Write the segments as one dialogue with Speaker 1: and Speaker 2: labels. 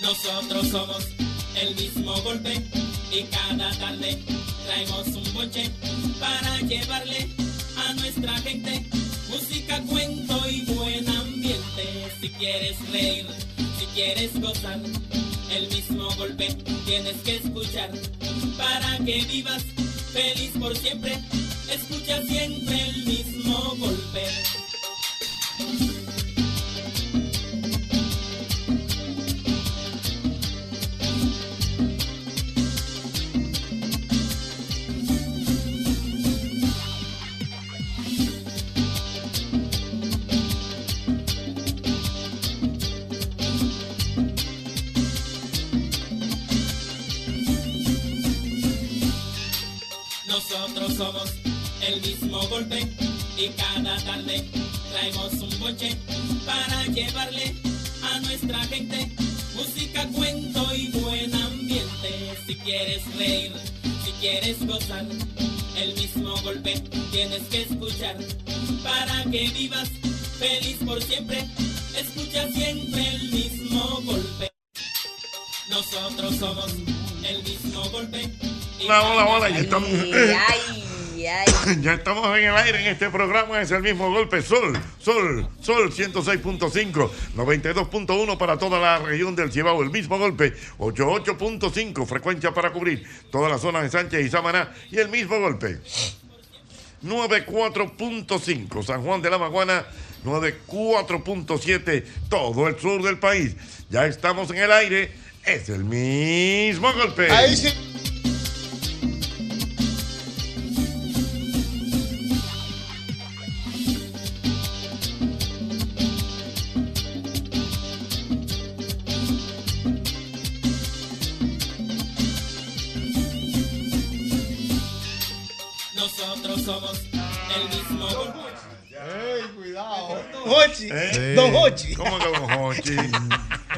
Speaker 1: Nosotros somos el mismo golpe y cada tarde traemos un coche para llevarle a nuestra gente música, cuento y buen ambiente. Si quieres reír, si quieres gozar, el mismo golpe tienes que escuchar para que vivas feliz por siempre. Escucha siempre el mismo golpe. Nosotros somos el mismo golpe y cada tarde traemos un boche para llevarle a nuestra gente música, cuento y buen ambiente. Si quieres reír, si quieres gozar, el mismo golpe tienes que escuchar para que vivas feliz por siempre. Escucha siempre el mismo golpe. Nosotros somos el mismo golpe. y
Speaker 2: Hola, hola, hola. Ya estamos,
Speaker 3: Ay, ay.
Speaker 2: ya estamos en el aire en este programa. Es el mismo golpe. Sol, sol, sol 106.5, 92.1 para toda la región del Cibao. El mismo golpe. 88.5 frecuencia para cubrir todas las zonas de Sánchez y Samaná. Y el mismo golpe. 94.5, San Juan de la Maguana 94.7, todo el sur del país. Ya estamos en el aire, es el mismo golpe.
Speaker 4: Ahí sí.
Speaker 1: Nosotros somos el mismo golpe.
Speaker 4: Hochi.
Speaker 2: Eh,
Speaker 4: Don Hochi.
Speaker 2: ¿Cómo que don Hochi?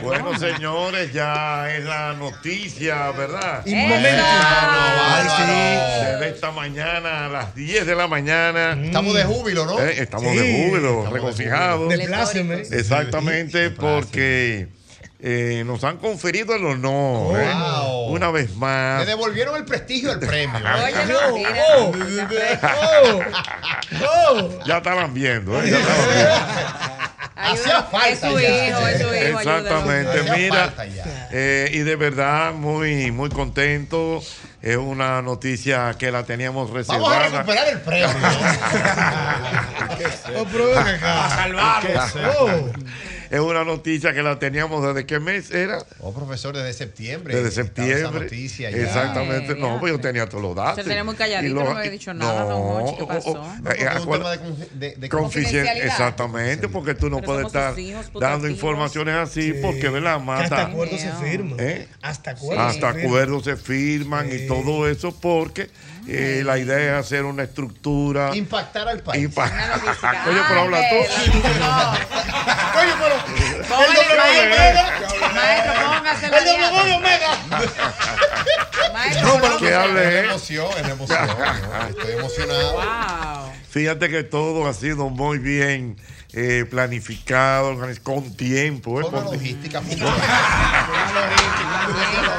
Speaker 2: bueno, señores, ya es la noticia, ¿verdad?
Speaker 4: Y momento.
Speaker 2: Ay,
Speaker 4: Ay,
Speaker 2: Desde esta mañana a las 10 de la mañana.
Speaker 4: Estamos de júbilo, ¿no?
Speaker 2: Eh, estamos
Speaker 4: Sí,
Speaker 2: de júbilo,
Speaker 4: estamos de
Speaker 2: regocijados.
Speaker 4: júbilo. De pláceme.
Speaker 2: Exactamente, porque eh, nos han conferido el honor. ¿eh?
Speaker 4: Oh, Wow.
Speaker 2: Una vez
Speaker 4: Le
Speaker 2: más.
Speaker 4: devolvieron el prestigio del premio.
Speaker 3: Oye, no, mira.
Speaker 2: Ya estaban viendo, ¿eh? Ya estaban viendo.
Speaker 4: Hacía falta.
Speaker 3: Es su
Speaker 4: ya.
Speaker 3: hijo, es su hijo. ayúdalo.
Speaker 2: Exactamente,
Speaker 4: Hacía
Speaker 2: mira.
Speaker 4: falta ya.
Speaker 2: eh, y de verdad, muy, muy contento. Es una noticia que la teníamos
Speaker 4: Vamos a
Speaker 2: reservada.
Speaker 4: recuperar el premio.
Speaker 5: Oh,
Speaker 2: Ah,
Speaker 4: Oh.
Speaker 2: Es una noticia que la teníamos desde qué mes era?
Speaker 4: Oh, profesor, desde septiembre.
Speaker 2: Desde
Speaker 4: Estaba
Speaker 2: septiembre.
Speaker 4: Esa noticia ya.
Speaker 2: Exactamente. No, pues yo tenía todos los datos.
Speaker 3: Se tenía muy calladito,
Speaker 2: Y
Speaker 3: no me había dicho nada, don Jorge, ¿qué
Speaker 2: oh, oh,
Speaker 3: pasó?
Speaker 2: eh,
Speaker 4: Porque es un
Speaker 2: acuérdate-
Speaker 4: tema de confi- de- de
Speaker 2: Confidencial-
Speaker 3: Confidencialidad.
Speaker 2: Exactamente, porque tú no
Speaker 3: Pero
Speaker 2: puedes
Speaker 3: somos sus
Speaker 2: estar
Speaker 3: hijos, putos
Speaker 2: dando
Speaker 3: hijos.
Speaker 2: informaciones así, porque, ¿verdad?
Speaker 6: Que hasta
Speaker 2: Mata.
Speaker 6: acuerdos se
Speaker 3: Dios.
Speaker 6: firman.
Speaker 2: ¿Eh?
Speaker 6: Hasta acuerdos.
Speaker 2: Hasta
Speaker 6: se firman.
Speaker 2: acuerdos se firman y todo eso, porque eh, la idea es hacer una estructura.
Speaker 4: Impactar al
Speaker 2: y
Speaker 4: país.
Speaker 2: pa-
Speaker 3: Una logística.
Speaker 2: Coño, pero habla tú.
Speaker 4: Coño, pero.
Speaker 3: Póngale,
Speaker 4: doble
Speaker 3: maestro.
Speaker 4: golpe, ¿no?
Speaker 3: Maestro, póngase la
Speaker 4: El doble
Speaker 3: diana.
Speaker 4: gol, Omega.
Speaker 3: Maestro,
Speaker 2: que
Speaker 3: póngase-
Speaker 2: hable,
Speaker 4: Es
Speaker 2: ¿eh?
Speaker 4: emoción, es emoción. ¿no? Estoy emocionado.
Speaker 3: Wow.
Speaker 2: Fíjate que todo ha sido muy bien eh, planificado, organiz- con tiempo. ¿eh?
Speaker 4: Con una
Speaker 2: Con-
Speaker 4: logística fundamental.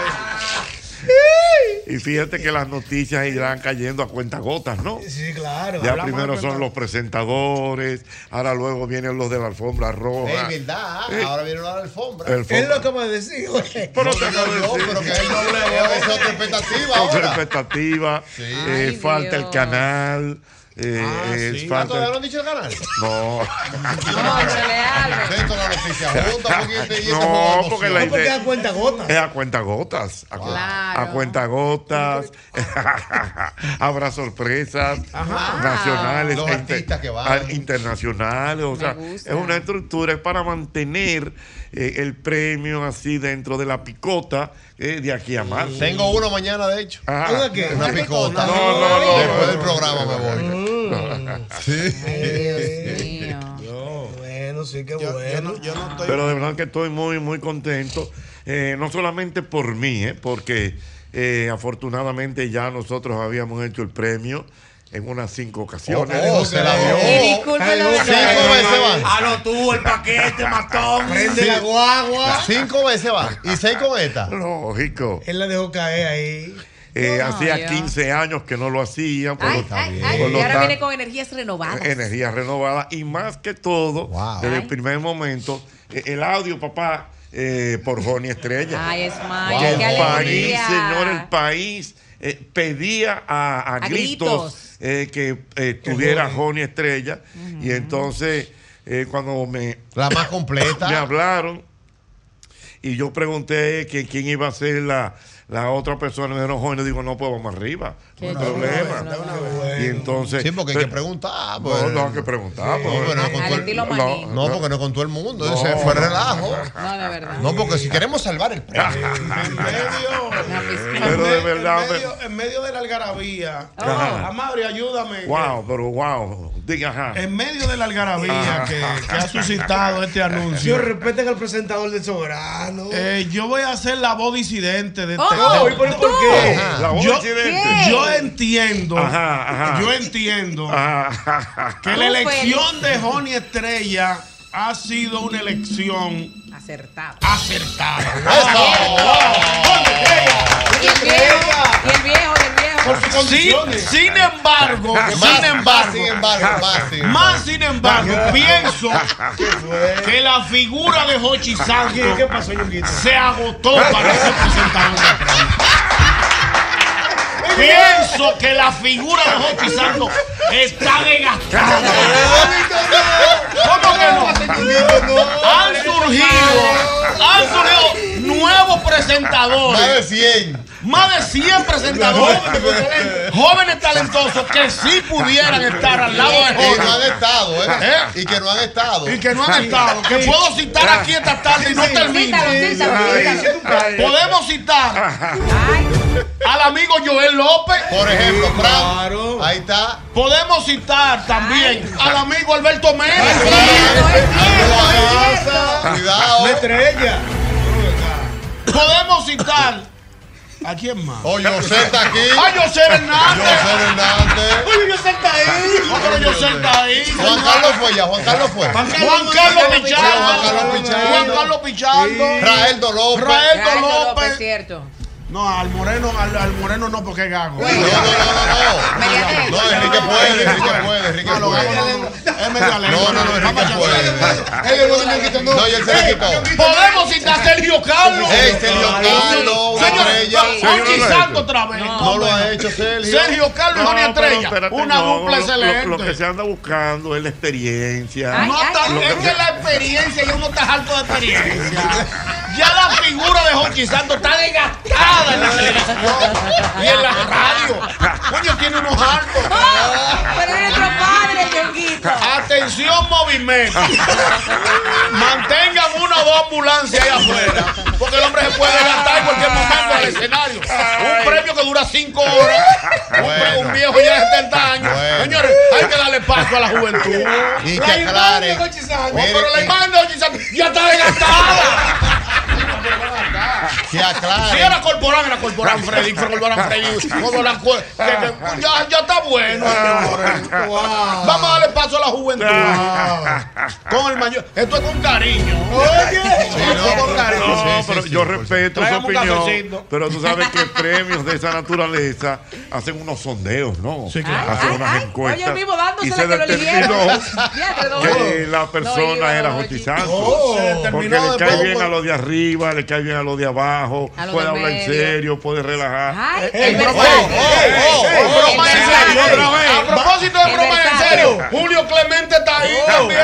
Speaker 2: y fíjate que las noticias irán cayendo a cuentagotas, ¿no?
Speaker 6: Sí, claro.
Speaker 2: Ya
Speaker 6: Hablamos
Speaker 2: primero
Speaker 6: de
Speaker 2: son los presentadores, ahora luego vienen los de la alfombra roja.
Speaker 4: Es verdad, ahora viene la alfombra.
Speaker 2: El
Speaker 6: Es lo
Speaker 2: fondo-
Speaker 6: que me decís, güey.
Speaker 2: Pero
Speaker 4: No,
Speaker 2: te acabo de
Speaker 4: no,
Speaker 2: decir.
Speaker 4: pero que hay doble gol, es otra expectativa
Speaker 2: Con
Speaker 4: ahora.
Speaker 2: expectativa, eh,
Speaker 3: Ay,
Speaker 2: falta el
Speaker 3: Dios.
Speaker 2: canal, eh, eh,
Speaker 4: Ah,
Speaker 2: falta
Speaker 4: ¿Todavía no
Speaker 2: el-
Speaker 4: han dicho el canal?
Speaker 2: No,
Speaker 3: No, Chele Alves.
Speaker 4: Esto es la noticia junta, porque este- y este
Speaker 2: No,
Speaker 4: juego de
Speaker 2: porque
Speaker 4: emoción.
Speaker 2: la
Speaker 6: No porque
Speaker 2: idea-
Speaker 6: da cuenta gota.
Speaker 2: es a cuentagotas, a,
Speaker 3: Claro.
Speaker 2: cuentagotas, habrá sorpresas nacionales,
Speaker 4: Los
Speaker 2: e
Speaker 4: artistas que van.
Speaker 2: a- internacionales, o
Speaker 3: Me
Speaker 2: sea,
Speaker 3: gusta.
Speaker 2: es una estructura, es para mantener eh, el premio así dentro de la picota eh, de aquí a marzo.
Speaker 4: Tengo uno mañana, de hecho.
Speaker 2: Ajá.
Speaker 6: ¿Una qué?
Speaker 4: Una picota.
Speaker 2: No, no, no.
Speaker 4: Después del programa me voy.
Speaker 3: Dios mío.
Speaker 6: Bueno, sí, qué
Speaker 7: Yo, yo
Speaker 6: bueno.
Speaker 7: no, yo no estoy.
Speaker 2: Pero de verdad que estoy muy, muy contento. Eh, no solamente por mí, eh, porque eh, afortunadamente ya nosotros habíamos hecho el premio. en unas cinco ocasiones. Eh,
Speaker 4: Oh, oh, se la dio.
Speaker 3: Y disculpe la
Speaker 4: Cinco
Speaker 3: verdad.
Speaker 4: veces va.
Speaker 8: A lo tú, el paquete, matón.
Speaker 6: Prende la guagua.
Speaker 4: Cinco veces va. Y seis con esta.
Speaker 2: Lógico.
Speaker 6: Él la dejó caer ahí.
Speaker 2: Eh,
Speaker 3: No,
Speaker 2: hacía
Speaker 3: ya.
Speaker 2: 15 años que no lo hacía. Por
Speaker 3: Ay,
Speaker 2: lo-
Speaker 3: ay,
Speaker 4: bien.
Speaker 3: ay,
Speaker 2: por
Speaker 3: Y
Speaker 2: lo
Speaker 3: ahora
Speaker 2: tanto-
Speaker 3: viene con energías renovadas.
Speaker 2: energía renovada y más que todo,
Speaker 4: Wow.
Speaker 2: desde
Speaker 3: Ay.
Speaker 2: el primer momento, eh, el audio, papá, eh, por Joni Estrella.
Speaker 3: Ay, es
Speaker 2: Que
Speaker 3: Maya,
Speaker 4: Wow.
Speaker 2: el
Speaker 3: qué
Speaker 2: país,
Speaker 3: alegría.
Speaker 2: señor, el país eh, pedía a, a
Speaker 3: A
Speaker 2: gritos
Speaker 3: gritos.
Speaker 2: eh, que eh, tuviera Joni Estrella. Y entonces, eh, cuando me,
Speaker 4: La más
Speaker 2: me
Speaker 4: completa.
Speaker 2: hablaron y yo pregunté que quién iba a ser la, la otra persona, me dijeron Joni, digo, no, pues vamos arriba, no hay
Speaker 3: Qué
Speaker 2: problema.
Speaker 3: chulo, no, no.
Speaker 2: Y entonces...
Speaker 4: Sí, porque hay que
Speaker 2: pero-
Speaker 4: preguntar. pues.
Speaker 2: no, no, que preguntar.
Speaker 4: Sí,
Speaker 2: pues.
Speaker 4: pero no con
Speaker 3: Al
Speaker 4: todo el-
Speaker 3: estilo maní.
Speaker 4: No, porque no con todo el mundo.
Speaker 2: No.
Speaker 4: Ese fue relajo.
Speaker 3: No, de verdad.
Speaker 4: No, porque si queremos salvar el país.
Speaker 3: Una piscina.
Speaker 2: Pero de verdad,
Speaker 5: En medio, en medio de la algarabía.
Speaker 3: Oh,
Speaker 2: Ajá.
Speaker 5: Amaury, ayúdame.
Speaker 2: Wow, pero wow. Diga, ajá.
Speaker 5: En medio de la algarabía que, que ha suscitado este
Speaker 6: Yo
Speaker 5: anuncio.
Speaker 6: respeten al presentador del soberano.
Speaker 5: eh, yo voy a ser la voz disidente de este.
Speaker 3: Oh,
Speaker 5: de- este
Speaker 6: ¿y por, por qué?
Speaker 2: Ajá. La voz
Speaker 5: yo-
Speaker 2: disidente.
Speaker 5: Yo entiendo.
Speaker 2: Ajá, ajá.
Speaker 5: Yo entiendo
Speaker 2: Ajá, ajá.
Speaker 9: Ah,
Speaker 5: que la
Speaker 3: Tú,
Speaker 5: elección de Joni Estrella ha sido una elección
Speaker 3: Acertado.
Speaker 5: acertada.
Speaker 3: Y el viejo, y el viejo, y el viejo.
Speaker 5: Sin, sin embargo, sin
Speaker 4: Más,
Speaker 5: embargo,
Speaker 4: sin embargo, más, sin embargo.
Speaker 5: Más sin embargo, pienso que la figura de Hochi Santos
Speaker 6: ¿Qué pasó, Ñonguito?
Speaker 5: se agotó para ser presentador de premio. Pienso que la figura de Hochi Santos está desgastada. ¿Cómo que no? Han surgido, han surgido nuevos
Speaker 4: Más de
Speaker 5: presentadores,
Speaker 4: 100.
Speaker 5: más de 100 presentadores, jóvenes talentosos que sí pudieran estar al lado de
Speaker 4: Y
Speaker 5: Hochi.
Speaker 4: no han estado, ¿eh?
Speaker 5: ¿Eh?
Speaker 4: Y que no han estado.
Speaker 5: y que no han estado, que puedo citar aquí esta tarde y no termino.
Speaker 3: Cítalo, cítalo, cítalo.
Speaker 2: Ay,
Speaker 5: Podemos citar
Speaker 3: Ay,
Speaker 5: al amigo Joel López,
Speaker 4: Por ejemplo, Fran.
Speaker 6: Claro.
Speaker 4: Ahí está.
Speaker 5: podemos citar también al amigo Alberto
Speaker 3: es
Speaker 5: Méndez,
Speaker 3: cierto, es cierto, es cierto.
Speaker 4: Cuidado. Cuidado.
Speaker 6: La estrella.
Speaker 5: podemos citar a quién más?
Speaker 4: Oye, José está aquí.
Speaker 5: A José Hernández,
Speaker 4: José Hernández.
Speaker 6: Oye, yo salta ahí.
Speaker 5: No, pero José está ahí.
Speaker 4: Juan Carlos fue ya, Juan Carlos fue.
Speaker 5: Juan Carlos
Speaker 4: Carlos
Speaker 5: Pichardo,
Speaker 4: Pichardo.
Speaker 5: Juan Carlos Pichardo,
Speaker 4: Raeldo López.
Speaker 5: Rael-
Speaker 3: Ay, no,
Speaker 5: López.
Speaker 3: es cierto.
Speaker 5: no, al Moreno, al, al Moreno no porque es gago.
Speaker 4: No, no, no,
Speaker 3: Mediatel.
Speaker 4: no, no. No, Enrique puede, Enrique puede, Enrique
Speaker 5: No, lo gago no,
Speaker 4: puede.
Speaker 5: no, es medio alegre.
Speaker 4: No, no, no,
Speaker 5: Vamos
Speaker 4: Enrique
Speaker 5: a
Speaker 4: puede. No, Eh, y él se le quitó.
Speaker 5: Podemos citar a Sergio Carlos.
Speaker 4: Hey, Eh, Sergio Carlos, una estrella.
Speaker 2: Señor,
Speaker 5: Señores,
Speaker 2: no lo
Speaker 5: Juan
Speaker 2: ha
Speaker 5: Santo
Speaker 2: hecho.
Speaker 5: otra vez.
Speaker 4: No lo ha hecho Sergio.
Speaker 5: Sergio Carlos y Johnny
Speaker 2: No, pero
Speaker 5: Estrella.
Speaker 2: espérate,
Speaker 5: Una
Speaker 2: no,
Speaker 5: dupla
Speaker 2: lo- lo-
Speaker 5: excelente.
Speaker 2: Lo, que se anda buscando es la experiencia.
Speaker 3: Ay,
Speaker 5: No está- es que la experiencia, ya uno está harto de experiencia. Ya la figura de Jochi Santo está desgastada en la televisión y en la radio. Coño, tiene unos hartos.
Speaker 3: ¡Oh! Pero eres nuestro padre, Ñonguito.
Speaker 5: Atención, movimiento. Mantengan una o dos ambulancias ahí afuera. Porque el hombre se puede gastar en cualquier momento al escenario. Un premio que dura cinco horas. un pre-
Speaker 4: Bueno.
Speaker 5: Un viejo ya de 70 años.
Speaker 4: Bueno.
Speaker 5: Señores, hay que darle paso a la juventud.
Speaker 4: Y que aclare.
Speaker 5: Oh,
Speaker 4: Mire
Speaker 5: pero la
Speaker 4: que-
Speaker 5: imagen de Ochi Santos ya está desgastada.
Speaker 4: Que
Speaker 5: Si
Speaker 4: aclare.
Speaker 5: era corporal, era corporal Freddy, fue corporal Freddy. corporal cu- que- que- ya, ya está bueno, señores. Vamos a darle paso a la juventud. Con el mayor. Esto es con cariño.
Speaker 4: Sí, no, con cariño.
Speaker 2: No,
Speaker 4: Sí, sí,
Speaker 2: pero
Speaker 4: sí,
Speaker 2: yo
Speaker 4: por
Speaker 2: respeto su
Speaker 5: Tráigame un
Speaker 2: opinión,
Speaker 5: cafecito.
Speaker 2: pero tú sabes que premios de esa naturaleza hacen unos sondeos, ¿no?
Speaker 5: Sí, claro.
Speaker 2: Hacen
Speaker 3: Ay,
Speaker 2: unas
Speaker 3: ay,
Speaker 2: encuestas.
Speaker 3: Oye, el mismo dándose
Speaker 2: Pues y se
Speaker 3: la que lo
Speaker 2: determinó
Speaker 3: eligieron. Fíjate, don
Speaker 2: que
Speaker 3: Ochi.
Speaker 2: la
Speaker 3: No iba,
Speaker 2: persona era
Speaker 3: don
Speaker 2: Jochi
Speaker 3: Ochi.
Speaker 2: Santos.
Speaker 4: Oh,
Speaker 2: Porque
Speaker 4: terminó pues.
Speaker 2: le
Speaker 4: de
Speaker 2: cae
Speaker 4: poco.
Speaker 2: bien a los de arriba, le cae bien a los de abajo,
Speaker 3: A los
Speaker 2: puede
Speaker 3: del
Speaker 2: hablar en
Speaker 3: medio. Ah,
Speaker 2: serio, puede relajar.
Speaker 3: Ay,
Speaker 5: Ey,
Speaker 3: el
Speaker 5: broma,
Speaker 3: versátil.
Speaker 5: ey, ey, ey,
Speaker 4: ey,
Speaker 5: broma en
Speaker 3: versátil.
Speaker 5: serio, otra vez.
Speaker 3: Ey,
Speaker 5: A propósito de
Speaker 3: el
Speaker 5: broma en
Speaker 3: versátil.
Speaker 5: serio, Julio Clemente está ahí
Speaker 4: De
Speaker 5: también.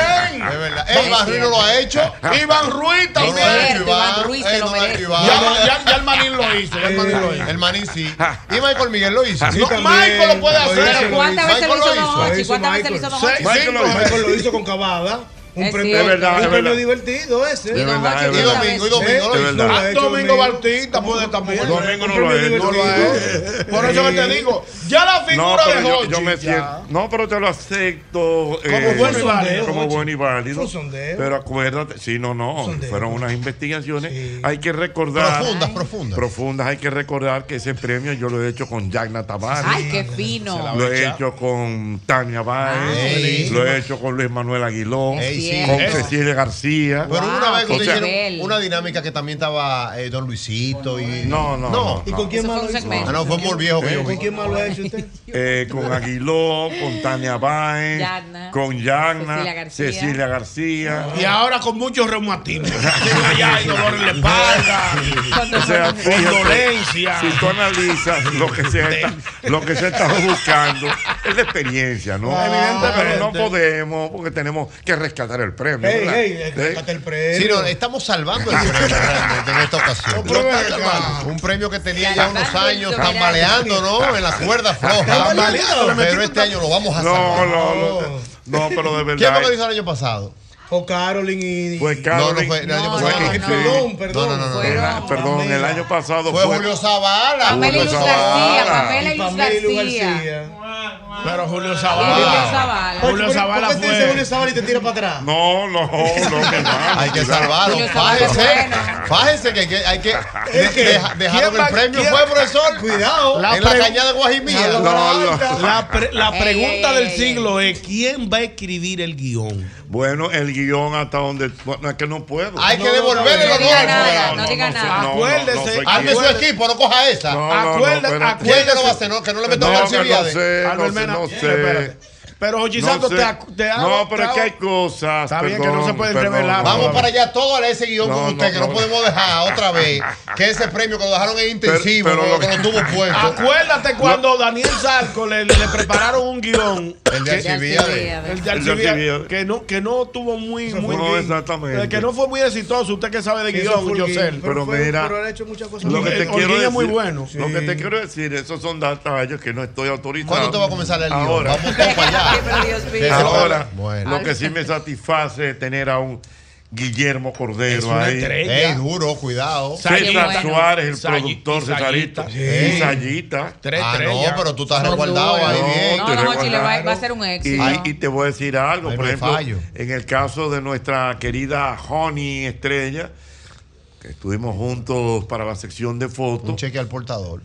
Speaker 4: verdad. Ey, Barrino Oh. lo ha hecho.
Speaker 5: Iván Ruiz
Speaker 4: No lo
Speaker 5: también.
Speaker 4: ha hecho
Speaker 3: Cierto, Iván
Speaker 4: Iván.
Speaker 3: Ruiz,
Speaker 4: Ey,
Speaker 3: se lo
Speaker 4: no lo ha
Speaker 3: merece.
Speaker 4: hecho
Speaker 5: Ya,
Speaker 4: Iván.
Speaker 5: ya, ya el manín lo hizo. ya el manín lo hizo.
Speaker 4: El maní sí. Y Michael Miguel lo hizo.
Speaker 5: No, Michael lo puede hacer.
Speaker 3: Pero ¿cuántas
Speaker 4: Michael
Speaker 3: veces lo
Speaker 4: lo
Speaker 3: hizo
Speaker 4: hizo,
Speaker 3: Don
Speaker 6: lo
Speaker 3: Ochi?
Speaker 6: hizo
Speaker 3: ¿Cuántas veces lo
Speaker 6: Michael.
Speaker 3: hizo Don
Speaker 5: Sí,
Speaker 3: Ochi?
Speaker 5: sí,
Speaker 2: Michael lo hizo.
Speaker 6: Michael lo hizo con Cavada. Un
Speaker 3: Es
Speaker 6: premio,
Speaker 3: cierto.
Speaker 2: Es verdad,
Speaker 6: un
Speaker 2: es
Speaker 6: premio
Speaker 2: verdad.
Speaker 6: divertido ese.
Speaker 2: Es verdad, es
Speaker 4: Y
Speaker 2: verdad.
Speaker 4: domingo, y domingo.
Speaker 2: Es
Speaker 4: lo hizo.
Speaker 2: verdad.
Speaker 4: Ah, Domingo Bautista puede tampoco.
Speaker 2: Domingo no lo
Speaker 6: Un
Speaker 2: es,
Speaker 6: premio
Speaker 4: No lo ha
Speaker 6: divertido.
Speaker 4: hecho. Por eso que te digo, ya la
Speaker 2: No,
Speaker 4: figura
Speaker 2: pero
Speaker 4: de
Speaker 2: yo,
Speaker 4: Hochi.
Speaker 2: yo me
Speaker 4: ya.
Speaker 2: siento. No, pero te lo acepto. eh,
Speaker 6: Como buen sondeo,
Speaker 2: Como
Speaker 6: Jochi.
Speaker 2: bueno y válido.
Speaker 6: Fue un sondeo.
Speaker 2: Pero acuérdate, sí, no, no.
Speaker 6: Sondeo.
Speaker 2: Fueron unas investigaciones.
Speaker 6: Sí.
Speaker 2: Hay que recordar.
Speaker 4: Profundas, profundas.
Speaker 2: Profundas, hay que recordar que ese premio yo lo he hecho con Yagna Tavares.
Speaker 3: Ay, qué fino.
Speaker 2: Lo he hecho con Tania Báez,
Speaker 4: Ey.
Speaker 2: lo he hecho con Luis Manuel Aguilón,
Speaker 4: Ah, Ey, sí.
Speaker 2: con
Speaker 4: Ey.
Speaker 2: Cecilia García.
Speaker 4: Pero hubo una
Speaker 3: Wow,
Speaker 4: vez que
Speaker 2: o sea-
Speaker 4: ustedes
Speaker 3: nivel.
Speaker 4: hicieron una dinámica que también estaba eh, Don Luisito y.
Speaker 2: No, no, no.
Speaker 6: ¿Y con quién
Speaker 3: Eso
Speaker 6: más
Speaker 3: fue un
Speaker 6: lo hizo?
Speaker 3: segmento.
Speaker 4: Ah, no, fue por viejo que yo
Speaker 6: ¿Con
Speaker 4: vi.
Speaker 6: quién más lo ha hecho usted?
Speaker 2: Eh, con Aguilón, con Tania Báez,
Speaker 3: Yagna,
Speaker 2: con Yagna,
Speaker 3: Cecilia García.
Speaker 2: Cecilia García.
Speaker 4: Ah.
Speaker 7: Y ahora con muchos reumatismos. Tengo allá hay dolor en la espalda,
Speaker 2: O sea, fíjate,
Speaker 7: dolencia.
Speaker 2: si tú analizas lo que se está, lo que se está buscando, es la experiencia, ¿no?
Speaker 4: Ah,
Speaker 2: Pero no podemos, porque tenemos que rescatar el premio.
Speaker 6: Ey,
Speaker 2: ¿verdad?
Speaker 6: ey,
Speaker 2: ¿Eh?
Speaker 6: rescate el premio.
Speaker 4: Sí, no, estamos salvando el
Speaker 5: Ah,
Speaker 4: premio realmente en esta ocasión.
Speaker 6: No, pero
Speaker 4: Lo está
Speaker 6: venga.
Speaker 4: salvando. Un premio que tenía
Speaker 3: Ya
Speaker 4: ya
Speaker 3: la
Speaker 4: unos
Speaker 3: salva el
Speaker 4: años
Speaker 3: soberano.
Speaker 4: tambaleando, ¿no? En las cuerdas flojas.
Speaker 6: Tambaleando, le
Speaker 4: Pero este año lo vamos a
Speaker 2: No,
Speaker 4: salvar.
Speaker 2: no, no, no, pero de
Speaker 4: ¿Quién fue
Speaker 2: verdad. eh,
Speaker 4: que lo hizo el año pasado?
Speaker 6: O Carolyn y.
Speaker 2: Fue
Speaker 4: No, no
Speaker 2: Carolyn-
Speaker 4: fue el año
Speaker 3: No,
Speaker 4: pasado.
Speaker 2: no,
Speaker 4: no.
Speaker 6: Ay,
Speaker 2: no.
Speaker 6: Perdón, perdón.
Speaker 4: No, no, no, no.
Speaker 3: Fueron-
Speaker 2: Ah, Perdón, el año pasado
Speaker 4: Fue
Speaker 2: fue.
Speaker 4: Julio Zavala.
Speaker 3: Pamela y Luz
Speaker 2: Julio
Speaker 3: García,
Speaker 2: Zavala.
Speaker 3: Pamela y Luz García.
Speaker 7: Pero
Speaker 4: Ah.
Speaker 7: Julio
Speaker 3: Julio
Speaker 7: Zavala.
Speaker 3: Zavala.
Speaker 7: Julio
Speaker 6: Julio
Speaker 7: Zavala
Speaker 6: Zavala. ¿Por qué este te dice
Speaker 7: fue.
Speaker 6: Julio Zavala y te tira para atrás?
Speaker 2: No, no, no, mi hermano.
Speaker 4: Hay que
Speaker 2: cuidado.
Speaker 4: salvarlo.
Speaker 3: Julio Zavala es
Speaker 4: Fájese.
Speaker 3: bueno.
Speaker 4: Fájese que, que hay que. de-
Speaker 6: que-
Speaker 4: deja- Dejaron
Speaker 6: ¿quién va-
Speaker 4: el premio,
Speaker 6: quién-
Speaker 4: fue, profesor.
Speaker 6: Cuidado.
Speaker 4: en la cañada de Guajimía.
Speaker 6: No,
Speaker 2: No, no.
Speaker 7: La, pre- la
Speaker 3: Ey,
Speaker 7: pregunta
Speaker 3: ey,
Speaker 7: del
Speaker 3: ey,
Speaker 7: siglo es: Pues, ¿quién va a escribir el guión?
Speaker 2: Bueno, el guión hasta donde. Bueno, es que no puedo.
Speaker 4: Hay que
Speaker 6: No, no,
Speaker 4: devolver
Speaker 6: no,
Speaker 4: el
Speaker 6: no
Speaker 4: honor
Speaker 3: diga
Speaker 4: al
Speaker 3: nada,
Speaker 4: programa.
Speaker 3: no diga
Speaker 2: sé,
Speaker 3: nada.
Speaker 2: no,
Speaker 7: Acuérdese,
Speaker 2: no, no soy
Speaker 4: Arme su
Speaker 2: quien.
Speaker 4: equipo, no coja esa.
Speaker 2: No, no, no,
Speaker 7: Acuérdate-
Speaker 2: espérate.
Speaker 4: ¿Quién que lo va a hacer? No, que no le
Speaker 2: No,
Speaker 4: metan
Speaker 2: que
Speaker 4: al
Speaker 2: no sé, no
Speaker 4: Alcibiades.
Speaker 7: Albert
Speaker 2: sé,
Speaker 7: Mena.
Speaker 2: no sé.
Speaker 7: Espérate. Pero Jochi
Speaker 2: No,
Speaker 7: Santos
Speaker 2: sé.
Speaker 7: te, ha- te ha
Speaker 2: no, pero es
Speaker 7: adoptado.
Speaker 2: que hay cosas.
Speaker 7: Está bien que no se pueden
Speaker 2: perdón,
Speaker 7: revelar.
Speaker 4: Vamos
Speaker 7: No,
Speaker 4: para allá, todo a ese guión
Speaker 2: No,
Speaker 4: con usted,
Speaker 2: no,
Speaker 4: que no,
Speaker 2: no.
Speaker 4: podemos dejar otra vez. Que ese premio que lo dejaron es intensivo,
Speaker 2: pero
Speaker 4: con
Speaker 2: lo
Speaker 4: lo que lo tuvo puesto.
Speaker 7: Acuérdate cuando Daniel Zarco le, le prepararon un guión.
Speaker 4: El de
Speaker 7: que-
Speaker 5: eh.
Speaker 4: Alcibiades.
Speaker 7: el
Speaker 3: Alcibiades.
Speaker 7: de
Speaker 2: El de
Speaker 7: Alcibiades,
Speaker 2: Alcibiades.
Speaker 7: que no, que no tuvo muy, muy
Speaker 2: no,
Speaker 7: bien.
Speaker 2: exactamente.
Speaker 7: Eh, Que no fue muy exitoso. Usted que sabe de
Speaker 6: Eso
Speaker 7: guión,
Speaker 6: fue el
Speaker 7: yo sé.
Speaker 6: guión,
Speaker 2: pero
Speaker 6: fue-
Speaker 2: mira,
Speaker 6: Pero han hecho muchas cosas.
Speaker 2: Lo que te
Speaker 7: El
Speaker 2: quiero
Speaker 7: Holguín
Speaker 2: decir,
Speaker 7: es muy bueno.
Speaker 2: Lo que te
Speaker 6: Sí.
Speaker 2: quiero decir, esos son detalles que no estoy autorizado.
Speaker 4: ¿Cuándo te va a comenzar el guión?
Speaker 2: Ahora.
Speaker 4: Vamos usted para allá.
Speaker 3: Pero Dios mío.
Speaker 2: Ahora,
Speaker 4: Bueno.
Speaker 2: lo que sí me satisface es tener a un Guillermo Cordero
Speaker 7: Es una
Speaker 2: ahí.
Speaker 7: estrella.
Speaker 4: Ey, duro, cuidado.
Speaker 2: César
Speaker 3: Sayita.
Speaker 2: Suárez, el
Speaker 7: Sayi-
Speaker 2: productor
Speaker 7: y
Speaker 2: Cesarita.
Speaker 7: Sayita.
Speaker 2: Y Sayita.
Speaker 7: Tres
Speaker 4: Ah, no,
Speaker 7: estrellas.
Speaker 4: pero tú estás resguardado ahí
Speaker 2: No,
Speaker 4: bien.
Speaker 3: No,
Speaker 2: te
Speaker 3: no,
Speaker 2: recuerdo.
Speaker 3: Jochi, le va, va a ser un éxito.
Speaker 2: Y, y te voy a decir algo,
Speaker 4: Ahí
Speaker 2: por
Speaker 4: no hay
Speaker 2: ejemplo,
Speaker 4: fallo.
Speaker 2: en el caso de nuestra querida Honey Estrella, que estuvimos juntos para la sección de
Speaker 4: Un
Speaker 2: fotos,
Speaker 4: cheque al portador.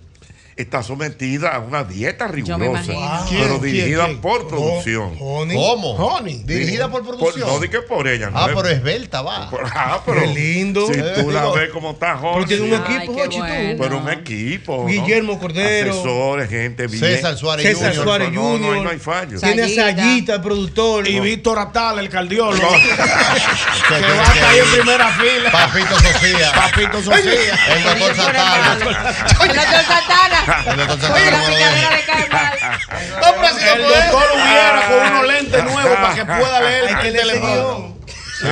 Speaker 2: está sometida a una dieta
Speaker 3: Yo
Speaker 2: rigurosa,
Speaker 3: me imagino.
Speaker 6: Wow.
Speaker 2: pero
Speaker 7: ¿Quién?
Speaker 2: dirigida
Speaker 7: ¿Quién?
Speaker 2: por producción.
Speaker 6: Honey.
Speaker 4: ¿Cómo?
Speaker 7: Honey.
Speaker 4: Dirigida por producción.
Speaker 2: no di que por ella, no
Speaker 4: ah,
Speaker 2: es-
Speaker 4: pero esbelta, va.
Speaker 2: por- ah, pero
Speaker 6: Qué lindo.
Speaker 2: Si tú la
Speaker 4: Digo,
Speaker 2: ves como está
Speaker 6: Pero
Speaker 2: Honey,
Speaker 6: tiene un
Speaker 3: Ay,
Speaker 6: equipo,
Speaker 3: qué
Speaker 6: Jochi, tú.
Speaker 3: bueno.
Speaker 2: pero un equipo. ¿no?
Speaker 6: Guillermo Cordero.
Speaker 2: Asesores, gente bien.
Speaker 4: César Suárez
Speaker 6: César
Speaker 4: Jr.
Speaker 6: Suárez
Speaker 2: No, no,
Speaker 6: Junior.
Speaker 2: no hay fallo.
Speaker 6: Tiene a
Speaker 3: Sayita.
Speaker 6: Sayita, el productor.
Speaker 7: Y Víctor Atal, el cardiólogo,
Speaker 4: Cheque,
Speaker 7: que va a estar ahí en
Speaker 4: cheque.
Speaker 7: primera fila.
Speaker 4: Papito Sofía.
Speaker 7: Papito Sofía.
Speaker 4: El doctor Santana.
Speaker 3: El doctor Santana.
Speaker 4: El doctor
Speaker 3: Oye, la
Speaker 4: Santana.
Speaker 3: picadera le cae mal.
Speaker 4: No, pero si no
Speaker 7: El
Speaker 4: puede.
Speaker 7: doctor hubiera con unos lentes nuevos para que pueda leer
Speaker 6: Hay que
Speaker 7: el
Speaker 6: leer ese
Speaker 7: teleprompter.
Speaker 6: guión.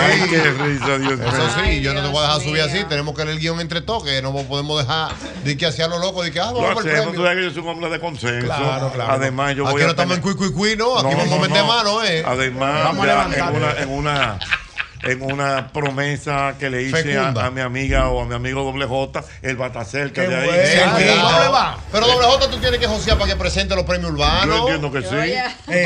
Speaker 2: Ay, qué risa, Dios mío.
Speaker 4: Eso sí,
Speaker 3: Ay,
Speaker 4: yo no te voy a dejar
Speaker 3: Dios
Speaker 4: subir
Speaker 3: mío.
Speaker 4: así. Tenemos que leer el guión entre toques. No podemos dejar de que hacía lo loco, de que ah,
Speaker 2: Lo
Speaker 4: vamos por el
Speaker 2: hacemos, tú
Speaker 4: premio.
Speaker 2: sabes que yo soy un hombre de consenso.
Speaker 4: Claro, claro.
Speaker 2: Además, yo
Speaker 4: Aquí
Speaker 2: voy a.
Speaker 4: no estamos en
Speaker 2: tener-
Speaker 4: cuy, cuy, cuy, no. Aquí
Speaker 2: No,
Speaker 4: vamos
Speaker 2: no,
Speaker 4: a meter
Speaker 2: no.
Speaker 4: mano, eh.
Speaker 2: Además,
Speaker 7: Vamos a
Speaker 2: ya en
Speaker 7: levantarnos.
Speaker 2: una, en una en una promesa que le hice a,
Speaker 4: Fecunda.
Speaker 2: a mi amiga o a mi amigo doble J, él va a estar cerca
Speaker 6: Qué
Speaker 2: de ahí.
Speaker 6: bueno.
Speaker 4: Eh,
Speaker 6: Ah,
Speaker 4: cuidado.
Speaker 6: sí,
Speaker 7: doble va.
Speaker 4: Pero doble J tú tienes que josear para que presente los premios
Speaker 2: Yo
Speaker 4: urbanos.
Speaker 2: entiendo que sí.
Speaker 6: Eh,
Speaker 4: El, el-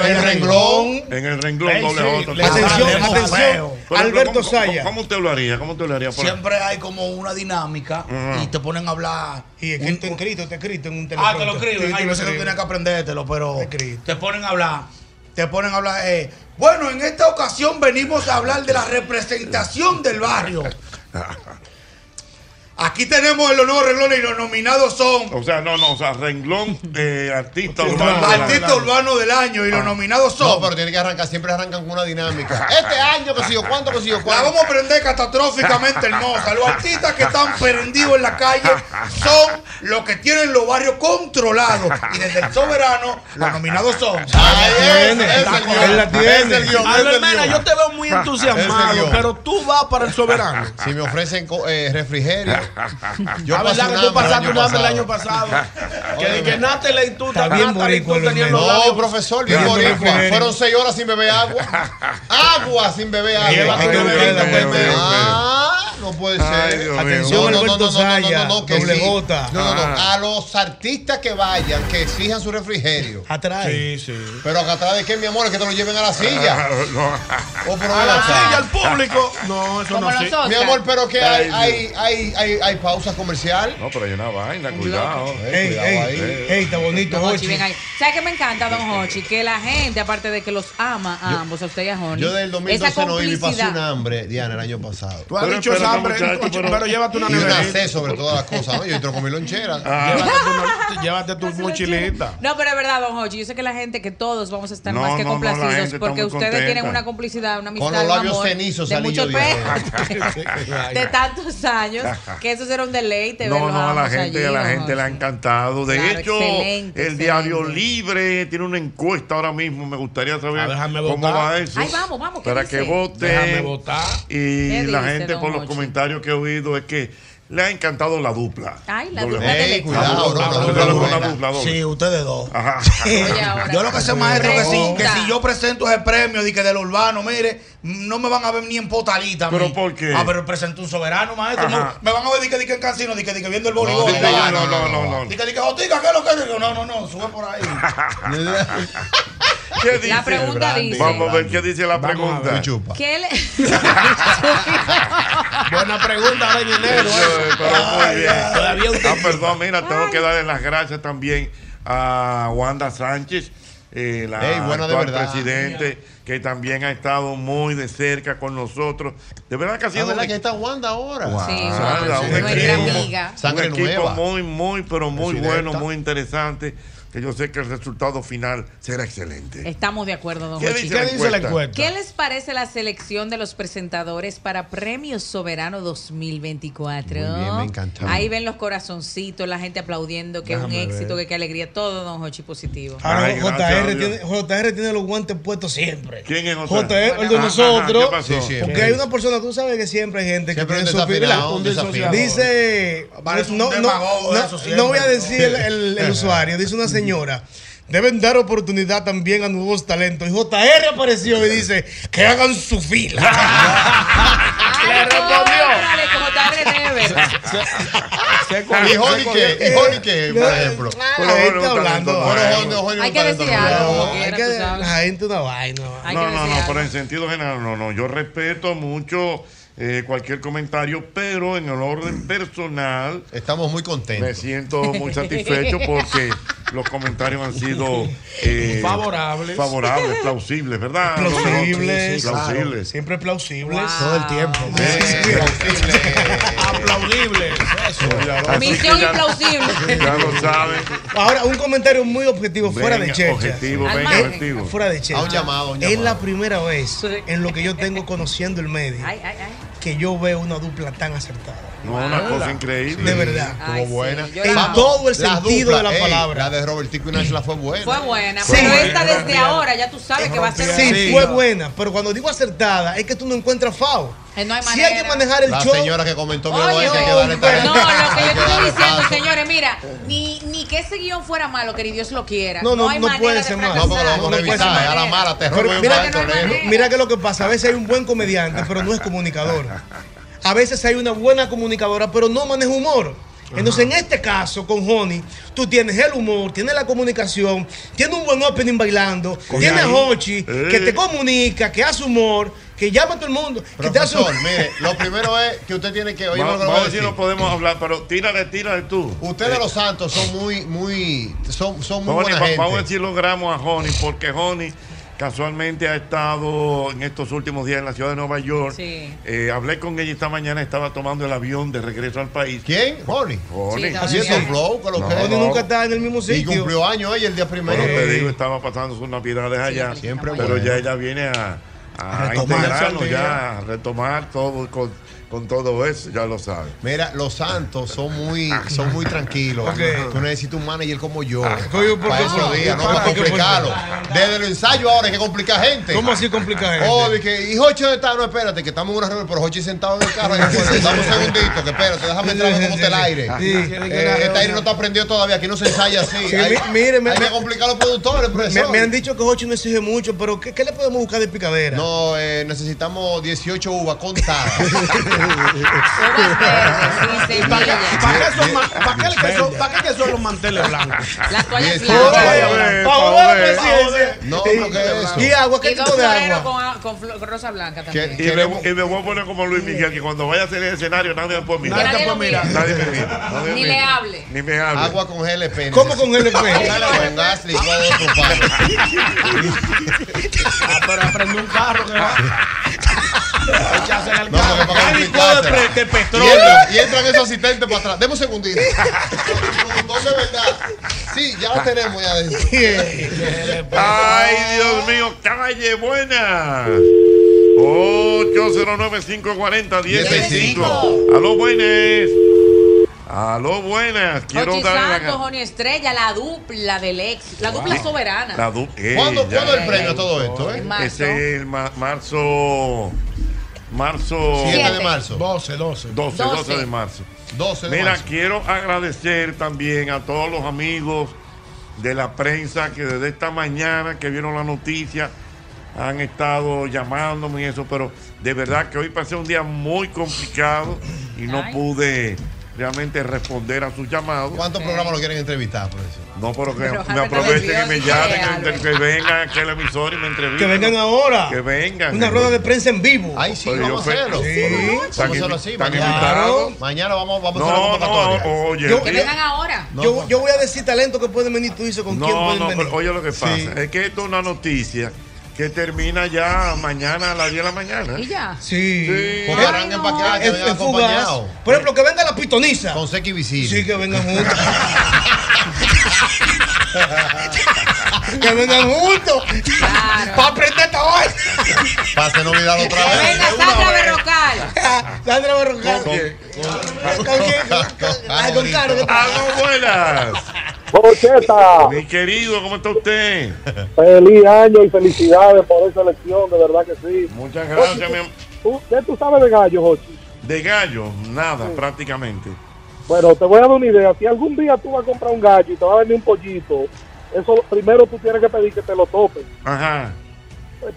Speaker 4: el renglón.
Speaker 2: En el renglón
Speaker 7: Ey,
Speaker 2: doble
Speaker 7: sí,
Speaker 2: J.
Speaker 7: le-
Speaker 6: Atención,
Speaker 7: Salemos
Speaker 6: atención.
Speaker 7: feo.
Speaker 2: Por ejemplo,
Speaker 6: Alberto
Speaker 2: ¿cómo- cómo-
Speaker 6: Saya.
Speaker 2: ¿Cómo usted lo haría? ¿Cómo usted lo haría? Por-
Speaker 8: Siempre hay como una dinámica y te ponen a hablar.
Speaker 6: Y es que está escrito, está escrito en un teléfono.
Speaker 8: Ah, te lo escriben. Ay, yo sé que tienes que aprendértelo, pero
Speaker 6: Te escriben.
Speaker 8: te ponen a hablar. Te ponen a hablar. eh, bueno, en esta ocasión venimos a hablar de la representación del barrio. Aquí tenemos el honor, Reglón, y los nominados son
Speaker 2: O sea, no, no, o sea, renglón eh, artista urbano.
Speaker 8: Artista Urbano del Año y los nominados
Speaker 4: No,
Speaker 8: son.
Speaker 4: pero tiene que arrancar. Siempre arrancan con una dinámica. Este año que sigo, ¿cuánto que sigo?
Speaker 8: La
Speaker 4: ¿Cuánto?
Speaker 8: vamos a prender catastróficamente hermosa. Los artistas que están prendidos en la calle son los que tienen los barrios controlados. Y desde el soberano, los nominados son.
Speaker 4: Ahí es,
Speaker 6: tiene,
Speaker 4: es el
Speaker 6: la
Speaker 4: guión,
Speaker 6: tiene.
Speaker 4: es el guión, es el
Speaker 7: Albert
Speaker 4: guión.
Speaker 7: Mena, yo te veo muy
Speaker 4: Ese
Speaker 7: entusiasmado,
Speaker 4: guión.
Speaker 7: pero tú vas para el soberano.
Speaker 4: Si me ofrecen co- eh, refrigerio, Yo
Speaker 5: la
Speaker 4: pasé
Speaker 5: verdad
Speaker 4: un
Speaker 5: que tú pasaste un
Speaker 4: hambre el año
Speaker 5: hambre el
Speaker 4: pasado.
Speaker 5: año pasado. que de que Natalie y tú,
Speaker 6: Está bien
Speaker 5: Natalie y tú
Speaker 6: boricua, Luis
Speaker 5: tenías los
Speaker 6: Miguel.
Speaker 4: No,
Speaker 5: labios-
Speaker 4: profesor, bien
Speaker 6: Yo no me
Speaker 4: boricua.
Speaker 6: acuerdo.
Speaker 4: Fueron seis horas sin beber agua. Agua sin beber agua.
Speaker 5: Lleva tu
Speaker 4: Ay,
Speaker 5: beberita,
Speaker 4: Dios
Speaker 5: pues,
Speaker 4: mío.
Speaker 5: pero-
Speaker 4: Ah, no puede
Speaker 2: Ay,
Speaker 4: ser.
Speaker 2: Dios mío.
Speaker 6: Atención,
Speaker 4: no, no, no, no,
Speaker 6: Alberto
Speaker 4: no, no,
Speaker 6: Saya,
Speaker 4: no, no, que
Speaker 6: doble
Speaker 4: sí.
Speaker 6: bota.
Speaker 4: No, no, no.
Speaker 2: Ah.
Speaker 4: A los artistas que vayan, que exijan su refrigerio.
Speaker 6: Atrás.
Speaker 5: Sí, sí.
Speaker 4: Pero acá atrás de qué, mi amor, es que te lo lleven a la
Speaker 2: Ah,
Speaker 4: silla.
Speaker 2: No.
Speaker 4: O por
Speaker 5: A
Speaker 4: ven
Speaker 5: la
Speaker 4: acá.
Speaker 5: silla, al público. No, eso
Speaker 10: Como
Speaker 5: no sé.
Speaker 10: nosotros.
Speaker 4: Mi amor, pero que
Speaker 2: Ay,
Speaker 4: hay, hay, hay, hay, hay pausa comercial.
Speaker 2: No, pero hay una vaina, cuidado.
Speaker 4: cuidado
Speaker 6: Ey,
Speaker 4: eh,
Speaker 6: ey,
Speaker 2: ahí.
Speaker 6: ey, está bonito,
Speaker 10: Don Hochi,
Speaker 6: Hochi.
Speaker 10: ven ahí. ¿Sabes qué me encanta, Don Hochi? Que la gente, aparte de que los ama a ambos, a usted y a Honey,
Speaker 4: Yo desde el
Speaker 10: esa
Speaker 4: 2012 no iba y pasé
Speaker 10: complicidad-
Speaker 4: un hambre, Diana, el año pasado.
Speaker 5: Tú has
Speaker 2: Pero
Speaker 5: dicho esa
Speaker 2: espérate,
Speaker 5: hambre,
Speaker 2: muchacho,
Speaker 5: ocho,
Speaker 2: pero-
Speaker 5: pero llévate
Speaker 4: Y
Speaker 5: una
Speaker 4: una
Speaker 5: neverita.
Speaker 4: sed sobre todas las cosas, ¿no? Yo entro con mi lonchera.
Speaker 2: Ah.
Speaker 5: Llévate tu- Llévate tu mochilita.
Speaker 10: No, pero es verdad, Don Hochi. Yo sé que la gente, que todos vamos a estar
Speaker 2: No,
Speaker 10: más que
Speaker 2: no, no, la gente
Speaker 10: complacidos
Speaker 2: está
Speaker 10: porque
Speaker 2: muy
Speaker 10: ustedes
Speaker 2: contenta.
Speaker 10: tienen una complicidad, una amistad,
Speaker 4: Con los
Speaker 10: un
Speaker 4: labios
Speaker 10: amor
Speaker 4: cenizos
Speaker 10: de
Speaker 4: salí yo
Speaker 10: muchos
Speaker 4: de ahí.
Speaker 10: pe- de tantos años que eso será un deleite.
Speaker 2: No,
Speaker 10: verlos
Speaker 2: no, a la
Speaker 10: ambos
Speaker 2: gente,
Speaker 10: allí,
Speaker 2: a la
Speaker 10: Don
Speaker 2: gente le ha
Speaker 10: Hochi.
Speaker 2: encantado. De
Speaker 10: Claro,
Speaker 2: hecho,
Speaker 10: excelente,
Speaker 2: el diario
Speaker 10: excelente.
Speaker 2: Libre tiene una encuesta ahora mismo. Me gustaría
Speaker 5: Ah,
Speaker 2: saber
Speaker 5: déjame
Speaker 2: cómo
Speaker 5: votar.
Speaker 2: va eso.
Speaker 10: Ay, vamos, vamos, ¿qué
Speaker 2: Para
Speaker 10: dice?
Speaker 2: que vote.
Speaker 5: Déjame votar.
Speaker 2: Y la
Speaker 10: dice,
Speaker 2: gente,
Speaker 10: don
Speaker 2: por los
Speaker 10: Hochi?
Speaker 2: comentarios que he oído, es que le ha encantado la dupla.
Speaker 10: Ay, la
Speaker 2: Doble
Speaker 10: dupla
Speaker 2: J.
Speaker 10: de
Speaker 4: Ey,
Speaker 10: leche.
Speaker 4: cuidado, no,
Speaker 2: Una
Speaker 4: no,
Speaker 2: dupla,
Speaker 4: no,
Speaker 2: una
Speaker 4: no,
Speaker 2: dupla, doble.
Speaker 8: Sí, ustedes dos.
Speaker 2: Ajá.
Speaker 10: Oye, ahora.
Speaker 8: Yo lo que sé, maestro, que si, que
Speaker 10: Pregunta.
Speaker 8: si yo presento ese premio de que del urbano, mire, no me van a ver ni en potalita. a mí.
Speaker 2: ¿Pero por qué?
Speaker 8: Ah, pero presento un soberano, maestro.
Speaker 2: Ajá.
Speaker 8: no, me van a ver di que, di que en casino, di que, di que viendo el
Speaker 4: No,
Speaker 8: voleibol.
Speaker 4: di
Speaker 2: Dice,
Speaker 8: la
Speaker 2: ya,
Speaker 8: vaina.
Speaker 2: No, no, no, no.
Speaker 8: Di que, di que, "Jotica, ¿qué es lo que es?" Digo, No, no, no, sube por ahí.
Speaker 2: ¿Qué dice?
Speaker 10: La pregunta dice-
Speaker 2: Vamos a ver qué dice la
Speaker 5: Vamos a ver.
Speaker 2: pregunta.
Speaker 4: Chupa.
Speaker 10: ¿Qué le...
Speaker 5: Buena pregunta, ahora en enero.
Speaker 2: Eso
Speaker 4: ¿eh?
Speaker 2: es, pero muy bien.
Speaker 5: Todavía usted-
Speaker 2: Ah, perdón, mira, tengo que darle las gracias también a Wanda Sánchez, eh, la
Speaker 4: Ey, buena de
Speaker 2: actual
Speaker 4: verdad.
Speaker 2: presidente, que también ha estado muy de cerca con nosotros. De verdad que ha
Speaker 4: Sí, es
Speaker 2: sido un,
Speaker 4: Ah, verdad que está Wanda ahora.
Speaker 10: Sí,
Speaker 2: Ah,
Speaker 10: Wanda,
Speaker 2: un
Speaker 10: nuestra
Speaker 2: equipo.
Speaker 10: amiga.
Speaker 2: un
Speaker 4: Sangre
Speaker 2: equipo
Speaker 4: nueva.
Speaker 2: muy, muy, pero muy
Speaker 4: Presidenta.
Speaker 2: bueno, muy interesante, que yo sé que el resultado final será excelente.
Speaker 10: Estamos de acuerdo, Don
Speaker 2: ¿Qué
Speaker 10: Hochi.
Speaker 2: dice?
Speaker 5: ¿Qué dice la encuesta?
Speaker 10: ¿Qué les parece la selección de los presentadores para Premios Soberano 2024?
Speaker 4: Muy bien, me encantó.
Speaker 10: Ahí ven los corazoncitos, la gente aplaudiendo, que es un éxito, que qué alegría, todo, don Hochi, positivo.
Speaker 6: Ahora,
Speaker 2: Ay, gracias a
Speaker 6: JR,
Speaker 2: Dios.
Speaker 6: Ah, tiene, JR tiene los guantes puestos siempre.
Speaker 2: ¿Quién es José?
Speaker 6: JR, el de
Speaker 2: Ajá,
Speaker 6: nosotros.
Speaker 2: ¿Qué pasó?
Speaker 4: Sí, sí.
Speaker 6: Porque hay una persona, tú sabes que siempre hay gente
Speaker 4: Siempre
Speaker 6: que
Speaker 4: un
Speaker 6: tiene su opinión.
Speaker 4: desafinado, un desafinado.
Speaker 6: Dice,
Speaker 8: Parece un
Speaker 6: no, no,
Speaker 8: demagogo
Speaker 6: no,
Speaker 8: de eso siempre.
Speaker 6: no voy a decir el, el- el usuario, dice una señora. Deben dar oportunidad también a nuevos talentos. Y JR apareció y dice, que hagan su fila.
Speaker 10: ¡Le respondió!
Speaker 5: Se cogió,
Speaker 4: Y
Speaker 5: se
Speaker 4: Holly
Speaker 5: cogió.
Speaker 4: que, y Holly que, por ejemplo.
Speaker 6: La gente hablando.
Speaker 4: ¿eh?
Speaker 2: Bueno,
Speaker 6: vaina.
Speaker 2: bueno,
Speaker 10: Hay que decir algo.
Speaker 6: No,
Speaker 10: como
Speaker 6: hay
Speaker 10: quiera,
Speaker 6: que-
Speaker 10: tú sabes.
Speaker 6: La gente una vaina.
Speaker 10: Hay que
Speaker 2: no, no,
Speaker 10: decir
Speaker 2: no,
Speaker 10: algo.
Speaker 2: pero en sentido general, no, no. Yo respeto mucho eh, cualquier comentario, pero en el orden personal
Speaker 4: Estamos muy contentos.
Speaker 2: me siento muy satisfecho porque los comentarios han sido eh,
Speaker 5: Favorables.
Speaker 2: favorables, plausibles, ¿verdad?
Speaker 6: Plausibles.
Speaker 2: Plausibles.
Speaker 6: Siempre plausibles.
Speaker 10: Todo el tiempo.
Speaker 2: Eh,
Speaker 5: Aplaudible. Eso.
Speaker 10: Misión
Speaker 2: ya-
Speaker 10: implausible.
Speaker 2: Ya lo saben.
Speaker 6: Ahora, un comentario muy objetivo, fuera de
Speaker 2: Venga,
Speaker 6: Checha.
Speaker 2: Objetivo,
Speaker 10: Al
Speaker 2: venga,
Speaker 10: mar.
Speaker 2: objetivo.
Speaker 6: Fuera de
Speaker 4: A
Speaker 6: Checha.
Speaker 4: un llamado, a un
Speaker 6: Es
Speaker 4: llamado.
Speaker 6: la primera vez en lo que yo tengo conociendo el medio
Speaker 10: Ay, ay, ay.
Speaker 6: que yo veo una dupla tan acertada.
Speaker 2: No, una cosa increíble.
Speaker 6: De verdad.
Speaker 10: Ay, sí,
Speaker 4: buena.
Speaker 10: yo la
Speaker 6: En
Speaker 10: amo.
Speaker 6: todo el
Speaker 4: Las
Speaker 6: sentido
Speaker 4: duplas,
Speaker 6: de la
Speaker 4: ey,
Speaker 6: palabra.
Speaker 4: La de Robertico y Nachla fue buena.
Speaker 10: Fue buena,
Speaker 6: Sí.
Speaker 10: pero esta desde ahora ya tú sabes que va a ser una-
Speaker 6: Sí, fue buena, pero cuando digo acertada es que tú no encuentras FAO.
Speaker 10: Eh, no hay
Speaker 6: Si hay que
Speaker 10: manera.
Speaker 6: manejar el
Speaker 4: La
Speaker 6: show,
Speaker 4: señora que comentó, mira, no,
Speaker 10: Oye,
Speaker 4: hay que
Speaker 10: no,
Speaker 4: darle
Speaker 10: lo
Speaker 4: esta-
Speaker 10: que
Speaker 4: hay
Speaker 10: yo estoy
Speaker 4: darle
Speaker 10: diciendo,
Speaker 4: paso.
Speaker 10: señores, mira, ni, ni que ese guión fuera malo, que ni Dios lo quiera.
Speaker 6: No,
Speaker 10: No,
Speaker 6: no,
Speaker 10: hay
Speaker 6: no
Speaker 10: manera
Speaker 6: puede
Speaker 10: de
Speaker 6: ser malo.
Speaker 4: No, porque lo
Speaker 10: fracasar.
Speaker 4: vamos a
Speaker 6: No puede ser
Speaker 4: revisar, es a la
Speaker 10: manera.
Speaker 4: mala, te
Speaker 6: Pero
Speaker 4: robo un
Speaker 6: mira
Speaker 10: que no hay
Speaker 4: torero.
Speaker 10: manera.
Speaker 6: mira que lo que pasa, a veces hay un buen comediante, pero no es comunicador. A veces hay una buena comunicadora, pero no maneja humor. Entonces, en este caso, con Honey, tú tienes el humor, tienes la comunicación, tienes un buen opening bailando, tienes a Hochi, que
Speaker 4: Eh.
Speaker 6: te comunica, que hace humor, que llama a todo el mundo, que te hace
Speaker 4: Profesor, mire, lo primero es que usted tiene que. Oye,
Speaker 2: Va-
Speaker 4: lo que le voy a
Speaker 2: vamos a ver si
Speaker 4: decir.
Speaker 2: no podemos hablar, pero tírale, tírale tú. Eh,
Speaker 4: Ustedes los santos son muy, muy, son, son muy
Speaker 2: Honey,
Speaker 4: buena
Speaker 2: va- vamos a
Speaker 4: gente.
Speaker 2: decir los gramos a Honey, porque Honey casualmente ha estado en estos últimos días en la ciudad de Nueva York.
Speaker 10: Sí.
Speaker 2: Eh, hablé con ella esta mañana, estaba tomando el avión de regreso al país.
Speaker 4: ¿Quién? Holly.
Speaker 2: Honey.
Speaker 10: Sí,
Speaker 4: Así es
Speaker 10: Bien.
Speaker 4: un flow con lo
Speaker 2: No,
Speaker 4: que
Speaker 6: Honey nunca está en el mismo
Speaker 4: Y
Speaker 6: sitio.
Speaker 4: cumplió años ella el día primero.
Speaker 2: Bueno, te digo, estaba pasando sus navidades allá.
Speaker 4: siempre
Speaker 2: pero
Speaker 4: bueno.
Speaker 2: ya ella viene a, a
Speaker 8: retomarse al
Speaker 2: integrarnos
Speaker 8: día.
Speaker 2: ya, a retomar todo con con todo eso, ya lo sabes.
Speaker 4: Mira, los santos son muy,
Speaker 6: Ah,
Speaker 4: son muy tranquilos. Tú necesitas un manager como yo.
Speaker 6: Coño, ¿por
Speaker 4: para
Speaker 6: qué?
Speaker 4: esos días, no
Speaker 6: ¿Por
Speaker 4: para
Speaker 6: qué?
Speaker 4: complicarlo. Desde el ensayo ahora hay que complicar gente.
Speaker 6: ¿Cómo así complica gente?
Speaker 4: Oh, de que, hijo Hochi, ¿dónde está? No, espérate, que estamos en una reunión, pero Hochi sentado en el carro. Dame un segundito, que espérate, déjame entrar a ver cómo está el aire.
Speaker 6: Sí.
Speaker 4: Eh, este aire no está prendido todavía, aquí no se ensaya así.
Speaker 6: Sí,
Speaker 4: hay,
Speaker 6: mi- mire, me-
Speaker 4: hay
Speaker 6: me-
Speaker 4: que complicar a los productores,
Speaker 6: Me,
Speaker 4: profesor.
Speaker 6: me han dicho que Hochi no exige mucho, pero ¿qué, qué le podemos buscar de picadera?
Speaker 4: No, eh, necesitamos 18 uvas contadas.
Speaker 10: Uvas verdes, sí, semillas.
Speaker 5: ¿Para qué son ma- para qué que son- para qué que son los manteles blancos?
Speaker 10: Las toallas
Speaker 4: Diez-
Speaker 6: Pa'
Speaker 10: blancas.
Speaker 4: Para
Speaker 6: joder,
Speaker 2: ver,
Speaker 6: pa'
Speaker 2: pa'
Speaker 6: joder,
Speaker 2: ver.
Speaker 6: presidencia.
Speaker 4: No,
Speaker 6: Sí.
Speaker 4: no, ¿qué es eso?
Speaker 6: ¿Y agua? ¿Qué
Speaker 10: Y dos
Speaker 6: tipo de
Speaker 10: floreros
Speaker 6: agua?
Speaker 10: con, con flo- con rosa blanca también.
Speaker 2: Y me, y me voy a poner como Luis Miguel, que cuando vaya a salir el escenario nadie me puede
Speaker 10: Que
Speaker 2: mirar.
Speaker 10: nadie lo mira.
Speaker 2: Nadie me mira. nadie
Speaker 10: Ni
Speaker 2: me mira.
Speaker 10: le hable.
Speaker 2: Ni me hable.
Speaker 4: Agua con GLP.
Speaker 6: ¿Cómo con el
Speaker 4: Con gas
Speaker 2: pues.
Speaker 4: licuado de tu padre.
Speaker 5: Ah, pero aprende un carro que va. Echarse en el
Speaker 4: No, porque
Speaker 5: carro.
Speaker 4: para
Speaker 5: ¿Qué licuado de,
Speaker 4: complicársela.
Speaker 5: pre- de
Speaker 4: Y
Speaker 5: petróleo?
Speaker 4: entran, y entran esos asistentes para atrás. Deme un segundito. Productor de verdad. Sí, ya lo tenemos ya adentro. pues.
Speaker 2: Ay, Dios mío, calle buena. 809-540-105. Aló, buenas. Aló, buenas. Quiero
Speaker 10: Hochi
Speaker 2: dar
Speaker 10: Santos,
Speaker 2: la
Speaker 10: Joni Estrella, la dupla del ex, la dupla soberana.
Speaker 2: la du- eh,
Speaker 4: ¿Cuándo,
Speaker 2: ya.
Speaker 4: ¿cuándo el premio a todo esto?
Speaker 10: En
Speaker 4: Eh?
Speaker 10: marzo.
Speaker 2: Ese es el ma- marzo. Marzo
Speaker 4: 7 de
Speaker 10: Siete.
Speaker 4: marzo.
Speaker 5: 12, 12.
Speaker 2: 12, 12 de
Speaker 10: Doce.
Speaker 2: marzo.
Speaker 4: 12 de
Speaker 2: Mira,
Speaker 4: marzo.
Speaker 2: quiero agradecer también a todos los amigos de la prensa que desde esta mañana que vieron la noticia han estado llamándome y eso, pero de verdad que hoy pasé un día muy complicado y no
Speaker 10: Ay.
Speaker 2: pude realmente responder a sus llamados.
Speaker 4: ¿Cuántos programas lo quieren entrevistar, profesor?
Speaker 2: No, pero que
Speaker 10: Pero
Speaker 2: me
Speaker 10: Albert
Speaker 2: aprovechen que me
Speaker 10: Dios,
Speaker 2: llamen, que,
Speaker 10: Albert.
Speaker 2: que vengan aquí a la emisora y me entrevisten.
Speaker 6: Que vengan ahora.
Speaker 2: Que vengan.
Speaker 6: Una rueda de prensa en vivo.
Speaker 4: Ay, sí,
Speaker 2: Pero yo
Speaker 4: vamos a
Speaker 2: fe-
Speaker 4: hacerlo.
Speaker 2: Sí.
Speaker 4: Vamos a
Speaker 2: Están
Speaker 4: hacerlo
Speaker 2: invi-
Speaker 4: así.
Speaker 2: están
Speaker 4: Mañana,
Speaker 2: invitados.
Speaker 4: mañana vamos, vamos a hacer la
Speaker 2: No,
Speaker 4: convocatoria.
Speaker 2: no, oye.
Speaker 6: Yo- eh,
Speaker 10: que vengan ahora.
Speaker 4: No,
Speaker 6: yo,
Speaker 4: no.
Speaker 6: yo voy a decir talento que pueden venir tú dices con quién
Speaker 2: No,
Speaker 6: pueden
Speaker 2: no,
Speaker 6: venir.
Speaker 2: pero oye lo que pasa.
Speaker 4: Sí.
Speaker 2: Es que esto es una noticia que termina ya mañana a las 10 de la mañana.
Speaker 10: Y ya.
Speaker 6: sí.
Speaker 2: Sí.
Speaker 4: Con arranque
Speaker 10: Ay, no.
Speaker 4: empaqueado, que
Speaker 6: Es,
Speaker 4: vengan
Speaker 6: es fugaz.
Speaker 4: acompañados.
Speaker 6: Por ejemplo, que venga la pitoniza.
Speaker 4: Con Sequi Vicini.
Speaker 6: Sí, que vengan juntos. que vengan juntos.
Speaker 10: Claro.
Speaker 6: Para aprender trabajo.
Speaker 4: Para hacer novedad otra
Speaker 10: Que
Speaker 4: vez.
Speaker 10: venga Sandra Berrocal.
Speaker 6: Sandra Berrocal.
Speaker 4: Con-
Speaker 6: ¿Con quién?
Speaker 4: con-
Speaker 6: Ay, con Caro. ¿qué tal?
Speaker 2: ¡Aló, buenas!
Speaker 11: Bocheta,
Speaker 2: Mi querido, ¿cómo está usted?
Speaker 11: feliz año y felicidades por esa elección, de verdad que sí.
Speaker 2: Muchas gracias, mi am-
Speaker 11: ¿Tú, ¿Qué tú sabes de gallo, Jochi?
Speaker 2: De gallo, nada, prácticamente.
Speaker 11: Bueno, te voy a dar una idea. Si algún día tú vas a comprar un gallo y te va a venir un pollito, eso primero tú tienes que pedir que te lo topes.
Speaker 2: Ajá.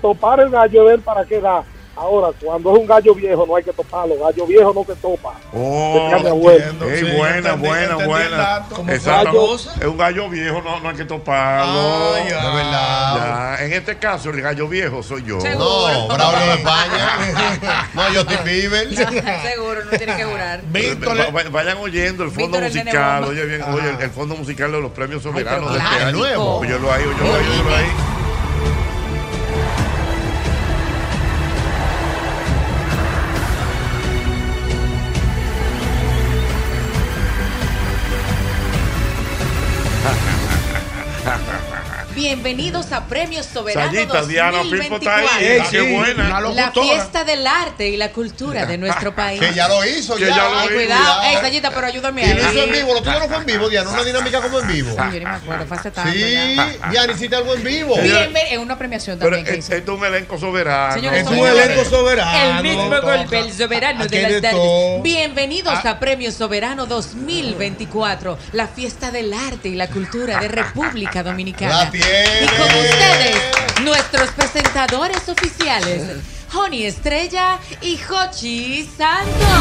Speaker 11: Topar el gallo ver para qué da. Ahora, cuando es un gallo viejo no hay que toparlo, gallo viejo no se topa.
Speaker 2: Oh,
Speaker 11: Decía mi abuelo.
Speaker 2: ey,
Speaker 5: Sí,
Speaker 2: buena,
Speaker 5: entendí,
Speaker 2: buena,
Speaker 5: entendí el
Speaker 2: buena.
Speaker 5: dato.
Speaker 2: Exacto.
Speaker 11: Gallo.
Speaker 2: Es un gallo viejo, no, no hay que toparlo.
Speaker 6: Ay,
Speaker 4: De
Speaker 6: ay.
Speaker 4: verdad.
Speaker 2: Ya, En este caso, el gallo viejo soy yo.
Speaker 10: Seguro.
Speaker 4: No, Braulio de España. No, Justin Bieber.
Speaker 10: Seguro, no tiene que jurar.
Speaker 5: Víctor,
Speaker 2: Va- va- Vayan oyendo el fondo
Speaker 10: Víctor el Nene
Speaker 2: musical,
Speaker 10: Bomba.
Speaker 2: oye bien,
Speaker 4: Ah.
Speaker 2: oye, el- el fondo musical de los premios soberanos
Speaker 10: pero
Speaker 2: de este
Speaker 10: claro.
Speaker 2: año.
Speaker 4: Nuevo.
Speaker 2: Óyelo ahí, óyelo ahí, óyelo ahí.
Speaker 10: Bienvenidos a Premios Soberanos
Speaker 2: Sayita, Diana Firpo está ahí.
Speaker 4: Eh,
Speaker 5: Ey,
Speaker 2: qué
Speaker 5: sí,
Speaker 2: buena.
Speaker 5: una
Speaker 10: La
Speaker 5: locutora.
Speaker 10: fiesta del arte y la cultura de nuestro país.
Speaker 4: Que ya lo hizo.
Speaker 2: Que ya lo
Speaker 10: Ay,
Speaker 2: hizo. Ah.
Speaker 10: cuidado. Ey, Sayita, pero ayúdame
Speaker 4: Y lo hizo en
Speaker 10: ahí.
Speaker 4: vivo. Lo tuyo no fue en vivo, Diana. Una dinámica como en vivo.
Speaker 10: Ay, Yo ni me acuerdo, fue hace tanto
Speaker 4: Sí,
Speaker 10: ya.
Speaker 4: Diana, hiciste algo en vivo.
Speaker 10: Bienven- en una premiación
Speaker 2: Pero este
Speaker 10: también que
Speaker 2: es-
Speaker 10: hizo.
Speaker 2: esto es un elenco soberano.
Speaker 10: Señores,
Speaker 6: Es un
Speaker 10: Señores,
Speaker 6: elenco soberano.
Speaker 10: El mismo golpe, el soberano de
Speaker 6: Aquí hay
Speaker 10: las
Speaker 6: de
Speaker 10: tardes.
Speaker 6: todo.
Speaker 10: Bienvenidos
Speaker 6: Ah.
Speaker 10: a Premio Soberano 2024, la fiesta del arte y la cultura de República Dominicana.
Speaker 4: La tiene.
Speaker 10: Y con ustedes, nuestros presentadores oficiales, Joni Estrella y Jochi Santos.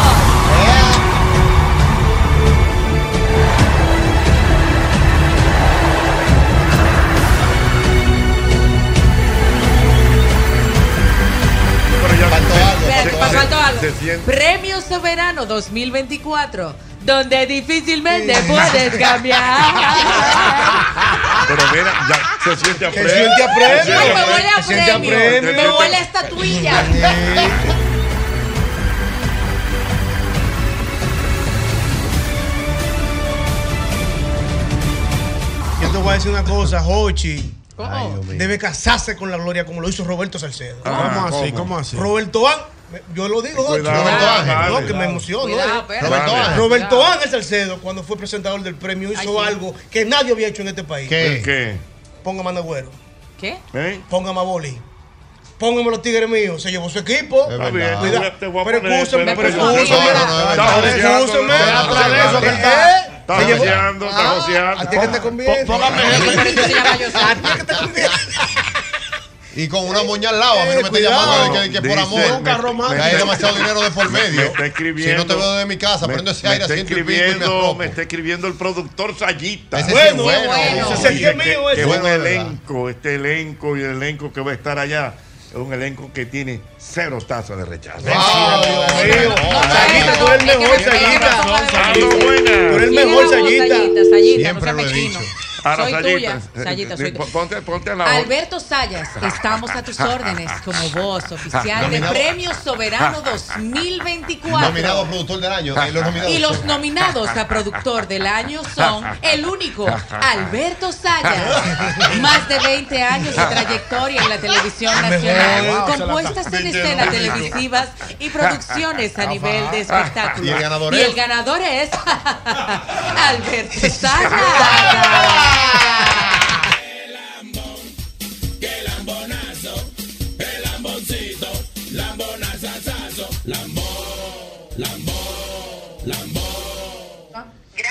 Speaker 2: Pero ya-
Speaker 4: Faltó algo.
Speaker 10: Espérate,
Speaker 4: faltó
Speaker 2: Se-
Speaker 4: algo.
Speaker 10: faltó algo.
Speaker 2: se siente-
Speaker 10: Premio Soberano 2024, donde difícilmente puedes cambiar.
Speaker 2: Pero mira, ya se siente a
Speaker 6: Que
Speaker 2: Fred.
Speaker 6: siente a Fred.
Speaker 2: Se siente
Speaker 10: Ay,
Speaker 2: a
Speaker 10: me
Speaker 2: Fred.
Speaker 10: huele a
Speaker 6: Se siente a
Speaker 10: premio.
Speaker 6: premio.
Speaker 10: Me huele a estatuilla.
Speaker 6: Yo te voy a decir una cosa, Hochi.
Speaker 10: ¿Cómo?
Speaker 4: Ay, Dios mío.
Speaker 6: Debe casarse con la gloria como lo hizo Roberto Salcedo.
Speaker 2: Ah,
Speaker 5: ¿Cómo así?
Speaker 2: ¿cómo?
Speaker 5: ¿Cómo así?
Speaker 6: Roberto Van Yo lo digo, Jochi.
Speaker 2: Cuidado,
Speaker 6: Roberto
Speaker 2: dale,
Speaker 6: Ángel,
Speaker 2: dale.
Speaker 6: no, que me emocionó.
Speaker 10: Cuidado,
Speaker 6: ¿no?
Speaker 10: espérate.
Speaker 6: Roberto
Speaker 2: Dale.
Speaker 6: Ángel. Roberto Ángel Salcedo, cuando fue presentador del premio, hizo
Speaker 10: Ay, sí.
Speaker 6: algo que nadie había hecho en este país.
Speaker 4: ¿Qué?
Speaker 2: ¿El qué?
Speaker 6: Ponga mano agüero,
Speaker 10: ¿Qué?
Speaker 2: ¿Eh?
Speaker 6: póngame a boli, póngame los tigres míos. Se llevó su equipo.
Speaker 4: Es
Speaker 2: Está
Speaker 4: verdad.
Speaker 2: bien, te voy a
Speaker 6: Pero
Speaker 2: poner,
Speaker 6: escúchame,
Speaker 2: espérate,
Speaker 6: pero
Speaker 2: espérate.
Speaker 6: escúchame.
Speaker 2: Está joseando,
Speaker 6: Escúchame.
Speaker 2: no,
Speaker 6: Era
Speaker 2: no,
Speaker 6: otra
Speaker 2: no,
Speaker 6: vez,
Speaker 2: no,
Speaker 6: ¿o qué?
Speaker 2: Está
Speaker 6: Te llevó-
Speaker 2: joseando, está
Speaker 6: Ah,
Speaker 2: joseando.
Speaker 6: A ti que te conviene.
Speaker 5: póngame
Speaker 10: Ah,
Speaker 6: A ti que te conviene.
Speaker 4: Y con una moña al lado, a mí no me esté
Speaker 6: Eh, cuidado.
Speaker 4: llamando que, que por
Speaker 2: Dice,
Speaker 4: amor.
Speaker 2: me- me-
Speaker 4: Hay demasiado dinero de por
Speaker 2: me-
Speaker 4: medio.
Speaker 2: me está escribiendo.
Speaker 4: Si no te veo de mi casa,
Speaker 2: me,
Speaker 4: prendo ese
Speaker 2: me
Speaker 4: aire
Speaker 2: está
Speaker 4: a ciento y pico y me
Speaker 2: escribiendo, me
Speaker 4: arropo.
Speaker 2: está escribiendo el productor Sayita.
Speaker 4: Ese sí es
Speaker 6: Bueno,
Speaker 4: bueno.
Speaker 10: bueno.
Speaker 6: Ese sí es
Speaker 2: que,
Speaker 6: mío,
Speaker 2: que
Speaker 6: ese.
Speaker 2: buen
Speaker 4: Bueno, de verdad.
Speaker 2: elenco, este elenco y el elenco que va a estar allá es un elenco que tiene cero tazas de rechazo. Ah,
Speaker 4: Wow, Dios mío.
Speaker 6: Ah, Sayita, tú eres el mejor, Sayita.
Speaker 2: Aló,
Speaker 6: Tú eres
Speaker 2: buena.
Speaker 6: el mejor, Sayita.
Speaker 4: Siempre
Speaker 10: Sayita,
Speaker 4: lo he
Speaker 10: no
Speaker 4: dicho.
Speaker 10: dicho.
Speaker 2: Ahora,
Speaker 10: soy
Speaker 2: Sayita,
Speaker 10: tuya, Sayita, soy tuya.
Speaker 2: Ponte, ponte a la orden.
Speaker 10: Alberto Sayas, estamos a tus órdenes como voz oficial de
Speaker 4: Nominado.
Speaker 10: Premio Soberano 2024.
Speaker 4: Nominado productor del año. eh, los nominados.
Speaker 10: Y los nominados a productor del año son el único Alberto Sayas. Más de 20 años de trayectoria en la televisión nacional,
Speaker 6: Mejor.
Speaker 10: con puestas en escena televisivas y producciones a nivel de espectáculo.
Speaker 4: ¿Y el ganador
Speaker 10: Y
Speaker 4: es?
Speaker 10: el ganador es Alberto Sayas.
Speaker 2: Ay.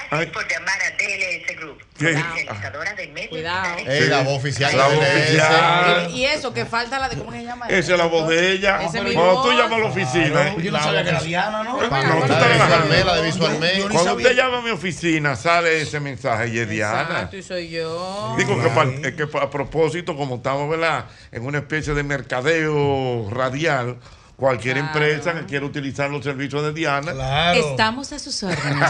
Speaker 3: Gracias por llamar a TLS Group,
Speaker 2: ¿Qué?
Speaker 3: la realizadora de medios
Speaker 10: Cuidado.
Speaker 3: digitales.
Speaker 4: Ey, la voz oficial.
Speaker 2: La
Speaker 4: de
Speaker 2: voz
Speaker 4: LS.
Speaker 2: oficial.
Speaker 10: Y, y eso, que falta la de, ¿cómo se llama?
Speaker 2: Esa es la voz de ella.
Speaker 10: Esa es mi
Speaker 2: Cuando tú
Speaker 10: voz.
Speaker 2: llamas a la oficina.
Speaker 5: Yo no sabía que era Diana, ¿no?
Speaker 2: No, tú
Speaker 4: La
Speaker 2: estás
Speaker 4: de Visualme,
Speaker 2: relajando.
Speaker 4: la de Visualme.
Speaker 2: Cuando usted llama a mi oficina, sale ese mensaje y es Diana.
Speaker 10: Exacto, y Ah, soy yo.
Speaker 2: Digo que, pa- eh, que pa- a propósito, como estamos ¿verdad? en una especie de mercadeo radial, cualquier empresa que quiera utilizar los servicios de Diana,
Speaker 6: Claro.
Speaker 10: Estamos a sus órdenes.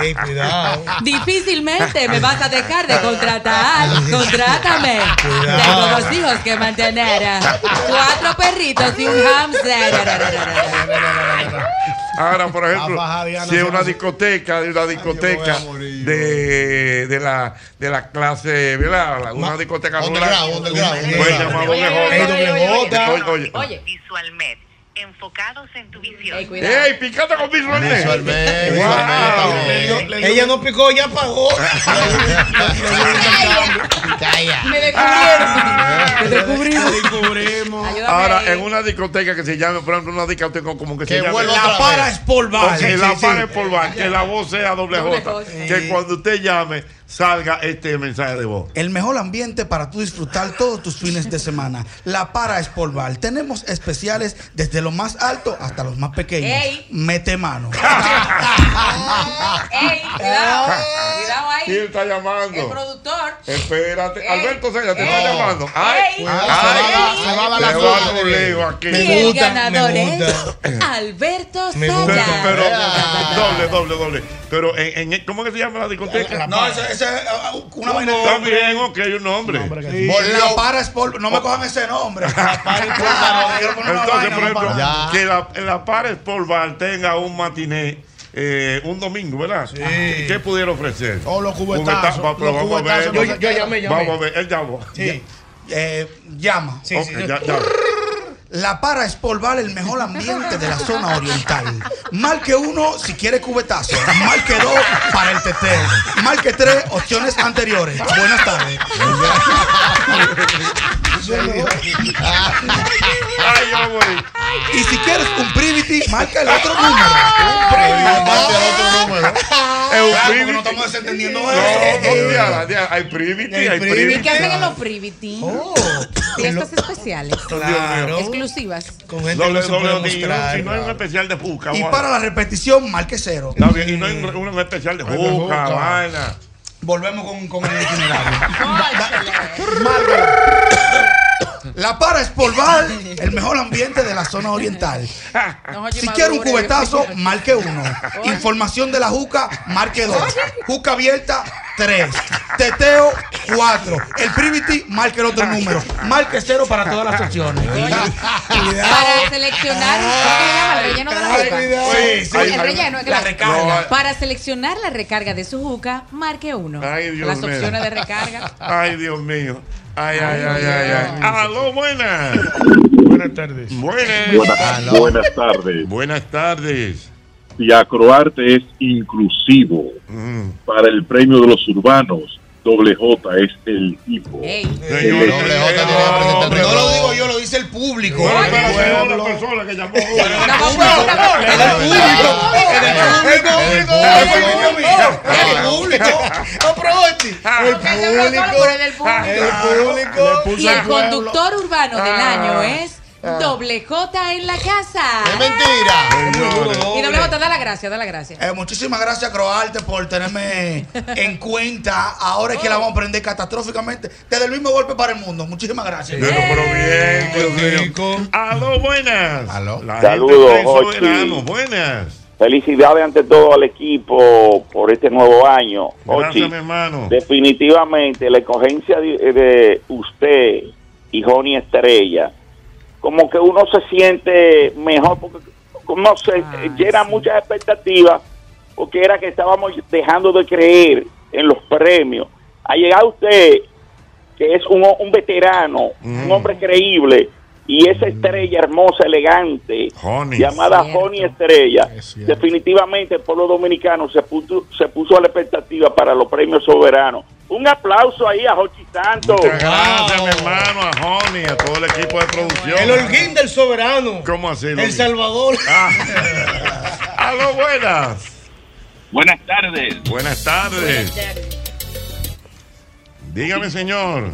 Speaker 6: Ey, cuidado.
Speaker 10: Difícilmente me vas a dejar de contratar. Contrátame.
Speaker 6: Cuidado.
Speaker 10: Tengo dos hijos que mantener. Cuatro perritos y un hamster.
Speaker 2: Ahora, por ejemplo,
Speaker 5: Abaja, Diana,
Speaker 2: si es
Speaker 5: se
Speaker 2: una
Speaker 5: hace-
Speaker 2: discoteca, de una discoteca
Speaker 4: voy a morir,
Speaker 2: de, de la, de la clase, ¿verdad? La- Una
Speaker 4: Ma-
Speaker 2: discoteca
Speaker 4: underground, underground,
Speaker 2: Pues
Speaker 4: underground.
Speaker 2: llamado
Speaker 10: Oye,
Speaker 2: mejor.
Speaker 6: oye, oye, oye, oye.
Speaker 2: Oye, oye, oye.
Speaker 10: Oye,
Speaker 3: Visualmed, enfocados en tu visión.
Speaker 10: ey, cuidado.
Speaker 2: ¡Ey, picante con visualmente!
Speaker 4: Visualme.
Speaker 2: Wow.
Speaker 4: Visualme.
Speaker 6: Ella- Ella no picó, ya pagó. Ah.
Speaker 4: Calla.
Speaker 10: Me descubrieron. Me descubrieron.
Speaker 8: Descubrimos.
Speaker 10: Ayúdame
Speaker 2: Ahora,
Speaker 10: ahí.
Speaker 2: en una discoteca que se llame, por ejemplo, una discoteca como que
Speaker 4: Que
Speaker 2: se llame
Speaker 4: vuelva
Speaker 2: La
Speaker 4: otra
Speaker 2: Para
Speaker 8: Para espolvar.
Speaker 2: Ok, la pared por bar, que la voz sea doble
Speaker 10: Doble
Speaker 2: J.
Speaker 10: J.
Speaker 2: Que cuando usted llame, salga este mensaje de voz.
Speaker 8: El mejor ambiente para tú disfrutar todos tus fines de semana. La para espolvar. Tenemos especiales desde los más altos hasta los más pequeños.
Speaker 10: Ey.
Speaker 8: Mete mano.
Speaker 10: Ey, cuidado.
Speaker 6: Ah.
Speaker 10: Cuidado
Speaker 2: ¿Quién
Speaker 10: ahí.
Speaker 2: está
Speaker 10: El
Speaker 2: llamando?
Speaker 10: productor.
Speaker 2: Espérate.
Speaker 10: Ey.
Speaker 2: Alberto Sella, te está
Speaker 10: Ey.
Speaker 2: llamando. ¡Ay!
Speaker 10: Ey.
Speaker 4: Ay, se va a dar la
Speaker 2: Te
Speaker 4: sola,
Speaker 2: va a roleo aquí.
Speaker 10: Y
Speaker 6: Me
Speaker 10: el
Speaker 6: gusta, me
Speaker 10: ganador ¿eh?
Speaker 6: gusta.
Speaker 10: es Alberto
Speaker 6: Me gusta.
Speaker 2: Pero,
Speaker 10: Sayas.
Speaker 2: pero,
Speaker 4: Ya.
Speaker 2: doble, doble, doble. Pero, en, en- ¿cómo es que se llama la discoteca?
Speaker 8: No, esa es una vaina.
Speaker 2: Está bien, ok, hay un nombre.
Speaker 8: La para espolvar. No me cojan ese nombre. La para espolvar. Quiero poner una
Speaker 2: Entonces,
Speaker 8: vaina,
Speaker 2: por
Speaker 8: una
Speaker 2: ejemplo,
Speaker 8: para-
Speaker 4: Ya.
Speaker 2: que la, la Pares por Bar tenga un matiné. eh, un domingo, ¿verdad? Ah, ¿Qué pudiera ofrecer?
Speaker 5: O los cubetazos.
Speaker 2: Cubeta- va- pero
Speaker 5: Los
Speaker 2: vamos
Speaker 5: cubetazos,
Speaker 2: a ver.
Speaker 5: yo- yo
Speaker 6: llamé, llamé.
Speaker 2: Vamos a ver, él llamó.
Speaker 6: Sí.
Speaker 8: Eh, llama.
Speaker 6: Sí, sí.
Speaker 2: Ok, ya- ya.
Speaker 8: La para es polvar el mejor ambiente de la zona oriental. Marque uno si quiere cubetazo. Marque dos para el teteo. Marque tres opciones anteriores. Buenas tardes.
Speaker 2: Ay, yo me morí.
Speaker 8: Y si quieres un privity, marca el otro número.
Speaker 4: Visualme, otro número.
Speaker 2: Es
Speaker 8: Claro,
Speaker 2: un
Speaker 8: porque
Speaker 2: privity.
Speaker 8: no estamos desentendiendo
Speaker 2: No,
Speaker 8: eso.
Speaker 2: no, Diana, Diana, hay privity,
Speaker 6: Hay
Speaker 2: hay
Speaker 6: privity. Oh.
Speaker 10: ¿Y qué
Speaker 2: privity.
Speaker 10: hacen en los privity? Fiestas especiales.
Speaker 6: Claro.
Speaker 10: Exclusivas.
Speaker 6: Con gente que
Speaker 2: Doble,
Speaker 6: no se
Speaker 2: doble,
Speaker 6: puede
Speaker 2: doble,
Speaker 6: mostrar.
Speaker 2: Si no hay un especial de juca.
Speaker 8: Y
Speaker 2: vamos a-
Speaker 8: para la repetición, marque cero.
Speaker 2: Está bien, y no hay un, un especial de juca, vaina.
Speaker 8: Volvemos con, con el itinerario.
Speaker 10: Cónchale.
Speaker 8: La para es polvar el mejor ambiente de la zona oriental.
Speaker 10: No, oye,
Speaker 8: Si
Speaker 10: madura,
Speaker 8: quiere un
Speaker 10: yo-
Speaker 8: cubetazo, marque uno. Información de la juca, marque dos. Juca abierta, tres. Teteo, cuatro. El privity, marque el otro número. Marque cero para todas las opciones.
Speaker 10: Para seleccionar ¿cómo se llama? el relleno de la juca.
Speaker 2: Sí, sí.
Speaker 10: El relleno,
Speaker 8: La
Speaker 10: claro.
Speaker 8: recarga.
Speaker 10: Para seleccionar la recarga de su juca, marque uno.
Speaker 2: Ay, Dios
Speaker 10: Las
Speaker 2: mío.
Speaker 10: opciones de recarga.
Speaker 2: Ay, Dios mío. Ay, ay, ay, ay, ay. Aló, buenas.
Speaker 3: buenas tardes.
Speaker 2: Buenas.
Speaker 12: Buenas, buenas tardes.
Speaker 2: Ah, Buenas tardes.
Speaker 12: Diacroarte es inclusivo
Speaker 2: Mm.
Speaker 12: para el premio de los urbanos. Doble J es el tipo.
Speaker 2: Señor,
Speaker 13: No lo digo yo, lo dice el público.
Speaker 2: Bueno,
Speaker 13: El
Speaker 2: pero señora,
Speaker 13: pueblo.
Speaker 2: la persona que llamó. Ah.
Speaker 10: Y el conductor urbano del
Speaker 2: Ah.
Speaker 10: año es Doble J en la casa.
Speaker 2: Ah.
Speaker 10: ¡Es
Speaker 8: mentira!
Speaker 10: Y Doble J, da la gracia, da la gracia.
Speaker 8: Eh, muchísimas gracias, Croarte, por tenerme en cuenta. Ahora es que la vamos a aprender catastróficamente. Desde el mismo golpe para el mundo. Muchísimas gracias.
Speaker 2: Bueno, pero bien, Dios mío. Aló, buenas. La gente
Speaker 9: Saludos,
Speaker 2: está en
Speaker 9: Jochi.
Speaker 2: soberano. Buenas.
Speaker 9: Felicidades ante todo al equipo por este nuevo año.
Speaker 2: Gracias,
Speaker 9: Ochi,
Speaker 2: mi hermano.
Speaker 9: definitivamente la escogencia de, de usted y Joni Estrella, como que uno se siente mejor, porque no se llena muchas expectativas, porque era que estábamos dejando de creer en los premios. Ha llegado usted, que es un, ho- un veterano, un hombre creíble, y esa estrella hermosa, elegante,
Speaker 2: Honey.
Speaker 9: llamada
Speaker 2: Cierto.
Speaker 9: Joni Estrella. Definitivamente el pueblo dominicano se puso, se puso a la expectativa para los premios soberanos. Un aplauso ahí a Jochi Santos.
Speaker 2: Muchas gracias, mi hermano, a Joni, a todo el equipo de producción.
Speaker 6: El holguín del soberano.
Speaker 2: ¿Cómo así? Ah.
Speaker 6: El Salvador.
Speaker 2: Aló, buenas.
Speaker 12: Buenas tardes.
Speaker 2: Buenas tardes. Dígame, señor.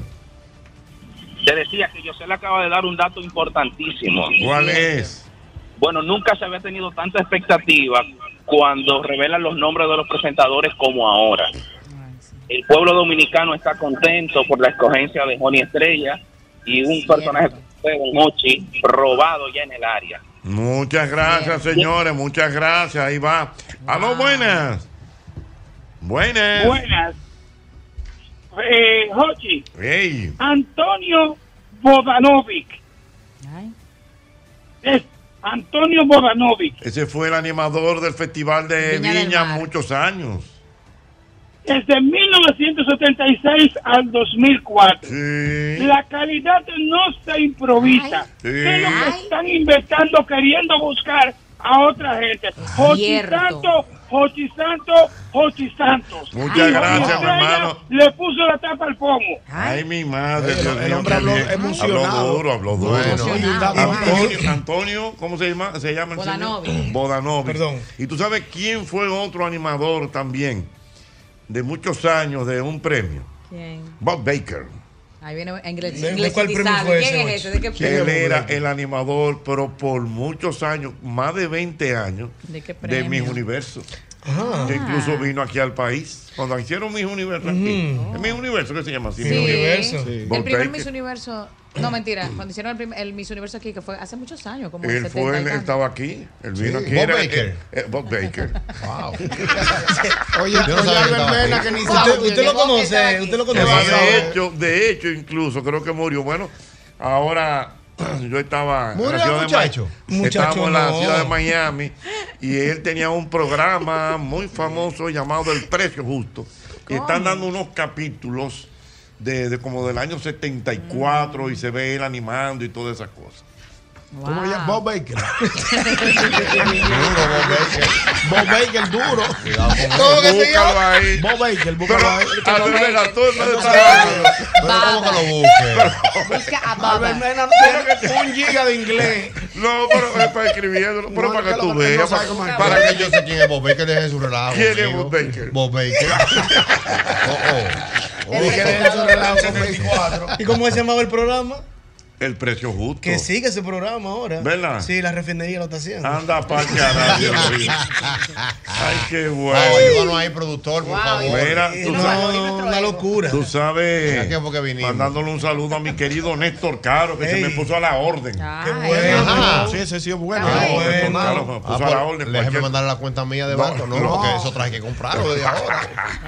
Speaker 14: Te decía que yo se le acaba de dar un dato importantísimo.
Speaker 2: ¿Cuál es?
Speaker 14: Bueno, nunca se había tenido tanta expectativa cuando revelan los nombres de los presentadores como ahora. El pueblo dominicano está contento por la escogencia de Johnny Estrella y un personaje como usted, Don Mochi, robado ya en el área.
Speaker 2: Muchas gracias, señores. Muchas gracias. Ahí va. Aló, buenas. Buenas.
Speaker 15: Buenas. Eh, Jochi,
Speaker 2: Ey.
Speaker 15: Antonio Bobanovic. Es Antonio Bobanovic.
Speaker 2: Ese fue el animador del Festival de
Speaker 15: Viña del
Speaker 2: Viña muchos años.
Speaker 15: Desde 1976 al 2004. La calidad no se improvisa.
Speaker 2: Sí.
Speaker 15: ¿Qué es lo que están inventando queriendo buscar a otra gente? Jochi
Speaker 2: cierto.
Speaker 15: Santo, Jochi Santo, Jochi Santos.
Speaker 2: Muchas
Speaker 15: Y Jochi
Speaker 2: gracias, mi
Speaker 15: Estrella
Speaker 2: hermano.
Speaker 15: Le puso la tapa al pomo.
Speaker 10: Ah,
Speaker 2: Ay, mi madre. Dios mío,
Speaker 15: hombre
Speaker 2: qué
Speaker 15: habló
Speaker 2: bien.
Speaker 15: emocionado.
Speaker 2: Habló duro, habló duro.
Speaker 15: Bueno. Emocionado.
Speaker 2: Antonio, Antonio, ¿cómo se llama? Se llama el señor?
Speaker 15: Bodanovi.
Speaker 2: Bodanovi. Y tú sabes quién fue otro animador también de muchos años de un premio.
Speaker 10: ¿Quién?
Speaker 2: Bob Baker.
Speaker 10: Ahí viene inglés.
Speaker 2: ¿De- de
Speaker 10: inglés
Speaker 2: cuál premio
Speaker 10: ¿Quién
Speaker 2: fue
Speaker 10: es
Speaker 2: ese,
Speaker 10: ese? ¿De qué
Speaker 2: Él
Speaker 10: premio?
Speaker 2: era el animador, pero por muchos años, más de 20 años,
Speaker 10: ¿De qué
Speaker 2: de
Speaker 10: premio? Ah.
Speaker 2: mis universos. Que incluso vino aquí al país. Cuando hicieron mis universos aquí.
Speaker 10: Ujú.
Speaker 2: ¿Es Mis universos que se llama así.
Speaker 10: Sí.
Speaker 2: Mis
Speaker 10: Universo.
Speaker 2: Universo. Bob
Speaker 10: El primer
Speaker 2: Baker.
Speaker 10: Miss Universo. No, mentira. Cuando hicieron el, prim- el Miss Universo aquí, que fue hace muchos años, como
Speaker 2: Él
Speaker 10: 70 y
Speaker 2: fue, él
Speaker 10: tanto.
Speaker 2: estaba aquí, él vino
Speaker 4: Sí,
Speaker 2: aquí.
Speaker 4: Bob
Speaker 2: era-
Speaker 4: Baker.
Speaker 2: eh, eh, Bob Baker. wow.
Speaker 4: Oye, Yo no oye, sabía que estaba Verbena, aquí. que ni
Speaker 6: Usted,
Speaker 4: sabe.
Speaker 6: usted lo
Speaker 4: Llegó que estaba
Speaker 6: conoce,
Speaker 4: aquí.
Speaker 6: usted lo
Speaker 2: Que va, de
Speaker 6: conoce.
Speaker 2: hecho, de hecho, incluso creo que murió. Bueno, ahora yo estaba
Speaker 6: ¿Murió el
Speaker 2: de
Speaker 6: muchacho?
Speaker 2: Ma-
Speaker 6: Muchacho,
Speaker 2: Estábamos en la
Speaker 6: no.
Speaker 2: ciudad de Miami y él tenía un programa muy famoso llamado El Precio Justo. Y están dando unos capítulos de, de como del año 74 y se ve él animando y todas esas cosas.
Speaker 5: ¿Cómo llama? Bob Baker.
Speaker 2: Bob Baker duro.
Speaker 5: ¿Cómo que se llama?
Speaker 2: Búscalo ahí. Bob Baker, búscalo ahí.
Speaker 5: Que lo ve.
Speaker 4: ¿Cómo que lo busque?
Speaker 10: Busca
Speaker 6: Ah,
Speaker 10: a
Speaker 13: Albert
Speaker 10: Baba.
Speaker 13: Mena tiene un giga de inglés.
Speaker 2: No, pero es para escribiéndolo, pero para que tú veas. para- para
Speaker 4: Para que yo sé quién es Bob Baker, deje su relajo.
Speaker 2: ¿Quién es
Speaker 4: amigo.
Speaker 2: Bob Baker?
Speaker 4: Bob Baker.
Speaker 6: ¿Y cómo se llamaba el programa?
Speaker 2: El precio justo.
Speaker 6: Que sigue ese programa ahora.
Speaker 2: ¿Verdad?
Speaker 6: Sí, la refinería lo está haciendo.
Speaker 2: Anda pa' allá, Dios mío. Ay,
Speaker 6: Ah,
Speaker 2: qué bueno.
Speaker 4: Vamos, llévanos Ah, ahí, productor, por favor.
Speaker 2: Mira, tú sabes,
Speaker 6: una locura.
Speaker 2: tú sabes,
Speaker 4: Mira que porque vinimos.
Speaker 2: mandándole un saludo a mi querido Néstor Caro, que se me puso a la orden.
Speaker 10: Qué
Speaker 4: bueno. Ajá.
Speaker 5: Sí, ese sí es bueno.
Speaker 4: Ah,
Speaker 5: Bueno,
Speaker 4: bueno.
Speaker 5: claro,
Speaker 4: Ah,
Speaker 5: puso a
Speaker 4: pero
Speaker 5: la orden.
Speaker 4: Déjeme
Speaker 5: cualquier-
Speaker 4: mandar la cuenta mía de
Speaker 5: No,
Speaker 4: banco, no,
Speaker 5: no.
Speaker 4: porque eso traje que comprarlo de ahora.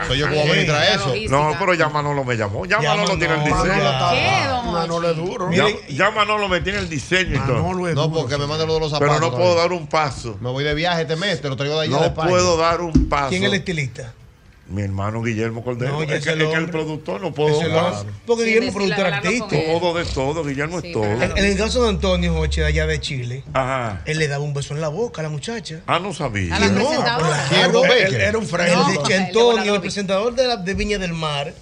Speaker 4: Soy yo que voy a venir a traer eso.
Speaker 2: No, pero ya Manolo me llamó. Ya Manolo tiene el
Speaker 4: Manolo
Speaker 2: diseño.
Speaker 4: está-
Speaker 5: Manolo es duro.
Speaker 2: Ya, ya Manolo me tiene el diseño y todo.
Speaker 4: No, porque me mandan los de los
Speaker 2: Pero
Speaker 4: zapatos.
Speaker 2: no puedo
Speaker 4: todavía.
Speaker 2: dar un paso.
Speaker 4: Me voy de viaje este mes, te lo traigo de allá de
Speaker 2: No
Speaker 4: España.
Speaker 2: puedo dar un paso.
Speaker 6: ¿Quién es el estilista?
Speaker 2: Mi hermano Guillermo Cordero.
Speaker 6: No, ya
Speaker 2: es, que,
Speaker 6: es el
Speaker 2: es que el
Speaker 6: hombre.
Speaker 2: productor no puedo.
Speaker 6: Es el hombre. Porque Sí, Guillermo es decirle, productor hablarlo con artista. él.
Speaker 2: Todo de todo, Guillermo es todo.
Speaker 6: En, en el caso de Antonio Joche, de allá de Chile,
Speaker 2: Ajá.
Speaker 6: él le daba un beso en la boca a la muchacha.
Speaker 2: Ah, no sabía.
Speaker 6: Que no,
Speaker 2: presentadora.
Speaker 6: claro,
Speaker 2: ¿Quién, Bob
Speaker 6: él-
Speaker 2: Baker?
Speaker 6: él Era un fraile.
Speaker 2: No,
Speaker 6: de
Speaker 2: o
Speaker 6: que
Speaker 2: sea, él
Speaker 6: Antonio, el presentador de, la- de Viña del Mar,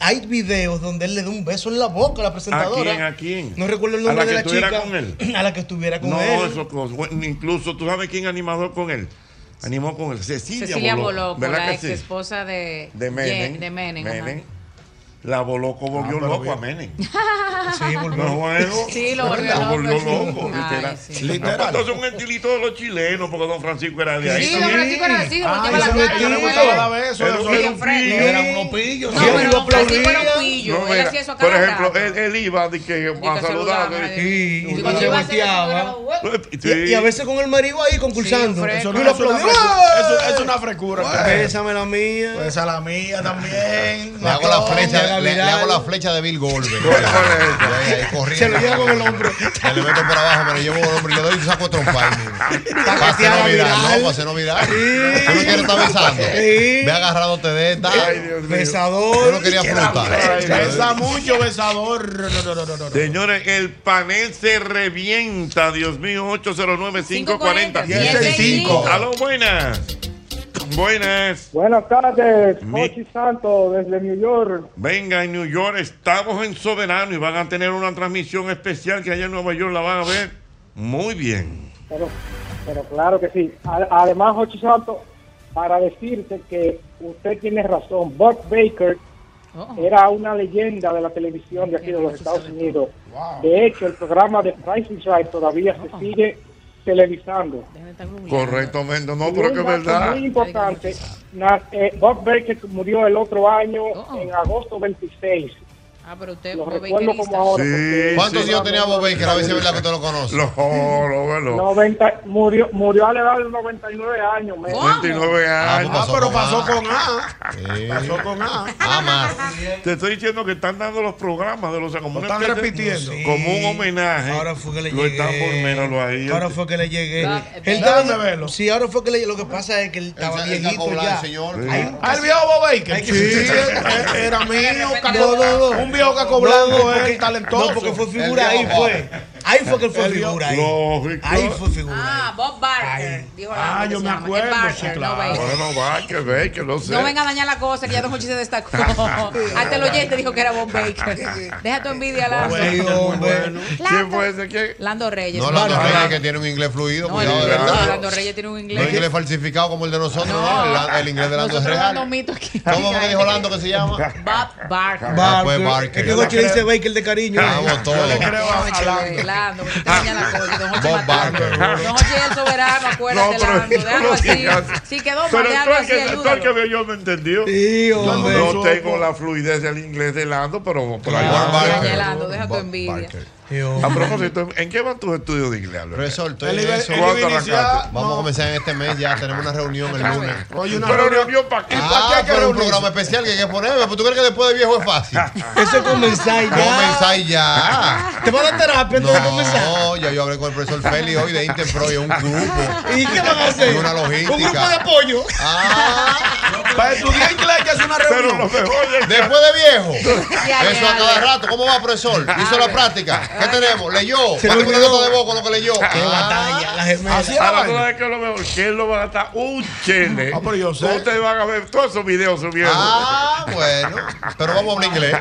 Speaker 6: hay videos donde él le da un beso en la boca a la presentadora.
Speaker 2: ¿A quién?
Speaker 6: No recuerdo el
Speaker 2: ¿A la
Speaker 6: nombre
Speaker 2: que
Speaker 6: de la
Speaker 2: estuviera
Speaker 6: chica.
Speaker 2: con él?
Speaker 6: A la que estuviera con
Speaker 2: no,
Speaker 6: él.
Speaker 2: eso cosa. Bueno, incluso tú sabes quién animador con él. Animó con él. Cecilia,
Speaker 10: Cecilia
Speaker 2: Boló.
Speaker 10: Boló,
Speaker 2: ¿Verdad
Speaker 10: la
Speaker 2: que
Speaker 10: ex
Speaker 2: sí?
Speaker 10: esposa de,
Speaker 2: De Menem.
Speaker 10: de Menem, ajá.
Speaker 2: Menem. La Boloco volvió loco a Menem.
Speaker 10: Sí,
Speaker 2: volvió. No, bueno.
Speaker 10: Sí, lo volvió
Speaker 2: Lo
Speaker 10: loco,
Speaker 2: volvió
Speaker 10: sí.
Speaker 2: loco.
Speaker 10: Ay,
Speaker 2: literal.
Speaker 10: sí.
Speaker 2: Literal. Entonces un gentilito de los chilenos, porque don Francisco era de ahí.
Speaker 10: Sí, don Francisco era así, volteaba la cara,
Speaker 2: Yo no
Speaker 10: no
Speaker 2: me estaba
Speaker 10: era-
Speaker 2: dando besos,
Speaker 10: Era
Speaker 2: eso
Speaker 10: un
Speaker 2: era un
Speaker 10: friend.
Speaker 2: pillo.
Speaker 10: Era
Speaker 2: uno pillo.
Speaker 10: No, pero don Francisco era un pillo, él hacía eso a
Speaker 2: Por
Speaker 10: cada
Speaker 2: ejemplo,
Speaker 10: rato.
Speaker 2: él, él iba de que, a
Speaker 6: que
Speaker 2: saludar.
Speaker 6: saludaba, y-
Speaker 2: Sí.
Speaker 6: y cuando iba a hacer eso,
Speaker 2: pues, Sí.
Speaker 6: Y, y a veces con el marido ahí concursando.
Speaker 2: Sí, fresco.
Speaker 6: Eso no lo
Speaker 2: Eso es una
Speaker 6: aplaudió.
Speaker 2: frescura.
Speaker 6: ¡Ah!
Speaker 2: Eso- es una frescura.
Speaker 6: Bueno, Bésame la mía.
Speaker 8: pues
Speaker 7: Besa la mía también.
Speaker 4: Le hago la flecha,
Speaker 6: haga
Speaker 4: le, le
Speaker 6: viral.
Speaker 4: hago la flecha de Bill Goldberg. Ahí, ahí, corriendo. Se lo llevo con el hombro. Se le meto por abajo, me lo llevo con el hombro y le doy un saco de trompa ahí, mira. Para hacerlo viral. No, para hacerlo viral. Tú no quieres estar besando. Ve agarrándote de esta.
Speaker 6: Besador.
Speaker 4: Yo no quería fruta.
Speaker 8: Besa mucho, besador. No, no, no, no, no.
Speaker 2: Señores, el panel se revienta. Dios mío, 809-540-1065.
Speaker 11: 1065.
Speaker 2: Aló, buenas. Buenas.
Speaker 11: Buenas tardes, Jochi Santos, desde New York.
Speaker 2: Venga, en New York estamos en Soberano y van a tener una transmisión especial que allá en Nueva York la van a ver. Muy bien.
Speaker 11: Pero, pero claro que sí. A- Además, Jochi Santos, para decirte que usted tiene razón, Bob Baker
Speaker 10: Oh.
Speaker 11: era una leyenda de la televisión de aquí de los Estados Unidos. De hecho, el programa de Price is Right todavía
Speaker 10: Oh.
Speaker 11: se sigue televisando.
Speaker 2: Correctamente, no,
Speaker 11: Y
Speaker 2: pero
Speaker 11: un
Speaker 2: que es
Speaker 11: dato
Speaker 2: verdad.
Speaker 11: Muy importante. na- eh, Bob Baker murió el otro año en agosto 26.
Speaker 10: Oh. Ah, pero usted
Speaker 11: Lo
Speaker 10: fue
Speaker 11: recuerdo
Speaker 10: bakerista.
Speaker 11: como ahora.
Speaker 2: Sí,
Speaker 11: porque-
Speaker 4: ¿Cuántos
Speaker 2: sí.
Speaker 4: años tenía Bob Baker? A ver si es verdad que tú lo conoces.
Speaker 2: Lo, lo, lo.
Speaker 11: 90 murió, murió a la edad de 99 años. men.
Speaker 2: 29 años.
Speaker 11: Ah, pero pasó
Speaker 2: con A. Pasó con A. Te estoy diciendo que están dando los programas de los como
Speaker 6: Lo
Speaker 2: una
Speaker 6: están
Speaker 2: especie-
Speaker 6: repitiendo.
Speaker 2: Como un homenaje.
Speaker 6: Ahora fue que le
Speaker 2: Lo
Speaker 6: llegué.
Speaker 2: están por menos lo ahí.
Speaker 6: Ahora fue que le llegué.
Speaker 2: Ah,
Speaker 6: Eh, Él
Speaker 2: déjame
Speaker 6: estaba- Sí, ahora fue que le Lo que pasa es que él estaba
Speaker 8: se- él
Speaker 6: viejito
Speaker 8: sacó blanco,
Speaker 6: ya.
Speaker 8: señor.
Speaker 6: Ay,
Speaker 8: Ah, el viejo Bob Baker.
Speaker 6: Ay,
Speaker 8: Sí,
Speaker 6: que-
Speaker 5: Eh,
Speaker 8: e- e- era mío.
Speaker 6: No,
Speaker 8: caco-
Speaker 6: no, no.
Speaker 8: Un viejo caco
Speaker 6: No,
Speaker 8: blanco,
Speaker 5: eh,
Speaker 6: no, porque-
Speaker 8: él, talentoso.
Speaker 6: No, porque fue figura ahí, fue. Ahí fue que él fue figura ahí. Ahí fue figura.
Speaker 10: Ah, Bob Barker. Dijo la
Speaker 8: Ah,
Speaker 10: que
Speaker 8: yo
Speaker 10: se
Speaker 8: me
Speaker 10: llama.
Speaker 8: acuerdo,
Speaker 10: Es Barker,
Speaker 8: sí,
Speaker 10: no
Speaker 8: claro.
Speaker 10: Baker.
Speaker 2: Ah, Bueno, va, que ve, que no sé.
Speaker 10: No venga a dañar la cosa, que ya Don Jochi se destacó. Hasta el oyente dijo que era Bob Baker. Deja tu envidia, Lando.
Speaker 2: ¿Quién fue ese? ¿Quién?
Speaker 10: Lando Reyes.
Speaker 4: No, Lando Reyes que tiene un inglés fluido,
Speaker 10: No,
Speaker 4: cuidado, de
Speaker 10: Lando-
Speaker 4: verdad.
Speaker 10: Lando Reyes tiene un
Speaker 4: No
Speaker 10: inglés.
Speaker 4: inglés falsificado como el de nosotros, no. El, el inglés de Lando es
Speaker 10: Nosotros
Speaker 4: real.
Speaker 10: dando mitos aquí.
Speaker 4: ¿Cómo fue que dijo Lando que se llama?
Speaker 10: Bob Barker.
Speaker 4: Ah, fue
Speaker 6: Es
Speaker 4: Barker.
Speaker 6: que Jochi le dice Baker de cariño.
Speaker 4: Vamos todos. Yo le creo
Speaker 10: No, chévere,
Speaker 2: Ah.
Speaker 10: Lando, porque te daña la cosa. Don Jochi
Speaker 4: Bob Barker.
Speaker 10: Don Jochi es el soberano, acuérdate,
Speaker 2: No, pero-
Speaker 10: Lando. Déjalo
Speaker 2: no
Speaker 10: así.
Speaker 2: digas.
Speaker 10: Si quedó mal,
Speaker 2: Pero
Speaker 10: déjalo
Speaker 2: el
Speaker 10: así,
Speaker 2: que, todo el
Speaker 10: ayúdalo.
Speaker 2: que veo yo me entendió.
Speaker 6: hombre. Ah,
Speaker 2: no, no tengo la fluidez del inglés de Lando, pero por ahí va.
Speaker 10: Daña, Lando, deja tu envidia. Eh,
Speaker 2: A propósito, ¿en qué van tus estudios de inglés? Alberto?
Speaker 4: Profesor, estoy
Speaker 2: Él
Speaker 4: en
Speaker 2: iba-
Speaker 4: eso.
Speaker 2: él iba a iniciar-
Speaker 4: Vamos a comenzar en este mes ya. Tenemos una reunión el lunes.
Speaker 2: Oye, una Pero reunión- reunión pa' qué, pa'
Speaker 4: Ah,
Speaker 2: qué hay que
Speaker 4: pero un
Speaker 2: reunirse.
Speaker 4: programa especial que hay que ponerme. ¿Pues ¿Tú crees que después de viejo es fácil?
Speaker 6: Eso es comenzar ya.
Speaker 4: Comenzar ya.
Speaker 6: ¿Te van a dar terapia antes de comenzar?
Speaker 4: No, ya yo hablé con el profesor Feli hoy de Interpro y es un grupo.
Speaker 6: ¿Y qué van a hacer?
Speaker 4: Y una logística.
Speaker 6: Un grupo de apoyo.
Speaker 4: Para estudiar inglés que es una reunión. Después de viejo.
Speaker 6: Ya,
Speaker 4: Eso
Speaker 6: ya,
Speaker 4: a cada
Speaker 6: ya.
Speaker 4: rato. ¿Cómo va, profesor? Hizo la práctica. ¿Qué tenemos? Leyó.
Speaker 6: Se
Speaker 4: Para
Speaker 6: le
Speaker 4: una
Speaker 6: olvidó.
Speaker 4: nota de voz con lo que leyó. Ah.
Speaker 6: Qué batalla, las gemelas.
Speaker 4: Así es la
Speaker 2: Ah. Ahora tú
Speaker 4: vaina.
Speaker 2: sabes que es lo mejor, que él lo va a estar un chele.
Speaker 4: Ah, pero yo sé.
Speaker 2: Ustedes van a ver todos esos videos subiendo.
Speaker 4: Ah, bueno. Pero vamos a hablar inglés.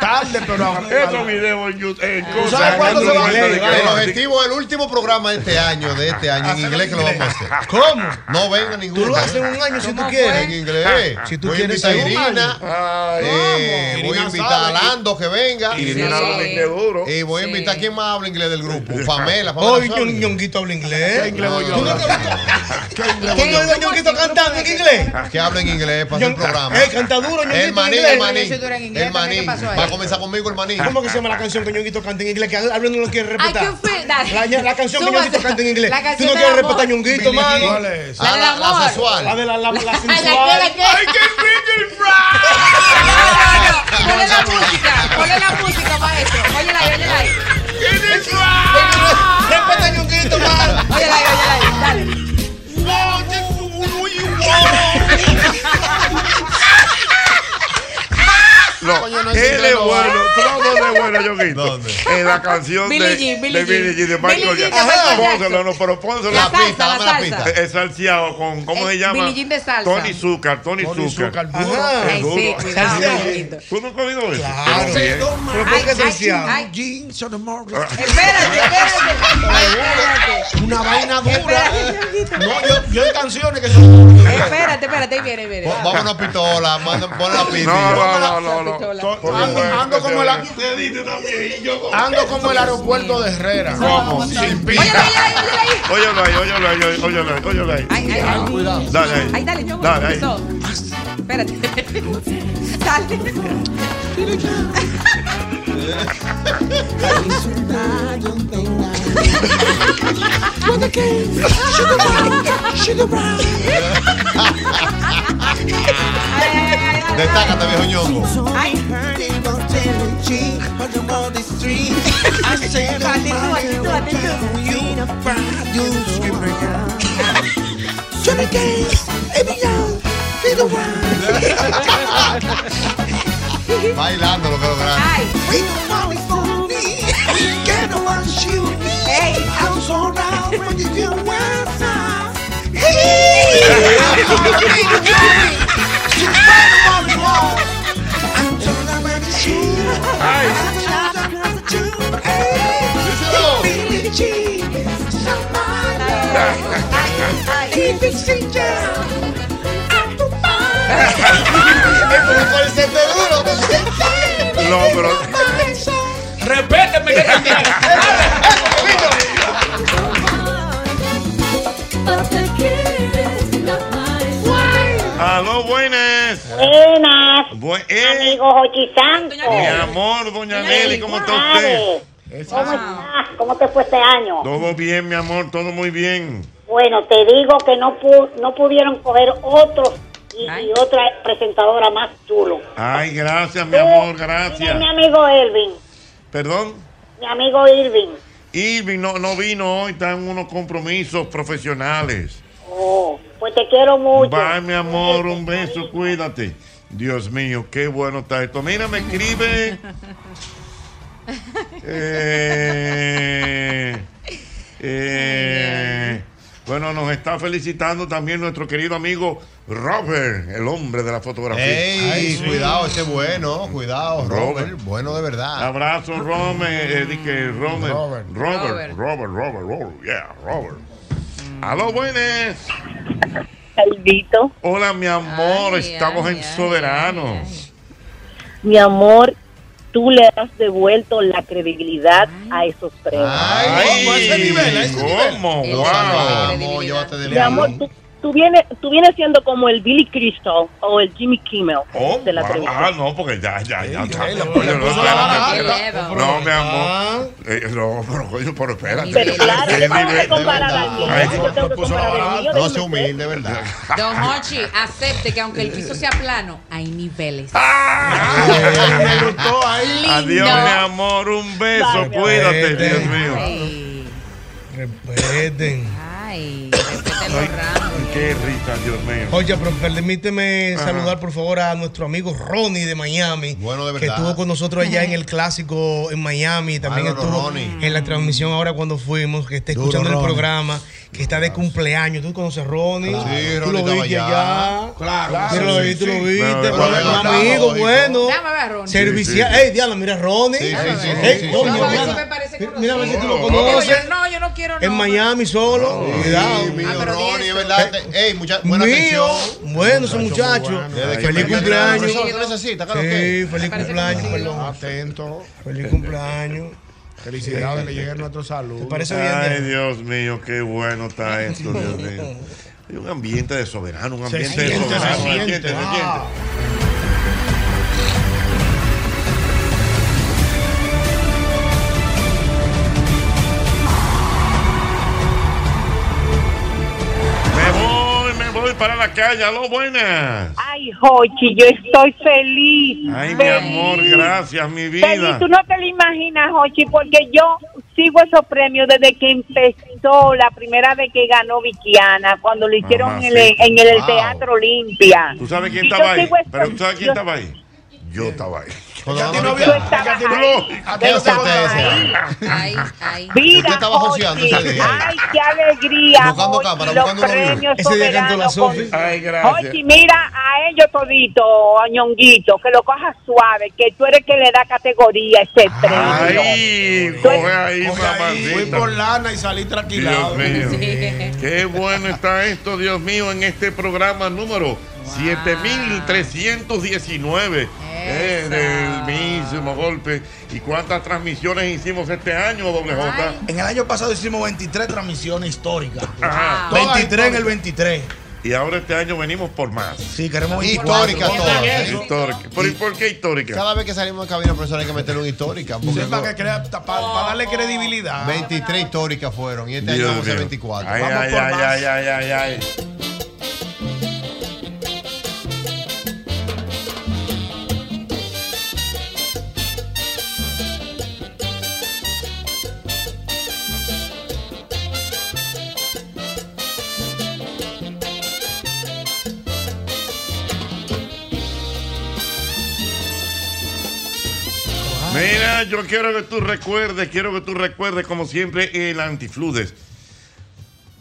Speaker 2: Tarde, pero Esos videos en YouTube. en
Speaker 6: Ah.
Speaker 2: cosas,
Speaker 4: ¿Sabes cuándo
Speaker 2: en
Speaker 4: se va a
Speaker 2: inglés,
Speaker 4: El
Speaker 2: claro.
Speaker 4: objetivo, el último programa de este año, de este año, en inglés que lo vamos a hacer. ¿Cómo? No venga ninguno.
Speaker 6: Tú lo haces un año si tú quieres. Ah,
Speaker 4: En inglés.
Speaker 6: Si tú
Speaker 4: Voy a
Speaker 6: quieres,
Speaker 4: invitar a
Speaker 6: en un
Speaker 4: Irina. eh,
Speaker 6: Vamos.
Speaker 4: voy a
Speaker 6: Irina
Speaker 4: invitar a
Speaker 6: sabe.
Speaker 4: Lando que venga.
Speaker 6: Irina Sí. habla inglés
Speaker 2: duro.
Speaker 4: Y voy a invitar a quién más habla inglés del grupo. Pamela. Pamela
Speaker 6: Hoy
Speaker 4: sabe
Speaker 6: Ñon- Ñonguito habla inglés.
Speaker 4: ¿Qué inglés voy yo a
Speaker 6: ¿Tú no te has visto? ¿Tú no has visto a Ñonguito cantando en inglés?
Speaker 4: Que habla en inglés para hacer el programa.
Speaker 6: Eh, canta duro, Ñonguito
Speaker 4: El
Speaker 6: en
Speaker 4: maní,
Speaker 6: inglés.
Speaker 4: el maní.
Speaker 6: Ñonguito era en inglés,
Speaker 4: El
Speaker 6: también,
Speaker 4: maní.
Speaker 6: ¿qué pasó ahí?
Speaker 4: Va a comenzar conmigo el maní.
Speaker 6: ¿Cómo que se llama la canción que Ñonguito canta en inglés? Que Álvaro no lo quiere
Speaker 10: I
Speaker 6: respetar.
Speaker 10: can feel that.
Speaker 6: La, la canción que
Speaker 10: Súbase.
Speaker 6: Ñonguito canta en inglés.
Speaker 10: La
Speaker 6: Tú
Speaker 10: canción
Speaker 6: no
Speaker 10: del
Speaker 6: quieres
Speaker 10: amor.
Speaker 6: respetar a Ñonguito, mano.
Speaker 10: ¿Cuál es? La del amor.
Speaker 6: La de la, la, la,
Speaker 10: La- la que-
Speaker 6: sensual.
Speaker 10: la que- I can No, no, no. Ponle la música, ponle la música, maestro. Óyela ahí, óyela ahí.
Speaker 6: Respeta a Ñonguito, mano.
Speaker 10: Óyela ahí, óyela ahí. Dale.
Speaker 6: Wow,
Speaker 5: no
Speaker 2: Él es
Speaker 5: encontró
Speaker 2: bueno,
Speaker 5: nada.
Speaker 2: tú sabes dónde es bueno, Yoguito. En la canción
Speaker 5: Billie
Speaker 2: de,
Speaker 5: Jean, Billie
Speaker 2: de Billie
Speaker 5: Jean.
Speaker 2: Jean, de
Speaker 5: Billie
Speaker 2: Michael
Speaker 5: Jean de
Speaker 2: Jackson. Ah,
Speaker 5: Michael Jackson.
Speaker 2: Pónselo, no, pero pónselo.
Speaker 5: La La pista, salsa, dame la la
Speaker 10: pista.
Speaker 2: Es es salseado con, ¿cómo
Speaker 10: Eh,
Speaker 2: se llama?
Speaker 10: Billie Jean de salsa.
Speaker 2: Tony Zucker, Tony Zucker.
Speaker 10: Ajá.
Speaker 2: Es
Speaker 10: Ay, sí,
Speaker 2: duro.
Speaker 10: cuidado,
Speaker 2: Sí.
Speaker 10: Yoguito.
Speaker 2: ¿Tú no has comido eso?
Speaker 5: Claro.
Speaker 2: Pero bien.
Speaker 5: Pero ¿por qué
Speaker 10: Ay, ay,
Speaker 5: salseado?
Speaker 10: ay.
Speaker 5: Jeans on the morning.
Speaker 2: Ah,
Speaker 10: Espérate, espérate.
Speaker 5: Una vaina dura. Eh,
Speaker 10: Espérate, Yoguito.
Speaker 5: No, yo, yo en canciones que son.
Speaker 10: Espérate, espérate, ahí viene, ahí viene.
Speaker 3: Vamos a una pistola, manda- pon la pista.
Speaker 2: No, no, no, no,
Speaker 10: Pistola.
Speaker 5: Ando, ando como el año. Ando como el aeropuerto de Herrera.
Speaker 2: ¿Cómo? Sin pista. Óyelo ahí, óyelo ahí, óyelo ahí, óyelo ahí.
Speaker 10: Cuidado.
Speaker 2: Dale ahí.
Speaker 10: Ay, dale, yo
Speaker 2: Dale ahí. Ah,
Speaker 10: Espérate. Dale.
Speaker 5: Ah,
Speaker 3: Destácate, viejo ñongo. Bailando lo que lograste.
Speaker 2: No, pero.
Speaker 16: Repéteme que te
Speaker 2: Aló, buenas.
Speaker 17: Buenas,
Speaker 2: Buen- eh,
Speaker 17: amigo Jochi Santo.
Speaker 2: mi amor, doña Nelly, ¿cómo está usted?
Speaker 17: ¿Cómo estás? Oh, ¿Cómo te fue este año?
Speaker 2: Todo bien, mi amor, todo muy bien.
Speaker 17: Bueno, te digo que no pu- no pudieron coger otro y, y otra presentadora más chulo.
Speaker 2: Ay, gracias, mi amor, gracias.
Speaker 17: Mira, mi amigo Elvin,
Speaker 2: Perdón,
Speaker 17: mi amigo Irving.
Speaker 2: Irving no, no vino hoy, está en unos compromisos profesionales.
Speaker 17: Oh, pues te quiero mucho.
Speaker 2: Bye, mi amor, un beso, cuídate. Dios mío, qué bueno está esto. Mira, me escribe. Eh, eh, bueno, nos está felicitando también nuestro querido amigo Robert, el hombre de la fotografía.
Speaker 3: Ey,
Speaker 2: Ay, sí.
Speaker 3: cuidado, ese es bueno, cuidado, Robert.
Speaker 2: Robert.
Speaker 3: Bueno de verdad.
Speaker 2: Abrazo, Robert. Eh, di que Robert.
Speaker 3: Robert.
Speaker 2: Robert. Robert, Robert, Robert, Robert. Yeah, Robert. Aló, buenas. Hola, mi amor. Estamos en Soberano.
Speaker 18: Mi amor, tú le has devuelto la credibilidad a esos premios.
Speaker 2: ¿Cómo?
Speaker 3: Los amamos, llévate de
Speaker 18: Mi amor,
Speaker 3: león.
Speaker 18: tú, tú vienes, tú vienes siendo como el Billy Crystal o el Jimmy Kimmel de la
Speaker 2: Ah,
Speaker 18: televisión.
Speaker 2: Ah, no, porque ya, ya, ya. está. Oye, No,
Speaker 5: puso la vara
Speaker 2: espérate,
Speaker 5: alta.
Speaker 2: espérate. No, mi amor. Eh, No, pero coño, pero espérate.
Speaker 18: Pero claro,
Speaker 2: Qué
Speaker 18: vamos a
Speaker 2: nivel de
Speaker 18: comparar al
Speaker 2: verdad.
Speaker 18: mío,
Speaker 2: Ay,
Speaker 18: yo tengo que
Speaker 2: puso la
Speaker 18: comparar
Speaker 2: vara
Speaker 18: al mío,
Speaker 2: alta.
Speaker 18: déjame ser.
Speaker 3: de verdad.
Speaker 10: Don Hochi, acepte que aunque el piso sea plano, hay niveles.
Speaker 2: Me
Speaker 5: gustó ahí.
Speaker 2: Ah. Adiós, mi amor. Un beso. Cuídate, Dios mío.
Speaker 6: Respeten.
Speaker 10: Ay,
Speaker 2: Qué risa, Dios mío.
Speaker 6: Oye, pero permíteme
Speaker 2: Ajá.
Speaker 6: saludar por favor a nuestro amigo Ronnie de Miami, que
Speaker 3: verdad.
Speaker 6: estuvo con nosotros allá en el clásico en Miami, también
Speaker 3: Bárbaro,
Speaker 6: estuvo
Speaker 3: Ronnie.
Speaker 6: en la transmisión ahora cuando fuimos, que está
Speaker 3: Duro,
Speaker 6: escuchando el
Speaker 3: Ronnie.
Speaker 6: programa, que está de cumpleaños. ¿Tú conoces a Ronnie?
Speaker 3: Claro. Sí,
Speaker 6: tú
Speaker 3: Ronnie
Speaker 6: lo
Speaker 3: estaba
Speaker 6: viste
Speaker 3: allá.
Speaker 6: allá.
Speaker 3: Claro,
Speaker 6: Tú
Speaker 3: sí,
Speaker 6: lo
Speaker 3: sí,
Speaker 6: viste, tú
Speaker 3: sí.
Speaker 6: lo viste.
Speaker 3: Pero,
Speaker 6: Pero,
Speaker 3: pero,
Speaker 6: amigo,
Speaker 3: lógico.
Speaker 6: bueno.
Speaker 10: Déjame ver a Ronnie.
Speaker 6: Servicial.
Speaker 10: Sí, sí.
Speaker 6: Ey, diablo, mira a Ronnie.
Speaker 10: Sí, sí, sí,
Speaker 6: Ey,
Speaker 10: sí, sí,
Speaker 6: coño,
Speaker 10: sí. Vamos a ver
Speaker 6: Diana,
Speaker 10: si me parece
Speaker 6: mira, Mira a ver si tú lo
Speaker 3: No, no,
Speaker 6: conoces.
Speaker 10: Yo no, yo no quiero.
Speaker 6: En Miami solo. Cuidado.
Speaker 3: Sí, mío, Ronnie, es verdad. Te- Ey, mucha, buena
Speaker 6: Mío.
Speaker 3: atención.
Speaker 6: Bueno, son muchachos.
Speaker 3: Desde que
Speaker 6: Feliz
Speaker 3: perdió el
Speaker 6: cumpleaños.
Speaker 3: profesor, ¿tú necesitas, claro que?
Speaker 6: Sí, feliz cumpleaños, perdón.
Speaker 5: Atento.
Speaker 6: Feliz cumpleaños.
Speaker 5: Felicidades, le lleguen nuestros saludos. ¿eh?
Speaker 2: Ay, Dios mío, qué bueno está esto, Dios mío. Hay un ambiente de soberano, un
Speaker 5: Se
Speaker 2: ambiente de
Speaker 5: siente,
Speaker 2: soberano.
Speaker 5: se
Speaker 2: se
Speaker 5: siente.
Speaker 2: siente, se
Speaker 5: Ah.
Speaker 2: siente. Me voy, me voy para la calle. Aló, buenas.
Speaker 19: Ay, Jochi, yo estoy feliz.
Speaker 2: Ay, mi
Speaker 19: feliz.
Speaker 2: amor, gracias, mi
Speaker 19: Feliz,
Speaker 2: vida.
Speaker 19: tú no te lo imaginas, Jochi, porque yo sigo esos premios desde que empezó la primera vez que ganó Vikiana, cuando lo hicieron en el,
Speaker 2: Mamacita.
Speaker 19: en el
Speaker 2: Wow.
Speaker 19: Teatro Olimpia.
Speaker 2: ¿Tú sabes quién
Speaker 19: Y yo
Speaker 2: estaba ahí?
Speaker 19: sigo esos-
Speaker 2: Pero ¿tú sabes quién
Speaker 19: yo-
Speaker 2: estaba ahí? Yo estaba ahí.
Speaker 5: Ya tiene novia. Ya tiene
Speaker 20: Mira,
Speaker 4: estaba
Speaker 20: Jochi,
Speaker 4: joseando ese día.
Speaker 20: ay, qué alegría,
Speaker 4: Buscando
Speaker 20: Jochi,
Speaker 4: cámara,
Speaker 20: los
Speaker 4: buscando novio.
Speaker 20: premios
Speaker 4: Ese día cantó la
Speaker 20: soberanos.
Speaker 4: Sofi. Ay, gracias.
Speaker 20: Jochi, mira a ellos todito, a Ñonguito, que lo coja suave, que tú eres que le da categoría a ese premio.
Speaker 2: Ahí, coge ahí,
Speaker 5: Fui
Speaker 2: mamacita.
Speaker 5: por lana y salí
Speaker 2: Dios
Speaker 5: tranquilado.
Speaker 2: mío. Qué bueno está esto, Dios mío, en este programa número 7319 eh, del mismo golpe. ¿Y cuántas transmisiones hicimos este año, doble J?
Speaker 7: En el año pasado hicimos 23 transmisiones históricas.
Speaker 2: Ajá.
Speaker 7: Todas 23 en el 23.
Speaker 2: Y ahora este año venimos por más.
Speaker 7: Sí, queremos
Speaker 4: Histórica todas.
Speaker 2: Histórica. ¿Pero y por qué histórica?
Speaker 4: Cada vez que salimos de cabina, profesor, hay que meterle una histórica. Porque no-
Speaker 5: Para darle credibilidad.
Speaker 4: 23 históricas fueron y este año
Speaker 2: Dios
Speaker 4: vamos a
Speaker 2: mío.
Speaker 4: 24.
Speaker 2: Ay,
Speaker 4: Vamos
Speaker 2: ay,
Speaker 4: por
Speaker 2: ay,
Speaker 4: más.
Speaker 2: ay, ay, ay, ay. Mira, yo quiero que tú recuerdes, quiero que tú recuerdes, como siempre, el antifludes.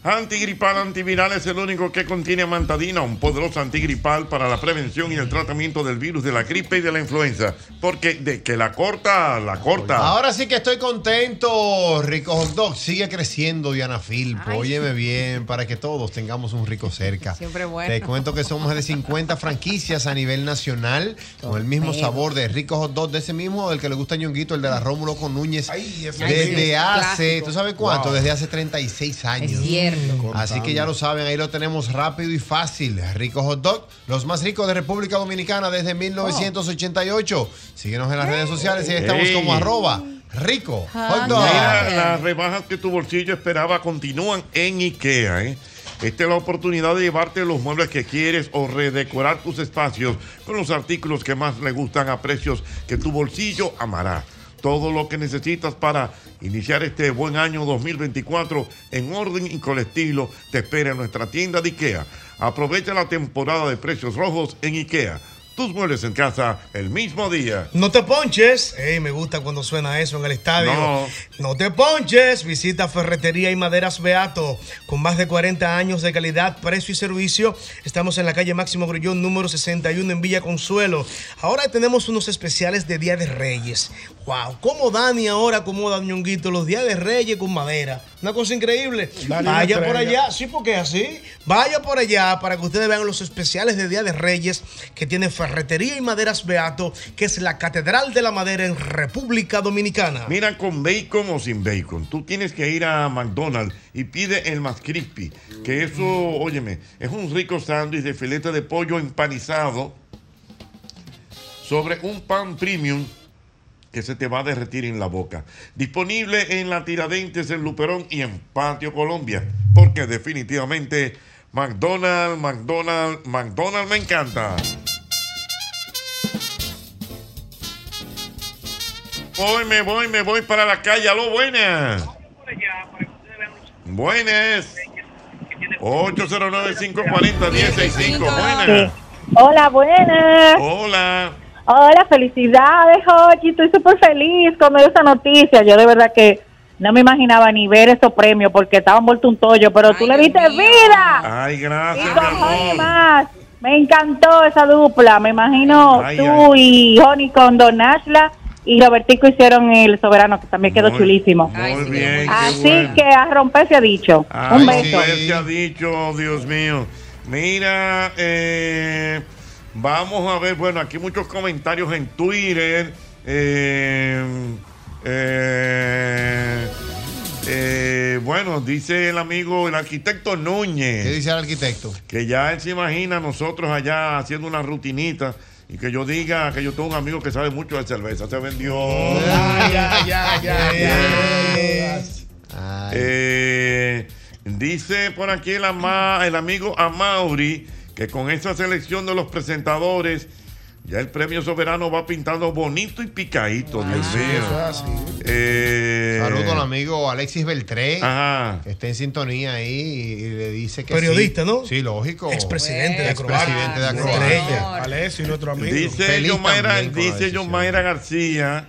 Speaker 2: Antigripal antiviral es el único que contiene amantadina, un poderoso antigripal para la prevención y el tratamiento del virus de la gripe y de la influenza. Porque de que la corta, la corta.
Speaker 4: Ahora sí que estoy contento, Rico Hot Dog. Sigue creciendo, Diana Filpo. Óyeme bien, para que todos tengamos un rico cerca.
Speaker 10: Siempre bueno.
Speaker 4: Te cuento que son más de 50 franquicias a nivel nacional con el mismo
Speaker 10: Torpedo.
Speaker 4: sabor de Rico Hot Dog, de ese mismo, del que le gusta a Ñonguito, el de la Rómulo con Núñez.
Speaker 5: ese
Speaker 4: desde
Speaker 5: mismo.
Speaker 4: hace,
Speaker 5: Clásico.
Speaker 4: ¿tú sabes cuánto?
Speaker 5: Wow.
Speaker 4: Desde hace 36 años.
Speaker 10: Es cierto.
Speaker 4: Así que ya lo saben, ahí lo tenemos rápido y fácil. Rico Hot Dog, los más ricos de República Dominicana desde 1988. Síguenos en las redes sociales y ahí estamos
Speaker 2: Ey.
Speaker 4: como arroba rico hot dog.
Speaker 2: Mira, las rebajas que tu bolsillo esperaba continúan en IKEA. ¿eh? Esta es la oportunidad de llevarte los muebles que quieres o redecorar tus espacios con los artículos que más le gustan a precios que tu bolsillo amará. Todo lo que necesitas para iniciar este buen año 2024 en orden y con estilo te espera en nuestra tienda de IKEA. Aprovecha la temporada de precios rojos en IKEA. Tus muebles en casa el mismo día.
Speaker 6: No te ponches. Ey, me gusta cuando suena eso en el estadio.
Speaker 2: No.
Speaker 6: No. te ponches. Visita Ferretería y Maderas Beato. Con más de 40 años de calidad, precio y servicio. Estamos en la calle Máximo Grullón, número 61, en Villa Consuelo. Ahora tenemos unos especiales de Día de Reyes. ¡Wow! ¿Cómo Dani ahora acomoda, Ñonguito, los Días de Reyes con madera? Una cosa increíble.
Speaker 5: Dani una
Speaker 6: Vaya por
Speaker 5: estrella.
Speaker 6: allá. Sí, porque así. Vaya por allá para que ustedes vean los especiales de Día de Reyes que tiene Ferretería y Maderas Beato, que es la Catedral de la Madera en República Dominicana.
Speaker 2: Mira, con bacon o sin bacon, tú tienes que ir a McDonald's y pide el más crispy, que eso, óyeme, es un rico sándwich de filete de pollo empanizado sobre un pan premium que se te va a derretir en la boca. Disponible en la Tiradentes, en Luperón y en Patio Colombia, porque definitivamente McDonald's, McDonald's, McDonald's me encanta. Voy, me voy, me voy para la calle. Aló, buenas. Buenas. 809-540-1065. Buenas.
Speaker 21: Hola, buenas.
Speaker 2: Hola.
Speaker 21: Hola, felicidades, Jochi. Estoy súper feliz con esa noticia. Yo de verdad que no me imaginaba ni ver esos premios porque estaban vuelto un tollo, pero tú le diste vida.
Speaker 2: Ay, gracias,
Speaker 21: Y
Speaker 2: mi
Speaker 21: con Johnny
Speaker 2: amor.
Speaker 21: más. Me encantó esa dupla. Me imagino
Speaker 2: Ay,
Speaker 21: tú y Johnny con Don Ashla y Robertico hicieron el soberano, que también quedó chulísimo.
Speaker 2: Muy bien. qué
Speaker 21: Así
Speaker 2: bueno.
Speaker 21: que a romper se ha dicho.
Speaker 2: Ay,
Speaker 21: Un beso.
Speaker 2: pues, se ha dicho, Dios mío. Mira, eh, vamos a ver, bueno, aquí muchos comentarios en Twitter. eh, eh, eh, bueno, dice el amigo, el arquitecto Núñez. ¿Qué
Speaker 4: dice el arquitecto?
Speaker 2: Que ya él se imagina a nosotros allá haciendo una rutinita y que yo diga que yo tengo un amigo que sabe mucho de cerveza. Se vendió.
Speaker 5: Ya, ya, ya, ya.
Speaker 2: Eh, dice por aquí el, ama- el amigo Amauri que con esa selección de los presentadores Ya el premio soberano va pintando bonito y picadito, Dios
Speaker 4: sí,
Speaker 2: mío.
Speaker 4: eso es así.
Speaker 2: Eh,
Speaker 4: Saludo al amigo Alexis Beltré,
Speaker 2: Ajá.
Speaker 4: que está en sintonía ahí y y le dice que
Speaker 6: Periodista,
Speaker 4: sí.
Speaker 6: ¿no?
Speaker 4: Sí, lógico.
Speaker 6: Expresidente de Croacia.
Speaker 4: Expresidente de Acrobacia.
Speaker 6: Estrella. Alessio y nuestro amigo.
Speaker 2: Dice
Speaker 6: Feliz
Speaker 2: Yomaira,
Speaker 6: también con la
Speaker 2: dice Yomaira García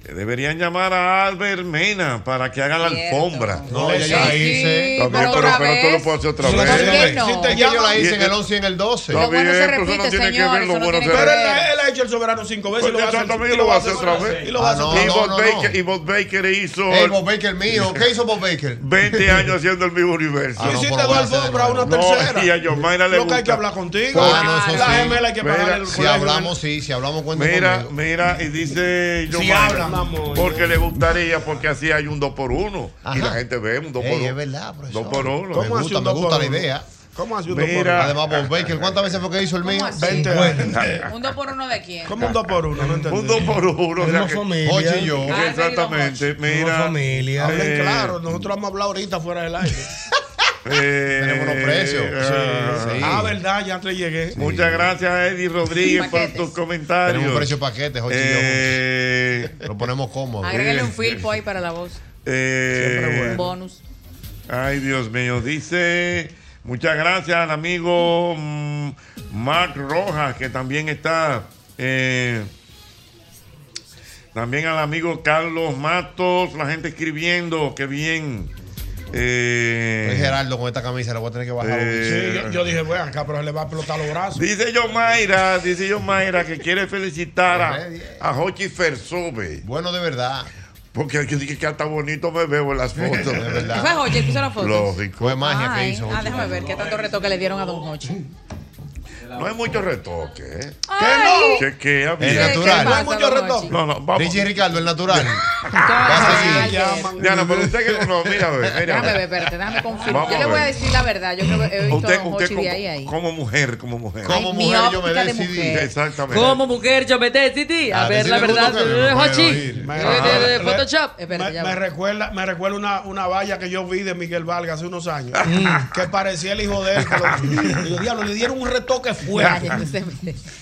Speaker 2: que deberían llamar a Albert Mena para que haga la
Speaker 4: Cierto.
Speaker 2: alfombra.
Speaker 4: No, ella ya la hice.
Speaker 2: Está bien, pero, pero tú lo puedes hacer otra
Speaker 4: ¿Por
Speaker 2: vez.
Speaker 4: qué no? Es que yo la hice en el 11 y en el 12.
Speaker 2: Está bien, pero eso no tiene que ver, lo bueno será.
Speaker 5: Pero él, él ha hecho el soberano cinco veces. y
Speaker 2: Pues
Speaker 5: lo va a hacer-
Speaker 2: también
Speaker 5: y
Speaker 2: lo
Speaker 5: lo
Speaker 2: va a
Speaker 5: va
Speaker 2: hacer otra vez.
Speaker 5: Y lo va a hacer
Speaker 4: Ah, no,
Speaker 2: y,
Speaker 4: no,
Speaker 2: Bob
Speaker 4: no,
Speaker 2: Baker,
Speaker 4: no.
Speaker 2: y Bob Baker hizo
Speaker 4: Ey, Bob Baker mío. ¿Qué hizo Bob Baker?
Speaker 2: 20 años haciendo el mismo universo.
Speaker 4: Ah, no, Hiciste pero dos voy a hacer de alfombras, nuevo. una tercera.
Speaker 2: No, y a Yomaira le
Speaker 4: Lo que
Speaker 2: gusta.
Speaker 4: hay que hablar
Speaker 5: contigo.
Speaker 4: Ah, no, eso
Speaker 5: La
Speaker 4: sí.
Speaker 5: gemela hay que
Speaker 4: Mira,
Speaker 5: pagar el
Speaker 4: Si
Speaker 5: colegio.
Speaker 4: hablamos, sí, si hablamos, cuenta
Speaker 2: Mira,
Speaker 4: conmigo.
Speaker 2: mira, y dice yo
Speaker 4: habla, mamón.
Speaker 2: porque le gustaría, porque así hay un 2 por 1
Speaker 4: Ajá.
Speaker 2: Y la gente ve un 2
Speaker 4: Ey,
Speaker 2: por 1
Speaker 4: es verdad, profesor.
Speaker 2: 2 por 1
Speaker 4: Me gusta, me gusta la idea.
Speaker 5: ¿Cómo hace
Speaker 2: Mira.
Speaker 4: Mira. Además, Bob Baker, ¿cuántas veces fue que hizo el mío?
Speaker 3: así?
Speaker 4: 20
Speaker 3: ¿Un dos por uno de quién?
Speaker 5: Como un 2 por 1 no entendí.
Speaker 2: Un 2 por 1
Speaker 6: Tenemos familia.
Speaker 4: Ocho y yo.
Speaker 6: Ah,
Speaker 2: Exactamente. Mira.
Speaker 6: Tenemos familia.
Speaker 5: Hablen
Speaker 2: Eh,
Speaker 5: claro, nosotros vamos a hablar ahorita fuera del aire.
Speaker 2: eh,
Speaker 4: Tenemos unos precios.
Speaker 2: ah,
Speaker 4: Sí.
Speaker 5: Ah, verdad, ya te llegué.
Speaker 2: Muchas gracias, Eddie Rodríguez, por tus comentarios.
Speaker 4: Tenemos un precio paquete, Jochi
Speaker 2: Eh,
Speaker 4: y yo. Lo ponemos cómodo.
Speaker 3: Agréguele un filpo ahí para la voz.
Speaker 2: eh,
Speaker 3: Un bonus.
Speaker 2: Ay, Dios mío. Dice, muchas gracias al amigo mm, Mark Rojas, que también está. eh, también al amigo Carlos Matos, la gente escribiendo, qué bien. Eh,
Speaker 4: Oye, Pues, Gerardo con esta camisa, le voy a tener que bajar.
Speaker 2: Eh,
Speaker 5: Sí, yo, yo dije, bueno, acá, pero le va a explotar los brazos.
Speaker 2: Dice yo Mayra, dice yo Mayra que quiere felicitar a, a Jochi Fersobe.
Speaker 4: Bueno, de verdad.
Speaker 2: Porque hay que decir que hasta bonito me veo en las fotos. de
Speaker 3: ¿Qué fue Hochi? ¿Puso la foto?
Speaker 2: Lógico. Fue magia
Speaker 3: Ay, ah, déjame ver qué tanto retoque le dieron a Don Hochi.
Speaker 2: No hay mucho retoque. ¿eh?
Speaker 3: Ay.
Speaker 2: Chequea bien.
Speaker 4: El natural.
Speaker 3: ¿Qué pasa, No hay mucho don retoque. Hochi?
Speaker 2: No, no, vamos.
Speaker 4: Richie y Ricardo, el natural.
Speaker 2: Diana, pero usted que no, mira, a ver, mira. a
Speaker 3: Déjame ver,
Speaker 2: ver.
Speaker 3: espérate, déjame confirmar.
Speaker 2: Vamos
Speaker 3: Yo
Speaker 2: a
Speaker 3: le voy a
Speaker 2: ver.
Speaker 3: decir la verdad. Yo creo que he visto
Speaker 2: Usted,
Speaker 3: a Don
Speaker 2: usted
Speaker 3: Hochi
Speaker 2: como,
Speaker 3: de ahí a ahí.
Speaker 2: como mujer, como mujer.
Speaker 4: Como
Speaker 3: mi
Speaker 4: mujer, yo me
Speaker 3: óptica de
Speaker 4: decidí.
Speaker 3: mujer.
Speaker 2: Exactamente.
Speaker 3: Como mujer yo me decidí. A
Speaker 4: Ah,
Speaker 3: ver,
Speaker 4: decime
Speaker 3: la
Speaker 4: tú
Speaker 3: verdad,
Speaker 4: que me
Speaker 3: Hochi.
Speaker 4: puedo
Speaker 3: eh,
Speaker 4: ir.
Speaker 3: de-
Speaker 2: Ah.
Speaker 3: de Photoshop.
Speaker 5: Me,
Speaker 3: Espérate, ya
Speaker 5: me
Speaker 3: va.
Speaker 5: recuerda, me recuerda una, una valla que yo vi de Miguel Vargas hace unos años,
Speaker 3: Mm.
Speaker 5: que parecía el hijo de él. que lo- Digo, diablo, le dieron un retoque
Speaker 3: Ay,
Speaker 5: fuerte.
Speaker 3: entonces-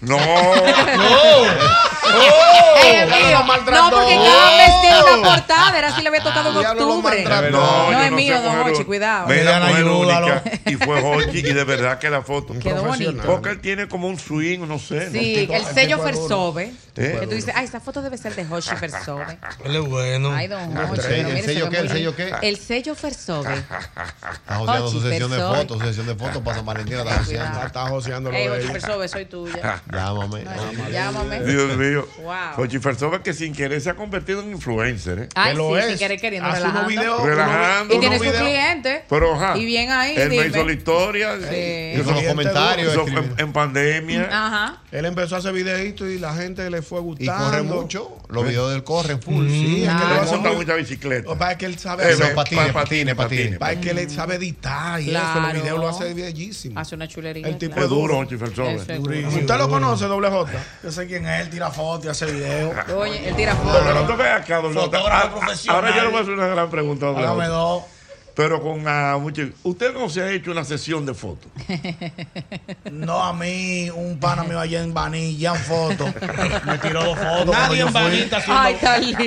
Speaker 2: No. ¡Oh!
Speaker 3: Ay, Dios mío. No, porque cada vez tiene una portada. Era si le había tocado en
Speaker 5: Diablo, lo
Speaker 3: octubre.
Speaker 5: maltrató.
Speaker 2: No,
Speaker 3: No
Speaker 2: yo
Speaker 3: es mío,
Speaker 2: soy
Speaker 3: don
Speaker 2: mujer
Speaker 3: Hochi,
Speaker 2: única.
Speaker 3: cuidado.
Speaker 2: Ve,
Speaker 6: Vean,
Speaker 2: Era mujer
Speaker 6: ayúdalo.
Speaker 2: única y fue Hochi y de verdad que la foto.
Speaker 3: Quedó bonito.
Speaker 2: Porque él tiene como un swing, no sé. ¿no?
Speaker 3: Sí, el sello Versobe.
Speaker 2: ¿Eh?
Speaker 3: Que tú dices, ay, esta foto debe ser de Hoshi Versobe.
Speaker 6: Él es bueno.
Speaker 3: Ay, don
Speaker 4: Una
Speaker 3: Hochi,
Speaker 4: estrella.
Speaker 3: pero mire,
Speaker 4: Ah,
Speaker 3: se ve
Speaker 4: ¿El sello qué? ¿El
Speaker 3: muy
Speaker 4: sello
Speaker 3: bien.
Speaker 4: qué?
Speaker 3: El sello Versobe.
Speaker 4: Está joseando su
Speaker 3: Hochi,
Speaker 4: sesión de
Speaker 3: persona.
Speaker 4: fotos, su sesión de fotos para San Valentín. la Está joseando.
Speaker 5: Ah, Está joseando lo
Speaker 3: Ey, Hochi
Speaker 5: de él.
Speaker 3: Versobe, soy tuya.
Speaker 4: Llámame. llámame.
Speaker 3: Llámame.
Speaker 2: Dios mío.
Speaker 3: Wow.
Speaker 2: Hochi Fersobe que sin querer se ha convertido en influencer. ¿eh?
Speaker 3: Ay,
Speaker 5: Que lo
Speaker 3: sí,
Speaker 5: es.
Speaker 3: sin querer queriendo,
Speaker 5: Hace unos
Speaker 3: relajando.
Speaker 5: videos.
Speaker 2: Relajando.
Speaker 3: Y tiene
Speaker 2: unos
Speaker 3: su cliente.
Speaker 2: Pero ajá.
Speaker 3: Y bien ahí,
Speaker 2: Él me
Speaker 3: dime.
Speaker 2: hizo la historia.
Speaker 3: Sí. Ah,
Speaker 4: Hizo los
Speaker 5: Cliente
Speaker 4: comentarios.
Speaker 2: hizo
Speaker 4: escribió.
Speaker 2: en, en pandemia.
Speaker 3: Ajá.
Speaker 5: Él empezó a hacer videitos y la gente le fue
Speaker 4: Y
Speaker 5: gustando.
Speaker 4: corre mucho. Los videos del corre full.
Speaker 5: Sí, es que
Speaker 2: Le
Speaker 5: le va a hacer
Speaker 2: monta
Speaker 5: muy-
Speaker 2: mucha bicicleta.
Speaker 5: O para que él sabe
Speaker 2: Eh,
Speaker 4: Esos
Speaker 2: ve,
Speaker 5: hacer-
Speaker 4: patines,
Speaker 2: pa-
Speaker 4: patines, patines.
Speaker 5: para que él sabe editar y eso. Los
Speaker 3: Claro.
Speaker 5: videos lo hace bellísimo.
Speaker 3: Hace una chulería.
Speaker 5: El tipo
Speaker 2: Es
Speaker 3: claro.
Speaker 2: duro, Hochi Fersobe.
Speaker 3: Eso es duro.
Speaker 5: Usted lo conoce, doble J.
Speaker 8: Yo sé quién es, él tira fotos y hace videos.
Speaker 3: Oye, él tira
Speaker 2: Pero
Speaker 3: fotos.
Speaker 2: tú ves acá, don Lota.
Speaker 8: Fotógrafo
Speaker 2: Ah,
Speaker 8: profesional.
Speaker 2: Ahora yo le voy a hacer una gran pregunta, don
Speaker 8: Hágame
Speaker 2: Lota.
Speaker 8: dos.
Speaker 2: Pero con ah, mucho. Usted no se ha hecho una sesión de fotos.
Speaker 8: No a mí, un pana mío allá en Baní, ya en foto. Me tiró dos fotos. cuando
Speaker 22: Nadie
Speaker 8: yo
Speaker 22: en
Speaker 8: fui.
Speaker 22: Banita haciendo-
Speaker 3: Ay, está lindo.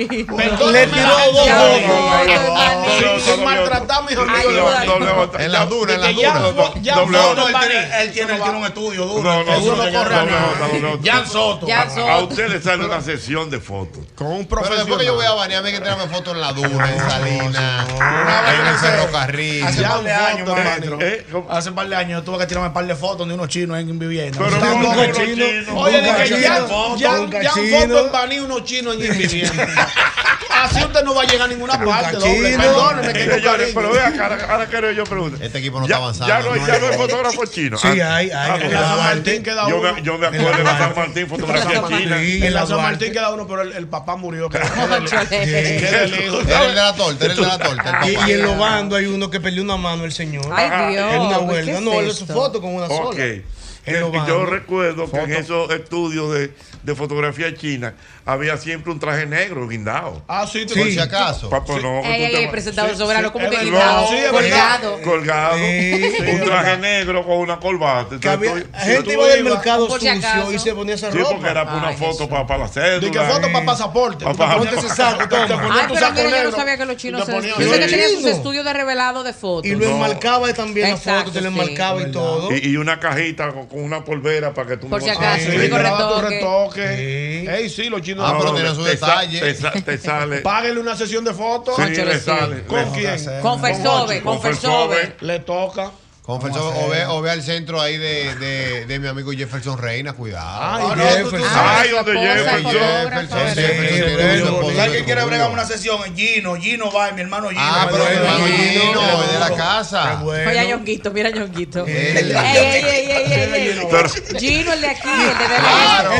Speaker 8: Le tiró dos
Speaker 3: Ya,
Speaker 8: fotos.
Speaker 3: ya, ya, ya.
Speaker 5: Sin- sin maltratar a mis amigos.
Speaker 3: Ay,
Speaker 5: le-
Speaker 3: ay.
Speaker 4: En las dunas, en las
Speaker 5: que ya
Speaker 4: dunas.
Speaker 5: fue- ya
Speaker 2: Doble
Speaker 5: fue
Speaker 2: J.
Speaker 8: No, él
Speaker 5: Baní.
Speaker 8: tiene, él tiene, él tiene un estudio duro.
Speaker 2: No, no,
Speaker 8: Eso no
Speaker 2: doble
Speaker 8: corre a
Speaker 2: J, doble J, doble
Speaker 8: nada.
Speaker 2: J.
Speaker 8: Jan Soto.
Speaker 3: Ya
Speaker 2: A
Speaker 3: son.
Speaker 2: usted le sale una sesión de fotos.
Speaker 5: Con un
Speaker 4: Pero después que yo voy a banearme, hay que tirarme fotos en la duna, en Salinas, en el ferrocarril.
Speaker 8: Hace un par de
Speaker 5: Jan
Speaker 8: años,
Speaker 5: Soto,
Speaker 8: maestro.
Speaker 2: eh, ¿cómo?
Speaker 8: Hace un par de años yo tuve que tirarme un par de fotos de unos chinos en vivienda.
Speaker 2: Pero
Speaker 8: Estaban
Speaker 2: no,
Speaker 8: con
Speaker 2: no,
Speaker 8: un
Speaker 2: no,
Speaker 8: chino.
Speaker 2: chino.
Speaker 5: Oye,
Speaker 8: Nunca
Speaker 5: dije,
Speaker 8: yo
Speaker 5: ya,
Speaker 8: tiré fotos.
Speaker 5: ya,
Speaker 6: un
Speaker 5: ya
Speaker 6: cachino.
Speaker 5: foto en Baní, unos chinos en Invivienda. Así usted no va a llegar a ninguna parte, doble.
Speaker 2: Chino.
Speaker 5: Perdóneme que yo
Speaker 2: Señores,
Speaker 5: cariño.
Speaker 2: pero vean, ahora, ahora quiero yo preguntar. Este equipo no
Speaker 4: está
Speaker 2: Ya
Speaker 4: avanzando,
Speaker 2: no, hay- ya no hay fotógrafo chino.
Speaker 4: Sí, hay, hay. En
Speaker 2: porque
Speaker 4: la
Speaker 2: San
Speaker 4: Duarte.
Speaker 2: Martín queda yo, me, yo me acuerdo de la San Martín, fotografía china.
Speaker 5: En la San Martín queda uno, pero el, el papá murió. que-
Speaker 6: Eh,
Speaker 5: Qué delirio.
Speaker 4: Era el de la torta, era el de la torta. el
Speaker 6: Y,
Speaker 4: papá.
Speaker 6: y en Lobando hay uno que perdió una mano el señor.
Speaker 4: Ay, Dios,
Speaker 6: En una
Speaker 4: ¿qué
Speaker 6: huelga.
Speaker 4: es
Speaker 6: no, él su
Speaker 4: esto?
Speaker 6: foto con una
Speaker 2: Ok.
Speaker 6: En los
Speaker 2: Y yo
Speaker 6: bancos.
Speaker 2: recuerdo que en esos estudios de, de fotografía china había siempre un traje negro guindado.
Speaker 5: Ah, sí,
Speaker 2: tú
Speaker 5: Por si acaso.
Speaker 2: Papá, no, que
Speaker 3: Ey,
Speaker 2: tú
Speaker 3: ey,
Speaker 2: te-
Speaker 3: ey, presentador soberano, ¿cómo
Speaker 2: es
Speaker 3: que
Speaker 2: verdad.
Speaker 3: guindado?
Speaker 2: No, sí, es verdad.
Speaker 3: Colgado.
Speaker 2: Colgado.
Speaker 6: Sí,
Speaker 2: un
Speaker 6: es
Speaker 2: traje
Speaker 6: verdad.
Speaker 2: negro con una corbata.
Speaker 6: Que había-
Speaker 2: Entonces, tú-
Speaker 6: gente
Speaker 2: tú
Speaker 6: iba del
Speaker 2: ibas-
Speaker 6: mercado
Speaker 5: por si acaso.
Speaker 6: sucio y se ponía esa
Speaker 2: Sí,
Speaker 6: ropa.
Speaker 2: porque era para una foto para, para la cédula.
Speaker 5: ¿De qué foto para pasaporte?
Speaker 2: Papá.
Speaker 5: Tú te ponías ese saco, toma.
Speaker 2: Te
Speaker 3: Ay,
Speaker 5: ponías tu
Speaker 3: pero
Speaker 5: saco
Speaker 3: mira, yo no
Speaker 5: negro.
Speaker 3: sabía que los chinos
Speaker 5: Tú te
Speaker 3: se...
Speaker 5: ponías-
Speaker 3: Yo sé que
Speaker 2: Sí.
Speaker 3: tenían sus estudios de revelado de fotos.
Speaker 6: Y lo enmarcaba también la
Speaker 3: Exacto,
Speaker 6: foto, te lo
Speaker 3: sí.
Speaker 6: enmarcaba y todo.
Speaker 2: Y, y una cajita con, con una polvera para que tú
Speaker 3: Por
Speaker 2: no
Speaker 3: si
Speaker 2: botes-
Speaker 3: acaso,
Speaker 2: Sí.
Speaker 3: y con
Speaker 5: Daba tu
Speaker 3: retoque.
Speaker 5: retoque. Ey, sí, los chinos.
Speaker 2: No,
Speaker 5: no,
Speaker 2: te sa- Te, sa- te sale.
Speaker 5: Páguenle una sesión de fotos.
Speaker 2: Sí, le sale.
Speaker 5: ¿Con
Speaker 2: Le-
Speaker 5: quién?
Speaker 3: Con Fersobe,
Speaker 5: Ocho.
Speaker 3: con Fersobe.
Speaker 5: Le toca.
Speaker 4: Confesó, o ve, o ve al centro ahí de, de, de mi amigo Jefferson Reina, cuidado.
Speaker 5: Ay, Ah, no, Jefferson. tú- tú- Ay,
Speaker 2: donde Jefferson.
Speaker 4: Jefferson.
Speaker 7: ¿Sabes quién quiere bregar una sesión? Gino, Gino va, mi hermano Gino.
Speaker 4: Ah, pero
Speaker 7: Ay,
Speaker 4: el hermano
Speaker 7: Gino.
Speaker 4: Gino es de la casa.
Speaker 3: Oye, a Ñonguito, mira a Ñonguito. Ey,
Speaker 4: El-
Speaker 3: ey, ey, ey, ey, ey, ey.
Speaker 2: Pero-
Speaker 3: Gino, el de aquí, el de
Speaker 4: Claro.
Speaker 3: de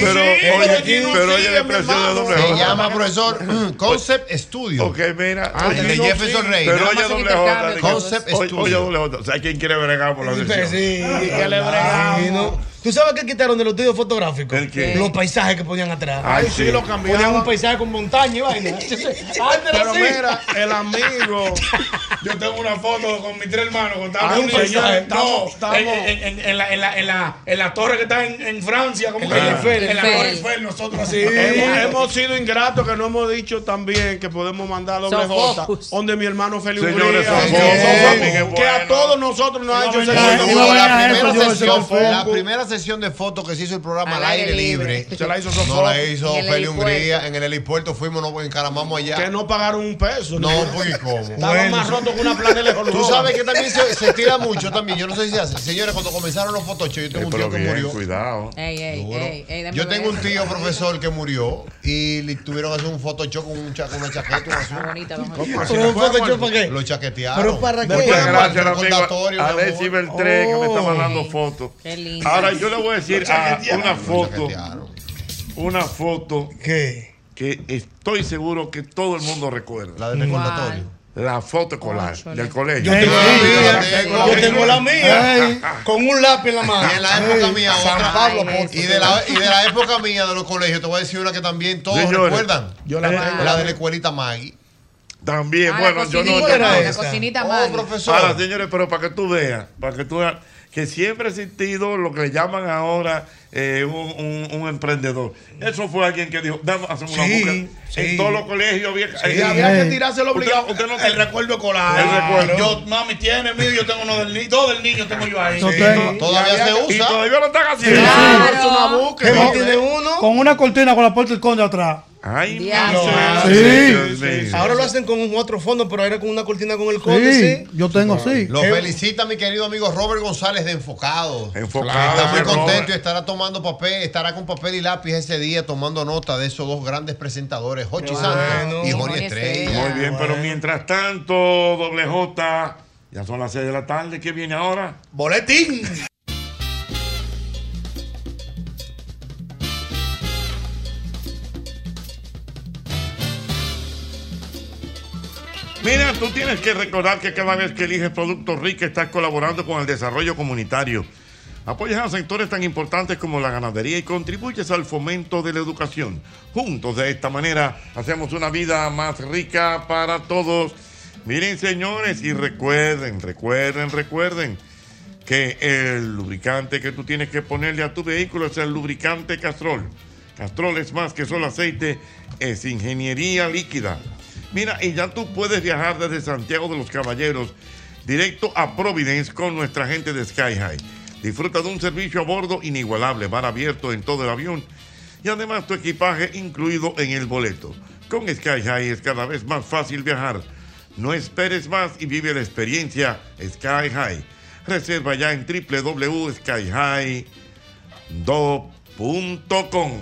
Speaker 2: Pero oye, pero oye, la expresión de doble
Speaker 4: Se
Speaker 2: J.
Speaker 4: llama profesor mm, Concept Studio.
Speaker 2: Ok, mira.
Speaker 4: Ah, el de
Speaker 2: no,
Speaker 4: Jefferson
Speaker 2: sí.
Speaker 4: Reyes.
Speaker 2: Pero
Speaker 4: Nada
Speaker 2: oye,
Speaker 4: más en
Speaker 2: doble J.
Speaker 4: intercambio,
Speaker 2: digo,
Speaker 4: Concept
Speaker 2: oye,
Speaker 4: Studio.
Speaker 2: Oye, doble J. O sea, ¿quién quiere bregar por la
Speaker 6: Sí,
Speaker 2: sesión?
Speaker 6: sí, que le bregamos. ¿Tú sabes qué quitaron de los estudios fotográficos?
Speaker 2: qué?
Speaker 6: Los paisajes que ponían atrás.
Speaker 2: Ay, sí, lo
Speaker 5: cambiaban.
Speaker 6: Ponían un paisaje con montaña y vaina. Antes era
Speaker 5: Pero
Speaker 6: así.
Speaker 5: mira, el amigo.
Speaker 8: Yo tengo una foto con mis tres hermanos. Cuando estábamos
Speaker 5: Ay,
Speaker 8: unidos.
Speaker 5: señor,
Speaker 8: No,
Speaker 5: estamos- estamos-
Speaker 8: En, en- en- en la, en, la, en, la, en la torre que está en, en Francia. ¿cómo
Speaker 5: En
Speaker 8: que
Speaker 5: la
Speaker 8: llama?
Speaker 5: Eiffel.
Speaker 8: En la torre Eiffel, nosotros así.
Speaker 5: Hemos, hemos sido ingratos que no hemos dicho también que podemos mandar doble
Speaker 8: Son
Speaker 5: J
Speaker 8: focus.
Speaker 5: donde mi hermano Felipe
Speaker 2: Señores,
Speaker 5: Uribe,
Speaker 2: son
Speaker 5: que-
Speaker 2: focus,
Speaker 5: son focus,
Speaker 2: también es
Speaker 5: que a
Speaker 2: bueno.
Speaker 5: todos nosotros nos ha hecho ser
Speaker 4: Cuando
Speaker 5: amigos.
Speaker 4: hubo la,
Speaker 5: Eso,
Speaker 4: primera
Speaker 5: yo, eso
Speaker 4: sesión,
Speaker 5: fue
Speaker 4: la
Speaker 5: foco.
Speaker 4: primera sesión de fotos que se hizo el programa al
Speaker 5: Al
Speaker 4: aire
Speaker 5: aire
Speaker 4: libre.
Speaker 5: libre. Se la hizo Sofoco.
Speaker 4: No la hizo
Speaker 5: En el
Speaker 4: Feli
Speaker 5: helipuerto.
Speaker 4: Hungría. En el helipuerto fuimos, nos encaramamos allá.
Speaker 5: Que no pagaron un peso.
Speaker 4: No,
Speaker 8: pues,
Speaker 4: porque cómo.
Speaker 5: Estaba más roto que una planela de
Speaker 4: Tú sabes que también se, se tira mucho también. Yo no sé si se hace. Señores, cuando comenzaron los fotochos, yo tengo un tío
Speaker 2: Pero
Speaker 4: que
Speaker 2: bien,
Speaker 4: murió.
Speaker 2: cuidado.
Speaker 3: Ey, ey, ey, ey, dame
Speaker 4: Yo
Speaker 3: una
Speaker 4: tengo un
Speaker 3: vez.
Speaker 4: tío profesor que murió y le tuvieron que hacer un photoshock con un cha- con una chaqueta un azul.
Speaker 3: Bonita,
Speaker 4: ¿Cómo así?
Speaker 6: ¿Pero un photoshock para qué?
Speaker 4: Lo chaquetearon.
Speaker 6: ¿Pero para qué?
Speaker 4: Porque
Speaker 2: Muchas
Speaker 4: era
Speaker 2: gracias,
Speaker 4: un
Speaker 2: al amigo
Speaker 4: recordatorio, mi amor.
Speaker 2: Alexis Beltré, que me está mandando fotos.
Speaker 3: Qué lindo.
Speaker 2: Ahora yo le voy a decir
Speaker 4: Lo
Speaker 2: a
Speaker 4: chaquetearon.
Speaker 2: una
Speaker 4: Lo
Speaker 2: foto,
Speaker 4: chaquetearon.
Speaker 2: una foto que estoy seguro que todo el mundo recuerda. La
Speaker 4: del recordatorio.
Speaker 2: La foto escolar del colegio.
Speaker 6: Yo tengo la mía, yo tengo la
Speaker 2: Ay.
Speaker 6: mía, con un lápiz en la mano.
Speaker 4: Y en la época mía,
Speaker 6: Ah, San
Speaker 4: otra.
Speaker 6: Pablo,
Speaker 4: y, de la, y de la época mía de los colegios, te voy a decir una que también todos
Speaker 2: Señores,
Speaker 4: recuerdan. Eh,
Speaker 2: yo la tengo.
Speaker 4: La de la escuelita Maggie.
Speaker 2: También,
Speaker 3: Ah, la
Speaker 2: bueno, yo no
Speaker 3: cocinita,
Speaker 2: yo no-
Speaker 3: la cocinita Maggie.
Speaker 2: Ahora, señores, pero para que tú veas, para que tú veas que siempre ha existido lo que le llaman ahora eh, un, un- un emprendedor. Eso fue alguien que dijo, dame, hacemos una
Speaker 5: Sí,
Speaker 2: búsqueda. En
Speaker 5: sí.
Speaker 2: todos los colegios había,
Speaker 5: Sí, había que tirarse lo
Speaker 8: obligado.
Speaker 2: Eh, Usted, usted no
Speaker 8: El recuerdo escolar.
Speaker 2: El recuerdo.
Speaker 8: Yo, mami tiene, mío, yo tengo uno del niño. Dos del niño tengo yo ahí.
Speaker 2: No tengo.
Speaker 4: Todavía se
Speaker 2: Y
Speaker 4: usa.
Speaker 2: todavía lo están haciendo.
Speaker 8: Claro.
Speaker 2: Es una búsqueda.
Speaker 23: Con-
Speaker 2: Tiene
Speaker 23: Con una cortina con la puerta del conde atrás.
Speaker 2: Ay,
Speaker 23: Sí.
Speaker 6: Ahora lo hacen con un otro fondo, pero era con una cortina con el códice. Eh,
Speaker 23: Sí, yo tengo así.
Speaker 4: Lo felicita mi querido amigo Robert González de Enfocado.
Speaker 2: Enfocado,
Speaker 4: Está muy
Speaker 2: Robert.
Speaker 4: contento y estará tomando papel, estará con papel y lápiz ese día tomando nota de esos dos grandes presentadores, Jochi Santos y Jorge Estrella.
Speaker 2: Muy bien, pero mientras tanto, doble J, ya son las 6 de la tarde, ¿qué viene ahora?
Speaker 8: Boletín.
Speaker 2: Mira, tú tienes que recordar que cada vez que eliges Productos Rica estás colaborando con el desarrollo comunitario. Apoyas a sectores tan importantes como la ganadería y contribuyes al fomento de la educación. Juntos de esta manera hacemos una vida más rica para todos. Miren señores y recuerden, recuerden, recuerden que el lubricante que tú tienes que ponerle a tu vehículo es el lubricante Castrol. Castrol es más que solo aceite, es ingeniería líquida. Mira, y ya tú puedes viajar desde Santiago de los Caballeros directo a Providence con nuestra gente de Sky High. Disfruta de un servicio a bordo inigualable, bar abierto en todo el avión y además tu equipaje incluido en el boleto. Con Sky High es cada vez más fácil viajar. No esperes más y vive la experiencia Sky High. Reserva ya en www.skyhigh.com.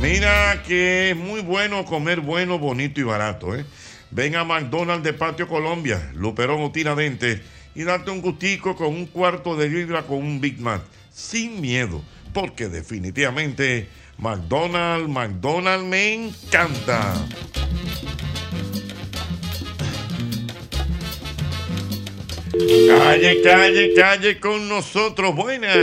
Speaker 2: Mira que es muy bueno comer bueno, bonito y barato. ¿eh? Ven a McDonald's de Patio Colombia, Luperón o Tiradentes y date un gustico con un cuarto de libra con un Big Mac. Sin miedo, porque definitivamente McDonald's, McDonald's me encanta. Calle, calle, calle con nosotros. Buenas.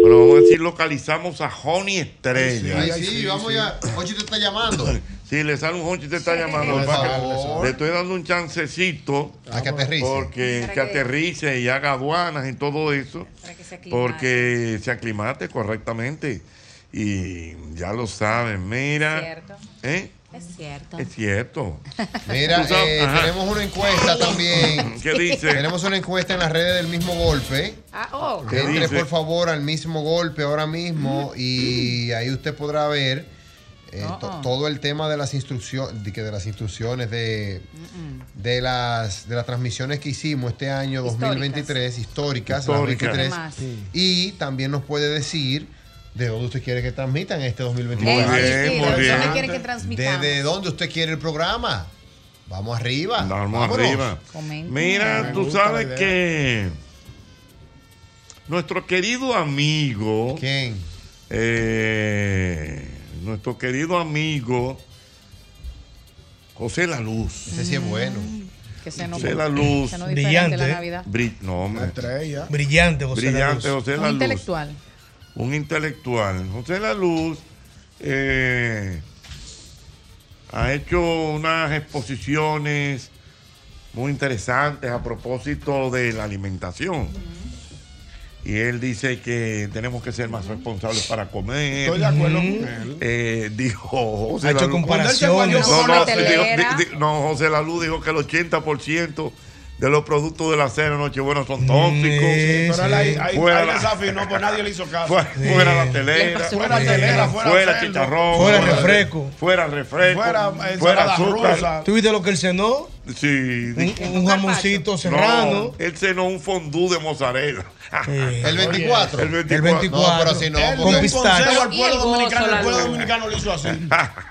Speaker 2: Bueno, vamos a decir, localizamos a Joni Estrella.
Speaker 4: Ay, sí, vamos ya. Ochi te está llamando.
Speaker 2: Sí, le sale un honchi te está llamando.
Speaker 4: Por
Speaker 2: va, que-
Speaker 4: favor.
Speaker 2: Le estoy dando un chancecito.
Speaker 4: A que aterrice.
Speaker 2: Porque
Speaker 4: Para
Speaker 2: que
Speaker 4: que-
Speaker 2: aterrice y haga aduanas y todo eso. Porque se aclimate correctamente. Y ya lo saben, mira.
Speaker 10: Cierto.
Speaker 2: ¿Eh?
Speaker 10: Es cierto.
Speaker 2: Es cierto.
Speaker 4: Mira,
Speaker 2: Tú sabes-
Speaker 4: eh,
Speaker 2: Ajá.
Speaker 4: tenemos una encuesta también.
Speaker 2: ¿Qué dice?
Speaker 4: Tenemos una encuesta en las redes del mismo golpe.
Speaker 10: Ah, oh.
Speaker 4: Que entre por favor al mismo golpe ahora mismo y ahí usted podrá ver eh,
Speaker 2: Ah.
Speaker 4: to-
Speaker 10: Oh, oh.
Speaker 4: todo el tema de las instrucciones de, que de las instrucciones de, de las de las transmisiones que hicimos este año 2023 históricas, las
Speaker 2: Históricas.
Speaker 4: 23.
Speaker 2: Más.
Speaker 4: y también nos puede decir de dónde usted quiere que transmitan este 2023
Speaker 10: Muy bien, Sí, sí, muy ¿de bien. dónde quiere que transmitamos?
Speaker 4: desde dónde usted quiere el programa vamos arriba
Speaker 2: Vamos
Speaker 4: vámonos.
Speaker 2: arriba.
Speaker 10: Comenten.
Speaker 2: Mira, tú sabes que nuestro querido amigo. eh,
Speaker 4: ¿Quién?
Speaker 2: nuestro querido amigo José La Luz.
Speaker 4: Ese sí es bueno.
Speaker 10: Mm, Que se nos
Speaker 2: José La Luz.
Speaker 10: se nos diferente la Navidad.
Speaker 2: Bri- no, hombre.
Speaker 6: ¿eh? Brillante, José
Speaker 2: Brillante
Speaker 6: La Luz.
Speaker 2: José
Speaker 10: Un
Speaker 2: La Luz.
Speaker 10: intelectual.
Speaker 2: un intelectual. José La Luz eh, ha hecho unas exposiciones muy interesantes a propósito de la alimentación. Y él dice que tenemos que ser más responsables para comer.
Speaker 5: Estoy de acuerdo
Speaker 2: Mm.
Speaker 5: con él.
Speaker 2: Eh, dijo José
Speaker 5: Ha hecho
Speaker 2: La Luz-
Speaker 5: comparaciones.
Speaker 2: No, no,
Speaker 5: Cuando él se
Speaker 2: dijo-
Speaker 5: guayó con una
Speaker 2: di- di- no, José La Luz dijo que el 80% de los productos de la cena Nochebuena son tóxicos.
Speaker 5: Pero él ahí, ahí,
Speaker 2: Fuera
Speaker 5: ahí
Speaker 2: la-
Speaker 5: desafinó, pues nadie le hizo caso.
Speaker 2: Fuera, fuera la telera,
Speaker 5: Fuera telera, fuera,
Speaker 2: fuera
Speaker 5: cerdo.
Speaker 2: chicharrón,
Speaker 6: Fuera refresco.
Speaker 2: fuera refresco,
Speaker 5: Fuera,
Speaker 2: fuera,
Speaker 5: eh,
Speaker 2: azúcar.
Speaker 6: ¿Tú viste lo que él cenó?
Speaker 2: Sí.
Speaker 6: Un, un jamoncito serrano.
Speaker 2: No, él cenó un fondú de mozzarella.
Speaker 4: El 24.
Speaker 2: El 24.
Speaker 4: El 24. No, pero si no,
Speaker 5: Él dio
Speaker 4: porque-
Speaker 5: un consejo al
Speaker 10: Y el
Speaker 5: pueblo
Speaker 10: gozo,
Speaker 5: dominicano.
Speaker 10: la
Speaker 5: El pueblo
Speaker 10: luz.
Speaker 5: dominicano lo hizo así.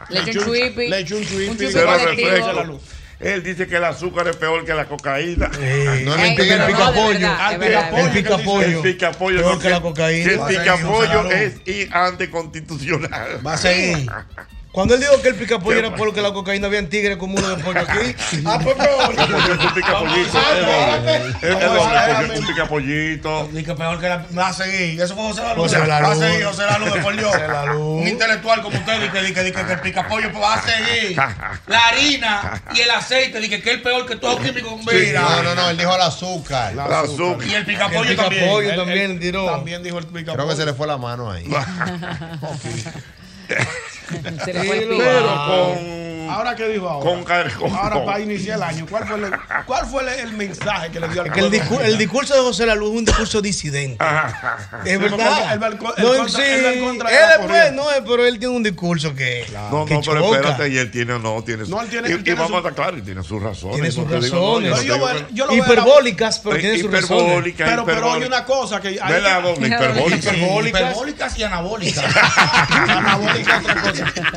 Speaker 10: Le echó un chuipi.
Speaker 5: Le echó un chuipi.
Speaker 10: Un
Speaker 2: Cero refresco. Él dice que el azúcar es peor que la cocaína.
Speaker 4: No es Ey, mentira, pero el no, pica de pollo. verdad,
Speaker 2: Ah,
Speaker 4: de verdad, de
Speaker 2: El
Speaker 4: verdad.
Speaker 2: pica pollo.
Speaker 4: El pica pollo.
Speaker 2: Peor
Speaker 4: no,
Speaker 2: que la
Speaker 6: cocaína.
Speaker 2: que el
Speaker 6: Va a
Speaker 2: pica
Speaker 6: seguir,
Speaker 2: pollo
Speaker 6: Gonzalo.
Speaker 2: es y anticonstitucional.
Speaker 6: Va a seguir. Cuando él dijo que el picapollo era pollo, que la cocaína había en tigre con uno de pollo aquí. ah,
Speaker 2: pues,
Speaker 6: por favor.
Speaker 2: Un pica pollito.
Speaker 8: Dice peor que la. Va a seguir. Eso fue José Lalu.
Speaker 6: José Lalu.
Speaker 8: Va a seguir José Lalu, de por Dios.
Speaker 6: José Lalu.
Speaker 8: Un intelectual como usted dice, dice, dice que el picapollo pues, va a seguir. La harina y el aceite, dice que es peor que todo químico. Mira.
Speaker 4: No, no, no, él dijo el azúcar.
Speaker 8: El azúcar. Y el picapollo El también. picapollo
Speaker 4: El- el-
Speaker 8: también tiró.
Speaker 5: También dijo el picapollo.
Speaker 4: Creo que se le fue la mano ahí.
Speaker 5: Se
Speaker 4: le fue el pico.
Speaker 2: Pero con.
Speaker 5: Ahora qué dijo ahora.
Speaker 2: Con car- con-
Speaker 5: ahora para iniciar el año. ¿Cuál fue el, cuál fue el, el mensaje que le dio al
Speaker 6: Que el,
Speaker 5: pueblo?
Speaker 6: discu- el discurso de José La Luz es un discurso disidente.
Speaker 5: Sí,
Speaker 6: Es verdad.
Speaker 5: porque él va al co- él
Speaker 6: No,
Speaker 5: contra-
Speaker 6: sí,
Speaker 5: él va al
Speaker 6: él
Speaker 5: contra de la
Speaker 6: después
Speaker 5: corriente.
Speaker 6: no es, pero él tiene un discurso que.
Speaker 2: No,
Speaker 6: que
Speaker 2: no, pero
Speaker 6: Ah, choca.
Speaker 2: espérate, y él tiene, no, tiene su-
Speaker 6: No, él tiene-
Speaker 2: y,
Speaker 6: él
Speaker 2: y
Speaker 6: tiene
Speaker 2: vamos
Speaker 6: su-
Speaker 2: a atacar, y tiene sus razones.
Speaker 6: Tiene sus
Speaker 2: no te digo, no, yo
Speaker 6: razones.
Speaker 2: no digo
Speaker 6: Yo-
Speaker 2: que-
Speaker 6: yo lo veo- Hiperbólicas, pero
Speaker 2: Eh,
Speaker 6: tiene sus
Speaker 2: hiperbólicas,
Speaker 6: razones. Pero- pero
Speaker 2: hiperbólicas.
Speaker 6: hay una cosa que- hay-
Speaker 2: Ve la doble, hiperbólicas.
Speaker 8: Hiperbólicas y anabólicas.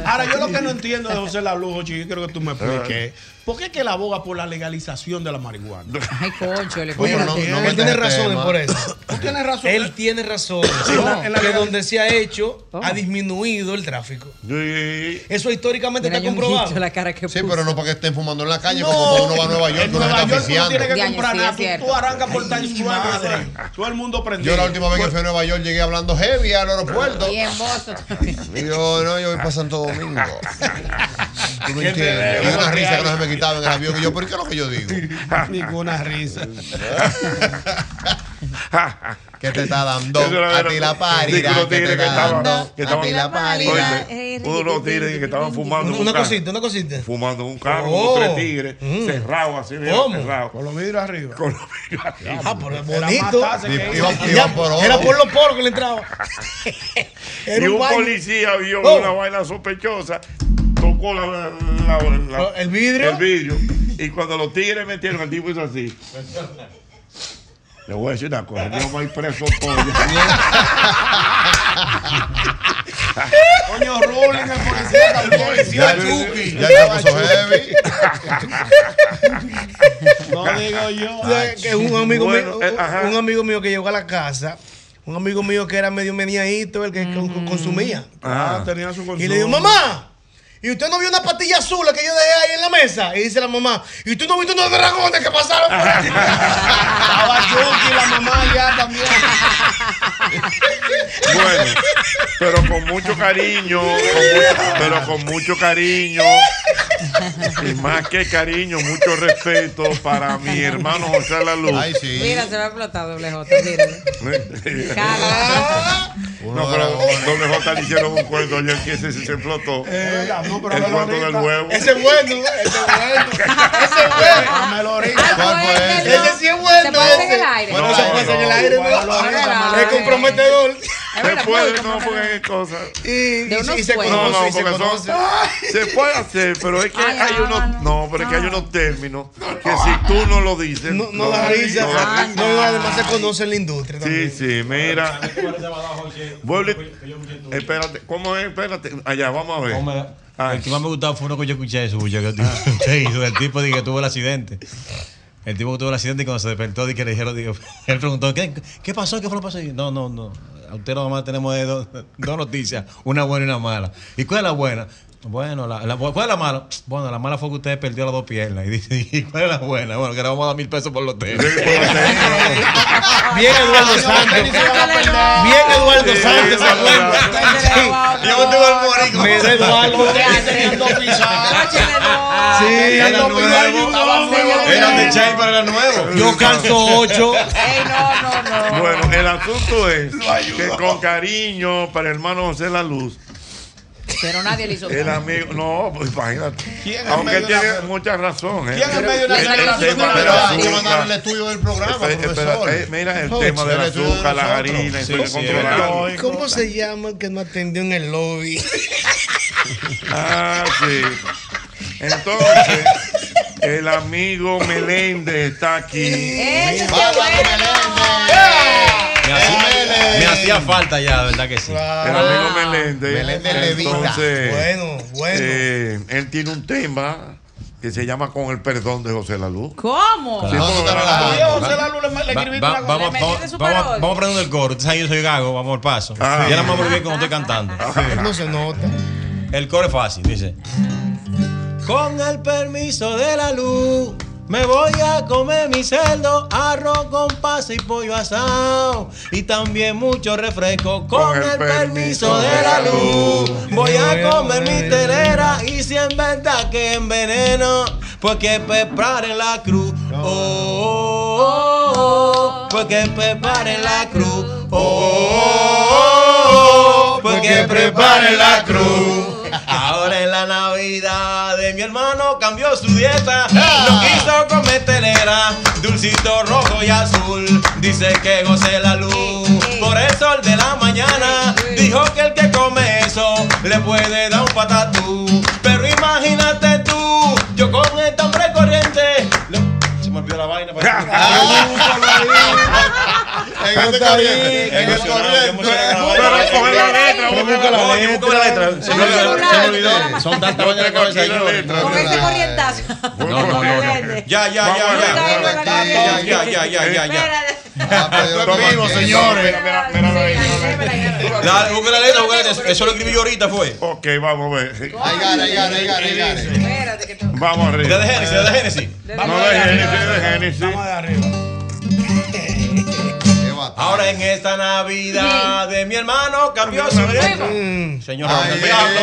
Speaker 5: Ahora, yo lo que no entiendo de José Lalujo, chico, yo quiero que tú me expliques. ¿Por qué es que él aboga por la legalización de la marihuana?
Speaker 10: Ay, concho, le
Speaker 6: Oye, no- no él tiene razones por eso.
Speaker 5: Tú tienes razón.
Speaker 6: Él tiene razones.
Speaker 5: No.
Speaker 6: En la- que donde se ha hecho, ha disminuido el tráfico. Eso históricamente está comprobado.
Speaker 4: sí, pero no para que estén fumando en la calle,
Speaker 6: No.
Speaker 4: como cuando uno va a Nueva York,
Speaker 6: En
Speaker 4: no se está
Speaker 6: Nueva York uno
Speaker 4: oficiando.
Speaker 6: tiene
Speaker 5: que comprar nada. Tú, tú arrancas por Times Square,
Speaker 4: madre.
Speaker 5: Todo el mundo prendido.
Speaker 4: Yo la última vez que fui a Nueva York llegué hablando heavy al aeropuerto.
Speaker 10: Y en Boston.
Speaker 4: Y yo, no, yo voy para Santo Domingo. Tú no
Speaker 5: Qué
Speaker 4: entiendes.
Speaker 5: peleo,
Speaker 4: Y una
Speaker 5: qué
Speaker 4: risa que no
Speaker 5: hay.
Speaker 4: se me quitaba en el avión. Y yo, ¿por qué es lo que yo digo?
Speaker 5: Ninguna risa.
Speaker 4: ¿Qué te está dando?
Speaker 2: Eso era
Speaker 4: A ti la
Speaker 2: verdad. Digo,
Speaker 4: parida.
Speaker 2: los
Speaker 4: ¿Qué
Speaker 2: tigres
Speaker 4: te
Speaker 2: que
Speaker 4: está
Speaker 2: estaban-
Speaker 4: dando?
Speaker 2: que
Speaker 4: A ti
Speaker 2: estaban-
Speaker 4: la parida.
Speaker 2: Oye, Uno de los tigres que estaban fumando.
Speaker 6: Una-
Speaker 2: en un
Speaker 6: una
Speaker 2: carro.
Speaker 6: cosita, una cosita.
Speaker 2: Fumando en un carro,
Speaker 6: Oh.
Speaker 2: con tres tigres,
Speaker 6: Mm.
Speaker 2: cerrado así, mira,
Speaker 6: ¿Cómo?
Speaker 2: cerrado.
Speaker 5: Con los vidrios arriba.
Speaker 2: Con los vidrios arriba.
Speaker 6: Ah, pero es
Speaker 2: Era
Speaker 6: bonito.
Speaker 2: matarse que
Speaker 6: Ya,
Speaker 2: iba- iba por oro.
Speaker 6: Era por los poros que le entraba.
Speaker 2: y
Speaker 6: Era
Speaker 2: un,
Speaker 6: un baño.
Speaker 2: policía vio
Speaker 6: Oh.
Speaker 2: una vaina sospechosa, tocó la, la- la- la-
Speaker 6: Oh, ¿El vidrio?
Speaker 2: el vidrio, Y cuando los tigres metieron, el tipo hizo así. Le voy a decir una cosa, yo voy preso pollo.
Speaker 5: Coño, Rowling, el policía también.
Speaker 4: Ya,
Speaker 5: Chucky.
Speaker 4: ya se puso heavy.
Speaker 5: No digo yo.
Speaker 6: O sea, que un amigo,
Speaker 5: Bueno,
Speaker 6: mío,
Speaker 5: eh, ajá.
Speaker 6: un amigo mío que llegó a la casa, un amigo mío que era medio meniadito, el que con- consumía.
Speaker 5: Ah, tenía su consumo.
Speaker 6: Y le digo, mamá, ¿y usted no vio una pastilla azul la que yo dejé ahí en la mesa? Y dice la mamá, ¿y tú no viste unos dragones que pasaron por aquí? Estaba Chucky, la mamá ya también.
Speaker 2: Bueno, pero con mucho cariño, con mucho- pero con mucho cariño, y más que cariño, mucho respeto para mi hermano José La Luz.
Speaker 10: Mira, se va a explotar doble J, míralo.
Speaker 2: No, pero doble J le hicieron un cuento ayer que ese sí se explotó. el cuento del huevo.
Speaker 6: Ese es bueno, ¿eh? ese es bueno. Ese es bueno. ¿Cuál fue ese? Ese sí es bueno.
Speaker 10: Se puede hacer en el
Speaker 6: ese.
Speaker 10: aire.
Speaker 6: Bueno, se puede hacer en el aire, no. Es comprometedor. Se puede, no,
Speaker 2: porque es cosa.
Speaker 6: Y, y- y se conoce,
Speaker 2: No, no,
Speaker 6: y se
Speaker 2: porque son-
Speaker 6: conoce.
Speaker 2: se puede hacer, pero es que
Speaker 6: Ay,
Speaker 2: hay
Speaker 6: no,
Speaker 2: unos. No, pero es que hay unos términos que si tú no lo dices. No,
Speaker 6: No da risa. No, y además se conoce en la industria.
Speaker 2: Sí, sí,
Speaker 24: Ah,
Speaker 2: mira. Vuelve. Espérate, ¿cómo es? Espérate. Allá, vamos a ver.
Speaker 24: El que más me gustaba fue uno que yo escuché eso, bulla, que el tipo- se hizo, el tipo de que tuvo el accidente. El tipo que tuvo el accidente y cuando se despertó y que le dijeron, digo, él preguntó, ¿qué, qué pasó? ¿Qué fue lo que pasó? Y, no, no, no. A usted nada más tenemos de dos, dos noticias, una buena y una mala. ¿Y cuál es la buena? Bueno, la, la bu- ¿cuál es la mala? Bueno, la mala fue que usted perdió las dos piernas. Y dice, ¿y cuál es la buena? Bueno, que le vamos a dar mil pesos por los tenis.
Speaker 6: Bien, Eduardo Santos. Bien, Eduardo Santos. se acuerda. Sí. Me da Eduardo. Sí,
Speaker 24: Ah, Era
Speaker 6: no,
Speaker 24: nuevo. Era de Chay, pero era nuevo.
Speaker 6: Yo canto ocho.
Speaker 2: Bueno, el asunto es que con cariño para el hermano José La Luz.
Speaker 10: Pero nadie le hizo
Speaker 2: El
Speaker 10: caso.
Speaker 2: amigo, no, pues imagínate.
Speaker 10: en
Speaker 2: Aunque
Speaker 10: medio de
Speaker 2: tiene mucha razón. ¿eh?
Speaker 4: ¿Quién en medio de la
Speaker 2: El- el
Speaker 4: relación
Speaker 2: tema
Speaker 4: de
Speaker 2: del
Speaker 4: verdad?
Speaker 2: azúcar.
Speaker 4: Hay que mandar el estudio del programa,
Speaker 2: Espera,
Speaker 4: profesor.
Speaker 2: eh, mira el
Speaker 4: Ocho,
Speaker 2: tema del
Speaker 4: el estudio de
Speaker 2: azúcar, la
Speaker 4: nosotros.
Speaker 2: harina, eso
Speaker 4: Sí,
Speaker 2: hay que
Speaker 4: sí,
Speaker 2: controlarlo.
Speaker 6: ¿Cómo se llama el que no atendió en el lobby?
Speaker 2: Ah, sí. Entonces, el amigo Meléndez está aquí.
Speaker 24: Me hacía, me hacía falta ya, de verdad que sí.
Speaker 2: El amigo Meléndez.
Speaker 24: Meléndez Levita.
Speaker 2: Entonces,
Speaker 24: Bueno, bueno.
Speaker 2: eh, él tiene un tema que se llama Con el perdón de José La Luz.
Speaker 10: ¿Cómo?
Speaker 2: Sí, porque-
Speaker 24: Va- va- vamos, vamos, vamos, vamos a poner el coro. Tú sabes, yo soy gago, vamos al paso.
Speaker 2: Ah.
Speaker 24: Y ahora vamos a volver cuando estoy cantando.
Speaker 6: Ah. No se nota.
Speaker 24: El coro es fácil, dice. Con el permiso de la luz, me voy a comer mi cerdo, arroz con pasa y pollo asado. Y también mucho refresco. Con, el, permiso de la luz, voy a comer mi telera. Y si en verdad que enveneno, pues que preparen la cruz. Oh, oh, oh, oh, pues que preparen la cruz. Oh, oh, oh, oh, pues que preparen la cruz. Ahora en la Navidad de mi hermano cambió su dieta. No quiso comer telera, dulcito rojo y azul. Dice que goce la luz por el sol de la mañana. Dijo que el que come eso le puede dar un patatú. Pero imagínate tú, yo con este hombre corriente. No, se me olvidó la vaina.
Speaker 4: En este corriente, en este corriente.
Speaker 2: Pero coge la letra, busca la
Speaker 24: Coño, busca la letra. Se me olvidó. se me olvidó. Son tantas vainas que a veces yo-
Speaker 10: Con ese corrientazo.
Speaker 24: No, no, no, no. Ya, ya, ya, ya. Ya, ya, ya, ya, ya.
Speaker 2: vivo, señores.
Speaker 24: La- Busca la letra, busca la letra. Eso lo escribí yo ahorita, fue.
Speaker 2: Ok, vamos a ver.
Speaker 10: Espérate que
Speaker 2: Vamos arriba.
Speaker 24: De Génesis, de Génesis.
Speaker 2: No, de Génesis, de Génesis.
Speaker 24: Ahora en esta Navidad de mi hermano cambió su dieta. Mm, Señor, Ramón, ve, habla.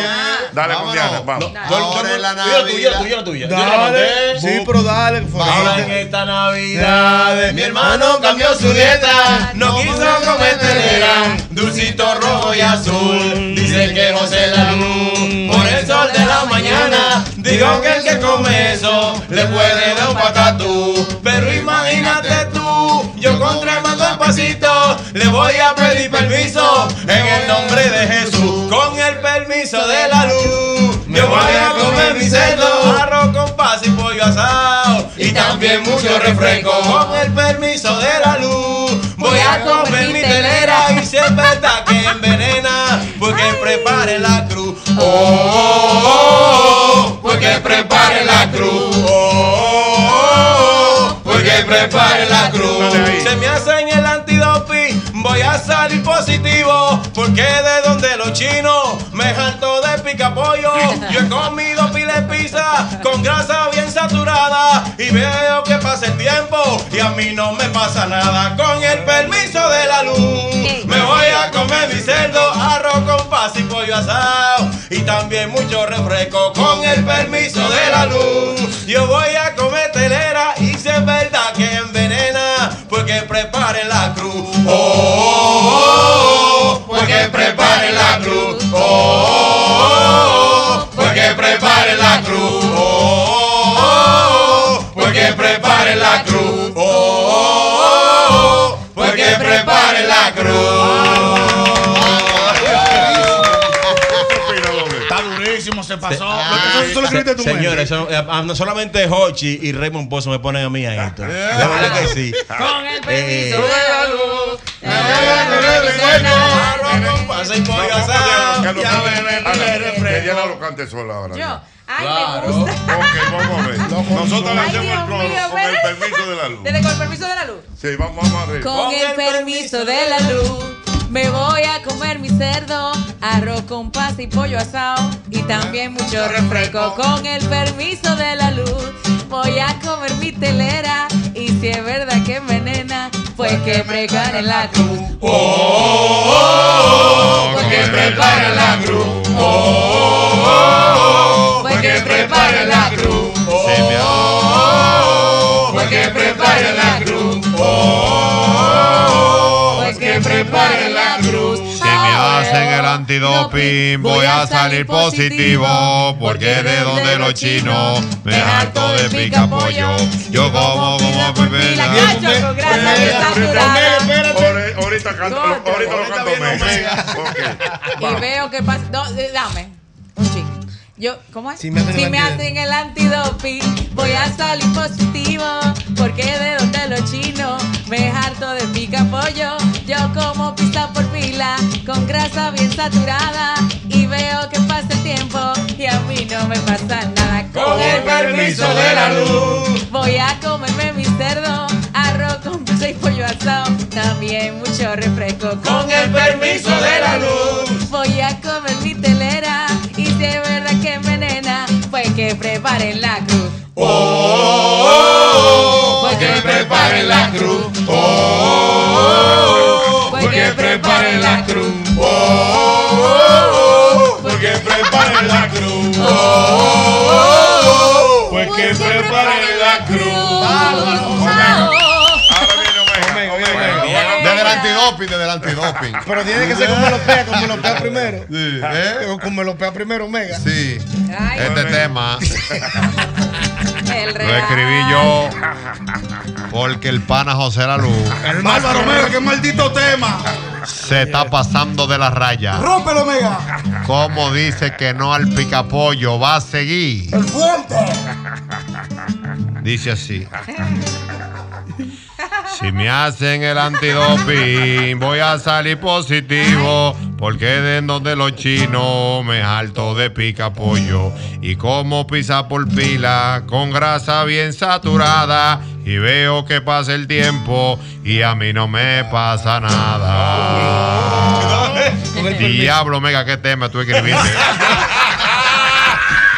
Speaker 2: Dale con Diana, vamos.
Speaker 24: No, tú- tú- tú- tú- yo la tuya, yo la tuya. Yo la
Speaker 6: Dale,
Speaker 24: mandé.
Speaker 6: sí, pero dale.
Speaker 24: Ahora en esta Navidad mi hermano cambió su dieta, no quiso comer telera, dulcito rojo y azul. Dice que José la luz por el sol de la mañana. Digo que el que come eso le puede dar un patatú. Pero imagínate tú, yo contra el mando el pasito, le voy a pedir permiso en el nombre de Jesús. Con el permiso de la luz, yo voy a comer mi cerdo, arroz con paz y pollo asado y también mucho refresco. Con el permiso de la luz, voy a comer mi telera y si es verdad que envenena, porque prepare la cruz. Oh, oh, oh, oh, pues que prepare la cruz. Oh, oh, oh, oh, pues que prepare la cruz. Se me hacen el antidoping, voy a salir positivo. Porque de donde los chinos me jalto de picapollo. Yo he comido pile de pizza con grasa bien saturada. Y veo que pasa el tiempo y a mí no me pasa nada. Con el permiso de la luz, me voy a comer mi cerdo, arroz con paz y pollo asado. Y también mucho refresco. Con el permiso de la luz, yo voy a comer telera. Y si es verdad que envenena, pues que preparen la cruz. Oh, oh, oh, oh, pues que preparen la cruz. Oh, oh, oh, oh, pues que preparen la cruz. Oh, oh, oh, oh, pues que preparen la cruz. Oh, oh, oh, oh, pues que preparen la cruz.
Speaker 8: Está durísimo, se pasó.
Speaker 24: Ay,
Speaker 8: Eso lo escribiste tú,
Speaker 24: Señores,
Speaker 8: Mendy.
Speaker 24: eso, eh, ah, no solamente Hochi y Raymond Pozo me ponen a mí
Speaker 8: Ah.
Speaker 24: a esto. De verdad que sí. Eh,
Speaker 8: Con
Speaker 24: el
Speaker 8: permiso
Speaker 2: Diana lo cante sola ahora.
Speaker 10: Yo.
Speaker 2: ya.
Speaker 10: Ay,
Speaker 2: Claro.
Speaker 10: me gusta.
Speaker 2: Ok, vamos a ver. Nosotros le
Speaker 10: Ay,
Speaker 2: hacemos el
Speaker 10: Dios
Speaker 2: coro
Speaker 10: mío,
Speaker 2: con el permiso de la luz.
Speaker 10: Desde con el permiso de la luz.
Speaker 2: Sí, vamos, vamos a ver.
Speaker 10: Con el permiso de la luz, me voy a comer mi cerdo, arroz con pasta y pollo asado, y también Ah, mucho refresco. Con el permiso de la luz, voy a comer mi telera, y si es verdad que envenena, pues que preparen la cruz.
Speaker 24: Oh, oh, oh, pues que preparen la cruz. Oh, oh, oh, pues que preparen la cruz. Oh, oh, oh, pues que preparen la cruz. Oh, oh, oh, pues que preparen la cruz.
Speaker 4: Si me hacen el antidoping, voy a salir positivo. Porque de donde los chinos me harto de pica pollo. Yo como, como pepita.
Speaker 2: Ahorita- Ahorita canto, ahorita lo canto Omega.
Speaker 10: Y veo que pasa. No, eh, dame. Un chico. Yo, ¿cómo es?
Speaker 6: Si me hacen el antidoping.
Speaker 10: hacen el antidoping, voy a salir positivo. Porque de donde los chinos me harto de pica pollo. Yo como pizza por pila, con grasa bien saturada. Y veo que pasa el tiempo y a mí no me pasa nada.
Speaker 24: Con el permiso de la luz.
Speaker 10: Voy a comerme mi cerdo, arroz con pizza y pollo asado. También mucho refresco.
Speaker 24: Con el permiso de la luz.
Speaker 10: Voy a comer mi telera y si es verdad que envenena, pues que preparen la cruz.
Speaker 24: Oh, oh, oh, pues que preparen la cruz. Oh, oh, oh, pues que preparen la cruz. Oh, oh, oh, pues que preparen la cruz. Oh, oh, oh, pues que preparen la cruz.
Speaker 4: Desde el antidoping, desde el antidoping. ¿Eh?
Speaker 6: Pero tiene que ser con melopea, con melopea primero. O con melopea primero, Omega.
Speaker 4: Sí. Este tema
Speaker 10: El
Speaker 4: lo escribí yo porque el pana José Luz
Speaker 7: El Álvaro Omega, qué maldito tema.
Speaker 4: se está pasando de la raya.
Speaker 7: Rómpelo, Omega.
Speaker 4: Como dice que no al picapollo va a seguir.
Speaker 7: El fuerte.
Speaker 4: Dice así. Si me hacen el antidoping, voy a salir positivo. Porque de donde los chinos me harto de pica pollo. Y como pizza por pila, con grasa bien saturada. Y veo que pasa el tiempo y a mí no me pasa nada. Diablo, mega, qué tema tú escribiste.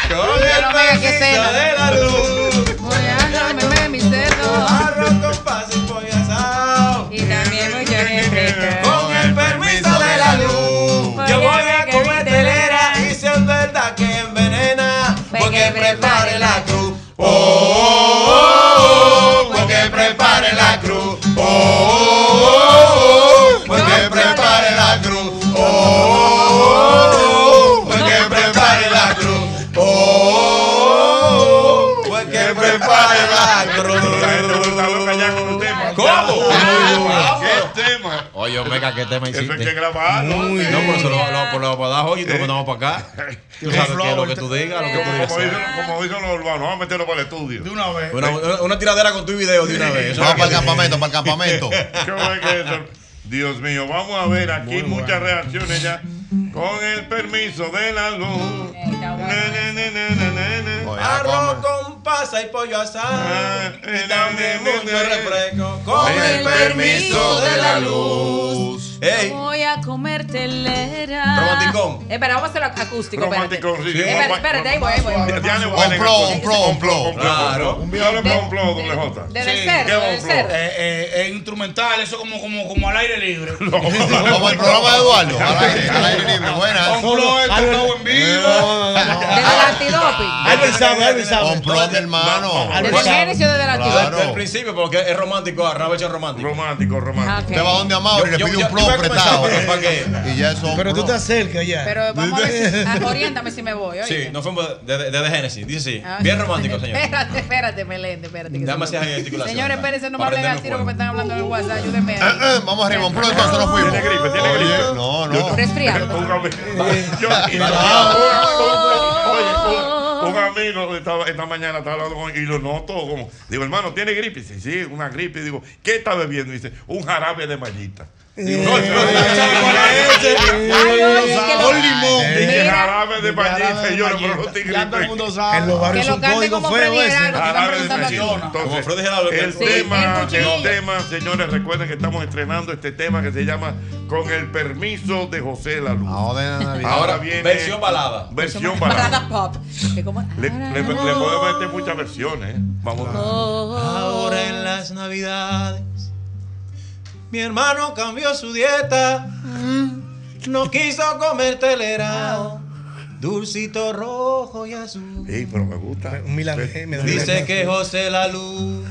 Speaker 24: Con el permiso de la luz.
Speaker 10: Voy a comerme mi cerdo,
Speaker 24: Arroz con paz y pollo asado.
Speaker 10: y también mucho refresco.
Speaker 24: Con el permiso de la luz, yo voy a comer telera y si es verdad que envenena, porque prepare la cruz. Oh, oh, oh, oh, porque prepare la cruz. Oh, oh, oh, oh, porque prepare la cruz. Oh, oh, oh, porque prepare la cruz. Oh, oh, oh, porque prepare la cruz. ¿Cómo?
Speaker 2: ¿Qué tema?
Speaker 24: Oye, Omega, ¿qué tema
Speaker 2: Eso
Speaker 24: hiciste?
Speaker 2: hay que grabarlo. Eh.
Speaker 24: No, pero se lo lo- lo vamos a dar hoy y te lo mandamos para acá. Tú
Speaker 2: Sí.
Speaker 24: sabes que lo que tú digas, lo que tú digas.
Speaker 2: Como dicen, como dicen los urbanos, vamos a meterlo para el estudio. De
Speaker 7: una vez.
Speaker 24: Una, una- una tiradera con tu video de una vez. Eso
Speaker 4: Vamos
Speaker 24: es
Speaker 4: para
Speaker 24: lo
Speaker 4: el
Speaker 24: que-
Speaker 4: campamento, para el campamento.
Speaker 2: Qué bueno que eso. Dios mío, vamos a ver aquí muchas reacciones ya. Con el permiso de la luz.
Speaker 24: Arroz con pasa y pollo asado.
Speaker 2: Eh,
Speaker 24: Y también mucho refresco. Con el permiso de la luz. Ey,
Speaker 10: Voy a comer telera.
Speaker 24: Romanticón.
Speaker 10: Eh, Espera, vamos a hacerlo acústico. espérate.
Speaker 2: Romanticón, sí.
Speaker 10: Eh, Espérate, espérate, ahí voy, ahí voy.
Speaker 2: Diana
Speaker 4: Un plon, un plon, un plon.
Speaker 2: Claro. Un violín con plomo, doble J.
Speaker 10: Desde el cerdo, desde el cerdo.
Speaker 8: Eh, eh, es instrumental, eso como, como, como al aire libre.
Speaker 4: Como el programa de Eduardo. Al aire, al aire libre. Buenas.
Speaker 8: Con Flo, he tocado en
Speaker 6: Eh,
Speaker 8: vivo.
Speaker 24: Ah.
Speaker 6: Albert sabe, Albert sabe.
Speaker 4: Complot, hermano.
Speaker 10: Desde el inicio, desde la
Speaker 4: Claro.
Speaker 24: Desde el principio, porque es romántico, arroba hecho romántico. Ah,
Speaker 2: Romántico, romántico.
Speaker 4: Usted va donde amado y le pide un plon prestado. Y ya eso.
Speaker 6: Pero tú te acercas ya.
Speaker 10: Pero vamos a ver si. ah, oriéntame si me voy.
Speaker 24: Sí,
Speaker 10: oíste.
Speaker 24: nos fuimos desde desde Génesis. Dice sí.
Speaker 10: Ah,
Speaker 24: Bien romántico, señor.
Speaker 10: Espérate, espérate, Melende, espérate. que
Speaker 24: Dame
Speaker 10: se me-
Speaker 24: esa gesticulación.
Speaker 10: Señores, espérense, no me
Speaker 24: Para
Speaker 10: hablen al
Speaker 24: prenderme
Speaker 10: tiro que me están hablando en el WhatsApp. Ayúdenme. ahí.
Speaker 4: Eh, Vamos arriba, un plon, entonces nos fuimos.
Speaker 2: Tiene gripe, tiene gripe.
Speaker 4: No, no.
Speaker 10: Resfriado.
Speaker 2: Yo- ah, Oye, un- un amigo estaba- esta mañana estaba hablando con él y lo noto como, digo, hermano, ¿tiene gripe? Dice, sí, una gripe. Digo, ¿qué está bebiendo? Dice, un jarabe de mallita. Digo, no, eso no es-
Speaker 10: Ay, oye, que lo-
Speaker 2: Con limón.
Speaker 10: Mira.
Speaker 2: Dije, jarabe de mallita.
Speaker 5: de
Speaker 2: Y yo le
Speaker 5: mallita.
Speaker 2: pregunté,
Speaker 5: Ya todo el mundo sabe.
Speaker 6: En los barrios
Speaker 10: Que lo
Speaker 6: un
Speaker 10: cante
Speaker 6: código
Speaker 10: como
Speaker 6: feo
Speaker 10: Freddy
Speaker 6: ese.
Speaker 10: Gerardo, que están
Speaker 2: Jarabe de
Speaker 10: preguntando aquí.
Speaker 2: mallita.
Speaker 24: Como
Speaker 2: Entonces,
Speaker 24: Freddy Gerardo, que-
Speaker 2: el
Speaker 24: Sí,
Speaker 2: tema,
Speaker 10: el cuchillo.
Speaker 2: el tema, señores, recuerden que estamos estrenando este tema que se llama Con el permiso de José La Luz.
Speaker 4: Ahora de Navidad.
Speaker 2: Ahora viene
Speaker 24: Versión balada.
Speaker 2: Versión balada.
Speaker 10: Parada pop. Que como-
Speaker 2: Le, le, le podemos meter muchas versiones. ¿eh? Vamos a
Speaker 24: Ahora en las navidades, mi hermano cambió su dieta. No quiso comer telera, dulcito rojo y azul.
Speaker 2: Sí, pero me gusta.
Speaker 6: Un milagre, me da
Speaker 24: Dice
Speaker 6: milagre.
Speaker 24: que José la luz,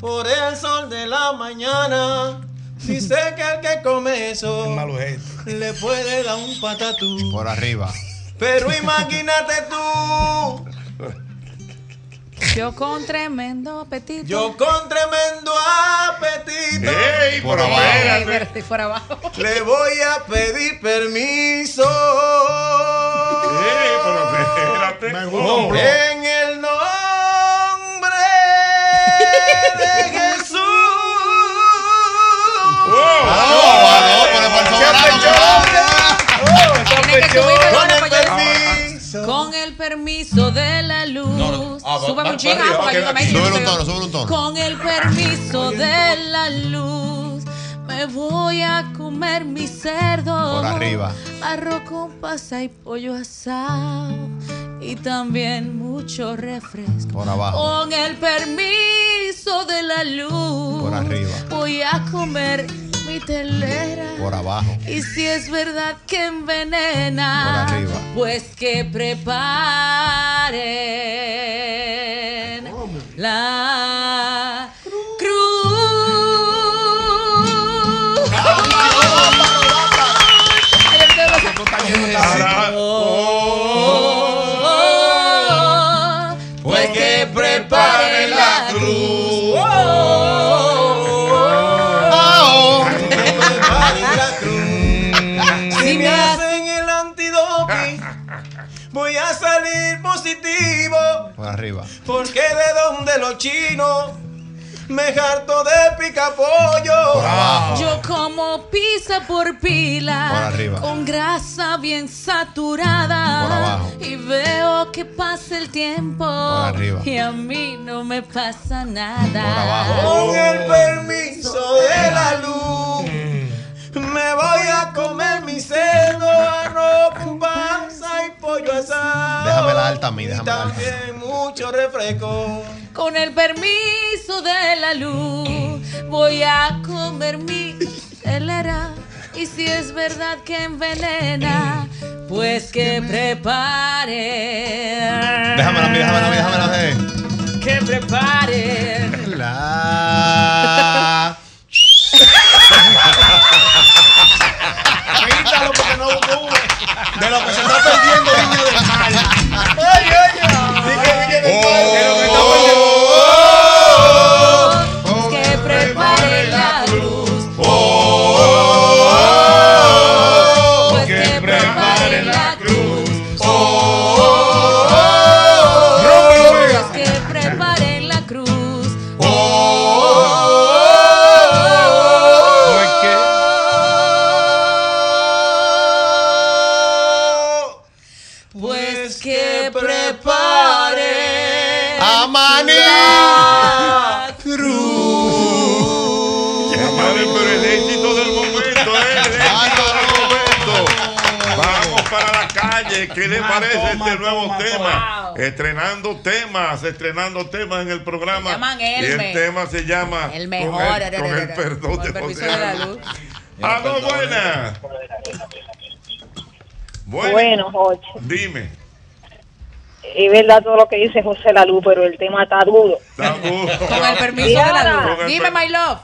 Speaker 24: por el sol de la mañana. Dice que el que come eso
Speaker 6: Qué malo es esto.
Speaker 24: le puede dar un patatú.
Speaker 4: Por arriba.
Speaker 24: Pero imagínate tú,
Speaker 10: Yo con tremendo apetito.
Speaker 24: yo con tremendo apetito.
Speaker 2: ¡Ey,
Speaker 4: Por
Speaker 2: por
Speaker 4: abajo.
Speaker 10: Ey,
Speaker 2: afuera!
Speaker 10: espérate, por abajo.
Speaker 24: Le voy a pedir permiso.
Speaker 2: ¡Ey, Eh, pero espérate! Oh.
Speaker 24: En el nombre de Jesús.
Speaker 4: ¡Oh, pero por favor!
Speaker 10: Tiene que subirme
Speaker 24: Con
Speaker 10: bueno,
Speaker 24: el
Speaker 10: pues yo-
Speaker 24: permiso.
Speaker 10: Con el permiso de la
Speaker 24: no.
Speaker 10: luz.
Speaker 24: Ah, va-
Speaker 10: Súbeme
Speaker 24: va-
Speaker 10: un chingo,
Speaker 24: va arriba,
Speaker 10: porque
Speaker 24: va,
Speaker 10: ayúdame
Speaker 24: que-
Speaker 10: ahí.
Speaker 4: Súbele un tono, súbele un tono.
Speaker 10: Con el permiso de la luz. Me voy a comer mi cerdo.
Speaker 4: Por arriba.
Speaker 10: Arroz con pasa y pollo asado. Y también mucho refresco.
Speaker 4: Por abajo.
Speaker 10: Con el permiso de la luz.
Speaker 4: Por arriba.
Speaker 10: Voy a comer mi telera.
Speaker 4: Por abajo.
Speaker 10: Y si es verdad que envenena,
Speaker 4: Por arriba.
Speaker 10: pues que preparen la cruz.
Speaker 24: Pues que preparen la cruz. Que preparen la cruz. Si me hacen el antidoping, voy a salir positivo.
Speaker 4: Por arriba.
Speaker 24: Porque de donde los chinos me harto de picapollo.
Speaker 4: Por abajo. Mm,
Speaker 10: Yo como pizza por pila,
Speaker 4: Por arriba.
Speaker 10: con grasa bien saturada.
Speaker 4: Por abajo.
Speaker 10: Y veo que pasa el tiempo.
Speaker 4: Por arriba.
Speaker 10: Y a mí no me pasa nada.
Speaker 4: Por abajo.
Speaker 24: Con el permiso de la luz, me voy a comer mi cerdo, arroz con panza y pollo asado.
Speaker 4: Déjame la alta a mí,
Speaker 24: Y
Speaker 4: déjame la alta.
Speaker 24: También mucho refresco.
Speaker 10: Con el permiso de la luz, voy a comer mi telera. Y si es verdad que envenena, pues que prepare.
Speaker 4: Déjamela, mí, déjamela, mí, déjamela. eh.
Speaker 10: Que prepare.
Speaker 4: La.
Speaker 22: Quítalo porque no tuve.
Speaker 4: De lo que se está perdiendo, niño del Oh. Oh.
Speaker 22: Oh.
Speaker 10: que prepare la luz. Oh. Pues que prepare la cruz.
Speaker 4: Oh.
Speaker 10: Pues que prepare la cruz.
Speaker 4: Oh. Pues
Speaker 24: Amanía
Speaker 2: Señores, pero el éxito del momento, ¿eh? El éxito del momento. Vamos para la calle. ¿Qué le parece este nuevo tema? Estrenando temas, estrenando temas en el programa.
Speaker 10: llaman
Speaker 2: y el
Speaker 10: Elmer.
Speaker 2: tema se llama
Speaker 10: El mejor.
Speaker 2: Con el, con el perdón de
Speaker 10: permiso
Speaker 2: José
Speaker 10: de la
Speaker 2: Alba.
Speaker 10: luz.
Speaker 2: Aló, buena.
Speaker 19: Bueno, Jorge,
Speaker 2: Dime.
Speaker 19: es verdad todo lo que dice José Lalu, pero el tema está duro.
Speaker 10: Con el permiso de la luz. Dime, my love.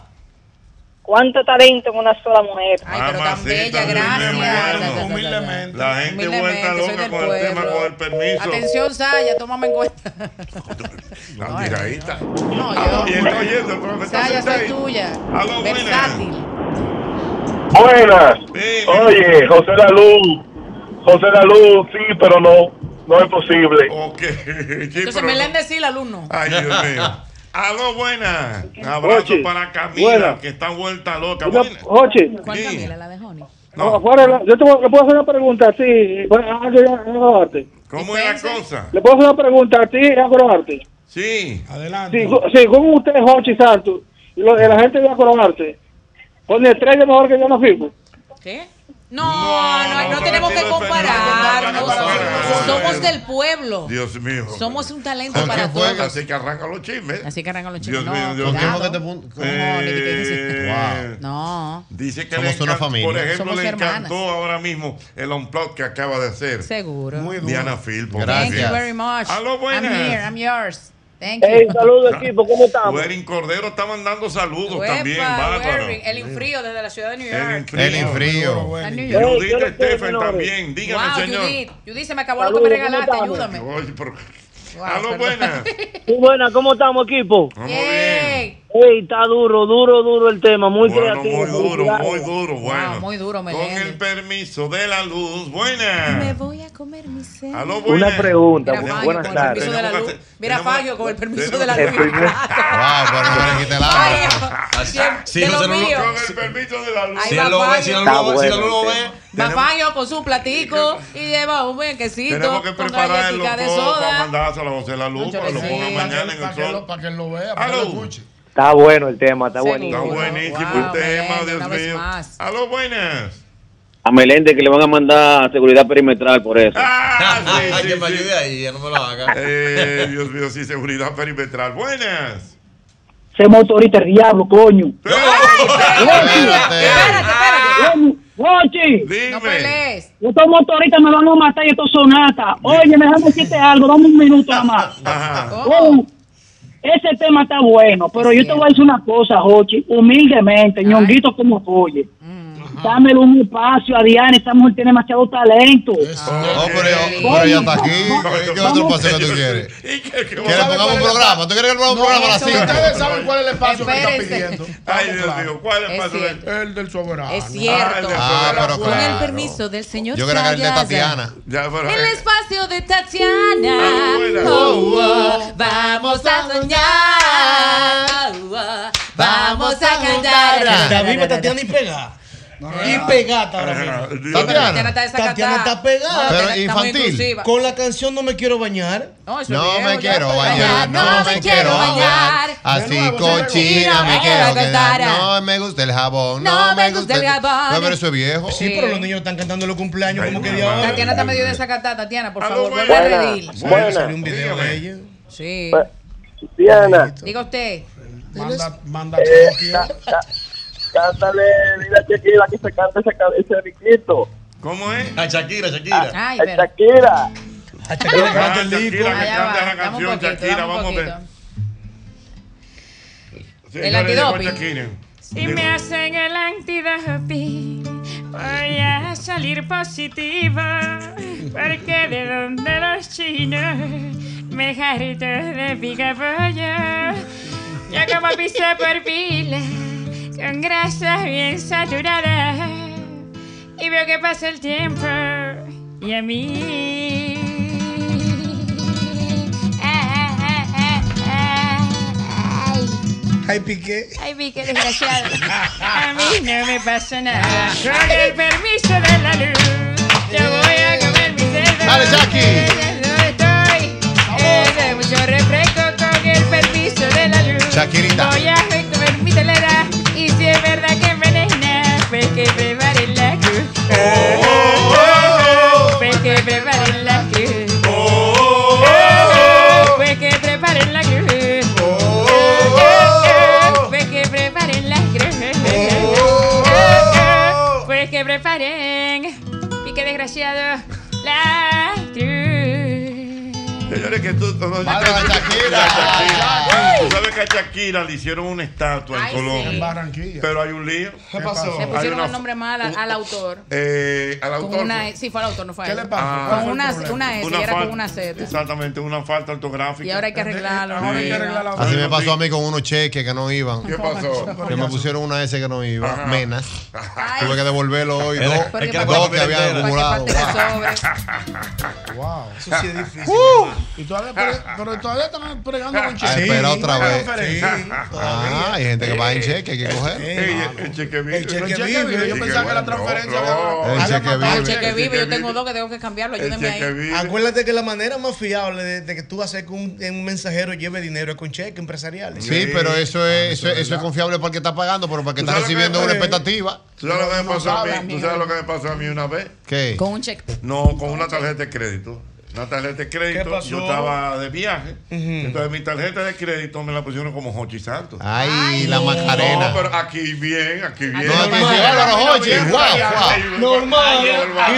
Speaker 19: ¿Cuánto talento en una sola mujer?
Speaker 2: Ah, Mamacita, humildemente, humildemente. La gente vuelta
Speaker 19: Humildemente, soy
Speaker 2: loca
Speaker 19: del
Speaker 2: con el tema,
Speaker 19: pueblo.
Speaker 2: con el permiso.
Speaker 3: Atención, Saya, tómame en cuenta.
Speaker 2: La tiradita.
Speaker 3: No,
Speaker 2: Ah,
Speaker 3: yo.
Speaker 2: y está oyendo el profesor
Speaker 3: Saya, soy
Speaker 2: Sensei.
Speaker 3: tuya.
Speaker 2: Pues Aló, buena.
Speaker 3: Versátil.
Speaker 25: Buenas. Oye, José Lalu. José Lalu, sí, pero no. No es posible.
Speaker 2: Ok.
Speaker 3: Entonces, Meléndez sí, el alumno.
Speaker 2: Ay, Dios mío. Aló, buena. Abrazo
Speaker 25: Oye,
Speaker 2: para Camila,
Speaker 25: buena.
Speaker 2: que está vuelta loca.
Speaker 25: Una-
Speaker 2: Buena.
Speaker 25: Oye.
Speaker 2: Sí.
Speaker 25: Afuera, la- yo te voy- le puedo hacer una pregunta a ti. Bueno, ah, yo ya- ya lo darte.
Speaker 2: ¿Cómo es la cosa?
Speaker 25: Le puedo hacer una pregunta a ti y a Croarte.
Speaker 2: Sí.
Speaker 25: Adelante. Si, si con usted, Jochi Santos, y lo- y la gente de Acroarte, con el tres de mejor que yo no firmo.
Speaker 10: ¿Qué? No, no, no, tenemos que compararnos. Somos del pueblo.
Speaker 2: Dios mío.
Speaker 10: Somos un talento para todos.
Speaker 2: Así que arrancan los chismes.
Speaker 10: Así que arrancan los
Speaker 2: Dios
Speaker 10: chismes.
Speaker 2: mío,
Speaker 10: No,
Speaker 2: Dios mío.
Speaker 10: cuidado.
Speaker 2: Eh,
Speaker 10: No.
Speaker 2: Dice que
Speaker 4: Somos
Speaker 2: le
Speaker 4: una
Speaker 2: encantó,
Speaker 4: familia.
Speaker 2: Por ejemplo,
Speaker 4: Somos
Speaker 2: le
Speaker 4: hermanas.
Speaker 2: encantó ahora mismo el unplug que acaba de hacer.
Speaker 10: Seguro.
Speaker 2: Muy duro. Diana Filpo.
Speaker 10: Thank you very much.
Speaker 2: Aló,
Speaker 10: I'm
Speaker 2: buenas.
Speaker 10: here, I'm yours. Thank
Speaker 2: Hey,
Speaker 10: you.
Speaker 2: saludos, equipo, ¿cómo estamos? Werin Cordero está mandando saludos
Speaker 10: Uepa,
Speaker 2: también, bárbaro.
Speaker 10: Wery, El infrío desde la ciudad de New
Speaker 2: El
Speaker 10: York.
Speaker 2: infrío. El infrío.
Speaker 10: A New York.
Speaker 2: Judith Stephen también, dígame,
Speaker 10: wow,
Speaker 2: señor.
Speaker 10: Judith, Judith, se me acabó lo que me
Speaker 14: Saludos, ¿cómo
Speaker 10: regalaste,
Speaker 14: estamos?
Speaker 10: ayúdame.
Speaker 2: Oye, pero-
Speaker 10: Wow,
Speaker 2: Aló,
Speaker 10: perdón.
Speaker 2: buenas.
Speaker 14: Sí, buenas, ¿cómo estamos, equipo?
Speaker 10: Yay.
Speaker 14: Ey, está duro, duro, duro el tema, muy
Speaker 2: Bueno,
Speaker 14: creativo.
Speaker 2: muy duro,
Speaker 14: felicidades.
Speaker 2: muy duro, bueno.
Speaker 10: Muy duro, me
Speaker 2: Con el permiso de la luz, buena.
Speaker 10: Me voy a comer mi cena.
Speaker 2: Aló, buena.
Speaker 14: Una pregunta, bu-
Speaker 2: Fabio,
Speaker 14: buenas
Speaker 2: con el
Speaker 14: tardes.
Speaker 2: permiso de la luz.
Speaker 10: Mira, Fagio, con el permiso de la
Speaker 14: El
Speaker 10: luz.
Speaker 14: primer-
Speaker 4: Wow, pero no le quite el agua.
Speaker 10: de lo mío.
Speaker 2: Con el permiso de la luz. Eh,
Speaker 10: Ahí va Fagio. Va
Speaker 2: Tenemos-
Speaker 10: Fagio con su platico y lleva un buen quesito
Speaker 2: Tenemos que
Speaker 10: con
Speaker 2: preparar el
Speaker 10: galletica de soda.
Speaker 2: para mandárselo a José la luz, para que lo ponga mañana en el sol.
Speaker 22: Para que lo vea, para que lo escuche.
Speaker 14: Está bueno el tema, está
Speaker 2: Seguro.
Speaker 14: buenísimo.
Speaker 2: Está buenísimo el tema, Dios mío. Aló, buenas.
Speaker 14: A Melende que le van a mandar seguridad perimetral por eso.
Speaker 2: Ay, que me ayude ahí, ya no me lo haga. Eh, Dios mío, sí, seguridad perimetral. Buenas.
Speaker 14: Se motorista el diablo, coño.
Speaker 25: Jochi.
Speaker 2: Ah. Dime.
Speaker 25: Estos motoristas me van a matar y estos sonatas. Oye, déjame decirte algo, dame un minuto nada más. Oh, ese tema está bueno, pero yo te voy a decir una cosa, Jochi, humildemente, ñonguito como apoye. Dámele un espacio a Diana, esta mujer tiene demasiado talento.
Speaker 10: Oh,
Speaker 4: No, Oh, pero ya, pero ya está aquí. ¿Qué- ¿Qué otro paseo que tú quieres?
Speaker 2: ¿Quieres
Speaker 4: que le pongamos un programa? ¿Tú quieres que le pongamos un programa a las
Speaker 5: ustedes
Speaker 4: cinco?
Speaker 5: saben cuál es el espacio que
Speaker 10: Espérense.
Speaker 5: está pidiendo.
Speaker 2: Ay, Dios mío, ¿cuál es el espacio?
Speaker 5: El del soberano.
Speaker 10: Es cierto.
Speaker 4: Ah, pero
Speaker 10: Con el
Speaker 4: claro.
Speaker 10: permiso del señor
Speaker 4: Yo creo que era el de
Speaker 10: Sayas.
Speaker 4: Tatiana.
Speaker 10: El
Speaker 2: eh,
Speaker 10: espacio de
Speaker 2: Ah,
Speaker 10: Tatiana.
Speaker 24: buena.
Speaker 10: Oh, oh, vamos a soñar. Oh, oh, vamos a
Speaker 6: Está
Speaker 10: cantar.
Speaker 6: viva Tatiana y pegada. Y pegada ahora mismo. Tatiana,
Speaker 10: está desacatada.
Speaker 6: Tatiana está pegada.
Speaker 10: No, Pero está muy infantil. inclusiva.
Speaker 6: Con la canción No me quiero bañar.
Speaker 10: No, eso
Speaker 4: No
Speaker 10: es
Speaker 4: me
Speaker 10: viejo, ya.
Speaker 4: quiero bañar, no me quiero bañar. Así cochina me
Speaker 10: Mira,
Speaker 4: quiero
Speaker 10: la
Speaker 4: quedar.
Speaker 10: cantara.
Speaker 4: No me gusta el jabón,
Speaker 10: No
Speaker 4: no
Speaker 10: me
Speaker 4: me gusta
Speaker 10: gusta
Speaker 4: el
Speaker 10: el jabón.
Speaker 4: No, pero eso es viejo.
Speaker 6: Sí, pero los niños están cantando los cumpleaños como que de ahora.
Speaker 10: Tatiana está medio desacatada. Tatiana, por favor, vuelve a
Speaker 14: Buena,
Speaker 10: redil.
Speaker 14: buena.
Speaker 10: Sí.
Speaker 14: Pues, Diana,
Speaker 10: Diga usted.
Speaker 5: Manda, manda
Speaker 14: eh, ca- ca- cántale, dile a Shakira que se cante ese, ca- ese riquito.
Speaker 2: ¿Cómo es?
Speaker 24: A Shakira, Shakira.
Speaker 14: A
Speaker 10: Ay, pero-
Speaker 14: Shakira.
Speaker 2: Shakira, que
Speaker 10: Allá va,
Speaker 2: canta la
Speaker 10: dame un
Speaker 2: canción,
Speaker 10: poquito,
Speaker 2: Shakira,
Speaker 10: dame un
Speaker 2: vamos a ver.
Speaker 10: El
Speaker 2: Señores, llegó
Speaker 10: antidoping.
Speaker 2: Shakira.
Speaker 26: Si me hacen el antidoping, voy a salir positiva. Porque de donde los chinos me jarrito de picapolla. Yo como piso por pila, con grasas bien saturadas. Y veo que pasa el tiempo, y a mí. ah, ah, ah, ah, ah, ay.
Speaker 6: Ay, Piqué.
Speaker 26: Ay, vi que desgraciado. A mí no me pasa nada. Con el permiso de la luz, yo voy a comer mi cerdo.
Speaker 24: Dale, Jackie.
Speaker 26: Estoy eh, de mucho refresco
Speaker 4: Shakirita.
Speaker 26: Voy a recomer mi telera y si es verdad que envenena, pues que prepare la cruz. Pues que preparen la cruz. Pues que preparen la cruz. Pues que preparen la cruz. Pues que preparen. Pique desgraciado. La
Speaker 2: Señores, que tú. tú-
Speaker 24: Bárbara
Speaker 2: tú-
Speaker 24: Shakira.
Speaker 2: La Shakira.
Speaker 24: Ay.
Speaker 2: Tú sabes que a Shakira le hicieron una estatua
Speaker 3: Ay,
Speaker 2: en Colombia.
Speaker 3: sí. En
Speaker 5: Barranquilla.
Speaker 2: Pero hay un lío. ¿Qué
Speaker 3: Le
Speaker 2: Hay
Speaker 3: pusieron
Speaker 2: una-
Speaker 3: el nombre mal al, al autor.
Speaker 2: eh, al
Speaker 3: Con
Speaker 2: autor. Ah,
Speaker 3: una, sí, fue al autor, no fue a
Speaker 2: ¿Qué
Speaker 3: él.
Speaker 2: le pasa? ¿Cuál
Speaker 3: Con
Speaker 2: fue el
Speaker 3: una,
Speaker 2: problema?
Speaker 3: una S, y era con una Z.
Speaker 2: Exactamente, una falta ortográfica.
Speaker 3: Y ahora hay que arreglarlo.
Speaker 2: Ahora hay que arreglarlo.
Speaker 4: Así me pasó a mí con unos cheques que no iban.
Speaker 2: ¿Qué pasó?
Speaker 4: Que me pusieron una S que no iba,
Speaker 2: Ajá.
Speaker 4: menas. Tuve que devolverlo hoy.
Speaker 24: Es-
Speaker 4: Dos,
Speaker 24: es que la
Speaker 4: dos
Speaker 24: parte
Speaker 4: que había
Speaker 24: entera.
Speaker 4: acumulado.
Speaker 5: Wow, eso sí es difícil. hermano. Y todavía, pero, pero todavía están pregando con
Speaker 4: A
Speaker 5: Chile.
Speaker 4: esperar Ah, otra vez.
Speaker 5: todavía.
Speaker 4: Ah, hay gente que va en cheque, hay que coger.
Speaker 2: El cheque vive. El
Speaker 5: cheque vive, yo pensaba que la transferencia
Speaker 4: El cheque
Speaker 3: Ah, el
Speaker 4: vive.
Speaker 3: cheque vive, yo tengo dos que tengo que cambiarlo, ayúdenme ahí.
Speaker 6: Acuérdate que la manera más fiable de, de que tú haces que un, un mensajero lleve dinero es con cheques empresariales.
Speaker 4: Sí, pero eso
Speaker 2: Ah,
Speaker 4: es, eso, es- eso es confiable para el que está pagando, pero para el que está
Speaker 2: sabes lo que
Speaker 4: recibiendo
Speaker 2: es?
Speaker 4: una expectativa.
Speaker 2: ¿Tú sabes lo que me
Speaker 4: No
Speaker 2: pasó a
Speaker 4: sabe,
Speaker 2: mí? ¿Tú sabes lo que me pasó a mí una vez?
Speaker 4: ¿Qué?
Speaker 3: Con un cheque.
Speaker 2: No, con una tarjeta de crédito. Una tarjeta de crédito.
Speaker 4: ¿Qué pasó?
Speaker 2: Yo estaba de viaje. Entonces mi tarjeta de crédito me la pusieron como Hochi Santos.
Speaker 4: Ay, la Macarena.
Speaker 2: No, pero aquí bien, aquí bien.
Speaker 4: No, aquí sí, Bárbara Hochi, guau, guau.
Speaker 6: Normal.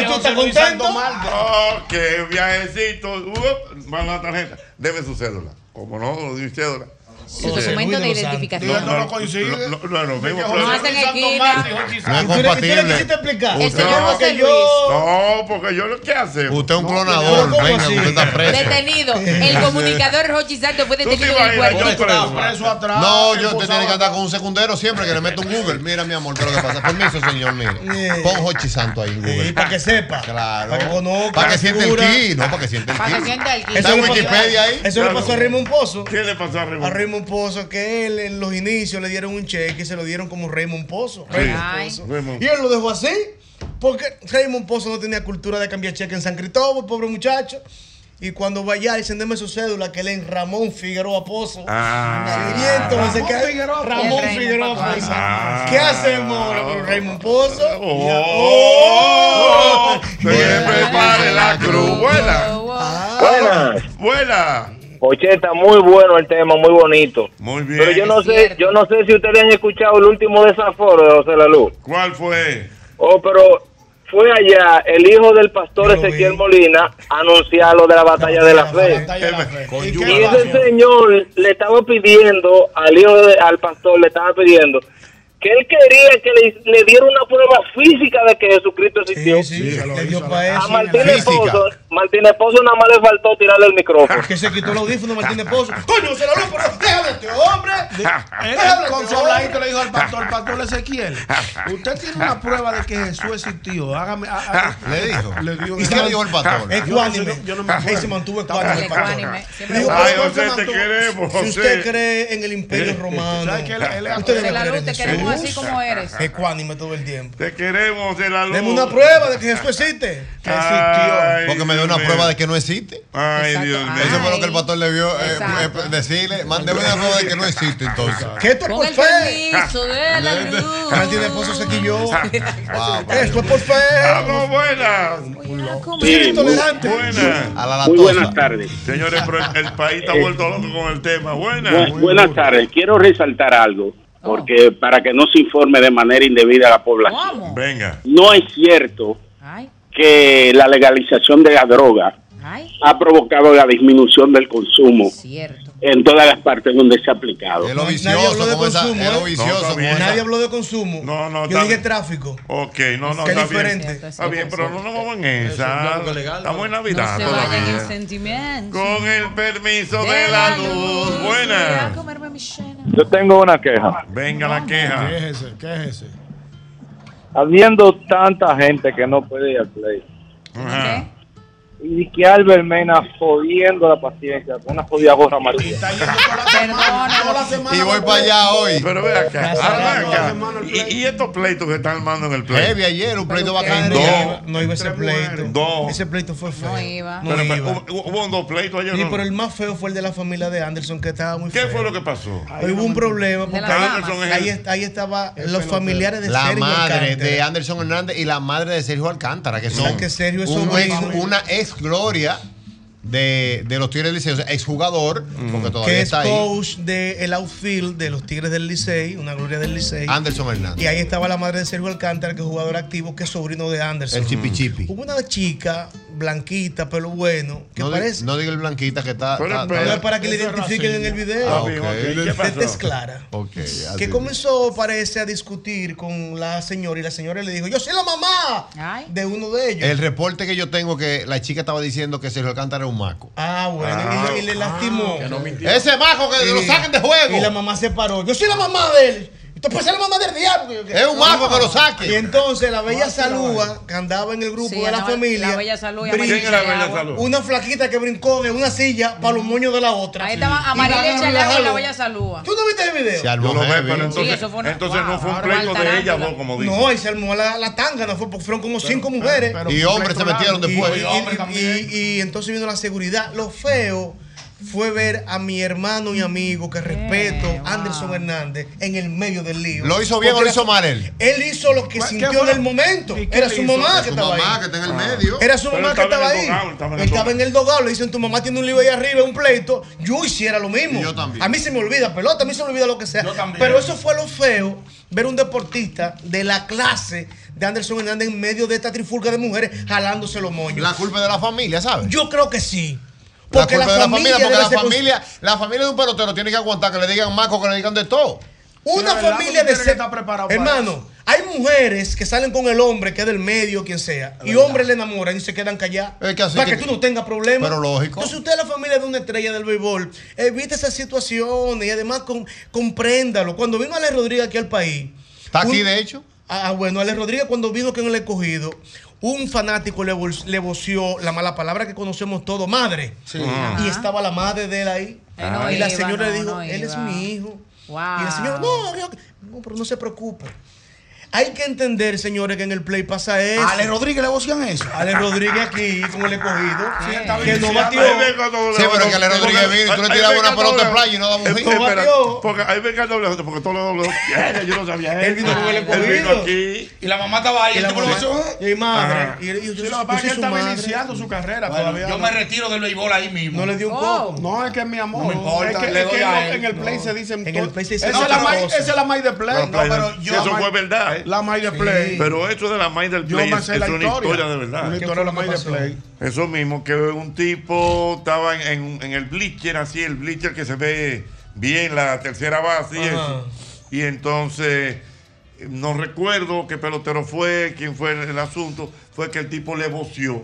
Speaker 6: ¿Y tú estás contento?
Speaker 2: No, que viajecito. up, va la tarjeta. Debe su cédula. Como no, lo di cédula.
Speaker 3: Su documento de identificación.
Speaker 2: No, no coincide. No, no, no, mismo,
Speaker 3: No hacen equina.
Speaker 4: No es compatible.
Speaker 6: explicar?
Speaker 3: El señor
Speaker 2: No,
Speaker 3: José
Speaker 2: que yo- No, porque yo lo que hace.
Speaker 4: Usted es un clonador. Venga, usted está preso.
Speaker 3: Detenido. El comunicador Rochi Santos fue detenido en el cuerpo.
Speaker 4: No, yo
Speaker 6: pues,
Speaker 4: te tiene que andar con un secundero siempre que le meto un Google. Mira, mi amor, ¿qué es lo que pasa? Permiso, señor, mire. Pon Hochi Santo ahí en Google.
Speaker 6: para que sepa.
Speaker 4: Claro.
Speaker 6: Para que conozca.
Speaker 4: Para que sienta el
Speaker 6: figura.
Speaker 4: ki, no, para que sienta el ki.
Speaker 6: Para que
Speaker 3: sienta el ki.
Speaker 4: Está en Wikipedia ahí.
Speaker 6: Eso le pasó a Raymond Pozo.
Speaker 2: ¿Qué le pasó a Raymond?
Speaker 6: A Raymond Pozo, que él en los inicios le dieron un cheque y se lo dieron como Raymond Pozo. Raymond Pozo. Y él lo dejó así. Porque Raymond Pozo no tenía cultura de cambiar cheque en San Cristóbal, pobre muchacho. Y cuando vaya, dicen, deme su cédula, que él es Ramón Figueroa Pozo.
Speaker 2: Ah.
Speaker 6: Siguiente, no sé qué. Ramón Figueroa,
Speaker 5: El Raymond
Speaker 6: Pozo.
Speaker 2: Ah.
Speaker 6: ¿Qué hacemos ahora con Raymond Pozo?
Speaker 2: Oh, se prepare la cruz. Buena. Ah.
Speaker 14: Buenas.
Speaker 2: Buena.
Speaker 14: Ocheta, muy bueno el tema, muy bonito.
Speaker 2: Muy bien.
Speaker 14: Pero yo no sé, yo no sé si ustedes han escuchado el último desaforo de José La Luz.
Speaker 2: ¿Cuál fue?
Speaker 14: Oh, pero fue allá el hijo del pastor Ezequiel Molina a anunciar lo de la batalla de la fe. Y ese señor le estaba pidiendo al hijo de- al pastor le estaba pidiendo que él quería que le, le diera una prueba física de que Jesucristo existió. a Martínez Pozo, Martínez Pozo nada más le faltó tirarle el micrófono.
Speaker 6: Que se quitó el audífono Martínez Pozo. ¡Coño, se la luz, pero déjame este hombre!
Speaker 5: Él eh, con su habladito le dijo al pastor, pastor Ezequiel, usted tiene una prueba de que Jesús existió. Hágame.
Speaker 4: Le dijo.
Speaker 5: Le dijo.
Speaker 4: ¿Y qué dijo el pastor?
Speaker 5: Ecuánime. Yo no me acuerdo.
Speaker 6: Ahí se mantuvo ecuánime el pastor.
Speaker 5: Ecuánime, siempre.
Speaker 6: Le dijo,
Speaker 5: Ay,
Speaker 6: pastor,
Speaker 5: José,
Speaker 6: se
Speaker 5: te
Speaker 6: mantuvo.
Speaker 5: queremos,
Speaker 6: Si usted
Speaker 5: José.
Speaker 6: cree en el imperio romano,
Speaker 5: ¿Sabes que él- él es
Speaker 6: usted debe
Speaker 5: ateo?
Speaker 6: creer en
Speaker 5: Te
Speaker 6: Jesús.
Speaker 5: queremos así como eres.
Speaker 6: Ecuánime todo el tiempo.
Speaker 2: Te queremos de la luz.
Speaker 6: Deme una prueba de que Jesús existe.
Speaker 2: Ay,
Speaker 4: Porque me dio una
Speaker 2: Dios
Speaker 4: prueba
Speaker 2: mío.
Speaker 4: de que no existe.
Speaker 2: Ay, Dios mío.
Speaker 4: Eso fue lo que el pastor le vio eh, eh, decirle. Mándeme una prueba de que no existe entonces.
Speaker 6: ¿Qué esto es por
Speaker 3: Con el
Speaker 6: fe?
Speaker 3: permiso de la luz.
Speaker 6: Martínez Pozo se quilló.
Speaker 4: Wow,
Speaker 6: Esto es por fe.
Speaker 2: Vamos, buenas.
Speaker 6: Sí, tolerante.
Speaker 4: A la
Speaker 14: Muy buenas tardes.
Speaker 2: Señores, pero el, el país está vuelto loco con el tema. Buenas.
Speaker 14: Bu- buenas tardes. Quiero resaltar algo, porque para que no se informe de manera indebida a la población.
Speaker 2: Venga.
Speaker 14: No es cierto que la legalización de la droga ha provocado la disminución del consumo en todas las partes donde se ha aplicado.
Speaker 6: Nadie habló de consumo. ¿eh?
Speaker 2: No, está bien.
Speaker 6: Nadie habló de consumo.
Speaker 2: No, no,
Speaker 6: Yo
Speaker 2: está-
Speaker 6: dije tráfico.
Speaker 2: Ok, no, no,
Speaker 6: Qué
Speaker 2: está
Speaker 6: diferente.
Speaker 2: bien. Está bien, pero no nos vamos en esa. Estamos en Navidad
Speaker 3: Se vayan en
Speaker 2: todavía.
Speaker 3: sentimiento.
Speaker 2: Con el permiso de la luz. Buenas.
Speaker 14: Yo tengo una queja.
Speaker 2: Venga la queja.
Speaker 5: ¿Qué es ese? ¿Qué es ese?
Speaker 14: Habiendo tanta gente que no puede ir al play,
Speaker 11: Y que Albert Mena jodiendo la paciencia, con una jodida gorra amarilla.
Speaker 4: Y voy para allá hoy.
Speaker 2: Pero ve acá. ahora ve acá. Y, y estos pleitos que están armando en el play.
Speaker 4: Heavy ayer, un pleito bacán.
Speaker 2: Dos.
Speaker 6: No iba a ser pleito.
Speaker 2: Dos.
Speaker 6: Ese pleito fue feo.
Speaker 10: No iba.
Speaker 6: No
Speaker 2: Pero,
Speaker 6: iba.
Speaker 2: pero, hubo, hubo dos pleitos ayer.
Speaker 6: Sí,
Speaker 2: ¿no?
Speaker 6: pero el más feo fue el de la familia de Anderson, que estaba muy feo.
Speaker 2: ¿Qué fue lo que pasó?
Speaker 6: Ahí hubo un problema porque
Speaker 2: De la Anderson es
Speaker 6: ahí, ahí,
Speaker 2: el-
Speaker 6: est- ahí estaba
Speaker 4: El
Speaker 6: los
Speaker 4: pelotero.
Speaker 6: familiares de
Speaker 4: la
Speaker 6: Sergio
Speaker 4: madre
Speaker 6: Alcántara.
Speaker 4: de Anderson Hernández y la madre de Sergio Alcántara, que son
Speaker 6: que Sergio es
Speaker 4: un
Speaker 6: sobrino.
Speaker 4: ex- una ex gloria de, de los Tigres Liceos, ex jugador,
Speaker 2: Mm.
Speaker 4: porque todavía
Speaker 6: que es
Speaker 4: está ahí.
Speaker 6: coach del outfield de los Tigres del Licey, una gloria del Licey.
Speaker 4: Anderson Hernández.
Speaker 6: Y ahí estaba la madre de Sergio Alcántara, que es jugador activo, que es sobrino de Anderson.
Speaker 4: El chipi chipi.
Speaker 6: Hubo una chica blanquita, pelo bueno, que
Speaker 4: No, di-
Speaker 6: parece.
Speaker 4: no diga el blanquita que está.
Speaker 6: Pero
Speaker 4: está-
Speaker 6: espera.
Speaker 4: está-
Speaker 6: No, para que le Eso es identifiquen racismo. en el video.
Speaker 4: Ah, ok.
Speaker 6: ¿Qué pasó? Esta es Clara.
Speaker 4: Ok, así.
Speaker 6: que comenzó, parece, a discutir con la señora y la señora le dijo, yo soy la mamá de uno de ellos.
Speaker 4: El reporte que yo tengo que la chica estaba diciendo que Sergio Alcántara era un maco.
Speaker 6: Ah, bueno, y, y le lastimó.
Speaker 4: Ese maco que lo saquen de juego.
Speaker 6: Y la mamá se paró. Yo soy la mamá de él. Esto puede ser la mamá del diablo.
Speaker 4: Es un maco que lo saquen.
Speaker 6: Y entonces la bella
Speaker 4: Máquela,
Speaker 6: Salúa, que andaba en el grupo
Speaker 10: Sí,
Speaker 6: de la,
Speaker 10: la-
Speaker 6: familia.
Speaker 10: la Bella Salúa y
Speaker 6: brin-
Speaker 10: Amarilla ¿Quién era la Bella Chagua? Salúa?
Speaker 6: Una flaquita que brincó de una silla para los moños de la otra.
Speaker 10: Ahí estaba
Speaker 6: Y
Speaker 10: Amarilla
Speaker 6: la-
Speaker 10: Chalago y la
Speaker 6: la-
Speaker 10: Bella Salúa.
Speaker 6: ¿Tú no viste el video?
Speaker 4: Se armó
Speaker 2: Yo lo veo,
Speaker 4: heavy.
Speaker 2: pero
Speaker 10: Sí,
Speaker 2: entonces,
Speaker 10: eso fue una-
Speaker 2: entonces no fue un
Speaker 10: wow,
Speaker 2: pleito de
Speaker 10: tarántula.
Speaker 2: ellas dos, como dice.
Speaker 6: No, y se armó la, la tanga, no fue porque fueron como cinco mujeres.
Speaker 4: pero- Y hombres se metieron después.
Speaker 6: Y,
Speaker 4: Y hombres
Speaker 6: y- y- y entonces vino la seguridad. Lo feo fue ver a mi hermano y amigo que respeto, Anderson Hernández, en el medio del lío.
Speaker 4: ¿Lo hizo bien o
Speaker 6: Porque
Speaker 4: lo hizo mal él?
Speaker 6: Él hizo lo que
Speaker 4: ¿Qué
Speaker 6: sintió
Speaker 4: fue
Speaker 6: en
Speaker 4: lo-
Speaker 6: el momento.
Speaker 4: ¿Y qué
Speaker 6: Era
Speaker 4: le
Speaker 6: su
Speaker 4: hizo?
Speaker 6: mamá
Speaker 4: Su
Speaker 6: que estaba
Speaker 4: mamá
Speaker 6: ahí.
Speaker 4: que está en el medio.
Speaker 6: Era su
Speaker 4: Pero
Speaker 6: mamá que
Speaker 4: estaba
Speaker 6: estaba
Speaker 4: en el
Speaker 6: ahí.
Speaker 4: dogado, estaba en el
Speaker 6: Estaba en el dogado. Le dicen, tu mamá tiene un lío ahí arriba, un pleito. Yo hiciera lo mismo.
Speaker 4: Y yo también.
Speaker 6: A mí se me olvida pelota, a mí se me olvida lo que sea. Pero eso fue lo feo, ver un deportista de la clase de Anderson Hernández en medio de esta trifulca de mujeres jalándose los moños.
Speaker 4: La culpa es de la familia, ¿sabes?
Speaker 6: Yo creo que sí.
Speaker 4: La
Speaker 6: Porque
Speaker 4: culpa
Speaker 6: la
Speaker 4: de la
Speaker 6: familia
Speaker 4: familia, porque
Speaker 6: debe
Speaker 4: la
Speaker 6: ser-
Speaker 4: familia, la familia de un pelotero tiene que aguantar que le digan maco, que le digan de todo.
Speaker 6: Una familia de ser- Hermano, hay mujeres que salen con el hombre que es del medio, quien sea, y hombres le enamoran y se quedan callados.
Speaker 4: que así
Speaker 6: para que,
Speaker 4: que-
Speaker 6: tú no tengas problemas.
Speaker 4: Pero lógico.
Speaker 6: Entonces, usted es la familia de una estrella del béisbol. Evite esas situaciones y además con- compréndalo. Cuando vino Ale Rodríguez aquí al país.
Speaker 4: Está aquí,
Speaker 6: un-
Speaker 4: de hecho.
Speaker 6: Ah, ah, bueno, Ale Rodríguez cuando vino que no le he cogido. Un fanático le, vol- le voció la mala palabra que conocemos todos, madre.
Speaker 10: Ajá.
Speaker 4: Ah.
Speaker 6: Y estaba la madre de él ahí.
Speaker 10: Eh, no
Speaker 6: y la
Speaker 10: iba,
Speaker 6: señora
Speaker 10: no,
Speaker 6: le dijo,
Speaker 10: no
Speaker 6: él es
Speaker 10: iba".
Speaker 6: mi hijo.
Speaker 10: Wow.
Speaker 6: Y el señor, no, yo- no, pero no se preocupe. Hay que entender, señores, que en el play pasa eso.
Speaker 7: Ale Rodríguez le vocían eso.
Speaker 6: Ale Rodríguez aquí, como le he cogido, que no
Speaker 2: va
Speaker 6: batió.
Speaker 4: Sí, pero que Ale Rodríguez vino y tú le tirabas una pelota de playa y no daba un hit. No bateó.
Speaker 2: Porque ahí venga el doble J, porque todo lo doble J. Yo no sabía eso.
Speaker 6: Él vino con el
Speaker 2: Él vino
Speaker 6: cogido.
Speaker 2: aquí.
Speaker 7: Y la mamá estaba ahí.
Speaker 6: Y
Speaker 7: el
Speaker 6: la
Speaker 7: tipo lo
Speaker 6: mamá-
Speaker 7: besó.
Speaker 6: Y madre.
Speaker 2: Ajá.
Speaker 6: Y, y- y-
Speaker 5: Sí, lo que
Speaker 6: yo
Speaker 5: pasa es
Speaker 6: soy
Speaker 5: que él
Speaker 6: su
Speaker 5: estaba
Speaker 6: madre.
Speaker 5: iniciando su carrera
Speaker 7: Bueno,
Speaker 5: todavía.
Speaker 7: yo
Speaker 5: no-
Speaker 7: me retiro del béisbol ahí mismo.
Speaker 6: No le dio un coco.
Speaker 5: No, es que es mi amor.
Speaker 7: No me importa,
Speaker 5: Es que,
Speaker 7: le
Speaker 5: es que
Speaker 7: doy a
Speaker 5: no- en
Speaker 7: él.
Speaker 5: el play se dicen
Speaker 6: En
Speaker 5: todo-
Speaker 6: el play se dicen
Speaker 5: Esa es la
Speaker 6: muchas
Speaker 5: mai-
Speaker 6: cosas.
Speaker 5: esa es la maíz de play.
Speaker 2: No,
Speaker 5: pero yo.
Speaker 2: Ah, eso fue verdad. ¿eh?
Speaker 5: La maíz de play.
Speaker 2: Pero eso de la maíz del
Speaker 5: Yo
Speaker 2: play
Speaker 5: me
Speaker 2: es,
Speaker 5: sé la
Speaker 2: es una
Speaker 5: historia.
Speaker 2: historia de verdad.
Speaker 5: Una historia de la maíz de play.
Speaker 2: Eso mismo, que un tipo estaba en, en- en el bleacher, así, el bleacher que se ve bien, la tercera base y
Speaker 6: Ajá.
Speaker 2: eso. Y entonces, no recuerdo qué pelotero fue, quién fue el, el asunto, fue que el tipo le voció.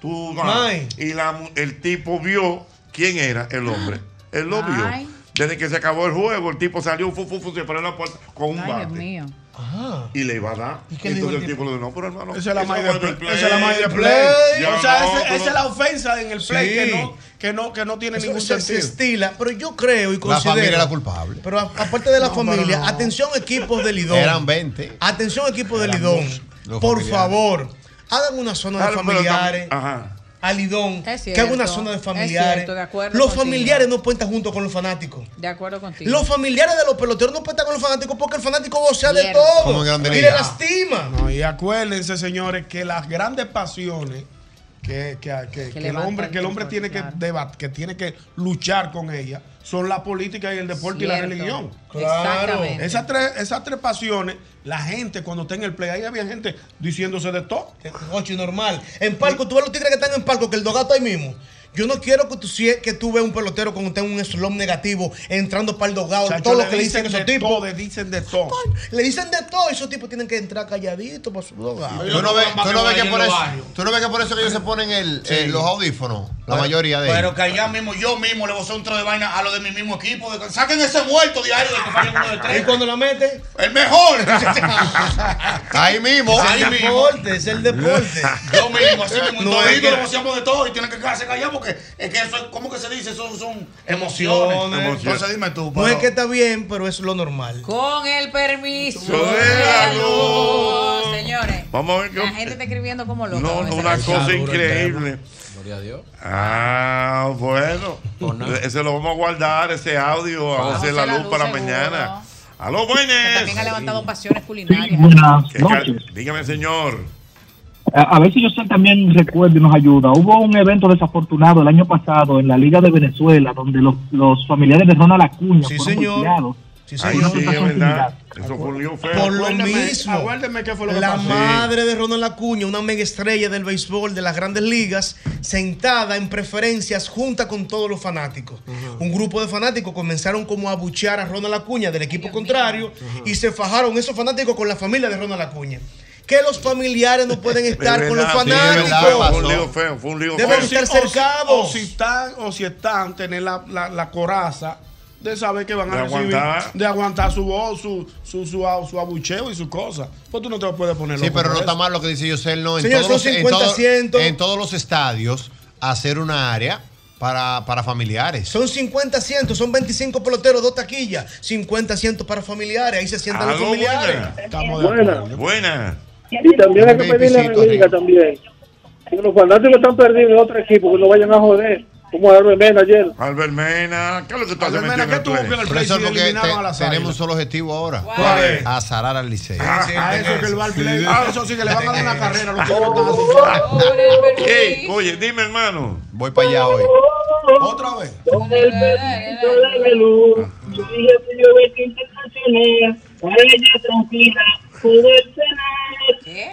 Speaker 2: Tú, ma,
Speaker 6: Ay.
Speaker 2: y la mu- el tipo vio quién era el hombre. Él lo vio.
Speaker 10: Ay.
Speaker 2: Desde que se acabó el juego, el tipo salió, fu, fu, fu, se paró en la puerta con un
Speaker 10: Ay, Dios
Speaker 2: bate.
Speaker 10: mío.
Speaker 6: Ah,
Speaker 2: Y le iba a dar.
Speaker 6: qué
Speaker 2: Entonces
Speaker 6: dijo el
Speaker 2: el tipo le dijo, no, pero hermano.
Speaker 5: Esa es la
Speaker 2: eso
Speaker 5: maíz
Speaker 2: fue
Speaker 5: de
Speaker 2: en el
Speaker 5: play. Esa es la maíz de
Speaker 2: play.
Speaker 5: play.
Speaker 2: Ya
Speaker 5: O sea,
Speaker 2: no,
Speaker 5: ese-
Speaker 2: tú no-
Speaker 5: esa es la ofensa en el play
Speaker 6: Sí.
Speaker 5: que no- que no que no tiene
Speaker 6: Eso
Speaker 5: ningún
Speaker 6: se, se
Speaker 5: sentido.
Speaker 6: estila, pero yo creo y
Speaker 4: La
Speaker 6: considero.
Speaker 4: familia era la culpable.
Speaker 6: Pero a- aparte de la
Speaker 4: No, pero
Speaker 6: familia,
Speaker 4: no.
Speaker 6: atención equipos del Lidón.
Speaker 4: Eran 20.
Speaker 6: Atención equipo del
Speaker 4: Eran
Speaker 6: Lidón.
Speaker 4: dos, los
Speaker 6: Por
Speaker 4: familiares.
Speaker 6: favor, hagan una zona de
Speaker 2: Claro, pero tam-
Speaker 6: familiares.
Speaker 2: Ajá.
Speaker 6: Al Lidón,
Speaker 10: Es
Speaker 6: que haga una
Speaker 10: cierto,
Speaker 6: zona de
Speaker 10: es
Speaker 6: familiares.
Speaker 10: cierto, de acuerdo
Speaker 6: los
Speaker 10: contigo.
Speaker 6: familiares no cuentan junto con los fanáticos.
Speaker 10: De acuerdo contigo.
Speaker 6: Los familiares de los peloteros no cuentan con los fanáticos porque el fanático vocea de
Speaker 10: Cierto.
Speaker 6: todo.
Speaker 4: Como en Grande
Speaker 6: Y le
Speaker 4: Liga.
Speaker 6: lastima.
Speaker 5: No, y acuérdense, señores, que las grandes pasiones que, que- que- que el
Speaker 10: levantan
Speaker 5: hombre, que el hombre
Speaker 10: cosas,
Speaker 5: tiene que
Speaker 10: claro.
Speaker 5: debat- que tiene que luchar con ellas son la política y el deporte y la
Speaker 10: Cierto.
Speaker 5: religión.
Speaker 10: Exactamente.
Speaker 5: Esas tres, esas tres pasiones, la gente cuando está en el play, ahí había gente diciéndose de todo.
Speaker 6: Ocho, y normal. En palco, tú ves los tigres que están en palco, que el dogato ahí mismo. Yo no quiero que tú, si- que tú veas un pelotero con usted un slum negativo entrando para el dogado,
Speaker 5: Chacho,
Speaker 6: todo
Speaker 5: le
Speaker 6: lo que dicen
Speaker 5: de
Speaker 6: esos tipos.
Speaker 5: todo, le dicen de todo.
Speaker 6: Le dicen de todo, esos tipos tienen que entrar calladitos para su dogado.
Speaker 4: Tú no ves, tú no ves que por eso,
Speaker 7: barrio.
Speaker 4: tú no ves que por eso que ellos se ponen el, eh, los audífonos. La mayoría de
Speaker 8: Pero
Speaker 4: ellos.
Speaker 8: que allá mismo, yo mismo le voy a hacer un tro de vaina a lo de mi mismo equipo. de- saquen ese muerto de ahí de que falle uno de tres. ¿Y
Speaker 6: cuando la mete?
Speaker 8: El mejor.
Speaker 4: Ahí mismo.
Speaker 8: Ahí
Speaker 6: Es el
Speaker 8: mismo.
Speaker 6: deporte, es el deporte.
Speaker 8: Yo mismo, así mismo,
Speaker 6: No,
Speaker 8: no,
Speaker 6: es que-
Speaker 8: lo hacíamos de todo y tienen que quedarse callados porque es que eso, es- ¿cómo que se dice? Eso son emociones.
Speaker 6: Emociones.
Speaker 8: Entonces dime tú.
Speaker 6: No es
Speaker 8: pero-
Speaker 6: que está bien, pero es lo normal.
Speaker 10: Con el permiso
Speaker 6: de la
Speaker 2: luz.
Speaker 10: Señores,
Speaker 2: Vamos a ver qué-
Speaker 10: la gente está escribiendo como loca.
Speaker 2: No,
Speaker 10: con
Speaker 2: no,
Speaker 10: esa
Speaker 2: una
Speaker 10: canción.
Speaker 2: cosa increíble.
Speaker 27: Gloria a Dios.
Speaker 2: Ah, bueno. Ese lo vamos a guardar, ese audio, a
Speaker 10: Ah,
Speaker 2: José
Speaker 10: José
Speaker 2: La
Speaker 10: Laluz,
Speaker 2: Luz para
Speaker 10: seguro.
Speaker 2: mañana. Aló,
Speaker 10: Que
Speaker 2: buenas.
Speaker 10: También ha levantado pasiones culinarias.
Speaker 2: ¿Qué cal- Dígame, señor.
Speaker 9: Eh, A a ver si yo sé también recuerdo y nos ayuda. Hubo un evento desafortunado el año pasado en la Liga de Venezuela donde los, los familiares de Ronald Acuña fueron golpeados.
Speaker 2: Ay,
Speaker 9: señor.
Speaker 2: sí, es verdad. Eso fue un lío feo.
Speaker 6: Por lo
Speaker 2: Acuérdame.
Speaker 6: mismo,
Speaker 5: acuérdame qué fue lo que
Speaker 6: la
Speaker 5: pasó.
Speaker 6: madre de Ronald Acuña, una mega estrella del béisbol de las grandes ligas, sentada en preferencias junta con todos los fanáticos. Un grupo de fanáticos comenzaron como a abuchear a Ronald Acuña del equipo contrario y se fajaron esos fanáticos con la familia de Ronald Acuña. Que los familiares no pueden estar
Speaker 2: Es
Speaker 6: con los
Speaker 2: verdad, sí, es verdad, Fue un
Speaker 6: fanáticos.
Speaker 2: lío feo, fue un lío
Speaker 6: Deben
Speaker 2: feo.
Speaker 6: estar
Speaker 5: O si- O
Speaker 6: cercados.
Speaker 5: si están, o si están, tener la, la, la coraza de saber que van a
Speaker 2: De
Speaker 5: recibir,
Speaker 2: aguantar.
Speaker 5: de aguantar su voz, su, su, su, a- su abucheo y sus cosas. Pues tú no te lo puedes poner
Speaker 4: Sí,
Speaker 5: loco
Speaker 4: pero
Speaker 5: por
Speaker 4: no está
Speaker 5: eso.
Speaker 4: mal lo que dice Yosel, no. En,
Speaker 5: Señores,
Speaker 4: todos los,
Speaker 5: son
Speaker 4: en
Speaker 5: 50
Speaker 4: todo-
Speaker 5: asientos.
Speaker 4: en todos los estadios, hacer una área para, para familiares.
Speaker 6: Son 50 asientos, son 25 peloteros, dos taquillas, 50 asientos para familiares, ahí se sientan los
Speaker 2: Aló,
Speaker 6: familiares.
Speaker 2: buenas. Buenas.
Speaker 14: Y también hay que pedirle a la liga también. Que los fanáticos están perdidos en otro equipo, que no vayan a joder. Como a Mena ayer.
Speaker 2: Albert Mena, ¿qué es lo que tú haces metido en el play?
Speaker 4: Profesor, porque te- tenemos un solo objetivo ahora.
Speaker 2: ¿Cuál es?
Speaker 4: Azarar al liceo.
Speaker 5: A eso que el bar play. A eso sí que le van a dar una carrera a los chicos.
Speaker 2: Ey, oye, dime, hermano.
Speaker 4: Voy para allá hoy.
Speaker 5: Otra vez.
Speaker 14: Con el permiso de la luz, yo dije que yo ve que intencioné, para ella tranquila, poder cenar.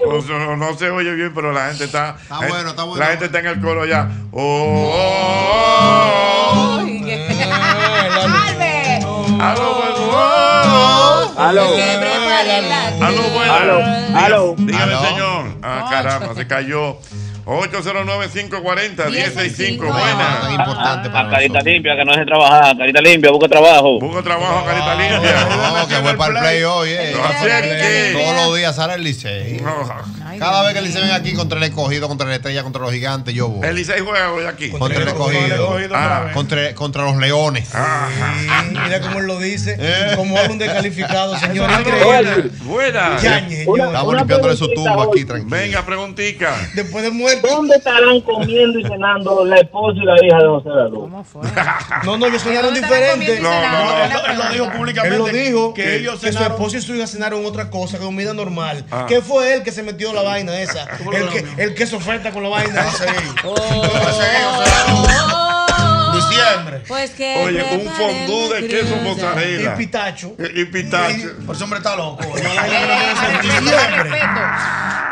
Speaker 2: O sea, pues, no, no se oye bien, pero la gente está.
Speaker 14: Está
Speaker 2: la-
Speaker 14: bueno, está bueno.
Speaker 2: La gente está en el coro ya. ¡Oh!
Speaker 10: Albert.
Speaker 2: ¡Aló, bueno!
Speaker 10: Aló.
Speaker 2: ¡Aló, bueno!
Speaker 10: Aló.
Speaker 2: Aló.
Speaker 10: Aló.
Speaker 2: Dígame,
Speaker 10: Aló.
Speaker 2: señor. Ah, caramba, se cayó. 809-540-165. Buenas.
Speaker 4: importante
Speaker 28: para Ah, carita limpia, que no deje trabajar. Carita limpia, busca trabajo.
Speaker 2: Busca trabajo, carita limpia.
Speaker 4: No, que voy para el play hoy. eh. Todos los días azarar el liceo. Cada vez que el liceo viene aquí contra el escogido, contra la estrella, contra los gigantes, yo voy.
Speaker 2: El Licey juega hoy aquí.
Speaker 4: Contra el escogido. Ah, Contra, contra los leones.
Speaker 6: Sí, mira cómo él lo dice, como álbum descalificado, señor.
Speaker 4: Eso no lo
Speaker 6: Increíble.
Speaker 2: Buenas.
Speaker 4: Una-
Speaker 6: Yañez, señor.
Speaker 4: Estamos una limpiándole su
Speaker 14: tumba aquí,
Speaker 4: tranquilo.
Speaker 2: Venga, preguntica.
Speaker 6: Después de muerto.
Speaker 14: ¿Dónde estarán comiendo y cenando la esposa y la hija de José Lalu? ¿Cómo
Speaker 10: fue?
Speaker 6: No, no, ellos cenaron diferente.
Speaker 14: No, no, no.
Speaker 6: Él lo dijo públicamente. Él lo dijo que,
Speaker 5: que ellos
Speaker 6: que su
Speaker 5: cenaron-
Speaker 6: esposo y su hija cenaron otra cosa, que comida normal.
Speaker 5: Ah.
Speaker 6: ¿Qué fue él que se metió la vaina esa? El que, el que se oferta con la vaina esa. ahí.
Speaker 8: Diciembre.
Speaker 10: Oh, Pues que.
Speaker 2: Oye, un fondú de queso mozzarella.
Speaker 8: Y
Speaker 6: pitacho.
Speaker 2: Y, y pitacho.
Speaker 8: Por eso hombre está loco.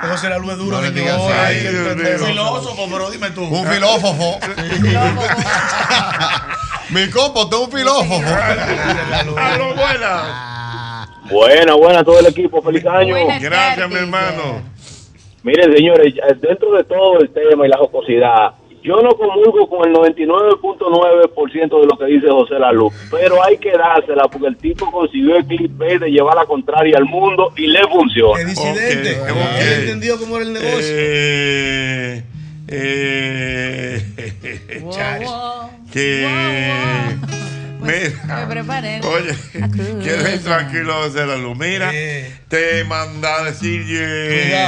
Speaker 6: José la luz es duro,
Speaker 8: señor.
Speaker 2: Ay, Dios mío.
Speaker 8: Un filósofo, pero dime tú.
Speaker 4: Un filósofo. Mi compo, tú un filósofo.
Speaker 2: ¡Aló, buenas!
Speaker 14: Buena, buena, todo el equipo, feliz año.
Speaker 2: Gracias, mi hermano.
Speaker 14: Miren, señores, ya- dentro de todo el tema y la jocosidad, yo no comulgo con el 99.9% de lo que dice José Lalu, pero hay que dársela porque el tipo consiguió el clip de llevar la contraria al mundo y le funciona.
Speaker 2: Oh.
Speaker 6: Presidente, él entendió cómo era el negocio.
Speaker 2: Eh, eh, Charles, que Pues,
Speaker 10: Me
Speaker 2: mira,
Speaker 10: preparé.
Speaker 2: oye, quédate tranquilo de la luz. Mira, te manda a decir eh,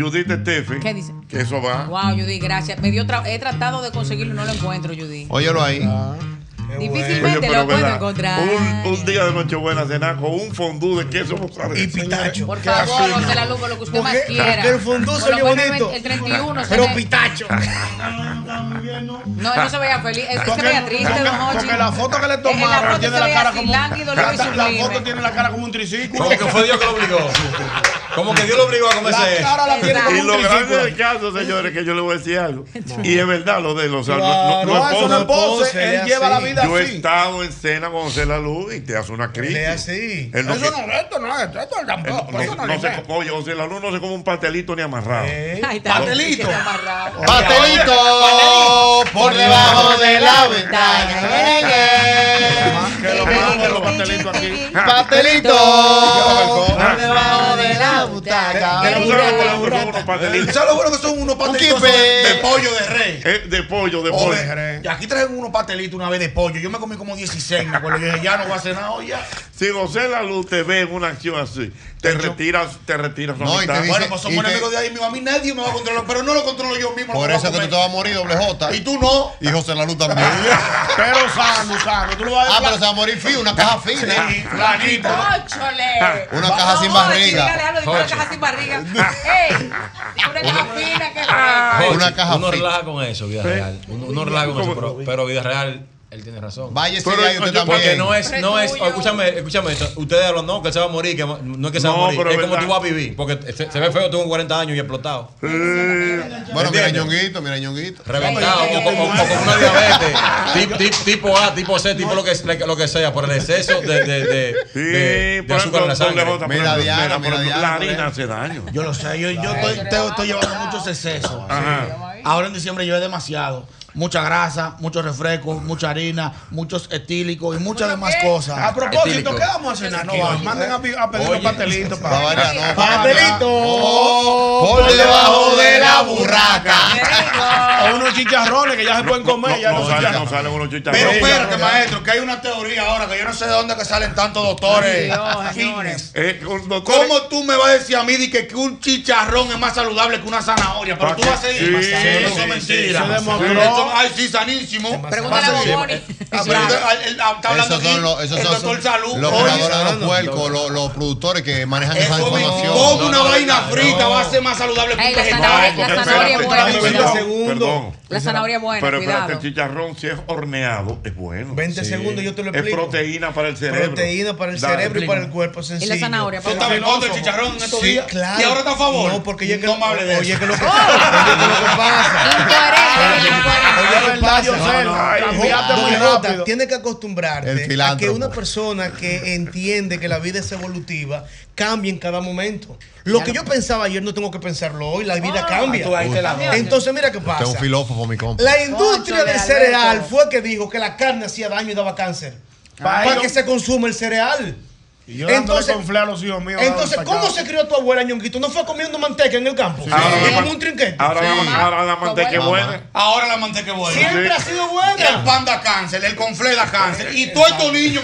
Speaker 2: Judith Estefe
Speaker 10: ¿Qué dice?
Speaker 2: que eso va.
Speaker 10: Wow, Judy, gracias. Me dio tra- he tratado de conseguirlo y no lo encuentro, Judy.
Speaker 4: Óyelo ahí.
Speaker 2: Ah. Oye,
Speaker 10: Difícilmente
Speaker 2: pero
Speaker 10: lo puedo
Speaker 2: verdad,
Speaker 10: encontrar.
Speaker 2: Un, un día de Nochebuena cenar con un fondú de queso mozzarella. Y
Speaker 6: pitacho.
Speaker 10: Por favor, José la luz, con lo que usted más quiera.
Speaker 2: el fondú
Speaker 10: Por
Speaker 2: se
Speaker 10: lo
Speaker 2: oye
Speaker 10: menos
Speaker 2: bonito.
Speaker 10: El 31. se
Speaker 2: Pero
Speaker 10: ve-
Speaker 6: pitacho.
Speaker 10: No, él no se veía feliz. Él se
Speaker 5: Porque-
Speaker 10: veía triste,
Speaker 5: porque-
Speaker 10: don Hochi.
Speaker 5: Porque la foto que le
Speaker 10: En la
Speaker 5: tomaron
Speaker 10: foto
Speaker 5: tiene
Speaker 10: se
Speaker 5: la
Speaker 10: ve
Speaker 5: cara
Speaker 10: así,
Speaker 5: como.
Speaker 10: lánguido, luego
Speaker 5: La-
Speaker 10: hizo un
Speaker 5: La
Speaker 10: libre.
Speaker 5: foto tiene la cara como un triciclo.
Speaker 8: Como que fue Dios que lo obligó.
Speaker 24: Como que Dios lo obligó a comerse eso.
Speaker 2: Y lo grande del caso, señores, que yo le voy a decir algo. Y es verdad lo de los
Speaker 5: Claro,
Speaker 2: no, no,
Speaker 5: eso no es pose, él
Speaker 2: es
Speaker 5: lleva la
Speaker 2: así.
Speaker 5: vida
Speaker 2: Yo he
Speaker 5: así.
Speaker 2: estado en cena con José La Luz y te hace una crítica.
Speaker 5: es así.
Speaker 2: Él no,
Speaker 5: Eso
Speaker 2: que-
Speaker 5: no, esto no, esto, esto tampoco.
Speaker 2: no-
Speaker 5: eso no, Eh.
Speaker 2: no
Speaker 5: lo
Speaker 2: se
Speaker 5: sé.
Speaker 2: co- oye, José La Luz no se come un pastelito ni amarrado.
Speaker 5: Ay, está Pastelito. bien,
Speaker 24: Pastelito por debajo de la
Speaker 2: Que lo mande los pastelitos aquí.
Speaker 24: Pastelito por
Speaker 2: debajo
Speaker 24: de la butaca.
Speaker 8: ¿Sabes lo bueno que son unos pastelitos
Speaker 24: quipe.
Speaker 8: de pollo de rey?
Speaker 2: Eh, de pollo, de
Speaker 8: O
Speaker 2: pollo.
Speaker 8: de rey. Y aquí traen unos pastelitos una vez de pollo. Yo me comí como 16, me acuerdo. Yo dije, ya no voy a cenar hoy ya.
Speaker 2: Si José La Luz te ve en una acción así, te retiras, te retiras la
Speaker 8: No, y te
Speaker 2: mitad.
Speaker 8: dice- Bueno, pues somos y te- enemigos de ahí mismo. A mí nadie me va a controlar, pero no lo controlo yo mismo.
Speaker 4: Por eso que tú te vas a morir, doble J.
Speaker 8: Y tú no.
Speaker 4: Y José La Luz también.
Speaker 8: Pero sano, sano. Tú lo vas
Speaker 4: Ah, pero se va a morir fino, una caja fina.
Speaker 10: ¡Óchale!
Speaker 4: Una caja sin barriga.
Speaker 10: Dígale algo, dígale una caja sin barriga. ¡Ey! Una caja fina que
Speaker 4: Una caja
Speaker 24: Uno
Speaker 4: fit.
Speaker 24: relaja con eso, vida
Speaker 4: Sí.
Speaker 24: real. Uno, uno relaja con eso, pero, pero vida real. Él tiene razón.
Speaker 4: Váyese de ahí, usted
Speaker 24: yo- Porque
Speaker 4: también.
Speaker 24: no es,
Speaker 4: Pero
Speaker 24: no
Speaker 4: es
Speaker 24: es, oh, escúchame, escúchame esto. Ustedes hablan, no, que él se va a morir, que no es que se va
Speaker 4: No,
Speaker 24: a morir.
Speaker 4: pero
Speaker 24: Es
Speaker 4: es
Speaker 24: como tú
Speaker 4: verdad.
Speaker 24: vas a vivir. Porque se, se ve feo, tú con 40 años y explotado.
Speaker 4: Bueno, mira
Speaker 24: ¿Entiendes?
Speaker 4: ñonguito, mira ñonguito.
Speaker 24: Reventado, o, con- o- o con una diabetes, tip- tip- tipo A, tipo C, tipo lo que, lo que sea, por el exceso de, de, de, de- de
Speaker 2: por
Speaker 24: azúcar en la
Speaker 2: ejemplo,
Speaker 24: sangre.
Speaker 2: doble J, por Mira, ejemplo, Diana, mira, mira, por ejemplo, Diana, la por harina ejemplo. hace daño.
Speaker 29: Yo lo sé, yo, yo estoy, te- estoy llevando muchos excesos.
Speaker 2: Ajá.
Speaker 29: Ahora en diciembre llevé demasiado. Mucha grasa, muchos refrescos, mucha harina, muchos etílicos y muchas demás cosas.
Speaker 2: Ah,
Speaker 5: A propósito, ¿qué vamos a cenar? No, vamos, manden a, pi- a pedir los pastelitos para. Pastelito.
Speaker 24: por debajo
Speaker 5: de
Speaker 24: la
Speaker 5: burraca. O unos chicharrones que ya se pueden comer. ya no
Speaker 2: salen, no salen unos
Speaker 8: Pero
Speaker 2: chicharrones.
Speaker 8: espérate, maestro, que hay una teoría ahora que yo no sé de dónde que salen tantos doctores. fitness.
Speaker 2: Eh,
Speaker 8: ¿Cómo tú me vas a decir a mí di que, que un chicharrón es más saludable que una zanahoria? Pero tú vas a seguir.
Speaker 2: Sí,
Speaker 8: eso
Speaker 2: sí,
Speaker 8: es mentira.
Speaker 2: sí, se demostró.
Speaker 8: Eso- ay, sí, sanísimo.
Speaker 4: Pregúntale
Speaker 8: Vas
Speaker 4: a
Speaker 8: seguir.
Speaker 4: Boboni.
Speaker 8: Ah, pero usted- ah, él- ah, Está hablando
Speaker 4: Esos
Speaker 8: aquí.
Speaker 4: son los, esos
Speaker 8: el
Speaker 4: son-
Speaker 8: doctor Salud.
Speaker 4: los
Speaker 8: Oye,
Speaker 4: creadores de los puercos, los, los productores que manejan esa información.
Speaker 8: Como una vaina frita va a ser más saludable
Speaker 10: Ey,
Speaker 8: que
Speaker 10: la
Speaker 8: un
Speaker 10: zanahoria-
Speaker 8: vegetal.
Speaker 10: la
Speaker 8: Porque
Speaker 10: zanahoria
Speaker 8: espérate,
Speaker 10: buena.
Speaker 8: espérate,
Speaker 10: Cuidado.
Speaker 8: espérate.
Speaker 2: Perdón.
Speaker 10: La zanahoria es buena,
Speaker 2: Pero espérate,
Speaker 10: cuidado.
Speaker 2: el chicharrón, si es horneado, es bueno.
Speaker 6: 20 segundos, yo te lo
Speaker 2: Es
Speaker 6: explico.
Speaker 2: proteína para el cerebro.
Speaker 6: Proteína para el
Speaker 2: Dale.
Speaker 6: cerebro y para el cuerpo sencillo.
Speaker 10: zanahoria, papá?
Speaker 8: ¿Tú estabas en contra del chicharrón en estos
Speaker 6: Sí,
Speaker 8: días?
Speaker 6: claro.
Speaker 8: ¿Y ahora está a favor?
Speaker 6: No, porque yo que
Speaker 8: No me hable de
Speaker 6: Oye,
Speaker 8: eso.
Speaker 6: que lo que Oye, ¿qué pasa?
Speaker 8: yo sé,
Speaker 6: No,
Speaker 8: ay,
Speaker 6: no, no.
Speaker 8: cambiaste muy
Speaker 6: Don Jota,
Speaker 8: rápido.
Speaker 6: Tienes que acostumbrarte a que
Speaker 4: filántropo.
Speaker 6: una persona que entiende que la vida es evolutiva cambie en cada momento. Lo que yo pensaba ayer no tengo que pensarlo hoy, la vida
Speaker 8: Ah,
Speaker 6: cambia.
Speaker 8: tú ahí te la doy.
Speaker 6: Entonces mira qué
Speaker 4: Usted es un
Speaker 6: pasa.
Speaker 4: filósofo, mi compa.
Speaker 6: La industria
Speaker 8: Cónchale,
Speaker 6: del
Speaker 8: Alberto.
Speaker 6: cereal fue que dijo que la carne hacía daño y daba cáncer.
Speaker 5: Para
Speaker 6: Para
Speaker 5: ello-
Speaker 6: que se consume el cereal.
Speaker 5: Ah, Y yo dándole
Speaker 6: Entonces-
Speaker 5: conflé a los hijos míos.
Speaker 6: Entonces,
Speaker 5: dándole
Speaker 6: ¿cómo
Speaker 5: pecado.
Speaker 6: se crió tu abuela, ñonguito? ¿No fue comiendo manteca en el campo?
Speaker 2: Ahora
Speaker 6: Y
Speaker 2: la
Speaker 6: como
Speaker 2: man-
Speaker 6: un trinquete.
Speaker 2: Ahora la man- ahora la manteca es buena.
Speaker 8: Ahora la manteca es buena.
Speaker 6: Siempre ha sido buena.
Speaker 8: El pan da cáncer, el conflé da cáncer. Y todos estos niños,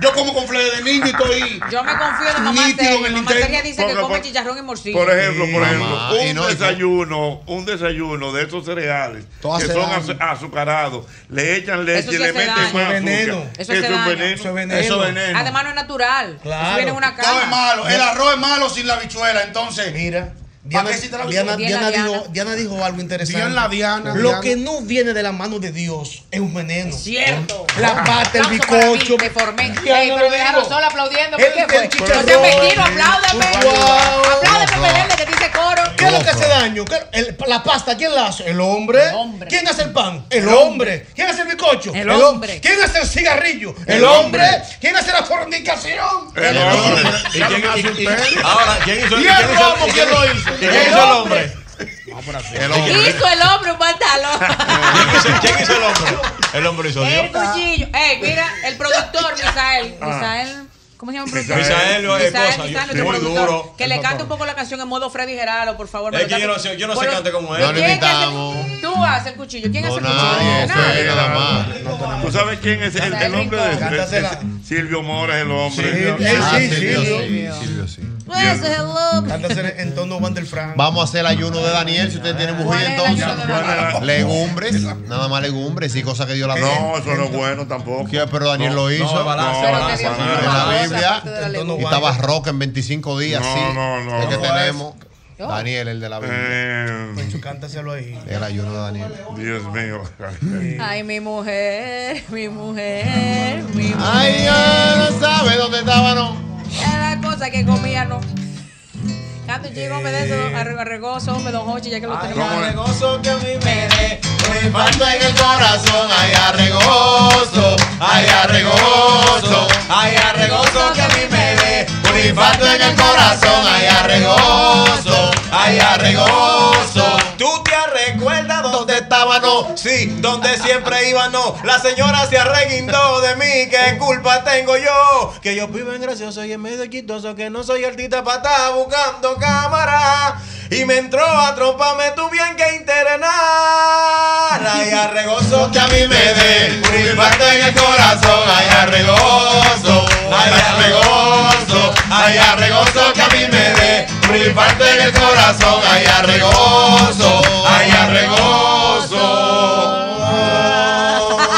Speaker 8: yo como conflé de niño y estoy.
Speaker 10: Yo me confío en la mamá
Speaker 8: Nítido en
Speaker 10: Celia.
Speaker 8: el
Speaker 10: Mamá Celia
Speaker 8: intento.
Speaker 10: dice que
Speaker 8: Porque
Speaker 10: come
Speaker 8: por-
Speaker 10: chicharrón y morcilla.
Speaker 2: Por ejemplo, por
Speaker 4: Mamá,
Speaker 2: ejemplo,
Speaker 4: y
Speaker 2: un
Speaker 4: no, y que-
Speaker 2: desayuno, un desayuno de esos cereales
Speaker 4: Todo
Speaker 2: que
Speaker 4: hace
Speaker 2: son
Speaker 4: daño.
Speaker 2: azu- azucarados, le echan leche
Speaker 10: Eso sí
Speaker 2: y le
Speaker 10: hace
Speaker 2: meten
Speaker 10: daño.
Speaker 2: más
Speaker 10: Eso es
Speaker 2: azúcar.
Speaker 10: veneno. Eso hace daño. Eso es veneno.
Speaker 8: Eso es veneno.
Speaker 10: Además no es natural. Eso
Speaker 8: Claro.
Speaker 10: viene en una caja.
Speaker 8: Sabe malo. El arroz es malo sin la bichuela, entonces.
Speaker 6: Mira.
Speaker 8: Diana,
Speaker 6: Diana, Diana- Diana dijo, Diana dijo algo interesante.
Speaker 8: Diana, Diana,
Speaker 6: Lo
Speaker 8: Diana.
Speaker 6: que no viene de la mano de Dios es un veneno.
Speaker 10: Cierto.
Speaker 6: La pata, el
Speaker 10: Aplauso para mí,
Speaker 6: bizcocho.
Speaker 10: Te formé.
Speaker 6: Diana
Speaker 10: Ey, pero me dejaron
Speaker 6: dijo,
Speaker 10: sola aplaudiendo.
Speaker 6: el
Speaker 10: ¿Por qué fue?
Speaker 6: del
Speaker 10: No
Speaker 6: chicharrón.
Speaker 10: seas metido, apláudeme.
Speaker 6: Wow.
Speaker 10: Apláudeme, Pelele, que dice coro.
Speaker 6: ¿Qué es lo que hace daño? ¿Qué- el- la pasta, ¿quién la hace? El hombre. ¿Quién hace el pan? El, hombre. ¿Quién hace el bizcocho?
Speaker 10: El
Speaker 6: hom-
Speaker 10: hombre.
Speaker 6: ¿Quién hace el cigarrillo? El,
Speaker 24: El
Speaker 6: hombre.
Speaker 24: hombre.
Speaker 8: Eh,
Speaker 6: ¿Quién hace la
Speaker 2: Eh,
Speaker 6: fornicación?
Speaker 24: El hombre. ¿Y quién- y- y- Ahora, ¿quién hizo
Speaker 6: ¿Y
Speaker 24: quién
Speaker 6: el
Speaker 24: hizo-
Speaker 6: robo
Speaker 24: y
Speaker 6: quién lo hizo?
Speaker 24: ¿Quién
Speaker 6: El
Speaker 24: hizo el
Speaker 6: hombre.
Speaker 24: hombre? El
Speaker 10: Hizo el hombre un pantalón.
Speaker 24: ¿Quién hizo- ¿Quién hizo el hombre? El hombre hizo Dios.
Speaker 10: El cuchillo.
Speaker 24: ah.
Speaker 10: Ey, mira, el productor, Misael. Misael. ¿Cómo se llama el productor?
Speaker 24: Misael, lo- es cosa,
Speaker 10: Misael,
Speaker 24: yo-
Speaker 10: nuestro
Speaker 24: muy
Speaker 10: productor.
Speaker 24: duro.
Speaker 10: Que le cante un poco la canción en modo Freddy Geralo, por favor. me
Speaker 24: Es
Speaker 10: lo
Speaker 24: que yo
Speaker 10: cante.
Speaker 24: no sé, yo no sé
Speaker 10: Por-
Speaker 24: cantar como él.
Speaker 4: No lo
Speaker 10: ¿Quién es que hace-
Speaker 4: invitamos.
Speaker 10: Tú haces el cuchillo. ¿Quién hace el cuchillo?
Speaker 4: Nadie, eso es nada más.
Speaker 2: ¿Tú sabes quién es el, el hombre de
Speaker 6: Cántasela.
Speaker 2: de- Silvio Mora es el hombre.
Speaker 4: Ah,
Speaker 6: sí,
Speaker 4: Silvio,
Speaker 6: Silvio.
Speaker 4: sí, Silvio, sí.
Speaker 10: Pues el hombre.
Speaker 6: Anda a hacer en tono Van del Frank.
Speaker 4: Vamos a hacer el ayuno de Daniel si usted tiene mujer entonces. Legumbres, nada más legumbres y cosas que Dios la
Speaker 2: No, eso no es bueno tampoco.
Speaker 4: Pero Daniel lo hizo.
Speaker 24: no, balance, Pero balance,
Speaker 4: en
Speaker 24: Dios balance.
Speaker 4: la
Speaker 24: balance,
Speaker 4: Biblia.
Speaker 24: aparte de la
Speaker 4: Y
Speaker 24: legumbres.
Speaker 4: estaba roca en 25 días,
Speaker 2: No,
Speaker 4: sí.
Speaker 2: no, no,
Speaker 4: el que
Speaker 2: no.
Speaker 4: tenemos. Daniel, el de la
Speaker 3: Eh.
Speaker 4: Biblia.
Speaker 6: Cántaselo ahí.
Speaker 4: El ayuno de Daniel.
Speaker 2: Dios mío.
Speaker 10: Ay, mi mujer, mi mujer, mi mujer.
Speaker 4: Ay, ya no sabe dónde estaba, no.
Speaker 10: Era la cosa que comía, no. Santo Chico, me de
Speaker 4: Eh.
Speaker 10: eso, arre- arregozo, me don Hochi, ya que
Speaker 4: Ah,
Speaker 10: lo tenemos.
Speaker 24: Ay, arregozo que a mí me dé, me falta en el corazón. Ay, arregozo, ay, arregozo, ay, arregozo que a mí me dé, un infarto en el corazón. Ay, arregozo, ay, arregozo. ¿Tú te recuerdas dónde estaba? No, sí, donde siempre iba, no. La señora se arreguindó de mí, ¿qué culpa tengo yo? Que yo vivo en gracioso y en medio chistoso, que no soy artista para estar buscando cámara. Y me entró a trompame tú bien que internar. Ay, arregozo que a mí me dé un infarto en el corazón. Ay, arregozo, ay, arregozo, ay, arregozo que a mí me dé un infarto en el corazón. Ay, arregozo, ay, arregozo.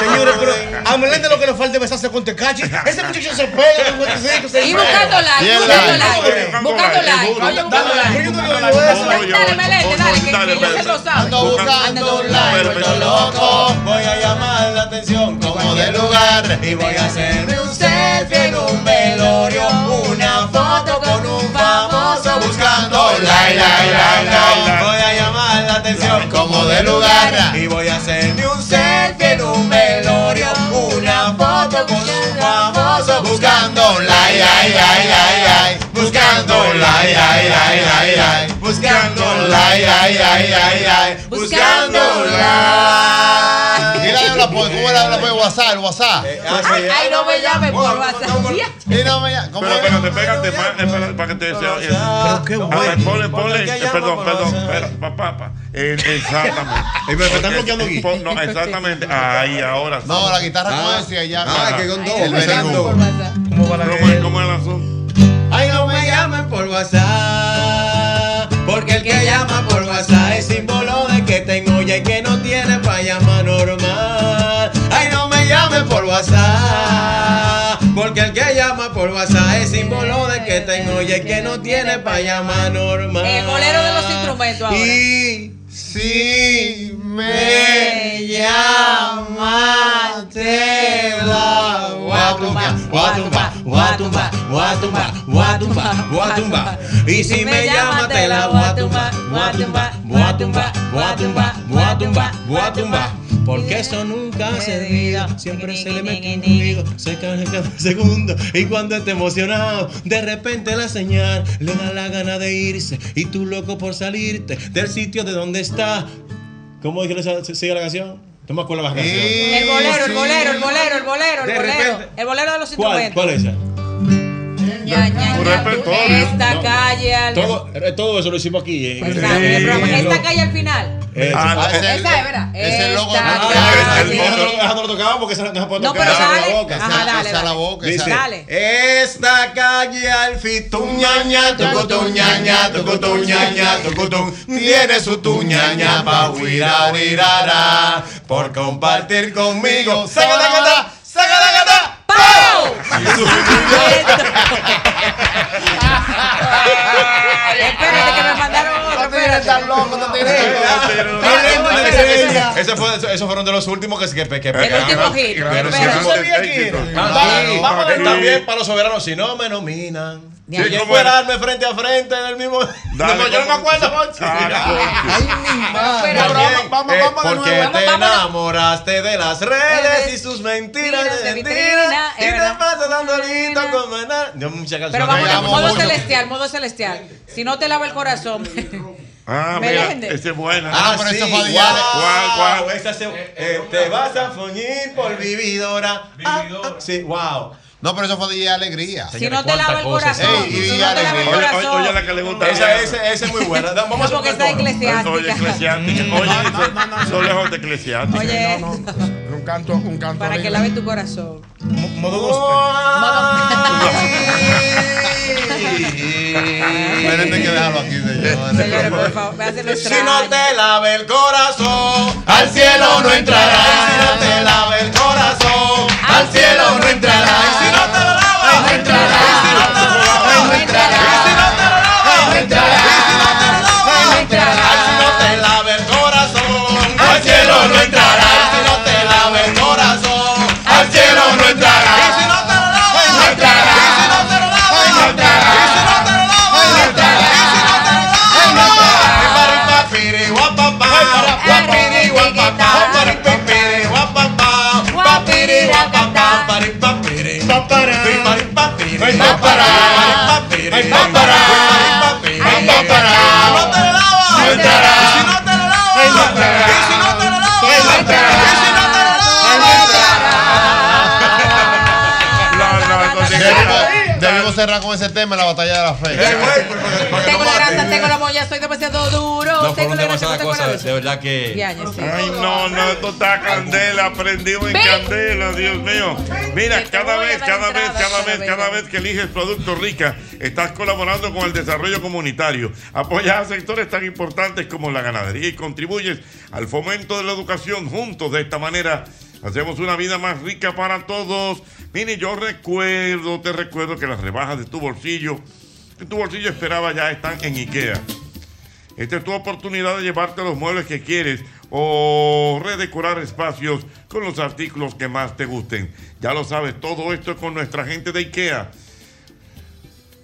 Speaker 6: Señores, pero a Melende lo que nos falta es besarse con Tecachi. Ese muchacho se pega. con el muchacho se
Speaker 10: Y
Speaker 6: pega.
Speaker 10: buscando like,
Speaker 6: Bien
Speaker 10: buscando
Speaker 6: like.
Speaker 10: like, buscando like. Oye, buscando like. Dale, Melete, dale, que- que yo sé gozar.
Speaker 24: Ando buscando un like, vuelto loco. Voy a llamar la atención como de lugar. Y voy a hacerme un selfie en un velorio. Una foto con un famoso buscando like, like, like, like. Voy a llamar la atención como de lugar. Y voy a hacerme un selfie en un velorio. Una foto con un famoso buscando like, like, like, like, like. Buscando like, like, like, like, like. Buscando like, like, like, like, like. Buscando like.
Speaker 4: Mira, habla por, ¿cómo era? Habla por WhatsApp, WhatsApp.
Speaker 10: Ay, no me llames por WhatsApp.
Speaker 2: Pero espérate, espérate, espérate, espérate, para eh, que te sea. Pero qué bueno. Ponle, ponle, eh, perdón, perdón, espera, papá, papá. Eh, Exactamente.
Speaker 4: Eh, pero me están bloqueando aquí.
Speaker 2: Pon- No, exactamente. Ahí, ahora sí.
Speaker 4: No, la guitarra no es decía ya. Ah, que con dos.
Speaker 2: ¿Cómo es- ¿Cómo es el asunto?
Speaker 24: Ay, no me llamen por WhatsApp. Porque el que llama por WhatsApp es símbolo de que tengo ya y que no tiene pa' llamar normal. Ay, no me llamen por WhatsApp. Porque el que llama por WhatsApp es símbolo de que tengo ya y que no tiene pa' llamar normal.
Speaker 10: El bolero de los instrumentos ahora.
Speaker 24: Y si me llama, te la voy a tumbar, voy a tumbar, voy a tumbar, voy a tumbar, voy a tumbar, voy a tumbar. Y si me llama, te la voy a tumbar, voy a tumbar, voy a tumbar, voy a tumbar, voy a tumbar, voy a tumbar. Porque eso nunca se diga, siempre se le mete conmigo, se cae cada segundo. Y cuando está emocionado, de repente la señal le da la gana de irse. Y tú loco por salirte del sitio de donde está. ¿Cómo es que le- sigue la canción? No me acuerdo la canción.
Speaker 10: El bolero, el bolero, el bolero, el bolero, el
Speaker 24: De
Speaker 10: bolero.
Speaker 24: repente.
Speaker 10: El bolero de los
Speaker 24: ¿Cuál,
Speaker 10: instrumentos.
Speaker 24: cuál es esa?
Speaker 10: Ya, ya,
Speaker 24: Un
Speaker 10: ya,
Speaker 24: repertorio.
Speaker 10: tú, Esta
Speaker 24: No.
Speaker 10: calle al
Speaker 24: Todo, eh, todo eso lo hicimos aquí. eh.
Speaker 10: Exacto, el programa. Esta calle al final.
Speaker 24: Eh,
Speaker 10: Esa
Speaker 24: ese-
Speaker 10: es, ¿verdad?
Speaker 24: ese es el logo.
Speaker 10: Esta
Speaker 24: Ah,
Speaker 10: calle.
Speaker 24: el logo. Esa no lo tocaba porque esa no se puede
Speaker 10: No,
Speaker 24: tocar.
Speaker 10: pero
Speaker 24: Esa es
Speaker 10: dale.
Speaker 24: la boca.
Speaker 10: Ajá, dale,
Speaker 24: esa es la
Speaker 10: dale.
Speaker 24: boca.
Speaker 10: Dice, Dale.
Speaker 24: Esta calle al fin, tu ñaña, tu cutun, ñaña, tu cutun, ñaña, tu cutun, tiene su tu ñaña pa' huirá, huirará, por compartir conmigo. ¡Saca, saca, saca! ¡Saca, saca, saca!
Speaker 10: Espérate que me mandaron otro. Espérate.
Speaker 24: Ese fue- eso- Esos fueron de los últimos que que- que pegaron.
Speaker 10: último hit.
Speaker 24: Pero
Speaker 10: Pero
Speaker 24: sí,
Speaker 10: yo
Speaker 24: como-
Speaker 10: sabía
Speaker 24: eh,
Speaker 10: que-
Speaker 24: éxito.
Speaker 10: Sí.
Speaker 24: Ah,
Speaker 10: Sí.
Speaker 24: Vamos
Speaker 10: Sí.
Speaker 24: también para los soberanos si no me nominan.
Speaker 10: Sí,
Speaker 24: Y hay que
Speaker 10: ¿cómo era?
Speaker 24: encuerarme frente a frente en el mismo.
Speaker 2: Dale,
Speaker 24: no, yo no me
Speaker 2: ¿cómo?
Speaker 24: acuerdo, Monchi.
Speaker 2: madre.
Speaker 24: También,
Speaker 2: Pero vamos, vamos,
Speaker 24: eh,
Speaker 2: vamos de
Speaker 24: Porque
Speaker 2: nuevo.
Speaker 24: te
Speaker 2: Vamos, vamos.
Speaker 24: enamoraste de las redes y sus mentiras
Speaker 10: Mentiras
Speaker 24: de
Speaker 10: de
Speaker 24: mentiras.
Speaker 10: vitrina,
Speaker 24: Y
Speaker 10: es
Speaker 24: te
Speaker 10: verdad.
Speaker 24: pasas dando lindo con maná. Yo muchas
Speaker 10: Pero
Speaker 24: canciones.
Speaker 10: vamos a
Speaker 24: Vamos,
Speaker 10: modo
Speaker 24: vamos.
Speaker 10: celestial, modo celestial. Si no te lava el corazón.
Speaker 2: Ah, mira,
Speaker 10: Meléndez.
Speaker 2: esa es buena.
Speaker 24: Ah, pero eso fue
Speaker 2: ¿Cuál,
Speaker 24: Diana.
Speaker 2: cuál, cuál?
Speaker 24: Wow, esa se- eh, te vas a foñir por vividora. Ah, ah, sí, wow.
Speaker 4: No, pero eso fue de Alegría.
Speaker 10: Si no te lava el corazón.
Speaker 4: Ey, y
Speaker 10: Si no
Speaker 4: ya
Speaker 10: te
Speaker 4: le
Speaker 10: lava el
Speaker 4: digo. Oye,
Speaker 10: corazón.
Speaker 2: Oye, la que le gusta.
Speaker 24: Esa- esa- esa es muy buena. Da- vamos a
Speaker 10: No, porque
Speaker 24: hacer
Speaker 10: está
Speaker 24: una
Speaker 10: eclesiástica.
Speaker 2: Oye, eclesiástica. Oye, eso- eso lejos de eclesiástica.
Speaker 10: Oye,
Speaker 8: Un canto, un canto.
Speaker 10: para que
Speaker 8: horrible.
Speaker 10: lave tu corazón.
Speaker 8: Modo
Speaker 4: Espérense que dejarlo aquí, señores.
Speaker 24: Si no te lave el corazón, al cielo no entrarás. Si no te lave el corazón, al cielo no entrarás. Y Si no te lo lavas, no entrarás. Y Si no te lo lavas, no entrarás. Y Si no te lo lavas, no entrarás. Y Si no te lo lavas, no entrarás. Si no te lave el corazón, al cielo no entrarás. Y Si no te lave el corazón, al cielo no entrarás. Y si no te lo lavas, no entrarás. Y si no te lo lavas, no entrarás. Y si no te lo lavas, no entrarás. Y si no te lo lavas, no entrarás.
Speaker 4: quiero cerrar con ese tema en la batalla de la fe.
Speaker 2: Eh,
Speaker 3: Tengo la grasa, tengo la molla, soy demasiado duro.
Speaker 24: No,
Speaker 3: tengo
Speaker 24: fueron
Speaker 3: la grasa, no
Speaker 24: demasiadas
Speaker 3: tengo la
Speaker 24: cosas, de
Speaker 3: leche.
Speaker 24: verdad que.
Speaker 3: Diaño, sí.
Speaker 2: Ay, no, no, esto está candela, prendido en
Speaker 3: Ven.
Speaker 2: candela, Dios mío. Mira, cada
Speaker 24: voy a
Speaker 2: vez,
Speaker 24: dar
Speaker 2: cada vez,
Speaker 24: entrada,
Speaker 2: cada
Speaker 24: pero
Speaker 2: vez, cada vez que eliges Producto Rica, estás colaborando con el desarrollo comunitario, apoyas a sectores tan importantes como la ganadería y contribuyes al fomento de la educación juntos de esta manera. Hacemos una vida más rica para todos. Mire, yo recuerdo, te recuerdo que las rebajas de tu bolsillo, que tu bolsillo esperaba ya están en IKEA. Esta es tu oportunidad de llevarte los muebles que quieres o redecorar espacios con los artículos que más te gusten. Ya lo sabes, todo esto es con nuestra gente de IKEA.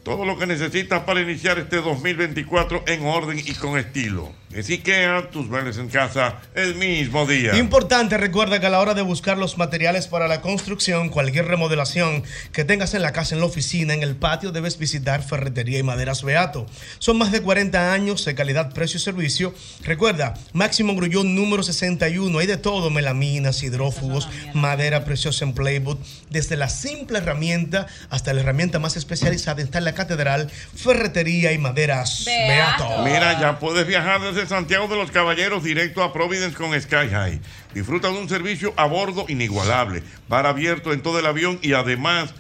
Speaker 2: Todo lo que necesitas para iniciar este 2024 en orden y con estilo. Es IKEA, tus muebles en casa el mismo día.
Speaker 6: Importante, recuerda que a la hora de buscar los materiales para la construcción, cualquier remodelación que tengas en la casa, en la oficina, en el patio, debes visitar Ferretería y Maderas Beato. Son más de 40 años de calidad, precio y servicio. Recuerda, Máximo Grullón número 61, hay de todo, melaminas, hidrófugos, madera preciosa en Playbook, desde la simple herramienta hasta la herramienta más especializada está en la catedral Ferretería y Maderas Beato.
Speaker 2: Mira, ya puedes viajar desde Santiago de los Caballeros directo a Providence con Sky High. Disfruta de un servicio a bordo inigualable, bar abierto en todo el avión y además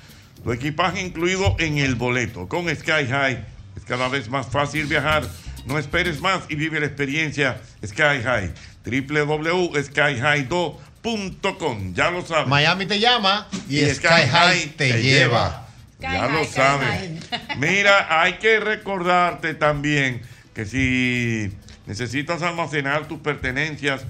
Speaker 2: tu equipaje incluido en el boleto. Con Sky High es cada vez más fácil viajar. No esperes más y vive la experiencia Sky High. www.skyhigh2.com. Ya lo sabes.
Speaker 4: Miami te llama y Sky High te lleva.
Speaker 2: Ya lo sabes. Mira, hay que recordarte también que si necesitas almacenar tus pertenencias,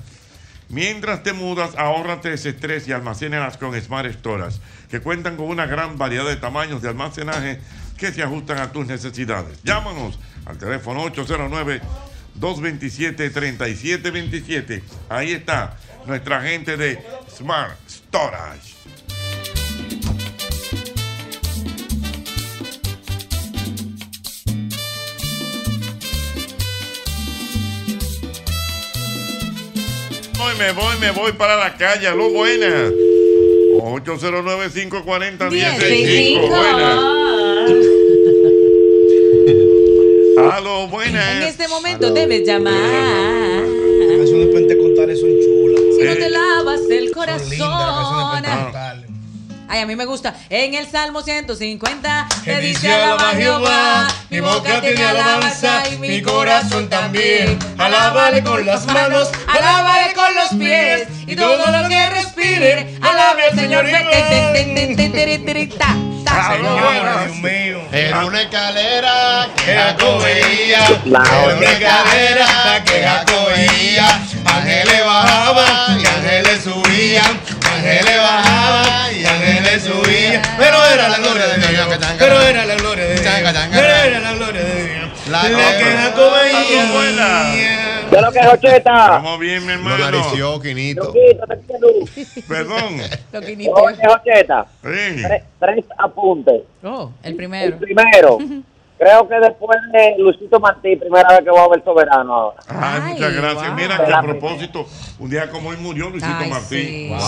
Speaker 2: mientras te mudas, ahórrate ese estrés y almacénalas con Smart Storage, que cuentan con una gran variedad de tamaños de almacenaje que se ajustan a tus necesidades. Llámanos al teléfono 809 227 3727. Ahí está nuestra gente de Smart Storage. Voy, me voy, me voy para la calle.
Speaker 14: Uh.
Speaker 2: Aló, buenas. 809-540-1065. Buenas. Aló,
Speaker 10: En
Speaker 2: buenas.
Speaker 10: este momento debes llamar.
Speaker 6: Los pentecostales son chulas.
Speaker 10: Si no te lavas el corazón.
Speaker 6: pentecostales.
Speaker 10: Ay, a mí me gusta. En el Salmo 150
Speaker 24: Que
Speaker 10: te dice alaba a Jehová. Mi boca tiene alabanza y mi corazón también. Alábale con las manos, alábale con los pies y todo lo que respire. Alabe al Señor.
Speaker 4: Dios mío. Era una escalera que jacobía.
Speaker 24: La
Speaker 4: Era una
Speaker 24: otra.
Speaker 4: escalera que jacobía. Ángeles bajaban y ángeles subían. Ángeles bajaban y ángeles subían. Pero era la gloria de Dios. Pero era la gloria de Dios. Pero era la gloria de Dios. La que jacobía.
Speaker 14: ¿Qué es lo que es, Jocheta?
Speaker 2: Estamos bien, mi hermano.
Speaker 4: Lo acarició, Quinito.
Speaker 2: Perdón.
Speaker 14: Oye, Jocheta,
Speaker 2: Sí.
Speaker 14: tre- tres apuntes.
Speaker 10: Oh, el
Speaker 14: El
Speaker 10: primero.
Speaker 14: primero, creo que después de Luisito Martí, primera vez que voy a ver Soberano ahora.
Speaker 2: Ay, Ah, muchas gracias. Mira que a propósito, un día como hoy murió Luisito
Speaker 14: Ay,
Speaker 2: Martín.
Speaker 14: sí.
Speaker 2: Wow.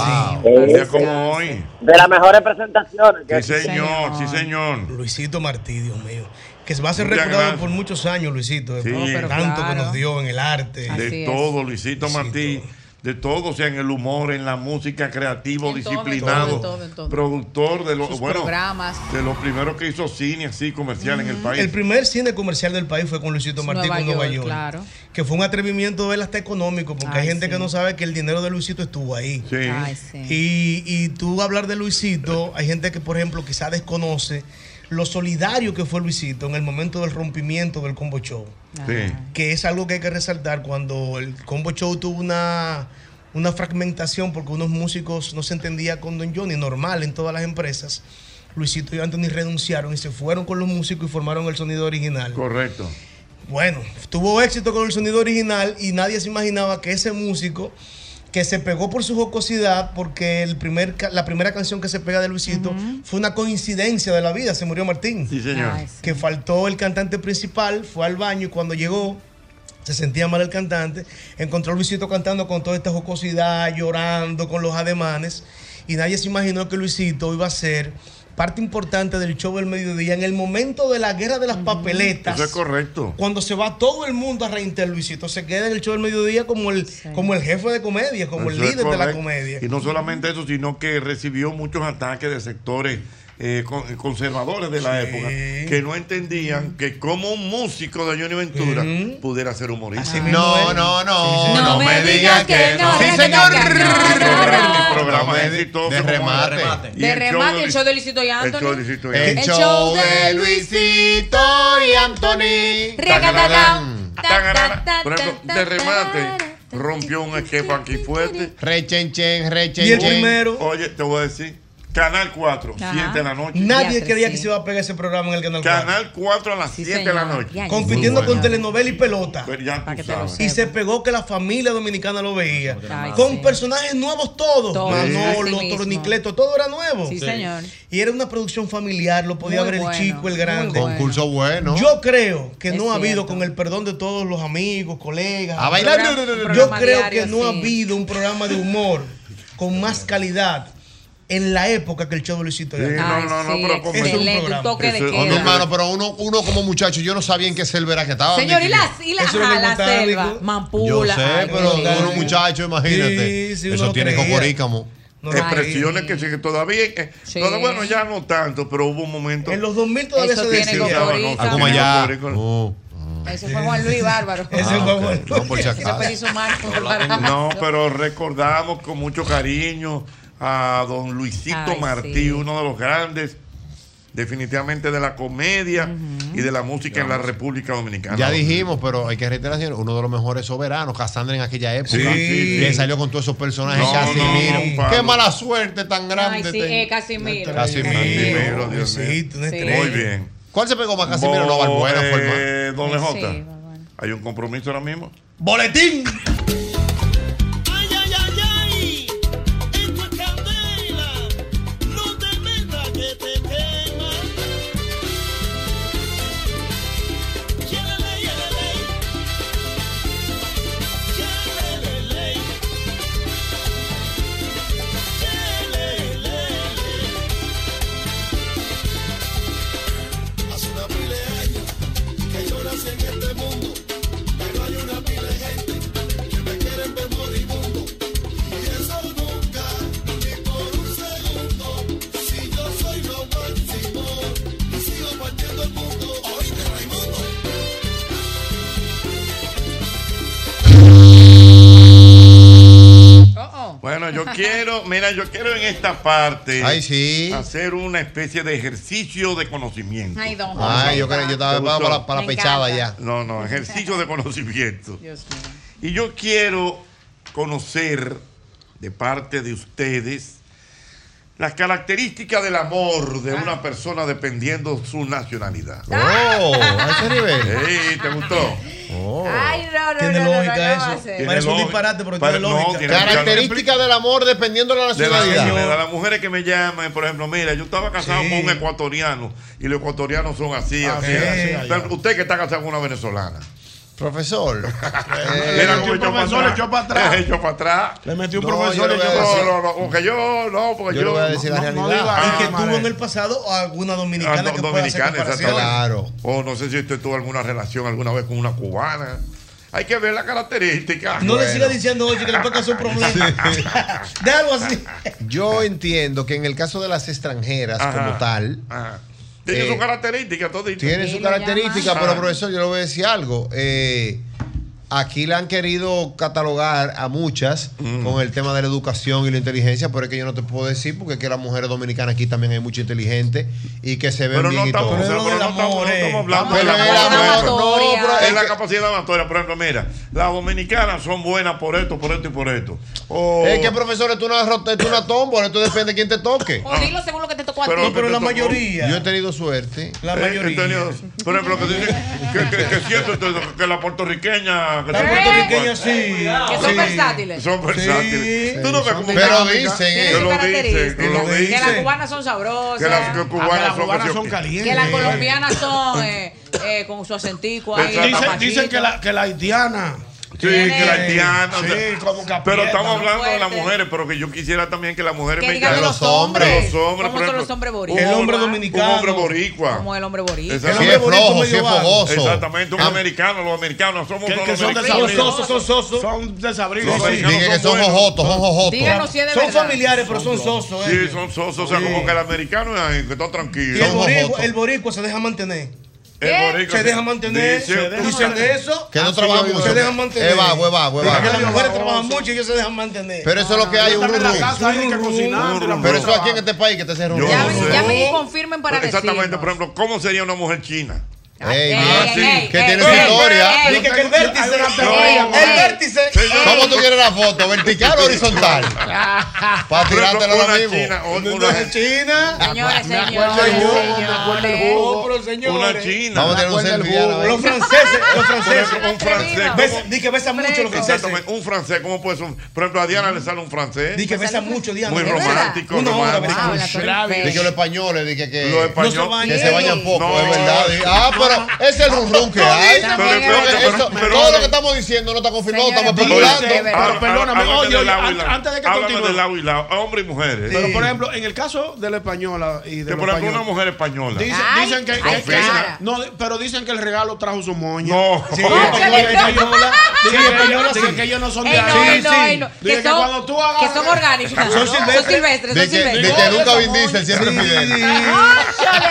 Speaker 14: Sí.
Speaker 2: Un día
Speaker 14: Sí.
Speaker 2: como hoy.
Speaker 14: De las mejores presentaciones.
Speaker 2: Sí, señor, sí, señor.
Speaker 6: Luisito Martí, Dios mío. Que se va a ser
Speaker 2: Muchas
Speaker 6: recordado
Speaker 2: gracias.
Speaker 6: por muchos años, Luisito.
Speaker 2: Sí.
Speaker 6: por
Speaker 2: Oh, pero
Speaker 6: tanto que
Speaker 2: claro.
Speaker 6: nos dio en el arte.
Speaker 2: de todo, Luisito Martí. De todo, o sea, en el humor, en la música, creativo,
Speaker 10: En todo, en
Speaker 2: disciplinado,
Speaker 10: todo, en todo, en todo.
Speaker 2: productor de los
Speaker 10: Sus
Speaker 2: bueno,
Speaker 10: programas.
Speaker 2: de los primeros que hizo cine así comercial en el país.
Speaker 6: El primer cine comercial del país fue con Luisito Martí
Speaker 10: Nueva
Speaker 6: con Nueva
Speaker 10: York,
Speaker 6: York.
Speaker 10: claro.
Speaker 6: Que fue un atrevimiento de él hasta económico, porque
Speaker 10: Ay,
Speaker 6: hay gente
Speaker 10: sí.
Speaker 6: que no sabe que el dinero de Luisito estuvo ahí.
Speaker 2: Sí. Ay,
Speaker 10: sí.
Speaker 6: Y, y tú hablar de Luisito, hay gente que, por ejemplo, quizá desconoce lo solidario que fue Luisito en el momento del rompimiento del Combo Show.
Speaker 2: Sí.
Speaker 6: que es algo que hay que resaltar cuando el Combo Show tuvo una, una fragmentación porque unos músicos no se entendía con Don Johnny, normal en todas las empresas. Luisito y Anthony renunciaron y se fueron con los músicos y formaron el sonido original.
Speaker 2: Correcto.
Speaker 6: Bueno, tuvo éxito con el sonido original y nadie se imaginaba que ese músico que se pegó por su jocosidad, porque el primer, ca- la primera canción que se pega de Luisito fue una coincidencia de la vida, se murió Martín.
Speaker 2: Sí, señor. Ay,
Speaker 6: Que faltó el cantante principal, fue al baño y cuando llegó se sentía mal el cantante, encontró a Luisito cantando con toda esta jocosidad, llorando con los ademanes, y nadie se imaginó que Luisito iba a ser parte importante del show del mediodía en el momento de la guerra de las papeletas.
Speaker 2: Eso es correcto.
Speaker 6: Cuando se va todo el mundo a reinter Luisito, se queda en el show del mediodía como el, como el jefe de comedia, como el
Speaker 2: Eso es
Speaker 6: líder de la
Speaker 2: correcto.
Speaker 6: comedia.
Speaker 2: Y no solamente eso, sino que recibió muchos ataques de sectores eh, con- conservadores de la época que no entendían que como un músico de Johnny Ventura pudiera ser humorista.
Speaker 4: No, no, no, no, me digas que no.
Speaker 2: Sí, señor. El programa es exitoso
Speaker 4: De
Speaker 2: como
Speaker 4: remate.
Speaker 2: Y
Speaker 10: De
Speaker 2: el show
Speaker 10: remate,
Speaker 2: de
Speaker 10: el show de Luisito y Anthony.
Speaker 2: show de Luisito y
Speaker 10: El
Speaker 2: Anthony.
Speaker 10: show de
Speaker 4: Luisito y Anthony.
Speaker 10: Regatatán.
Speaker 2: Por ejemplo, de remate rompió un esquema aquí fuerte.
Speaker 4: Rechen, rechen,
Speaker 6: Y el chen. primero.
Speaker 2: Oye, te voy a decir, Canal 4,
Speaker 6: Ajá.
Speaker 2: 7 de la noche.
Speaker 6: Nadie creía que se iba a pegar ese programa en el Canal 4.
Speaker 2: Canal 4 a las 7 de la noche.
Speaker 6: Compitiendo
Speaker 2: Muy
Speaker 6: con
Speaker 2: bueno.
Speaker 6: telenovela y pelota.
Speaker 2: tú sabes.
Speaker 6: Y se pegó que la familia dominicana lo veía.
Speaker 2: Ay,
Speaker 6: con personajes nuevos todos.
Speaker 2: Todos, así
Speaker 6: Manolo,
Speaker 2: mismo.
Speaker 6: Tornicleto, todo era nuevo.
Speaker 4: Sí, Sí. señor.
Speaker 6: Y era una producción familiar, lo podía
Speaker 4: Muy
Speaker 6: ver el
Speaker 4: bueno,
Speaker 6: chico, el
Speaker 4: muy
Speaker 6: grande.
Speaker 4: bueno. Concurso bueno.
Speaker 6: Yo creo que
Speaker 4: Es
Speaker 6: no ha habido,
Speaker 4: cierto.
Speaker 6: con el perdón de todos los amigos, colegas.
Speaker 4: A bailar. Un programa- un
Speaker 6: Yo
Speaker 4: programa
Speaker 6: creo
Speaker 4: diario,
Speaker 6: que no ha
Speaker 4: sí.
Speaker 6: habido un programa de humor con más calidad. En la época que el show de Luisito
Speaker 4: Sí,
Speaker 6: Gabriel.
Speaker 4: no, no, no, Ay, pero sí, como-
Speaker 6: Es un
Speaker 4: excelente, un
Speaker 6: programa.
Speaker 10: toque de
Speaker 6: Eso es-
Speaker 10: queda.
Speaker 4: hermano, pero uno, uno como muchacho, yo no sabía en qué selvera que estaba.
Speaker 10: Señor, y las y las
Speaker 4: Eso es lo
Speaker 10: a la
Speaker 4: botánico.
Speaker 10: selva,
Speaker 4: Yo
Speaker 10: Mampula.
Speaker 4: sé,
Speaker 10: ay,
Speaker 4: pero
Speaker 10: Dios.
Speaker 4: uno muchacho, imagínate.
Speaker 2: Sí, sí, uno
Speaker 4: Eso
Speaker 2: lo
Speaker 4: tiene
Speaker 2: creía.
Speaker 4: cocorícamo.
Speaker 2: Expresiones que, sí, que todavía, eh, todavía, bueno, ya no tanto, pero hubo un momento. En
Speaker 6: los 2000
Speaker 10: todavía Eso se tiene decía. cocorícamo.
Speaker 4: Ah, como allá. Oh.
Speaker 10: Ese fue Juan Luis Bárbaro.
Speaker 2: Ese fue Juan
Speaker 4: No, por si
Speaker 10: Eso
Speaker 4: acaso.
Speaker 10: fue hizo Marco Bárbaro.
Speaker 2: No, pero recordamos con mucho cariño a don Luisito
Speaker 10: Ay,
Speaker 2: Martí,
Speaker 10: sí.
Speaker 2: uno de los grandes, definitivamente de la comedia y de la música en la República Dominicana.
Speaker 4: Ya dijimos, pero hay que reiterar, señor, uno de los mejores soberanos, Cassandra en aquella época,
Speaker 2: Sí, sí,
Speaker 4: que
Speaker 2: sí.
Speaker 4: salió con todos esos personajes,
Speaker 2: No,
Speaker 4: Casimiro.
Speaker 2: no, no,
Speaker 4: Qué
Speaker 2: Pablo.
Speaker 4: mala suerte tan
Speaker 10: Ay,
Speaker 4: grande.
Speaker 10: sí,
Speaker 4: te-
Speaker 10: eh, Casimiro.
Speaker 4: Casimiro,
Speaker 2: Casimiro, Dios mío.
Speaker 4: Luisito, una
Speaker 10: Sí.
Speaker 4: estrella.
Speaker 2: Muy bien.
Speaker 4: ¿Cuál se pegó más, Casimiro? No, Balbuena fue el
Speaker 2: eh,
Speaker 4: más.
Speaker 2: Don
Speaker 4: Sí,
Speaker 2: Lejota, ¿hay un compromiso ahora mismo?
Speaker 7: ¡Boletín!
Speaker 27: Hace una pila de años que yo nací en este mundo, pero hay una pila de gente que me quieren ver moribundo. Y eso nunca, ni por un segundo, si yo soy lo máximo y sigo partiendo el mundo. Oíste, Raimundo.
Speaker 2: Bueno, yo quiero, mira, yo quiero en esta parte hacer una especie de ejercicio de conocimiento.
Speaker 10: Ay, don Jorge.
Speaker 4: Ay, yo, creo- yo estaba
Speaker 2: ¿Te
Speaker 4: para,
Speaker 2: gustó?
Speaker 4: para- para la
Speaker 10: Me
Speaker 4: pechada
Speaker 10: encanta.
Speaker 4: ya.
Speaker 2: No, no, ejercicio de conocimiento.
Speaker 10: Dios mío.
Speaker 2: Y yo quiero conocer de parte de ustedes las características del amor de
Speaker 10: Ah.
Speaker 2: una persona dependiendo su nacionalidad.
Speaker 4: ¡Oh! ¿A ese nivel?
Speaker 2: Sí, ¿te gustó?
Speaker 10: Ay, no, no,
Speaker 6: Tiene
Speaker 10: no, no,
Speaker 6: lógica
Speaker 10: no, no
Speaker 6: eso.
Speaker 10: va a ser.
Speaker 2: Tiene
Speaker 6: Parece un
Speaker 2: lógica.
Speaker 6: disparate, pero
Speaker 2: Pare-
Speaker 6: tiene lógica.
Speaker 2: no, tiene-
Speaker 4: Características del amor dependiendo de la
Speaker 2: De las
Speaker 4: nacionalidad.
Speaker 2: señora, de las mujeres que me llaman, por ejemplo, mira, yo estaba casado con un ecuatoriano y los ecuatorianos son así,
Speaker 4: Ah,
Speaker 2: así,
Speaker 4: sí,
Speaker 2: así.
Speaker 4: sí,
Speaker 2: Pero Usted que está casado con una venezolana.
Speaker 4: Profesor.
Speaker 6: Eh,
Speaker 2: Mira cómo echó para atrás. Eh, Echó para atrás. Le
Speaker 4: metí
Speaker 2: metió
Speaker 4: un No, profesor yo le y voy echó a para decir-
Speaker 2: No, no, no, porque yo, no, porque yo.
Speaker 4: Yo le voy a decir la realidad.
Speaker 6: y que tuvo en el pasado alguna dominicana
Speaker 2: ah,
Speaker 6: que pueda hacer
Speaker 2: dominicana,
Speaker 6: comparación.
Speaker 2: Claro. O Oh, no sé si usted tuvo alguna relación alguna vez con una cubana. Hay que ver la característica.
Speaker 6: No le siga diciendo, oye, que le toca su problema. Déjalo así.
Speaker 4: Yo entiendo que en el caso de las extranjeras
Speaker 2: Ajá,
Speaker 4: como tal,
Speaker 2: Tiene
Speaker 4: eh,
Speaker 2: su característica, Ah. todito.
Speaker 4: tiene su característica, pero profesor, yo le voy a decir algo. Eh, aquí la han querido catalogar a muchas
Speaker 2: Mm.
Speaker 4: con el tema de la educación y la inteligencia, pero es que yo no te puedo decir porque es que las mujeres dominicanas aquí también hay mucha inteligente y que se ven
Speaker 2: Pero no
Speaker 4: bien y
Speaker 2: estamos,
Speaker 4: todo.
Speaker 2: o sea, pero no estamos, no estamos hablando de
Speaker 4: Pero
Speaker 2: la
Speaker 4: es la
Speaker 2: capacidad
Speaker 4: moto-
Speaker 2: motoria.
Speaker 4: no, pero
Speaker 2: Es la capacidad motoria. Por ejemplo, mira, las dominicanas son buenas por esto, por esto y por esto. O-
Speaker 4: Es que, profesor, esto no es una, esto es una tómbola, esto depende de quién te toque.
Speaker 2: Ah,
Speaker 10: O dilo según lo que te tocó a ti.
Speaker 4: Yo he tenido suerte.
Speaker 6: La
Speaker 2: Eh, entendido. Por ejemplo, que dicen que, que, que siento entonces, que la puertorriqueña. Que
Speaker 6: La
Speaker 2: son-
Speaker 6: puertorriqueña sí.
Speaker 10: Que son
Speaker 2: Sí.
Speaker 10: versátiles.
Speaker 2: Son versátiles. Tú no ves como
Speaker 4: Pero
Speaker 2: una
Speaker 4: dicen,
Speaker 2: amiga
Speaker 4: eh.
Speaker 2: que lo dicen, que lo
Speaker 10: Que las
Speaker 2: dicen.
Speaker 10: cubanas son sabrosas.
Speaker 2: Que las que
Speaker 5: Ah, que las
Speaker 2: cubanas son,
Speaker 5: cubanas
Speaker 2: que-
Speaker 5: son calientes.
Speaker 10: Que las colombianas son eh, eh, con su acentico ahí.
Speaker 5: Dicen,
Speaker 10: papachito.
Speaker 5: dicen que, la, que la haitiana
Speaker 2: Sí, que la haitiana, o sea, pero estamos hablando de las mujeres, pero que yo quisiera también que las mujeres
Speaker 10: Que
Speaker 2: me
Speaker 10: digan
Speaker 2: encarguen-
Speaker 10: los hombres.
Speaker 2: Los hombres,
Speaker 10: ¿Cómo
Speaker 2: por
Speaker 10: son
Speaker 2: ejemplo,
Speaker 10: los hombres
Speaker 2: un
Speaker 10: boricuas? El hombre dominicano.
Speaker 2: Un hombre boricua.
Speaker 10: Como el hombre boricua.
Speaker 2: Exacto.
Speaker 4: El hombre Sí, es borico flojo, medio sí es vago. fogoso.
Speaker 2: Exactamente, un
Speaker 4: Ah.
Speaker 2: americano, los americanos somos
Speaker 4: Que-
Speaker 2: todos
Speaker 4: que son
Speaker 2: americanos.
Speaker 4: desabridos.
Speaker 5: Son sosos. Son desabridos.
Speaker 2: Los americanos
Speaker 4: Dije que son
Speaker 2: buenos.
Speaker 4: jojotos, son jojotos.
Speaker 5: Díganos si es de Son verdad. familiares, pero son sosos,
Speaker 2: Sí,
Speaker 5: ellos.
Speaker 2: son sosos, o sea,
Speaker 5: Sí.
Speaker 2: como que el americano es que está tranquilo.
Speaker 6: Y el boricua, el boricua se deja mantener.
Speaker 2: El boricua
Speaker 6: Se deja mantener.
Speaker 2: Dice-
Speaker 6: se deja Dicen de eso.
Speaker 4: Que no
Speaker 6: así
Speaker 4: trabaja
Speaker 6: yo-
Speaker 4: mucho.
Speaker 6: Se dejan mantener.
Speaker 4: Es vago, es vago, es
Speaker 6: Porque
Speaker 4: vago.
Speaker 6: Las mujeres trabajan mucho y ellos se dejan mantener.
Speaker 4: Pero eso es lo que hay, un
Speaker 6: Están en la
Speaker 4: rum-rum.
Speaker 6: casa, hay que cocinar,
Speaker 4: Pero eso aquí en este país que te cerró.
Speaker 2: Yo no sé.
Speaker 10: Llamen y confirmen para
Speaker 2: Exactamente,
Speaker 10: decirnos.
Speaker 2: por ejemplo, ¿cómo sería una mujer china?
Speaker 4: Ey,
Speaker 10: Ah, ey, sí. ey, Que ey, tiene
Speaker 4: su ey, historia. ey,
Speaker 6: Dije que el vértice.
Speaker 4: No.
Speaker 6: El vértice.
Speaker 4: ¿Cómo tú quieres la foto? ¿Vertical o horizontal? Para tirártela ahora mismo.
Speaker 6: Una china.
Speaker 10: Señores,
Speaker 6: Me acuerdo
Speaker 10: señores,
Speaker 6: del jugo,
Speaker 10: señores.
Speaker 6: me acuerdo del jugo. Pero, señores.
Speaker 2: Una china.
Speaker 4: Vamos a tener un
Speaker 6: Recuerda el
Speaker 4: selfie ya a la
Speaker 6: jugo.
Speaker 4: vez.
Speaker 6: Los franceses, los franceses.
Speaker 2: Un francés.
Speaker 6: Besa- Di que besan mucho los franceses.
Speaker 2: Exactamente, un francés, ¿cómo puede ser? un- Por ejemplo, a Diana le sale un francés.
Speaker 6: Di que besan mucho, Diana.
Speaker 2: Muy
Speaker 6: ¿Es verdad?
Speaker 2: romántico,
Speaker 6: Una hora
Speaker 2: romántico.
Speaker 6: besando.
Speaker 4: Dije los españoles, dije que,
Speaker 2: Los españoles. No se bañen.
Speaker 4: que se bañan poco,
Speaker 2: No.
Speaker 4: es verdad. Dije, ah, pero ese es el rum rum que hay.
Speaker 2: Pero, pero,
Speaker 4: Porque
Speaker 2: pero,
Speaker 4: eso-
Speaker 2: pero-
Speaker 4: todo lo que estamos diciendo no está confirmado, estamos
Speaker 2: Oye,
Speaker 4: especulando.
Speaker 2: ahora,
Speaker 5: perdóname,
Speaker 2: háblame
Speaker 5: oye,
Speaker 2: del
Speaker 5: oye,
Speaker 2: lado y
Speaker 5: an-
Speaker 2: lado.
Speaker 5: antes de que
Speaker 2: Háblame
Speaker 5: continúe.
Speaker 2: del lado y lado, a hombres y mujeres.
Speaker 5: Pero, por ejemplo, en el caso de la española y de
Speaker 2: que por ejemplo, una mujer española.
Speaker 5: Dicen, dicen que,
Speaker 2: Ay,
Speaker 5: que- que-
Speaker 2: cara.
Speaker 5: no, pero dicen que el regalo trajo su moña.
Speaker 2: No.
Speaker 5: Sí, española,
Speaker 2: Oye, no.
Speaker 5: española.
Speaker 2: Sí,
Speaker 5: Dicen que
Speaker 2: española,
Speaker 5: ellos-
Speaker 2: sí.
Speaker 5: dicen que ellos no son de
Speaker 10: Ey,
Speaker 5: ahí.
Speaker 10: no, ey, no, ey, no.
Speaker 5: Dicen
Speaker 10: Que
Speaker 5: que
Speaker 10: son-
Speaker 5: cuando tú hagas-
Speaker 10: que son orgánicas.
Speaker 5: Son
Speaker 10: Son
Speaker 5: silvestres.
Speaker 10: silvestres,
Speaker 4: De
Speaker 10: son
Speaker 4: que, de
Speaker 10: silvestres.
Speaker 4: que nunca Vin Diesel, siempre Fidel.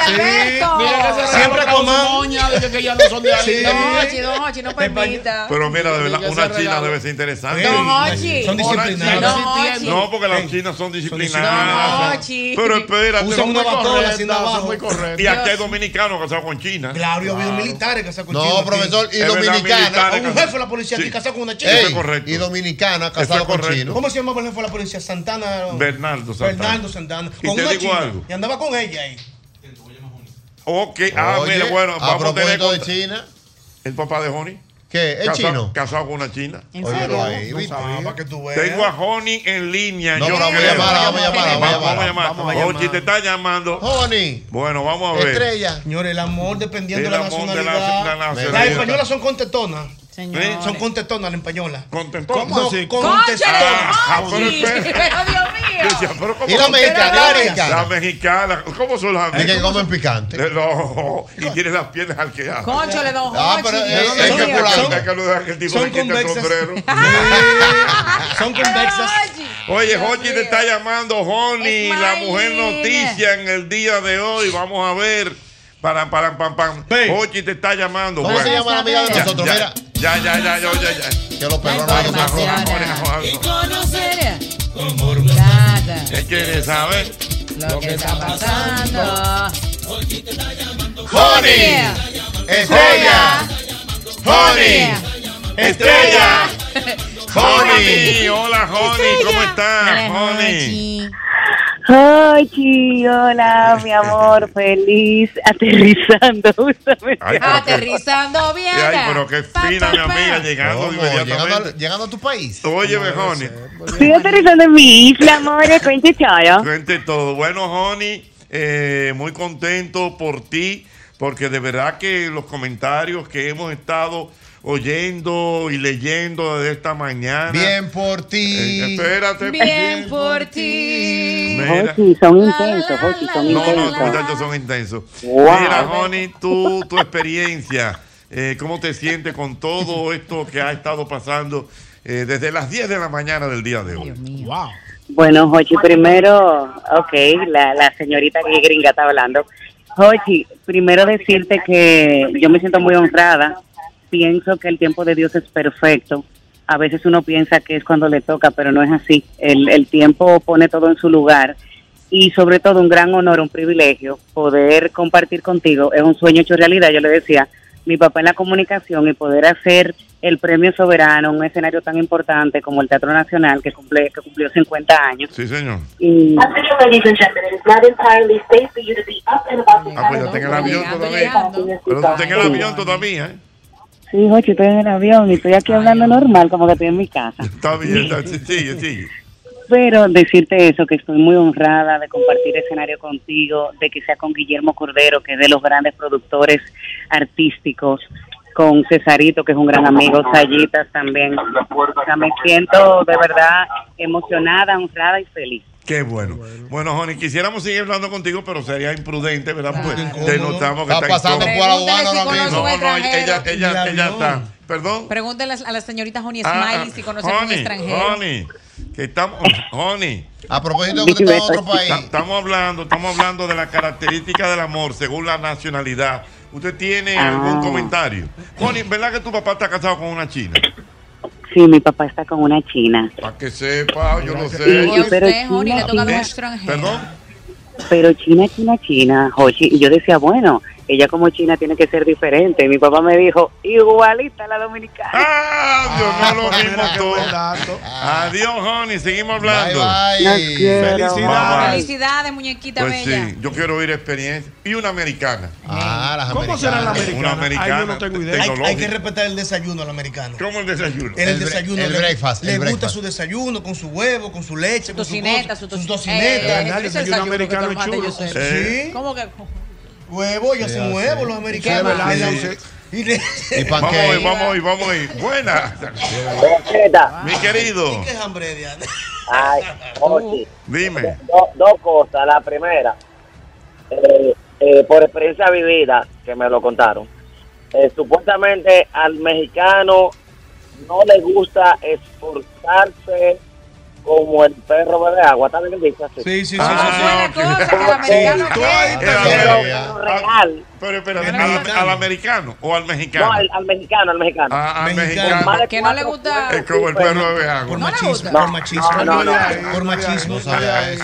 Speaker 10: Alberto!
Speaker 5: Siempre coman. Dicen que ellos no son de ahí.
Speaker 10: Don Hochi, Don Hochi, no pues, permita.
Speaker 2: Pero mira, de verdad,
Speaker 5: Diga ese
Speaker 2: una china
Speaker 5: regalo.
Speaker 2: debe ser interesante.
Speaker 10: Don Hochi. Son disciplinadas. Don Hochi.
Speaker 2: No, porque las chinas son
Speaker 10: Don
Speaker 2: disciplinadas.
Speaker 10: Hochi.
Speaker 2: Pero espérate.
Speaker 6: Usan
Speaker 2: son
Speaker 6: una
Speaker 2: muy
Speaker 6: batola
Speaker 2: correctas,
Speaker 6: haciendo abajo.
Speaker 2: son muy correctas. Y
Speaker 6: Dios.
Speaker 2: aquí hay dominicanos casados con China.
Speaker 6: Claro, yo vi un militares que sacó
Speaker 2: No,
Speaker 6: chino aquí.
Speaker 2: profesor, y
Speaker 6: Es verdad,
Speaker 2: dominicana.
Speaker 6: militares, Un jefe de la policía
Speaker 2: Sí.
Speaker 6: aquí casado con una
Speaker 2: Eso es
Speaker 6: chica.
Speaker 2: correcto.
Speaker 4: Y dominicana,
Speaker 2: Eso
Speaker 4: casado
Speaker 2: es
Speaker 4: con
Speaker 2: correcto.
Speaker 4: chino.
Speaker 6: ¿Cómo se llamaba el jefe de la policía? Santana. ¿no?
Speaker 2: Bernardo Santana.
Speaker 6: Bernardo Santana.
Speaker 2: Y
Speaker 6: Con
Speaker 2: te
Speaker 6: una
Speaker 2: digo
Speaker 6: china.
Speaker 2: algo.
Speaker 6: Y andaba con ella ahí.
Speaker 2: Ok, ah,
Speaker 4: Oye,
Speaker 2: mira, bueno,
Speaker 4: a
Speaker 2: vamos a tener
Speaker 4: propósito de
Speaker 2: contra-
Speaker 4: China.
Speaker 2: El papá de Honey.
Speaker 4: ¿Qué? ¿Es chino?
Speaker 2: Casado con una china.
Speaker 4: Óyelo ahí, ¿viste?
Speaker 2: Tengo a Honey en línea.
Speaker 4: No,
Speaker 2: yo
Speaker 4: pero vamos a
Speaker 2: creo.
Speaker 4: llamarla, vamos a llamarla,
Speaker 2: Vamos,
Speaker 4: vamos a
Speaker 2: vamos a llamar.
Speaker 4: vamos a llamar.
Speaker 2: Ochi, te está llamando.
Speaker 4: Honey.
Speaker 2: Bueno, vamos a ver.
Speaker 4: Estrella.
Speaker 6: Señores, el amor dependiendo
Speaker 2: El
Speaker 6: de la
Speaker 2: amor de la-
Speaker 6: nacionalidad.
Speaker 2: la nacionalidad.
Speaker 6: Las españolas son contetonas.
Speaker 2: Señores.
Speaker 6: Son contetonas las españolas.
Speaker 2: ¿Contentonas?
Speaker 6: ¿Cómo
Speaker 2: No,
Speaker 6: así?
Speaker 2: Ah, pero
Speaker 6: Contetonas.
Speaker 2: espera. Yo decía, pero ¿cómo
Speaker 4: Y la
Speaker 2: son?
Speaker 4: mexicana,
Speaker 2: Las
Speaker 4: la
Speaker 2: mexicanas.
Speaker 4: mexicana.
Speaker 2: Las mexicanas. ¿Cómo son las
Speaker 4: Es que
Speaker 2: ¿Cómo
Speaker 4: comen
Speaker 2: son?
Speaker 4: picante.
Speaker 2: Eh, No, y tiene las piernas arqueadas.
Speaker 10: Cónchale, don
Speaker 4: Ah, pero
Speaker 10: Hochi.
Speaker 4: es-
Speaker 10: Dios
Speaker 4: es
Speaker 10: mío.
Speaker 4: que por
Speaker 2: Hay que saludar a aquel tipo que quita el sombrero.
Speaker 6: Son convexas.
Speaker 2: Oye, Hochi te está llamando, Honey, la mujer noticia en el día de hoy. Vamos a ver. Para, para, pam, pam. Hochi te está llamando.
Speaker 4: ¿Cómo se llama la amiga de
Speaker 2: Ya,
Speaker 4: nosotros?
Speaker 2: ya,
Speaker 4: Mira.
Speaker 2: Ya, ya, ya, ya, ya. ya.
Speaker 4: Que los perros
Speaker 2: Ay,
Speaker 4: no
Speaker 2: mamá,
Speaker 4: son-
Speaker 2: Y
Speaker 10: conoceré nada
Speaker 2: ¿Qué quieres saber?
Speaker 10: lo que está pasando.
Speaker 2: Honey,
Speaker 4: estrella,
Speaker 2: Honey, estrella, Honey.
Speaker 30: Honey.
Speaker 2: Hola, Honey, ¿cómo estás? Honey.
Speaker 31: Ay, hola, mi amor, feliz aterrizando justamente.
Speaker 2: Ay, pero qué-
Speaker 10: Aterrizando bien.
Speaker 2: Ay, pero qué fina, mi amiga, llegando
Speaker 4: Llegando,
Speaker 2: inmediatamente.
Speaker 4: a- llegando a tu país.
Speaker 2: Oye, Honey.
Speaker 31: Estoy aterrizando en mi isla, amores, cuente chaya.
Speaker 2: Cuente todo. Bueno, Honey, eh, muy contento por ti, porque de verdad que los comentarios que hemos estado oyendo y leyendo desde esta mañana.
Speaker 4: Bien por ti.
Speaker 2: Eh, espérate.
Speaker 10: Bien por ti.
Speaker 2: Mira.
Speaker 32: Jochi, son intensos, Jochi, son
Speaker 2: No, no, los
Speaker 32: intensos.
Speaker 2: muchachos son intensos.
Speaker 32: Wow.
Speaker 2: Mira, Honey, tú, tu experiencia, eh, ¿cómo te sientes con todo esto que ha estado pasando eh, desde las 10 de la mañana del día de hoy?
Speaker 5: Wow.
Speaker 32: Bueno, Jochi, primero, ok, la, la señorita que gringa está hablando. Jochi, primero decirte que yo me siento muy honrada. Pienso que el tiempo de Dios es perfecto. A veces uno piensa que es cuando le toca, pero no es así. El, el tiempo pone todo en su lugar. Y sobre todo, un gran honor, un privilegio poder compartir contigo. Es un sueño hecho realidad, yo le decía. Mi papá en la comunicación y poder hacer el premio soberano, un escenario tan importante como el Teatro Nacional, que, cumple, que cumplió 50 años.
Speaker 2: Sí, señor.
Speaker 32: Y
Speaker 2: Ah, pues ya está en el avión todavía. Pero tú estás en el avión todavía, ¿eh?
Speaker 32: Sí, Jochi, estoy en el avión y estoy aquí hablando normal, como que estoy en mi casa.
Speaker 2: Está bien, está, sí, sigue, sigue.
Speaker 32: Pero decirte eso, que estoy muy honrada de compartir escenario contigo, de que sea con Guillermo Cordero, que es de los grandes productores artísticos, con Cesarito, que es un gran amigo, Sayitas también. O sea, me siento de verdad emocionada, honrada y feliz.
Speaker 2: Qué bueno. Bueno, Joni, quisiéramos seguir hablando contigo, pero sería imprudente, ¿verdad? Porque denotamos que
Speaker 4: Está pasando
Speaker 2: incómoda.
Speaker 4: por la aduana Pregúntale ahora si
Speaker 2: No,
Speaker 4: mismo. conoce
Speaker 2: no, ella,
Speaker 4: un extranjero.
Speaker 2: ella, ella
Speaker 4: Diablo.
Speaker 2: está. Perdón.
Speaker 3: Pregúntale a la señorita Johnny
Speaker 2: Ah,
Speaker 3: Smiley si conoce a un
Speaker 2: Joni,
Speaker 3: extranjero.
Speaker 2: Joni, que estamos. Joni.
Speaker 4: A propósito
Speaker 2: que
Speaker 4: que usted está en otro país.
Speaker 2: Estamos hablando, estamos hablando de la característica del amor según la nacionalidad. ¿Usted tiene
Speaker 32: Ah.
Speaker 2: algún comentario? Joni, ¿verdad que tu papá está casado con una china?
Speaker 32: Sí, mi papá está con una china.
Speaker 2: Para que sepa, yo lo
Speaker 32: Sí,
Speaker 2: sé.
Speaker 32: Y a pero usted,
Speaker 3: Joni, le toca a un
Speaker 2: ¿Eh?
Speaker 3: extranjero.
Speaker 2: Perdón.
Speaker 32: Pero China, China, China, Jochi. Y yo decía, bueno, ella como China tiene que ser diferente. Y mi papá me dijo, igualita a la dominicana.
Speaker 2: Ah, Dios, no lo mismo todo. Ah. Adiós, Honey. Seguimos hablando.
Speaker 32: bye. Las quiero.
Speaker 2: Felicidades.
Speaker 3: Felicidades, muñequita
Speaker 2: Pues
Speaker 3: bella.
Speaker 2: sí, yo quiero oír experiencia. Y una americana. Ah, las
Speaker 6: ¿Cómo será la
Speaker 2: Una
Speaker 6: americana?
Speaker 2: americana.
Speaker 6: Ay, yo no tengo idea. Hay, hay que
Speaker 2: tecnológica.
Speaker 6: respetar el desayuno al americano.
Speaker 2: ¿Cómo el desayuno?
Speaker 6: El,
Speaker 2: El bre-
Speaker 6: desayuno.
Speaker 2: el
Speaker 6: le-
Speaker 2: breakfast, el
Speaker 6: Le gusta
Speaker 2: breakfast.
Speaker 6: su desayuno con su huevo, con su leche, con
Speaker 3: Tocineta,
Speaker 6: su
Speaker 3: su
Speaker 6: cosa, sus
Speaker 3: tocineta.
Speaker 6: tocinetas.
Speaker 3: Eh, eh, ese es el
Speaker 6: Desayuno
Speaker 3: desayuno que
Speaker 6: americano
Speaker 3: toman
Speaker 6: chulo.
Speaker 3: ellos, eh.
Speaker 6: Sí.
Speaker 3: ¿Cómo que?
Speaker 6: Huevo, y hacen
Speaker 2: Sí, ah,
Speaker 6: huevo
Speaker 2: sí.
Speaker 6: los
Speaker 2: Sí,
Speaker 6: americanos.
Speaker 2: ¿verdad?
Speaker 6: Y-
Speaker 2: Sí.
Speaker 6: Y le-
Speaker 2: Vamos a ir, vamos a ir, vamos a ir. Buena. Mi querido.
Speaker 6: ¿Qué es hambre, Diana?
Speaker 14: Ay,
Speaker 10: Uh.
Speaker 14: Jochi,
Speaker 2: Dime.
Speaker 14: do- dos cosas. La primera, eh, eh, por experiencia vivida, que me lo contaron, eh, supuestamente al mexicano no le gusta esforzarse como el perro bebe agua. ¿Está bien dicho así?
Speaker 6: Sí, sí, sí.
Speaker 2: Ah. Pero,
Speaker 14: real.
Speaker 2: pero espérate, ¿al, al americano o al mexicano?
Speaker 14: No, al, al mexicano, al mexicano.
Speaker 2: Ah, al mexicano.
Speaker 14: Que no le gusta.
Speaker 2: Es como el perro de agua.
Speaker 6: Por machismo, por machismo.
Speaker 14: No, no, no.
Speaker 6: Por machismo.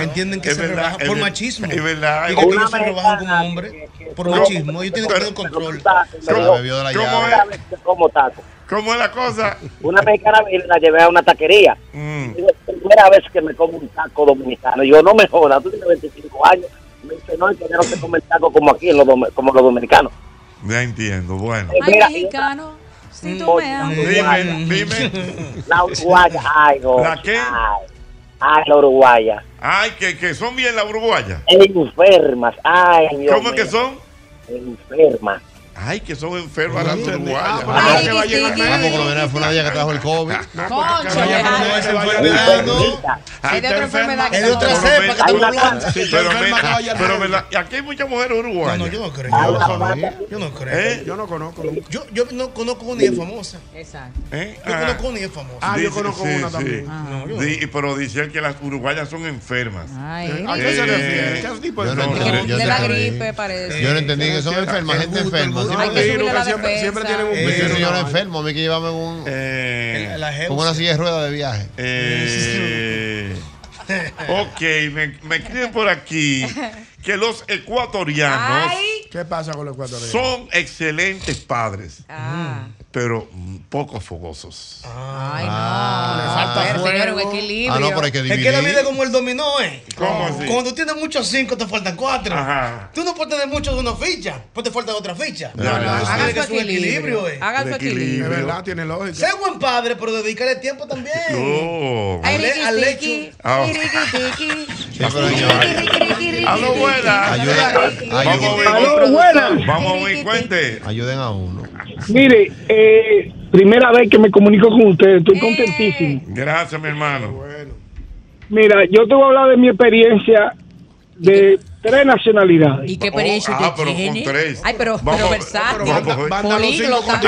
Speaker 6: Entienden que
Speaker 2: Es
Speaker 6: se
Speaker 2: verdad,
Speaker 6: rebajan.
Speaker 2: es
Speaker 6: Por
Speaker 2: ver-
Speaker 6: machismo.
Speaker 2: es verdad.
Speaker 6: Y que
Speaker 2: Una
Speaker 6: ellos se rebajan como hombres. Por
Speaker 2: No,
Speaker 6: machismo. Ellos tienen que tener control.
Speaker 14: Se la bebió de la
Speaker 2: ¿Cómo
Speaker 14: llave.
Speaker 2: es?
Speaker 14: Como taco.
Speaker 2: ¿Cómo es la cosa?
Speaker 14: Una mexicana me- la llevé a una taquería.
Speaker 2: Mm.
Speaker 14: Digo, primera vez que me como un taco dominicano. Yo no me jodas, tú tienes 25 años. Me dice, no, es que ya no se come el taco como aquí, en los dom- como los dominicanos.
Speaker 2: Ya entiendo, bueno.
Speaker 14: Eh,
Speaker 3: Ay,
Speaker 14: mira,
Speaker 3: mexicano, si tú me amas.
Speaker 2: Dime, dime.
Speaker 14: la uruguaya, ay, no.
Speaker 2: ¿La qué?
Speaker 14: Ay, ay, la uruguaya.
Speaker 2: Ay, que, que son bien las uruguayas.
Speaker 14: Enfermas, ay, Dios
Speaker 2: ¿Cómo que
Speaker 14: mío.
Speaker 2: son?
Speaker 14: Enfermas.
Speaker 2: Ay, que son enfermas las uruguayas.
Speaker 14: Ah,
Speaker 2: No,
Speaker 14: que
Speaker 2: que va a llegar
Speaker 4: Ah, porque lo
Speaker 2: nadie.
Speaker 4: verás, fue la día que trajo el COVID.
Speaker 2: Hay
Speaker 3: de otra enfermedad que
Speaker 6: Es de otra cepa que tú no plantas.
Speaker 2: Pero,
Speaker 6: Sí,
Speaker 2: mira,
Speaker 6: enferma que vaya al
Speaker 2: pero
Speaker 6: médico.
Speaker 2: mira, y aquí hay muchas mujeres uruguayas.
Speaker 6: No, no, yo no creo.
Speaker 2: Ah,
Speaker 6: Yo no
Speaker 2: ah,
Speaker 6: conozco. Yo no creo.
Speaker 2: ¿Eh?
Speaker 6: Yo no conozco. Yo, yo no conozco una y es famosa.
Speaker 3: Exacto.
Speaker 2: ¿Eh?
Speaker 6: Yo
Speaker 2: Ah.
Speaker 6: conozco una y es famosa.
Speaker 2: Dice- sí, sí.
Speaker 3: Ah,
Speaker 2: No, yo- Di- pero dicen que las uruguayas son enfermas.
Speaker 3: Ay,
Speaker 6: ¿A qué se refiere?
Speaker 2: Eh,
Speaker 6: ¿Qué
Speaker 4: de
Speaker 2: yo no
Speaker 4: enfermedad?
Speaker 2: creo.
Speaker 4: Que yo
Speaker 3: Ah, de
Speaker 4: te
Speaker 3: la
Speaker 4: creí.
Speaker 3: gripe, parece.
Speaker 4: Yo no entendí que son enfermas, gente enferma.
Speaker 3: Hay que subirle la defensa.
Speaker 4: Eh,
Speaker 2: virus,
Speaker 4: ese señor
Speaker 2: ¿no?
Speaker 4: enfermo, a mí que llevarme un,
Speaker 2: Eh,
Speaker 4: con una silla de ruedas de viaje.
Speaker 2: Eh, ok, me, me escriben por aquí que los ecuatorianos
Speaker 5: ¿Qué pasa con los ecuatorianos?
Speaker 2: son excelentes padres, pero mm, poco fogosos.
Speaker 3: Ay, no.
Speaker 6: Ah. Le falta
Speaker 3: A ver,
Speaker 6: fuego.
Speaker 3: señor, un equilibrio.
Speaker 2: Ah, no, pero hay que
Speaker 6: Es que la
Speaker 2: dividir.
Speaker 6: vida es como el dominó, ¿eh?
Speaker 2: ¿Cómo así?
Speaker 6: Cuando tú tienes muchos cinco, te faltan cuatro.
Speaker 2: Ajá.
Speaker 6: Tú no puedes tener mucho de una ficha, pues te falta de otra ficha.
Speaker 2: Ya, ya, ya.
Speaker 6: Tiene
Speaker 2: Hagan
Speaker 6: que
Speaker 2: su
Speaker 6: ser un
Speaker 2: equilibrio.
Speaker 6: equilibrio, ¿eh?
Speaker 2: Hagan su equilibrio.
Speaker 5: Es verdad, tiene lógica.
Speaker 6: Sé buen padre, pero dedícale tiempo también.
Speaker 2: No.
Speaker 6: Al, le- al lecho.
Speaker 2: Ah. Aló, buenas. Vamos a ver,
Speaker 15: Aló, buenas.
Speaker 2: Vamos a ver, cuente.
Speaker 4: Ayuden a uno.
Speaker 15: Mire, eh, primera vez que me comunico con ustedes, estoy contentísimo.
Speaker 2: Gracias, mi hermano.
Speaker 15: Mira, yo te voy a hablar de mi experiencia de tres nacionalidades.
Speaker 3: ¿Y qué experiencia
Speaker 2: Oh,
Speaker 3: usted
Speaker 2: ah, pero
Speaker 3: tiene?
Speaker 2: con tres.
Speaker 3: Ay, pero, pero versátil. Políglota.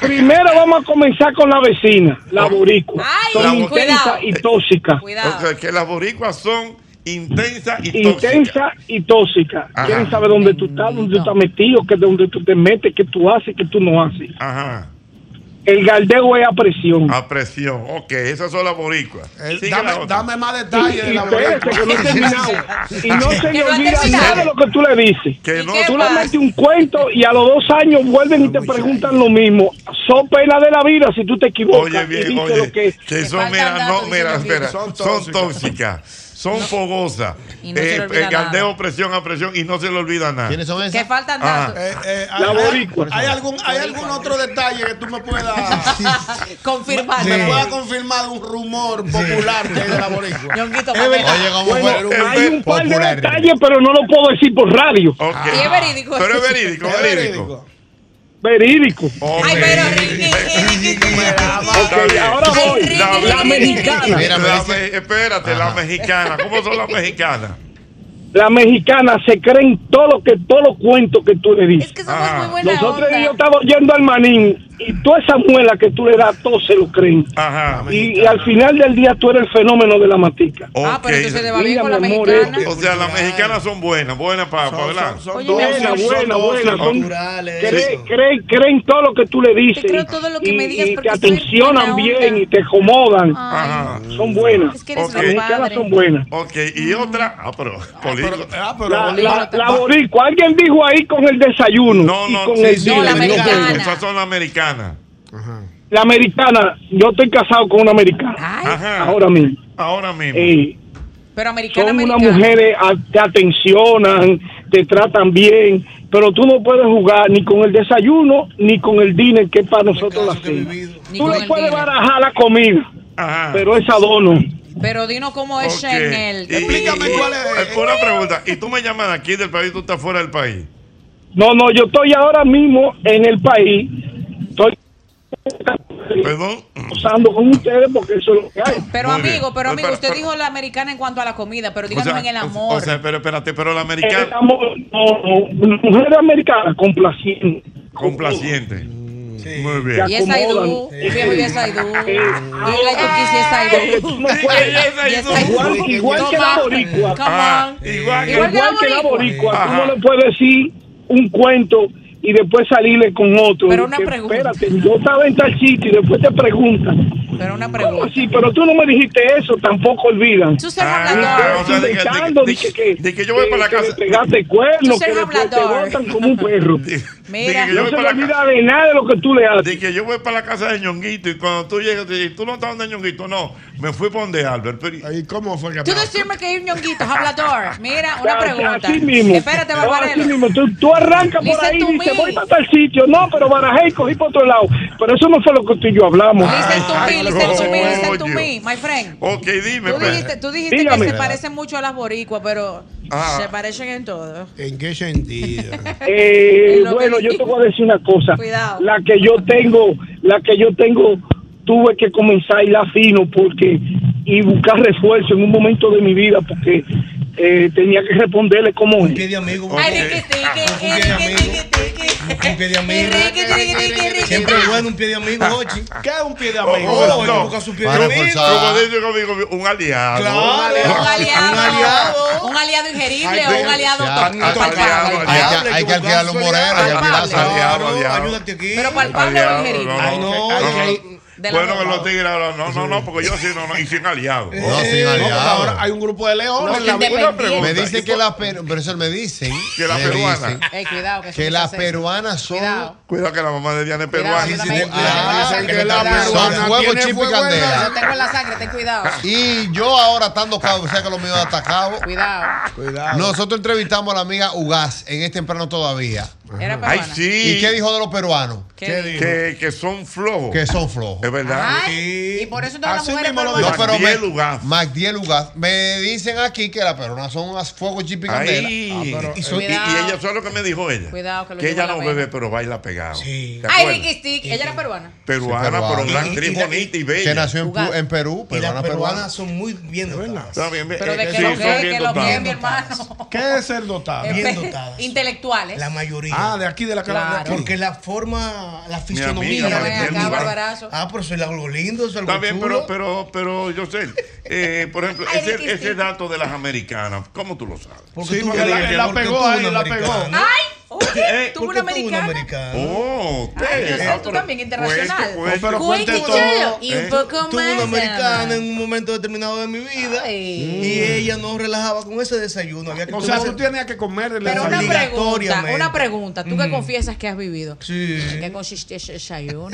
Speaker 15: Primero vamos a comenzar con la vecina, la boricua.
Speaker 2: La
Speaker 15: Son
Speaker 2: bo-
Speaker 15: intensa y tóxica.
Speaker 2: Ok, que las boricuas son intensas y tóxicas.
Speaker 15: Intensa y tóxica.
Speaker 2: Ajá.
Speaker 15: Quieren saber dónde tú estás, dónde tú estás metido, que dónde tú te metes, qué tú haces, qué tú no haces.
Speaker 2: Ajá.
Speaker 15: El galdeo es a presión.
Speaker 2: A presión. Ok, esas son las boricuas. Sigue la
Speaker 15: dame-
Speaker 2: otra.
Speaker 15: dame
Speaker 5: más detalles de la
Speaker 15: Espérate, que no he terminado.
Speaker 10: Ah.
Speaker 15: Y no se le olvida nada de lo que tú le dices.
Speaker 2: Que no-
Speaker 15: tú le metes un cuento y a los dos años vuelven y te preguntan lo mismo. Son pena de la vida si tú te equivocas.
Speaker 2: Oye,
Speaker 15: y
Speaker 2: bien,
Speaker 15: dices
Speaker 2: oye,
Speaker 15: lo que es.
Speaker 2: que son, mira, no, mira, espera, son tóxicas, son, fogosas,
Speaker 15: Y no se
Speaker 2: Eh,
Speaker 15: le olvida
Speaker 2: eh, galdeo presión a presión y no se le olvida nada.
Speaker 4: ¿Quiénes son
Speaker 3: Que faltan
Speaker 2: Ah.
Speaker 3: datos.
Speaker 5: Eh, eh,
Speaker 2: La
Speaker 5: hay- hay-
Speaker 2: boricua.
Speaker 5: ¿Hay algún, hay algún otro detalle que tú me puedas
Speaker 3: Confirmar.
Speaker 5: Me puedas confirmar un rumor popular que hay de la boricua.
Speaker 3: Es verdad. Oye,
Speaker 15: Bueno, hay un par de detalles, pero no lo puedo decir por radio. Ah.
Speaker 3: Y es verídico.
Speaker 2: Pero es verídico, verídico.
Speaker 15: verídico.
Speaker 10: Ay, pero Ricky,
Speaker 15: Ok, ahora voy. La mexicana.
Speaker 2: La me- espérate, la mexicana. ¿Cómo son las mexicanas?
Speaker 15: Las mexicanas se creen todo lo que todos los cuentos que tú le dices.
Speaker 2: Ah.
Speaker 15: Nosotros yo estaba oyendo al manín y toda esa muela que tú le das, todos se lo creen. y, y al final del día tú eres el fenómeno de la matica.
Speaker 2: Ah, pero
Speaker 15: entonces le va bien con la mexicana.
Speaker 2: O sea, las mexicanas son buenas, buenas para hablar.
Speaker 15: Son buenas, buenas, buenas. son- Creen, creen, creen todo lo que tú le dices.
Speaker 10: creo todo lo que
Speaker 15: y,
Speaker 10: me digas
Speaker 15: y te
Speaker 10: porque soy
Speaker 15: atencionan
Speaker 10: buena
Speaker 15: bien y te acomodan.
Speaker 2: Ajá.
Speaker 15: Son buenas.
Speaker 10: Es que eres
Speaker 15: Las
Speaker 10: un
Speaker 15: mexicanas
Speaker 10: padre.
Speaker 15: son buenas.
Speaker 2: Ok, y otra. Ah, pero. políglota.
Speaker 15: La, la, la boricua, alguien dijo ahí con el desayuno.
Speaker 2: No,
Speaker 15: y
Speaker 2: no,
Speaker 15: con
Speaker 2: sí,
Speaker 15: el
Speaker 2: sí,
Speaker 15: día.
Speaker 2: Esas son las americanas.
Speaker 15: La americana, yo estoy casado con una americana. Ahora mismo.
Speaker 2: Ahora mismo.
Speaker 15: Eh,
Speaker 10: Pero americana,
Speaker 15: son unas
Speaker 10: americana.
Speaker 15: mujeres, a- te atencionan, te tratan bien, pero tú no puedes jugar ni con el desayuno ni con el dinner que es para nosotros la cena.
Speaker 10: Ni
Speaker 15: Tú
Speaker 10: con
Speaker 15: le
Speaker 10: el
Speaker 15: puedes
Speaker 10: dinner.
Speaker 15: barajar la comida, pero esa dono.
Speaker 10: Pero dinos cómo es Chanel.
Speaker 2: Explícame cuál
Speaker 5: Eh,
Speaker 2: es. Una pregunta. ¿Y tú me llamas de aquí del país tú estás fuera del país?
Speaker 15: No, no, yo estoy ahora mismo en el país. Estoy usando con ustedes porque eso es lo que hay.
Speaker 10: Pero
Speaker 2: Muy
Speaker 10: amigo,
Speaker 2: bien.
Speaker 10: pero amigo,
Speaker 2: Pero-
Speaker 10: usted
Speaker 2: pero-
Speaker 10: dijo la americana en cuanto a la comida, pero díganos en el
Speaker 2: O
Speaker 10: amor.
Speaker 2: sea, pero espérate, pero la
Speaker 15: El
Speaker 2: americana.
Speaker 15: amor, no, no, mujer americana complaciente.
Speaker 2: Complaciente. Muy bien.
Speaker 10: Eh, mm, y es Aidú,
Speaker 15: acomodan.
Speaker 10: viejo, y es Aidú. I like to kiss, yes, I do. Yes, I do.
Speaker 15: Igual, igual que la
Speaker 10: Come on.
Speaker 15: boricua.
Speaker 10: Come
Speaker 2: Igual,
Speaker 10: on. Igual que la
Speaker 15: que la
Speaker 10: boricua.
Speaker 15: boricua.
Speaker 2: Eh, Ajá.
Speaker 15: Tú no le puedes decir un cuento y después salirle con otro.
Speaker 10: Pero una
Speaker 15: Que,
Speaker 10: pregunta.
Speaker 15: Espérate, yo estaba en tal sitio y después te preguntan.
Speaker 10: Pero una
Speaker 15: "¿Cómo
Speaker 10: pregunta.
Speaker 15: así? Pero tú no me dijiste eso, tampoco olvidan.
Speaker 10: Tú seas
Speaker 15: Ah,
Speaker 10: hablador.
Speaker 15: o sea, de que- inventando, de que, yo voy para la casa. pegaste cuernos,
Speaker 10: Tú
Speaker 15: que
Speaker 10: seas
Speaker 15: después te
Speaker 10: hablador.
Speaker 15: botan como un perro.
Speaker 10: Mira.
Speaker 15: No se le olvida de nada de lo que tú le haces.
Speaker 2: Dije, yo voy para la casa de ñonguito y cuando tú llegas, te dices, tú no estás donde ñonguito, no, me fui para donde Albert.
Speaker 5: ¿Y cómo fue que
Speaker 10: Tú decirme que es un ñonguito, es hablador. Mira, una
Speaker 15: Así
Speaker 10: pregunta.
Speaker 15: mismo.
Speaker 10: Espérate,
Speaker 15: No,
Speaker 10: Barbarelo.
Speaker 15: así mismo. Tú, tú arrancas por
Speaker 10: Listen
Speaker 15: ahí
Speaker 10: to
Speaker 15: y dices,
Speaker 10: me.
Speaker 15: voy para tal sitio. No, pero barajé y cogí para otro lado. Pero eso no fue lo que tú y yo hablamos.
Speaker 10: Listen to me, listen to me, listen to
Speaker 2: coño.
Speaker 10: me, my friend.
Speaker 2: Ok, dime.
Speaker 10: Tú
Speaker 2: pues.
Speaker 10: dijiste, tú dijiste
Speaker 2: Dígame.
Speaker 10: que se parecen mucho a las boricuas, pero
Speaker 2: Ah.
Speaker 10: se parecen en todo.
Speaker 15: ¿En qué sentido? Eh,
Speaker 10: En lo que
Speaker 15: bueno, yo
Speaker 10: dijiste.
Speaker 15: te voy a decir una cosa.
Speaker 10: Cuidado.
Speaker 15: La que yo tengo, la que yo tengo, tuve que comenzar a ir a fino porque y buscar refuerzo en un momento de mi vida porque eh, tenía que responderle como
Speaker 10: Ay,
Speaker 15: es.
Speaker 10: riqui,
Speaker 5: Ah,
Speaker 10: tiqui, riqui, tiqui, tiqui.
Speaker 6: Un pie de amigo. Siempre es bueno un pie de amigo, Ochi. ¿Qué es un pie de amigo?
Speaker 2: Ah. Oh,
Speaker 6: Oye,
Speaker 2: no.
Speaker 6: busca su pie de
Speaker 2: Como
Speaker 6: amigo.
Speaker 2: como dice conmigo, un aliado.
Speaker 10: Un aliado, un aliado ingerible o un aliado
Speaker 4: Hay que-
Speaker 10: palpable.
Speaker 4: hay que alquilarle un moreno y alquilarse.
Speaker 2: Ayúdate
Speaker 6: aquí.
Speaker 10: Pero palpable o ingerible.
Speaker 2: Ay, no,
Speaker 10: Ay,
Speaker 2: no,
Speaker 10: ay,
Speaker 2: no.
Speaker 10: de la
Speaker 2: Bueno, que
Speaker 10: boca.
Speaker 2: los tigres ahora, no, no, no, porque yo sí, no, no, y sin aliado.
Speaker 4: No, sin aliado.
Speaker 5: Ahora hay un grupo de leones. en la vida.
Speaker 4: Me dicen que las peruanas, pero eso me dicen
Speaker 2: Que las
Speaker 4: me
Speaker 2: peruanas.
Speaker 4: dicen
Speaker 10: Ey, cuidado, que, eso
Speaker 4: que
Speaker 10: no
Speaker 4: las
Speaker 10: se hace.
Speaker 4: peruanas son
Speaker 10: Cuidado.
Speaker 2: Cuidado que la mamá de Diana es
Speaker 10: Cuidado,
Speaker 2: peruana.
Speaker 10: yo también, cuidado.
Speaker 4: Ah, que la peruana son fuego,
Speaker 2: tiene
Speaker 4: chip y
Speaker 2: fuego en la-
Speaker 4: candela.
Speaker 10: Lo tengo en la sangre, ten cuidado.
Speaker 4: Y yo ahora estando cabo, o sea que lo mío hasta cabo.
Speaker 10: Cuidado.
Speaker 4: Nosotros entrevistamos a la amiga Ugaz en este temprano todavía.
Speaker 10: Era peruana.
Speaker 2: Ay, sí.
Speaker 4: ¿Y qué dijo de los peruanos?
Speaker 10: ¿Qué ¿Qué dijo?
Speaker 2: Que, que son flojos.
Speaker 4: Que son flojos.
Speaker 2: Es verdad.
Speaker 10: Ay, y por eso todas las
Speaker 5: Así
Speaker 10: mujeres
Speaker 5: mismo lo
Speaker 10: peruanas.
Speaker 4: pero
Speaker 2: Magdiel
Speaker 4: me- Magdiel Ugaz. Me dicen aquí que las peruanas son as- fuego, chip y candela.
Speaker 2: Ay,
Speaker 4: Ah, pero-
Speaker 2: y, son- y- y
Speaker 10: Cuidado.
Speaker 2: ella, ¿sabes lo que me dijo ella?
Speaker 10: Cuidado, que lo
Speaker 2: que
Speaker 10: llevo
Speaker 2: ella
Speaker 10: a la
Speaker 2: no
Speaker 10: vena.
Speaker 2: bebe, pero baila pegado. ¿Te
Speaker 10: Ay,
Speaker 2: acuerdas?
Speaker 10: Ricky Stick, ella era peruana.
Speaker 2: Peruana, pero una
Speaker 4: Y- y-
Speaker 2: actriz
Speaker 4: y la-
Speaker 2: bonita y bella.
Speaker 4: Que nació en, Pu-
Speaker 10: Ugaz.
Speaker 4: en Perú,
Speaker 6: Y
Speaker 4: peruana,
Speaker 6: las
Speaker 4: peruana.
Speaker 6: peruanas son muy bien dotadas.
Speaker 2: Está bien,
Speaker 10: Pero de
Speaker 2: eh,
Speaker 10: que
Speaker 2: sí,
Speaker 10: lo
Speaker 2: son
Speaker 10: que,
Speaker 2: bien
Speaker 10: que lo que,
Speaker 2: dotadas.
Speaker 10: mi hermano.
Speaker 5: ¿Qué es ser dotado?
Speaker 10: Espe-
Speaker 6: Ah, Bien dotadas.
Speaker 10: Intelectuales.
Speaker 6: La mayoría.
Speaker 5: Ah, de aquí, de la cara.
Speaker 10: Claro.
Speaker 6: Porque la forma, la
Speaker 2: amiga,
Speaker 6: fisionomía.
Speaker 2: Pero ven
Speaker 6: la
Speaker 2: acá,
Speaker 6: cultura.
Speaker 2: Barbarazo.
Speaker 6: ah, pero soy algo lindo, soy algo
Speaker 2: Está bien,
Speaker 6: chulo.
Speaker 2: pero, pero, pero yo sé, eh, por ejemplo,
Speaker 10: Ay,
Speaker 2: ese,
Speaker 10: Ricky,
Speaker 2: ese
Speaker 10: sí.
Speaker 2: dato de las americanas, ¿cómo tú lo sabes?
Speaker 6: Porque
Speaker 5: Sí,
Speaker 6: tú
Speaker 5: porque
Speaker 6: eres-
Speaker 5: la- él la
Speaker 6: porque
Speaker 5: pegó
Speaker 6: tú
Speaker 5: ahí,
Speaker 6: eres
Speaker 5: la
Speaker 6: americano.
Speaker 5: pegó.
Speaker 10: Ay, oye,
Speaker 2: Eh,
Speaker 10: tuvo
Speaker 6: Porque
Speaker 10: una
Speaker 6: tú eres
Speaker 10: americana.
Speaker 6: americano.
Speaker 2: Oh,
Speaker 10: Ay, yo
Speaker 6: Eh,
Speaker 2: usted.
Speaker 10: sé,
Speaker 2: Ah,
Speaker 10: tú
Speaker 2: pero-
Speaker 10: también, internacional.
Speaker 2: Cuente, cuente.
Speaker 5: Pero cuente
Speaker 10: Cuéntelo.
Speaker 5: todo. Eh,
Speaker 10: Y un poco
Speaker 6: Tuve
Speaker 10: más.
Speaker 6: una americana
Speaker 10: además.
Speaker 6: en un momento determinado de mi vida
Speaker 10: Ay.
Speaker 6: y ella no relajaba con ese desayuno. Había que
Speaker 5: O sea,
Speaker 6: tomarse-
Speaker 5: tú tienes que comer el
Speaker 10: Pero una
Speaker 5: desayuno.
Speaker 10: pregunta,
Speaker 6: Obligatoriamente. Mm.
Speaker 10: una pregunta. Tú que confiesas que has vivido.
Speaker 6: Sí. Ah.
Speaker 10: ¿En qué consistía ese desayuno?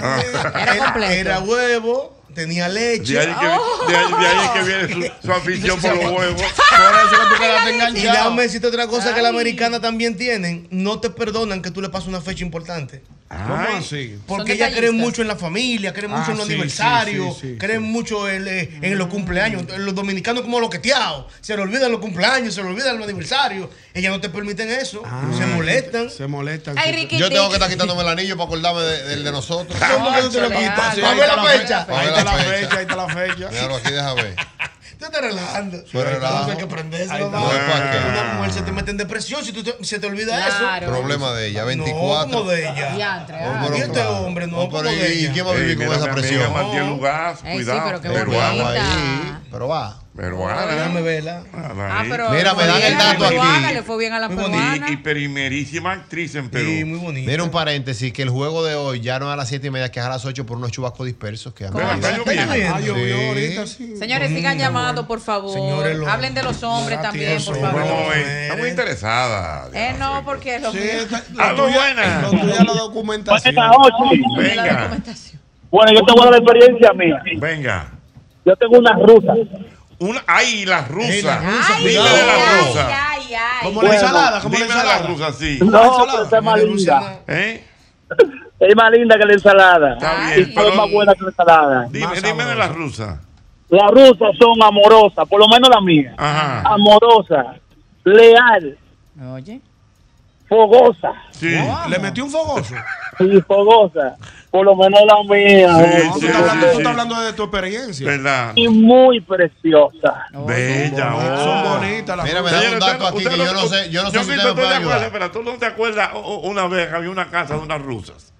Speaker 10: Era completo.
Speaker 6: Era huevo, tenía leche.
Speaker 2: De ahí, que, de ahí- de ahí que viene su, su afición por los
Speaker 5: Por
Speaker 2: huevos.
Speaker 5: eso que tú quedaste
Speaker 6: Y
Speaker 5: enganchado.
Speaker 6: déjame decirte otra cosa que la americana también tienen. No te perdonan que tú le pases una fecha importante. Ay, Porque ella cree mucho en la familia, cree mucho
Speaker 5: Ah,
Speaker 6: en los
Speaker 5: sí,
Speaker 6: aniversarios,
Speaker 5: sí, sí, sí,
Speaker 6: cree mucho en, eh, en los cumpleaños. Los dominicanos como loqueteados, se le olvidan los cumpleaños, se le olvidan los aniversarios. Ellas no te permiten eso,
Speaker 5: Ah.
Speaker 6: se molestan.
Speaker 5: Se molestan.
Speaker 3: Ay, Ricky,
Speaker 4: Yo tengo que estar
Speaker 3: Ricky.
Speaker 4: quitándome el anillo para acordarme de- del de nosotros.
Speaker 6: ¿Cómo que tú te lo
Speaker 4: Chale,
Speaker 6: quitas?
Speaker 4: sí,
Speaker 6: ¿Para
Speaker 4: ahí
Speaker 6: ver
Speaker 4: está
Speaker 6: la fecha?
Speaker 4: Para
Speaker 6: Ahí
Speaker 4: ver
Speaker 6: está la
Speaker 5: fecha, ahí está la fecha.
Speaker 4: Míralo aquí, deja ver.
Speaker 6: Tú estás relajando.
Speaker 4: Pero relajo.
Speaker 6: hay que aprender eso,
Speaker 4: Ahí está.
Speaker 6: ¿no?
Speaker 4: No, es para qué.
Speaker 6: Una mujer se te mete en depresión si tú te- se te olvida
Speaker 4: Claro.
Speaker 6: eso.
Speaker 4: Problema de ella,
Speaker 6: No,
Speaker 4: 24.
Speaker 6: como de ella.
Speaker 3: Diantre, ah.
Speaker 6: Y este hombre, no,
Speaker 4: Oh,
Speaker 6: como
Speaker 4: pero
Speaker 6: de
Speaker 4: ¿y,
Speaker 6: ella. Eh,
Speaker 4: quién va a vivir con esa presión?
Speaker 3: Ey, sí, pero qué
Speaker 4: Pero
Speaker 3: bonita.
Speaker 4: va ahí, pero va.
Speaker 2: Peruana.
Speaker 6: Déjame verla.
Speaker 3: Ah, pero
Speaker 4: Mira, me dan el dato
Speaker 3: peruana,
Speaker 4: aquí.
Speaker 3: le fue bien a la peruana.
Speaker 2: Y, y primerísima actriz en Perú.
Speaker 4: muy
Speaker 6: bonito.
Speaker 4: Mira un paréntesis, que el juego de hoy ya no es a las 7 y media, que es a las 8 por unos chubascos dispersos que han
Speaker 2: Pero está
Speaker 4: habido.
Speaker 2: lloviendo.
Speaker 4: Sí.
Speaker 2: Ah, llovió
Speaker 3: Señores, sigan llamando, por favor.
Speaker 4: Señores, lo-
Speaker 3: Hablen de los hombres también, por
Speaker 2: No,
Speaker 3: favor.
Speaker 2: eh, está muy interesada.
Speaker 3: Eh, no, porque los
Speaker 2: Algo buena.
Speaker 5: Lo tuya la documentación.
Speaker 2: Venga.
Speaker 15: Bueno, yo te voy a dar la experiencia mía.
Speaker 2: Venga.
Speaker 15: Yo tengo unas rusas.
Speaker 2: Una, ay, las rusas.
Speaker 15: rusas,
Speaker 2: Dime
Speaker 15: cuidado.
Speaker 2: de las
Speaker 15: Ay,
Speaker 2: rusas.
Speaker 3: Ay, ay.
Speaker 15: Como la Bueno. ensalada, como la
Speaker 2: Dime de
Speaker 15: ensalada.
Speaker 2: las rusas, sí.
Speaker 15: No, pero esa es más linda. Es más linda que la ensalada.
Speaker 2: ¿Eh? Está
Speaker 15: Y
Speaker 2: bien,
Speaker 15: sabe
Speaker 2: pero-
Speaker 15: más buena que la ensalada.
Speaker 2: Dime, dime de las rusas.
Speaker 15: Las rusas son amorosas, por lo menos la mía.
Speaker 2: Ajá.
Speaker 15: Amorosa, leal.
Speaker 3: Oye.
Speaker 15: Fogosa.
Speaker 2: Sí.
Speaker 5: Le metí un fogoso.
Speaker 15: Sí, fogosa. Por lo menos la mía.
Speaker 5: No, tú, estás hablando, tú estás hablando de tu experiencia.
Speaker 2: ¿Verdad?
Speaker 15: Y muy preciosa.
Speaker 2: Bella.
Speaker 5: Son bonitas las
Speaker 4: Mira, me
Speaker 5: rusas.
Speaker 4: dan un dato aquí
Speaker 2: Usted
Speaker 4: que yo no sé, yo no sé si
Speaker 2: Cristo, ¿tú
Speaker 4: usted me puede
Speaker 2: te acuerdas?
Speaker 4: ayudar.
Speaker 2: Espera, tú no te acuerdas o- o- una vez había una casa de unas rusas.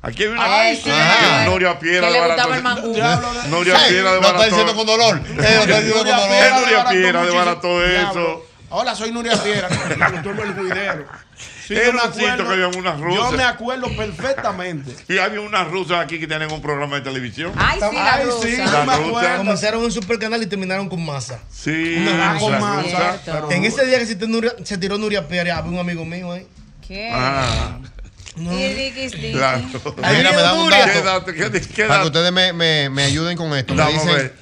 Speaker 2: Aquí había una
Speaker 4: Ay, sí.
Speaker 2: Ah, Nuria Piera de
Speaker 4: Que le gustaba el
Speaker 2: Baratón.
Speaker 4: mangú.
Speaker 2: Nuria
Speaker 4: Sí,
Speaker 2: Piera de
Speaker 4: lo está
Speaker 2: Baratón.
Speaker 4: diciendo con dolor. Eh, lo está diciendo con dolor.
Speaker 2: Nuria Piera de Baratón, eso.
Speaker 5: Ahora soy Nuria Piera, tú eres el juidero. Sí,
Speaker 2: Era
Speaker 5: yo me
Speaker 2: un sitio
Speaker 5: acuerdo-
Speaker 2: que había unas rusas.
Speaker 5: Yo me acuerdo perfectamente.
Speaker 2: Y había unas rusas aquí que tienen un programa de televisión.
Speaker 5: Ay, sí, la Ay, rusa. sí, yo me acuerdo.
Speaker 6: Comenzaron en Supercanal y terminaron con masa.
Speaker 2: Sí,
Speaker 6: Una
Speaker 2: las
Speaker 6: cosa.
Speaker 2: rusas.
Speaker 6: En ese día que se, tiró Nuria- se tiró Nuria Pérez, había un amigo mío ahí.
Speaker 3: ¿Qué?
Speaker 2: Ah,
Speaker 3: Y Ricky, Ricky.
Speaker 2: claro.
Speaker 4: Mira, me dan un
Speaker 2: ¿Qué
Speaker 4: dato.
Speaker 2: dato? ¿Qué- qué
Speaker 4: Para
Speaker 2: dato?
Speaker 4: que ustedes me, me, me ayuden con esto. Me
Speaker 2: Vamos a
Speaker 4: dicen
Speaker 2: ver.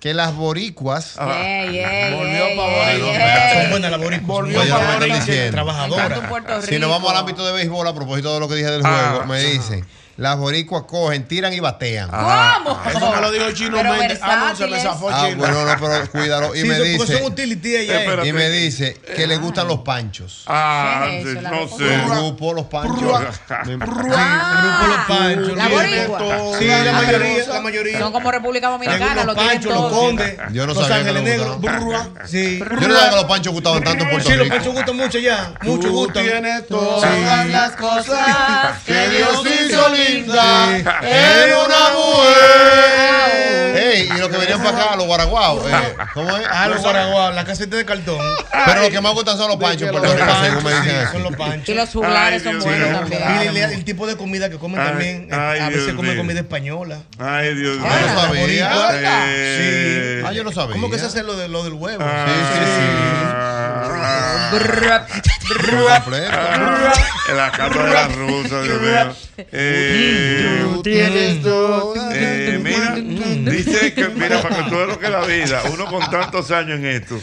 Speaker 4: que las boricuas.
Speaker 3: Yeah, yeah, yeah,
Speaker 4: Ay, no,
Speaker 3: yeah,
Speaker 4: espera.
Speaker 3: yeah.
Speaker 4: Son buenas las boricuas. Oye, lo que me están diciendo.
Speaker 3: Tanto en Puerto
Speaker 4: Si nos vamos al
Speaker 3: Rico.
Speaker 4: ámbito de béisbol, a propósito de lo que dije del
Speaker 2: Ah,
Speaker 4: juego, me dicen, las boricuas cogen, tiran y batean.
Speaker 5: Ah,
Speaker 3: Ah.
Speaker 5: Eso me lo dijo Chino
Speaker 3: Pero
Speaker 5: Méndez. Ah, no, se me
Speaker 3: versátiles.
Speaker 5: zafó
Speaker 4: Ah,
Speaker 5: Chino.
Speaker 4: bueno, no, pero cuídalo. Y
Speaker 6: Sí,
Speaker 4: me
Speaker 6: son- porque
Speaker 4: dice.
Speaker 6: son utility ellas, eh.
Speaker 4: y me dice que le gustan los panchos.
Speaker 2: Ah, ¿Qué es eso, sí, la no ropa? sé.
Speaker 4: El grupo Los Panchos. Me-
Speaker 6: Los panchos.
Speaker 3: La
Speaker 6: tienen
Speaker 3: boricua. Ah,
Speaker 6: todo. Sí, la mayoría, la mayoría.
Speaker 3: Son como República Dominicana,
Speaker 6: Tengo
Speaker 3: lo
Speaker 6: los
Speaker 3: tienen
Speaker 6: panchos, los
Speaker 3: todo.
Speaker 6: condes,
Speaker 4: Yo no
Speaker 6: los
Speaker 4: sabía que le
Speaker 6: ángeles negros.
Speaker 4: gustaban.
Speaker 6: Brua. Sí.
Speaker 4: Yo no sabía que los panchos gustaban tanto en Puerto
Speaker 6: Sí, los
Speaker 4: Rico.
Speaker 6: panchos gustan mucho ya. Mucho gustan.
Speaker 5: tienes
Speaker 4: Sí.
Speaker 6: las
Speaker 27: cosas
Speaker 4: que Dios
Speaker 27: hizo
Speaker 4: linda
Speaker 27: en
Speaker 4: una mujer. Ey, y los que venían para acá, a los guaraguaos. eh, ¿Cómo es?
Speaker 6: Ah, los guaraguaos, la caseta de cartón.
Speaker 4: Pero los que más gustan son los panchos en Puerto Rico, según me dicen aquí.
Speaker 6: Los panchos.
Speaker 3: Y los juglares son buenos también.
Speaker 6: Y el, el tipo de comida que comen
Speaker 2: Ay,
Speaker 6: también. eh,
Speaker 2: ay,
Speaker 6: a veces
Speaker 2: Dios
Speaker 6: comen
Speaker 2: mío.
Speaker 6: comida española.
Speaker 2: Ay, Dios mío.
Speaker 6: Ah, la boricua.
Speaker 2: Eh,
Speaker 6: Sí. ¿Cómo que se hace lo, de, lo del huevo?
Speaker 5: Ah,
Speaker 2: En la casa de las rusas, Dios mío. Eh,
Speaker 27: tienes
Speaker 2: eh, mira, dice que, mira, para que todo lo que es la vida, uno con tantos años en esto.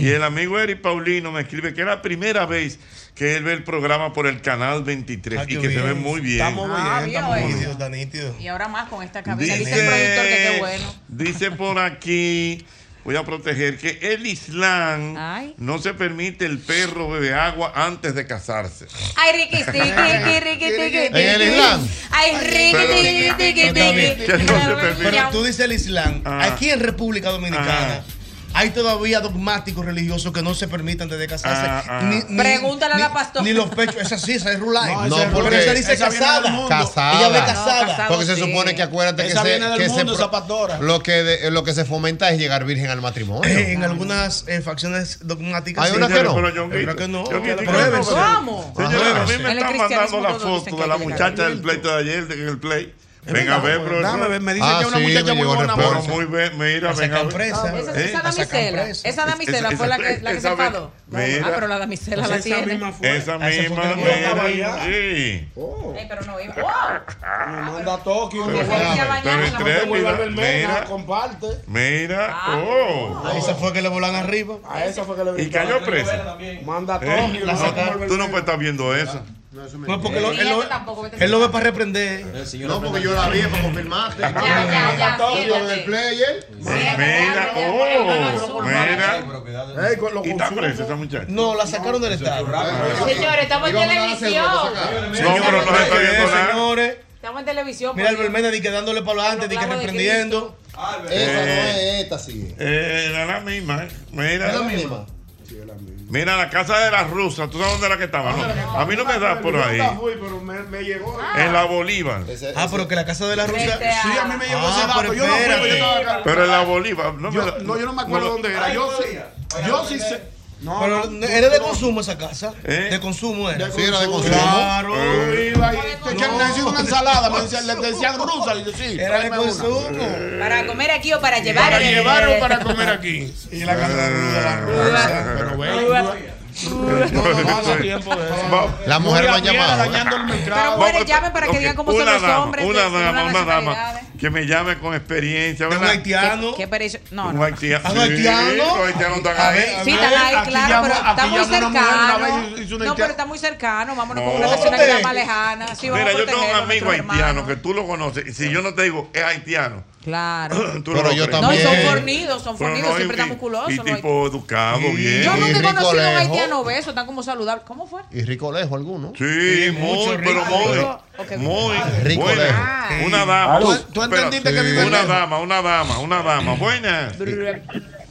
Speaker 2: Y el amigo Eric Paulino me escribe que es la primera vez que él ve el programa por el canal 23 y que se ve muy bien.
Speaker 6: Estamos bien,
Speaker 3: Ah, bien,
Speaker 6: estamos
Speaker 3: oye.
Speaker 6: nítidos, está nítido.
Speaker 3: Y ahora más con esta cabina. Dice el productor que qué
Speaker 2: Dice,
Speaker 3: bueno.
Speaker 2: dice por aquí, voy a proteger, que el Islam
Speaker 3: Ay.
Speaker 2: no se permite el perro bebe agua antes de casarse.
Speaker 3: Ay, Ricky, tiki, tiki, Ricky, tiki,
Speaker 2: ¿En el
Speaker 3: tiki.
Speaker 2: Islam?
Speaker 3: Ay, Ricky,
Speaker 2: Pero-
Speaker 3: tiki, tiki, tiki.
Speaker 6: Pero tú dices el Islam.
Speaker 2: Ah.
Speaker 6: Aquí en República Dominicana. Hay todavía dogmáticos religiosos que no se permiten desde casarse.
Speaker 2: Ah, ah.
Speaker 3: Pregúntale a la
Speaker 6: ni-
Speaker 3: pastora.
Speaker 6: Ni los pechos. Esa sí, esa es rulay.
Speaker 4: No, esa es
Speaker 6: porque
Speaker 4: rulay.
Speaker 6: esa dice
Speaker 4: Esa viene del
Speaker 6: casada.
Speaker 4: mundo. Casada.
Speaker 6: Ella ve
Speaker 4: No,
Speaker 6: casada.
Speaker 4: casado Porque se sí. supone que acuérdate que
Speaker 6: Esa
Speaker 4: se-
Speaker 6: viene del
Speaker 4: que se
Speaker 6: mundo,
Speaker 4: pro-
Speaker 6: esa pastora.
Speaker 4: Lo que, de- lo que se fomenta es llegar virgen al matrimonio.
Speaker 6: Eh, en algunas eh, facciones dogmáticas.
Speaker 4: Hay
Speaker 6: sí.
Speaker 4: una que no.
Speaker 6: Hay una que no.
Speaker 2: Yo que-
Speaker 6: Prueben,
Speaker 2: yo-
Speaker 6: ¿cómo?
Speaker 2: Señores, a mí
Speaker 6: Ajá.
Speaker 2: me
Speaker 6: El
Speaker 2: están
Speaker 6: cristianismo
Speaker 2: mandando la
Speaker 6: todo
Speaker 2: foto
Speaker 6: dicen
Speaker 2: de
Speaker 6: que
Speaker 2: la
Speaker 6: hay que
Speaker 2: muchacha del pleito de ayer, de- en el play. Ven a
Speaker 5: verdad,
Speaker 2: ver,
Speaker 5: pues,
Speaker 2: profesor.
Speaker 5: dame, me dicen Ah, que una sí, muchacha me muy llegó el buena,
Speaker 2: Pero
Speaker 5: reporte.
Speaker 2: muy bien, mira,
Speaker 5: La
Speaker 2: ven a
Speaker 5: sacan
Speaker 2: ver.
Speaker 3: Esa,
Speaker 5: presa.
Speaker 2: ¿Eh?
Speaker 3: esa
Speaker 2: La sacan
Speaker 3: damisela,
Speaker 2: presa.
Speaker 3: esa damisela
Speaker 2: Esa-
Speaker 3: fue la que, la que se
Speaker 2: esa-
Speaker 3: enfadó.
Speaker 2: mira.
Speaker 3: Ah, pero la damisela la
Speaker 2: Esa
Speaker 3: tiene.
Speaker 2: misma fue. Esa
Speaker 3: Ah, fue
Speaker 2: misma,
Speaker 3: que le dio la
Speaker 2: mira,
Speaker 3: vaina.
Speaker 2: sí.
Speaker 3: Ey, Oh. Eh, pero no iba. ¡Wow!
Speaker 5: Me manda a Tokio.
Speaker 2: Pero
Speaker 5: me
Speaker 2: espérame,
Speaker 5: baña,
Speaker 2: pero
Speaker 5: la
Speaker 2: entré,
Speaker 5: mujer vuelve a
Speaker 2: mira,
Speaker 5: vermelha,
Speaker 2: mira.
Speaker 5: Comparte.
Speaker 2: Mira,
Speaker 5: Ah,
Speaker 2: oh.
Speaker 6: A esa fue que le volan arriba.
Speaker 5: A esa fue que le
Speaker 2: Y cayó presa.
Speaker 5: Manda a
Speaker 2: Eh,
Speaker 5: Tokio.
Speaker 2: no,
Speaker 5: la saca-
Speaker 2: tú no puedes estar viendo eso.
Speaker 4: No, eso
Speaker 6: No, porque lo-
Speaker 4: mentira.
Speaker 6: él, lo, él lo ve para reprender.
Speaker 4: No, porque yo la vi para confirmarte.
Speaker 6: Ya, ya, ya,
Speaker 4: en el player.
Speaker 2: Mira, oh, mira. ¿Y está presa esa muchacha? Ah,
Speaker 6: No, la sacaron del estado.
Speaker 10: Señores, estamos en televisión.
Speaker 2: No, pero no se está viendo nada.
Speaker 6: Señores,
Speaker 10: Estamos en televisión.
Speaker 6: mira el
Speaker 10: por Dios.
Speaker 6: Belmena di que dándole para adelante, di que
Speaker 10: hablamos de
Speaker 6: reprendiendo.
Speaker 2: Esa no es,
Speaker 4: esta sí.
Speaker 2: Eh, era la misma, eh. Mira.
Speaker 4: Es la misma.
Speaker 2: Mira, la casa de las rusas, ¿tú sabes dónde era que estaba? No, a mí no me da por ahí.
Speaker 5: Nunca fui, pero me, me llegó.
Speaker 2: En la Bolívar.
Speaker 6: Ah, pero que la casa de la rusa.
Speaker 5: Vete a- Sí, a mí me llegó
Speaker 6: Ah,
Speaker 5: ese dato,
Speaker 6: pero
Speaker 5: yo no fui,
Speaker 6: espérate.
Speaker 5: yo estaba acá.
Speaker 2: Pero en la Bolívar. No, me da-
Speaker 5: No, yo no me acuerdo
Speaker 2: lo-
Speaker 5: dónde era. Yo sí. Yo sí sé. No,
Speaker 6: Pero
Speaker 5: no,
Speaker 6: era de
Speaker 5: no.
Speaker 6: consumo esa casa.
Speaker 2: ¿eh?
Speaker 6: De consumo era.
Speaker 5: Sí, era de consumo.
Speaker 6: Claro.
Speaker 5: Eh. Iba y te
Speaker 6: No.
Speaker 5: decían una ensalada, me decían, le decían rusa. y yo, sí,
Speaker 6: Era de
Speaker 5: tráeme una.
Speaker 6: consumo.
Speaker 10: Para comer aquí o para llevar. eh.
Speaker 5: Para llevar o para comer aquí. Y la casa de la rusa. Pero bueno.
Speaker 10: eh.
Speaker 4: Las mujeres lo han llamado.
Speaker 10: Pero mujeres, llamen para que
Speaker 2: Ok,
Speaker 10: digan cómo son
Speaker 2: una
Speaker 10: los
Speaker 2: dama,
Speaker 10: hombres.
Speaker 2: Una
Speaker 10: de- según
Speaker 2: dama,
Speaker 10: las
Speaker 2: una dama.
Speaker 10: nacionalidades.
Speaker 2: Que me llame con experiencia, ¿verdad?
Speaker 10: ¿Qué, qué pereza- No,
Speaker 2: Un
Speaker 10: no.
Speaker 2: haitiano.
Speaker 10: Ah, ¿un haitiano?
Speaker 2: Sí, los haitianos están
Speaker 10: A
Speaker 2: ahí.
Speaker 10: ver, Sí, están ahí, claro, pero está muy cercano. No, pero está muy cercano. Vámonos con una
Speaker 2: No,
Speaker 10: nacionalidad
Speaker 2: protege.
Speaker 10: más lejana. Sí, vamos
Speaker 2: Mira,
Speaker 10: a
Speaker 2: yo tengo un
Speaker 10: protegernos,
Speaker 2: amigo
Speaker 10: nuestros hermanos.
Speaker 2: haitiano que tú lo conoces. y Si yo no te digo, es haitiano.
Speaker 10: Claro.
Speaker 2: Tú
Speaker 4: Pero
Speaker 2: lo
Speaker 4: yo
Speaker 2: crees.
Speaker 10: No, y son fornidos, son
Speaker 2: Pero
Speaker 10: fornidos,
Speaker 2: Eh, no,
Speaker 10: siempre
Speaker 2: y-
Speaker 10: están musculosos.
Speaker 2: Y
Speaker 10: los
Speaker 2: tipo educado, bien.
Speaker 10: Yo nunca he
Speaker 4: rico
Speaker 10: conocido a un
Speaker 4: lejos.
Speaker 10: haitiano obeso, tan como saludable. ¿Cómo fue?
Speaker 4: Y rico lejos alguno.
Speaker 2: Sí, muy, pero muy. Muy
Speaker 4: Rico
Speaker 2: buena.
Speaker 4: lejos.
Speaker 2: Una dama.
Speaker 4: Aló.
Speaker 2: ¿Tú entendiste que vive Una dama, una dama, una dama. Buena.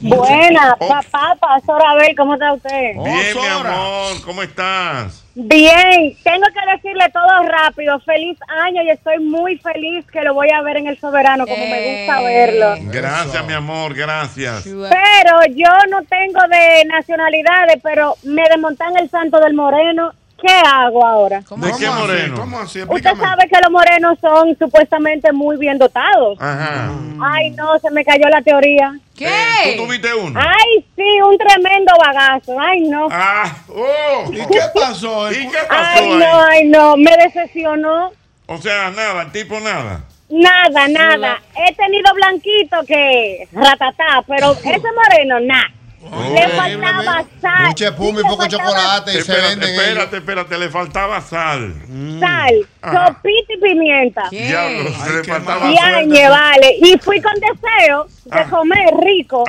Speaker 19: Buena,
Speaker 2: Oh.
Speaker 19: papá, pastora, a ver, ¿cómo está usted?
Speaker 2: Bien, mi amor, ¿cómo estás?
Speaker 19: Bien, tengo que decirle todo rápido. Feliz año y estoy muy feliz que lo voy a ver en el soberano, como me
Speaker 2: Eh.
Speaker 19: gusta verlo.
Speaker 2: Gracias, mi amor, gracias.
Speaker 19: Pero yo no tengo de nacionalidades, pero me desmontan el santo del moreno. ¿Qué hago ahora?
Speaker 2: ¿De qué moreno?
Speaker 19: Usted sabe que los morenos son supuestamente muy bien dotados.
Speaker 2: Ajá.
Speaker 19: Ay, no, se me cayó la teoría.
Speaker 2: Eh, ¿Tú tuviste uno?
Speaker 19: Ay, sí, un tremendo bagazo. Ay, no.
Speaker 2: Oh.
Speaker 5: ¿Y qué pasó?
Speaker 2: ¿Y qué pasó
Speaker 19: Ay,
Speaker 2: ahí?
Speaker 19: no, ay, no. Me decepcionó.
Speaker 2: O sea, nada, tipo nada.
Speaker 19: Nada, nada. He tenido blanquito que ratatá,
Speaker 2: Oh.
Speaker 19: pero ese moreno, nada. Le faltaba sal.
Speaker 4: Mucha espuma y poco chocolate y se
Speaker 2: Espérate,
Speaker 4: venden ellos.
Speaker 2: espérate, espérate, le faltaba sal.
Speaker 19: Sal,
Speaker 2: Ajá.
Speaker 19: sopita y pimienta.
Speaker 2: Diablo, se le faltaba
Speaker 19: Y
Speaker 2: sal.
Speaker 19: añe, vale. Y fui con deseo
Speaker 5: Ah.
Speaker 19: de comer rico.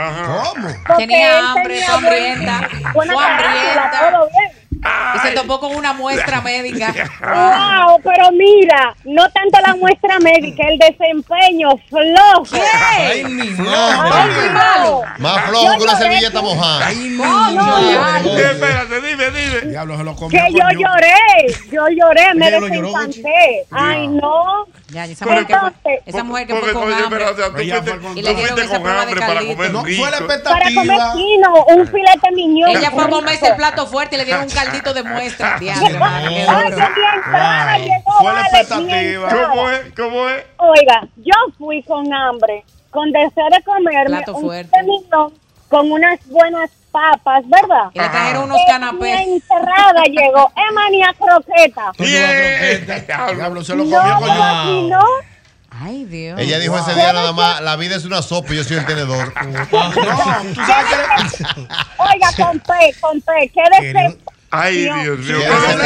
Speaker 19: Porque
Speaker 10: Tenía
Speaker 19: él
Speaker 10: hambre,
Speaker 19: tenía
Speaker 10: fue
Speaker 19: buen-
Speaker 10: hambrienta,
Speaker 19: buena
Speaker 10: fue
Speaker 19: carátula,
Speaker 10: hambrienta.
Speaker 19: todo bien.
Speaker 10: Y se topó con una muestra médica.
Speaker 5: Ah.
Speaker 19: Wow, pero mira, no tanto la muestra médica, el desempeño flojo.
Speaker 4: Ay, mi madre. Más flojo que una servilleta mojada. Ay,
Speaker 19: No, no,
Speaker 2: Sí, Eh, Espérate, dime, dime.
Speaker 5: Diablo, se lo comió.
Speaker 19: que yo lloré, yo lloré, me
Speaker 5: Ella lo lloró,
Speaker 19: desencanté. Ay, no.
Speaker 10: Ya, esa mujer que fue,
Speaker 19: Entonces,
Speaker 10: esa mujer que fue con
Speaker 2: Oye,
Speaker 10: hambre.
Speaker 2: pero, o sea, tú
Speaker 10: Ella
Speaker 2: fuiste,
Speaker 10: fue con-
Speaker 2: tú
Speaker 10: y le dieron
Speaker 2: fuiste
Speaker 10: esa
Speaker 2: con
Speaker 10: prueba de
Speaker 2: hambre para
Speaker 10: caldito.
Speaker 2: comer
Speaker 10: No,
Speaker 2: rico.
Speaker 5: fue la
Speaker 19: para comer chino, un filete miñón.
Speaker 10: Ella fue a comerse el
Speaker 19: rico.
Speaker 10: plato fuerte y le dieron un caldito de muestra. Diablo, hermano, qué
Speaker 19: Ay,
Speaker 10: duro.
Speaker 19: yo bien clara, llegó,
Speaker 5: Fue la
Speaker 19: vale, bien
Speaker 5: expectativa.
Speaker 19: clara.
Speaker 2: ¿Cómo es? ¿Cómo es?
Speaker 19: Oiga, yo fui con hambre, con deseo de comerme
Speaker 10: Plato
Speaker 19: un
Speaker 10: fuerte.
Speaker 19: semillón con unas buenas papas, ¿verdad? Eh,
Speaker 10: Y le trajeron unos canapés.
Speaker 19: encerrada llegó, Emma ni a croqueta.
Speaker 5: Diablo, se lo
Speaker 19: No,
Speaker 5: comió con
Speaker 19: papi, no.
Speaker 10: Ay, Dios.
Speaker 4: Ella dijo ese día nada más, la vida es una sopa y yo soy el tenedor.
Speaker 5: ¿Tú sabes que
Speaker 19: Oiga, con P, con P, qué decepción.
Speaker 2: Ay, Dios mío.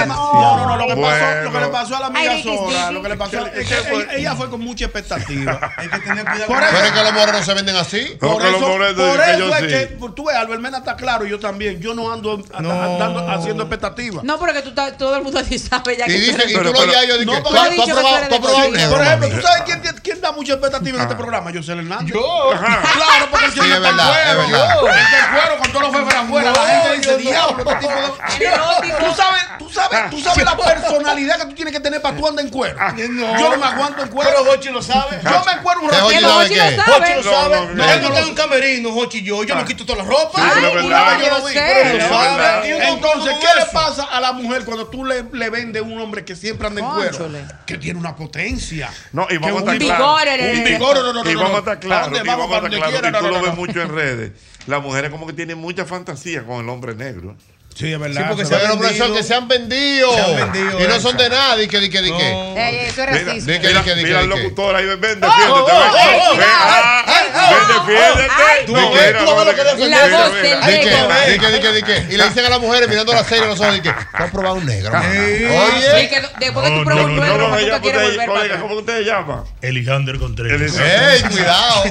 Speaker 5: No, no, no, lo que, pasó,
Speaker 2: Bueno.
Speaker 5: lo que le pasó a la amiga
Speaker 10: Ay,
Speaker 5: Sora,
Speaker 10: sí.
Speaker 5: lo que le pasó, es que
Speaker 2: Eh,
Speaker 5: ella, ella fue con mucha expectativa. Hay que tener cuidado
Speaker 4: Pero
Speaker 5: con
Speaker 4: es
Speaker 5: eso.
Speaker 4: que los morenos se venden así.
Speaker 2: No,
Speaker 5: Por
Speaker 2: que los
Speaker 5: eso,
Speaker 2: morenos
Speaker 5: por
Speaker 2: dicen que
Speaker 5: eso
Speaker 2: yo
Speaker 5: es
Speaker 2: sí.
Speaker 5: que, por- tú ves, Albermena está claro, yo también, yo no ando a- andando- haciendo expectativas.
Speaker 10: No, pero que tú, ta- todo el mundo aquí sabe ya
Speaker 4: Y
Speaker 10: que tú
Speaker 4: dicen,
Speaker 10: eres-
Speaker 4: y tú
Speaker 2: Pero,
Speaker 4: lo
Speaker 2: pero-
Speaker 4: ya yo dije,
Speaker 5: No,
Speaker 4: ¿tú,
Speaker 5: porque
Speaker 4: tú
Speaker 10: yo he dicho
Speaker 4: has
Speaker 10: que
Speaker 4: probado,
Speaker 10: tú
Speaker 4: tú has
Speaker 10: eres de Chile.
Speaker 4: probado Ah. un negro,
Speaker 5: Por ejemplo, ¿tú
Speaker 4: mami?
Speaker 5: sabes quién, tiene- quién da mucha expectativa en este programa? José Hernández.
Speaker 2: Ajá.
Speaker 5: Claro, porque el
Speaker 4: Sí,
Speaker 5: señor está
Speaker 4: es
Speaker 5: en
Speaker 4: verdad, es
Speaker 5: cuero.
Speaker 4: verdad.
Speaker 5: El está en cuero con todos los fefes afuera.
Speaker 6: No,
Speaker 5: la gente dice,
Speaker 6: yo no.
Speaker 5: diablo, este tipo de... Tú sabes, tú sabes, tú sabes la personalidad que tú tienes que tener para tú andar en cuero. Yo Ah, no me aguanto en cuero.
Speaker 6: Pero Hochi lo sabe.
Speaker 5: Yo me encuero un
Speaker 4: ¿Te
Speaker 5: ratito.
Speaker 4: Hochi
Speaker 10: Pero
Speaker 4: Eh, sabe
Speaker 10: Hochi lo
Speaker 4: qué?
Speaker 6: Hochi lo
Speaker 10: sabe.
Speaker 6: sabe.
Speaker 2: no,
Speaker 6: No,
Speaker 2: no,
Speaker 6: él
Speaker 2: no.
Speaker 6: no está en un camerino, Hochi y yo. Yo me quito toda la ropa.
Speaker 2: Sí, pero
Speaker 6: Ay,
Speaker 2: es
Speaker 6: una
Speaker 2: verdad.
Speaker 6: vez yo lo vi, pero él lo
Speaker 2: Es
Speaker 6: sabe.
Speaker 2: verdad.
Speaker 6: Yo no
Speaker 5: Entonces,
Speaker 6: como
Speaker 5: ¿qué le
Speaker 6: eso.
Speaker 5: pasa a la mujer cuando tú le, le vendes un hombre que siempre anda en cuero?
Speaker 10: Cónchale.
Speaker 5: Que tiene una potencia.
Speaker 2: No, y vamos
Speaker 5: Que
Speaker 2: a
Speaker 5: un
Speaker 2: estar claros.
Speaker 10: vigor eres.
Speaker 2: Un
Speaker 10: Un
Speaker 5: vigor, no, no, no,
Speaker 2: Y
Speaker 5: no,
Speaker 2: vamos
Speaker 5: no.
Speaker 2: a estar claros.
Speaker 5: ¿Para dónde
Speaker 2: Y vamos a
Speaker 5: vamos? ¿Para
Speaker 2: estar
Speaker 5: dónde
Speaker 2: claros. Y
Speaker 5: quiera?
Speaker 2: tú
Speaker 5: No,
Speaker 2: lo
Speaker 5: no, no.
Speaker 2: ves mucho en redes. Las mujeres como que tienen mucha fantasía con el hombre negro.
Speaker 5: Sí, es
Speaker 4: Sí,
Speaker 5: verdad.
Speaker 4: porque
Speaker 5: se
Speaker 4: se
Speaker 5: han
Speaker 4: pero, profesor,
Speaker 5: vendido.
Speaker 4: que se han vendido.
Speaker 5: Se han vendido,
Speaker 4: y no
Speaker 5: Elsa.
Speaker 4: son de nadie. Que, di que, di que.
Speaker 10: Ey, ey, eso es
Speaker 4: Mira,
Speaker 10: racismo.
Speaker 4: di que, di que, di que.
Speaker 2: Mira el
Speaker 4: di que.
Speaker 2: locutor ahí, ven, ven,
Speaker 4: Oh,
Speaker 2: defiéndete.
Speaker 4: oh, oh,
Speaker 2: ven.
Speaker 4: oh,
Speaker 2: Ven,
Speaker 4: oh,
Speaker 2: ah,
Speaker 10: oh,
Speaker 2: ven, defiéndete.
Speaker 4: Tú a
Speaker 2: Ven,
Speaker 4: ver,
Speaker 2: mira,
Speaker 4: tú a
Speaker 2: no,
Speaker 4: ver lo que
Speaker 2: mira,
Speaker 4: le
Speaker 2: mira,
Speaker 4: hacen.
Speaker 2: mira, mira.
Speaker 4: Di que, di que, di que, di que. Y le dicen a las mujeres mirando la serie en los ojos, di que, tú has probado un negro. Oye.
Speaker 10: Sí, que después que tú
Speaker 2: No,
Speaker 10: pruebas un
Speaker 2: no, no,
Speaker 10: negro,
Speaker 2: no,
Speaker 10: más nunca
Speaker 2: ella,
Speaker 10: quieres
Speaker 2: usted,
Speaker 10: volver para
Speaker 2: colega,
Speaker 10: atrás.
Speaker 2: ¿Cómo usted se llama?
Speaker 12: Elijander Contreras.
Speaker 4: Ey, cuidado.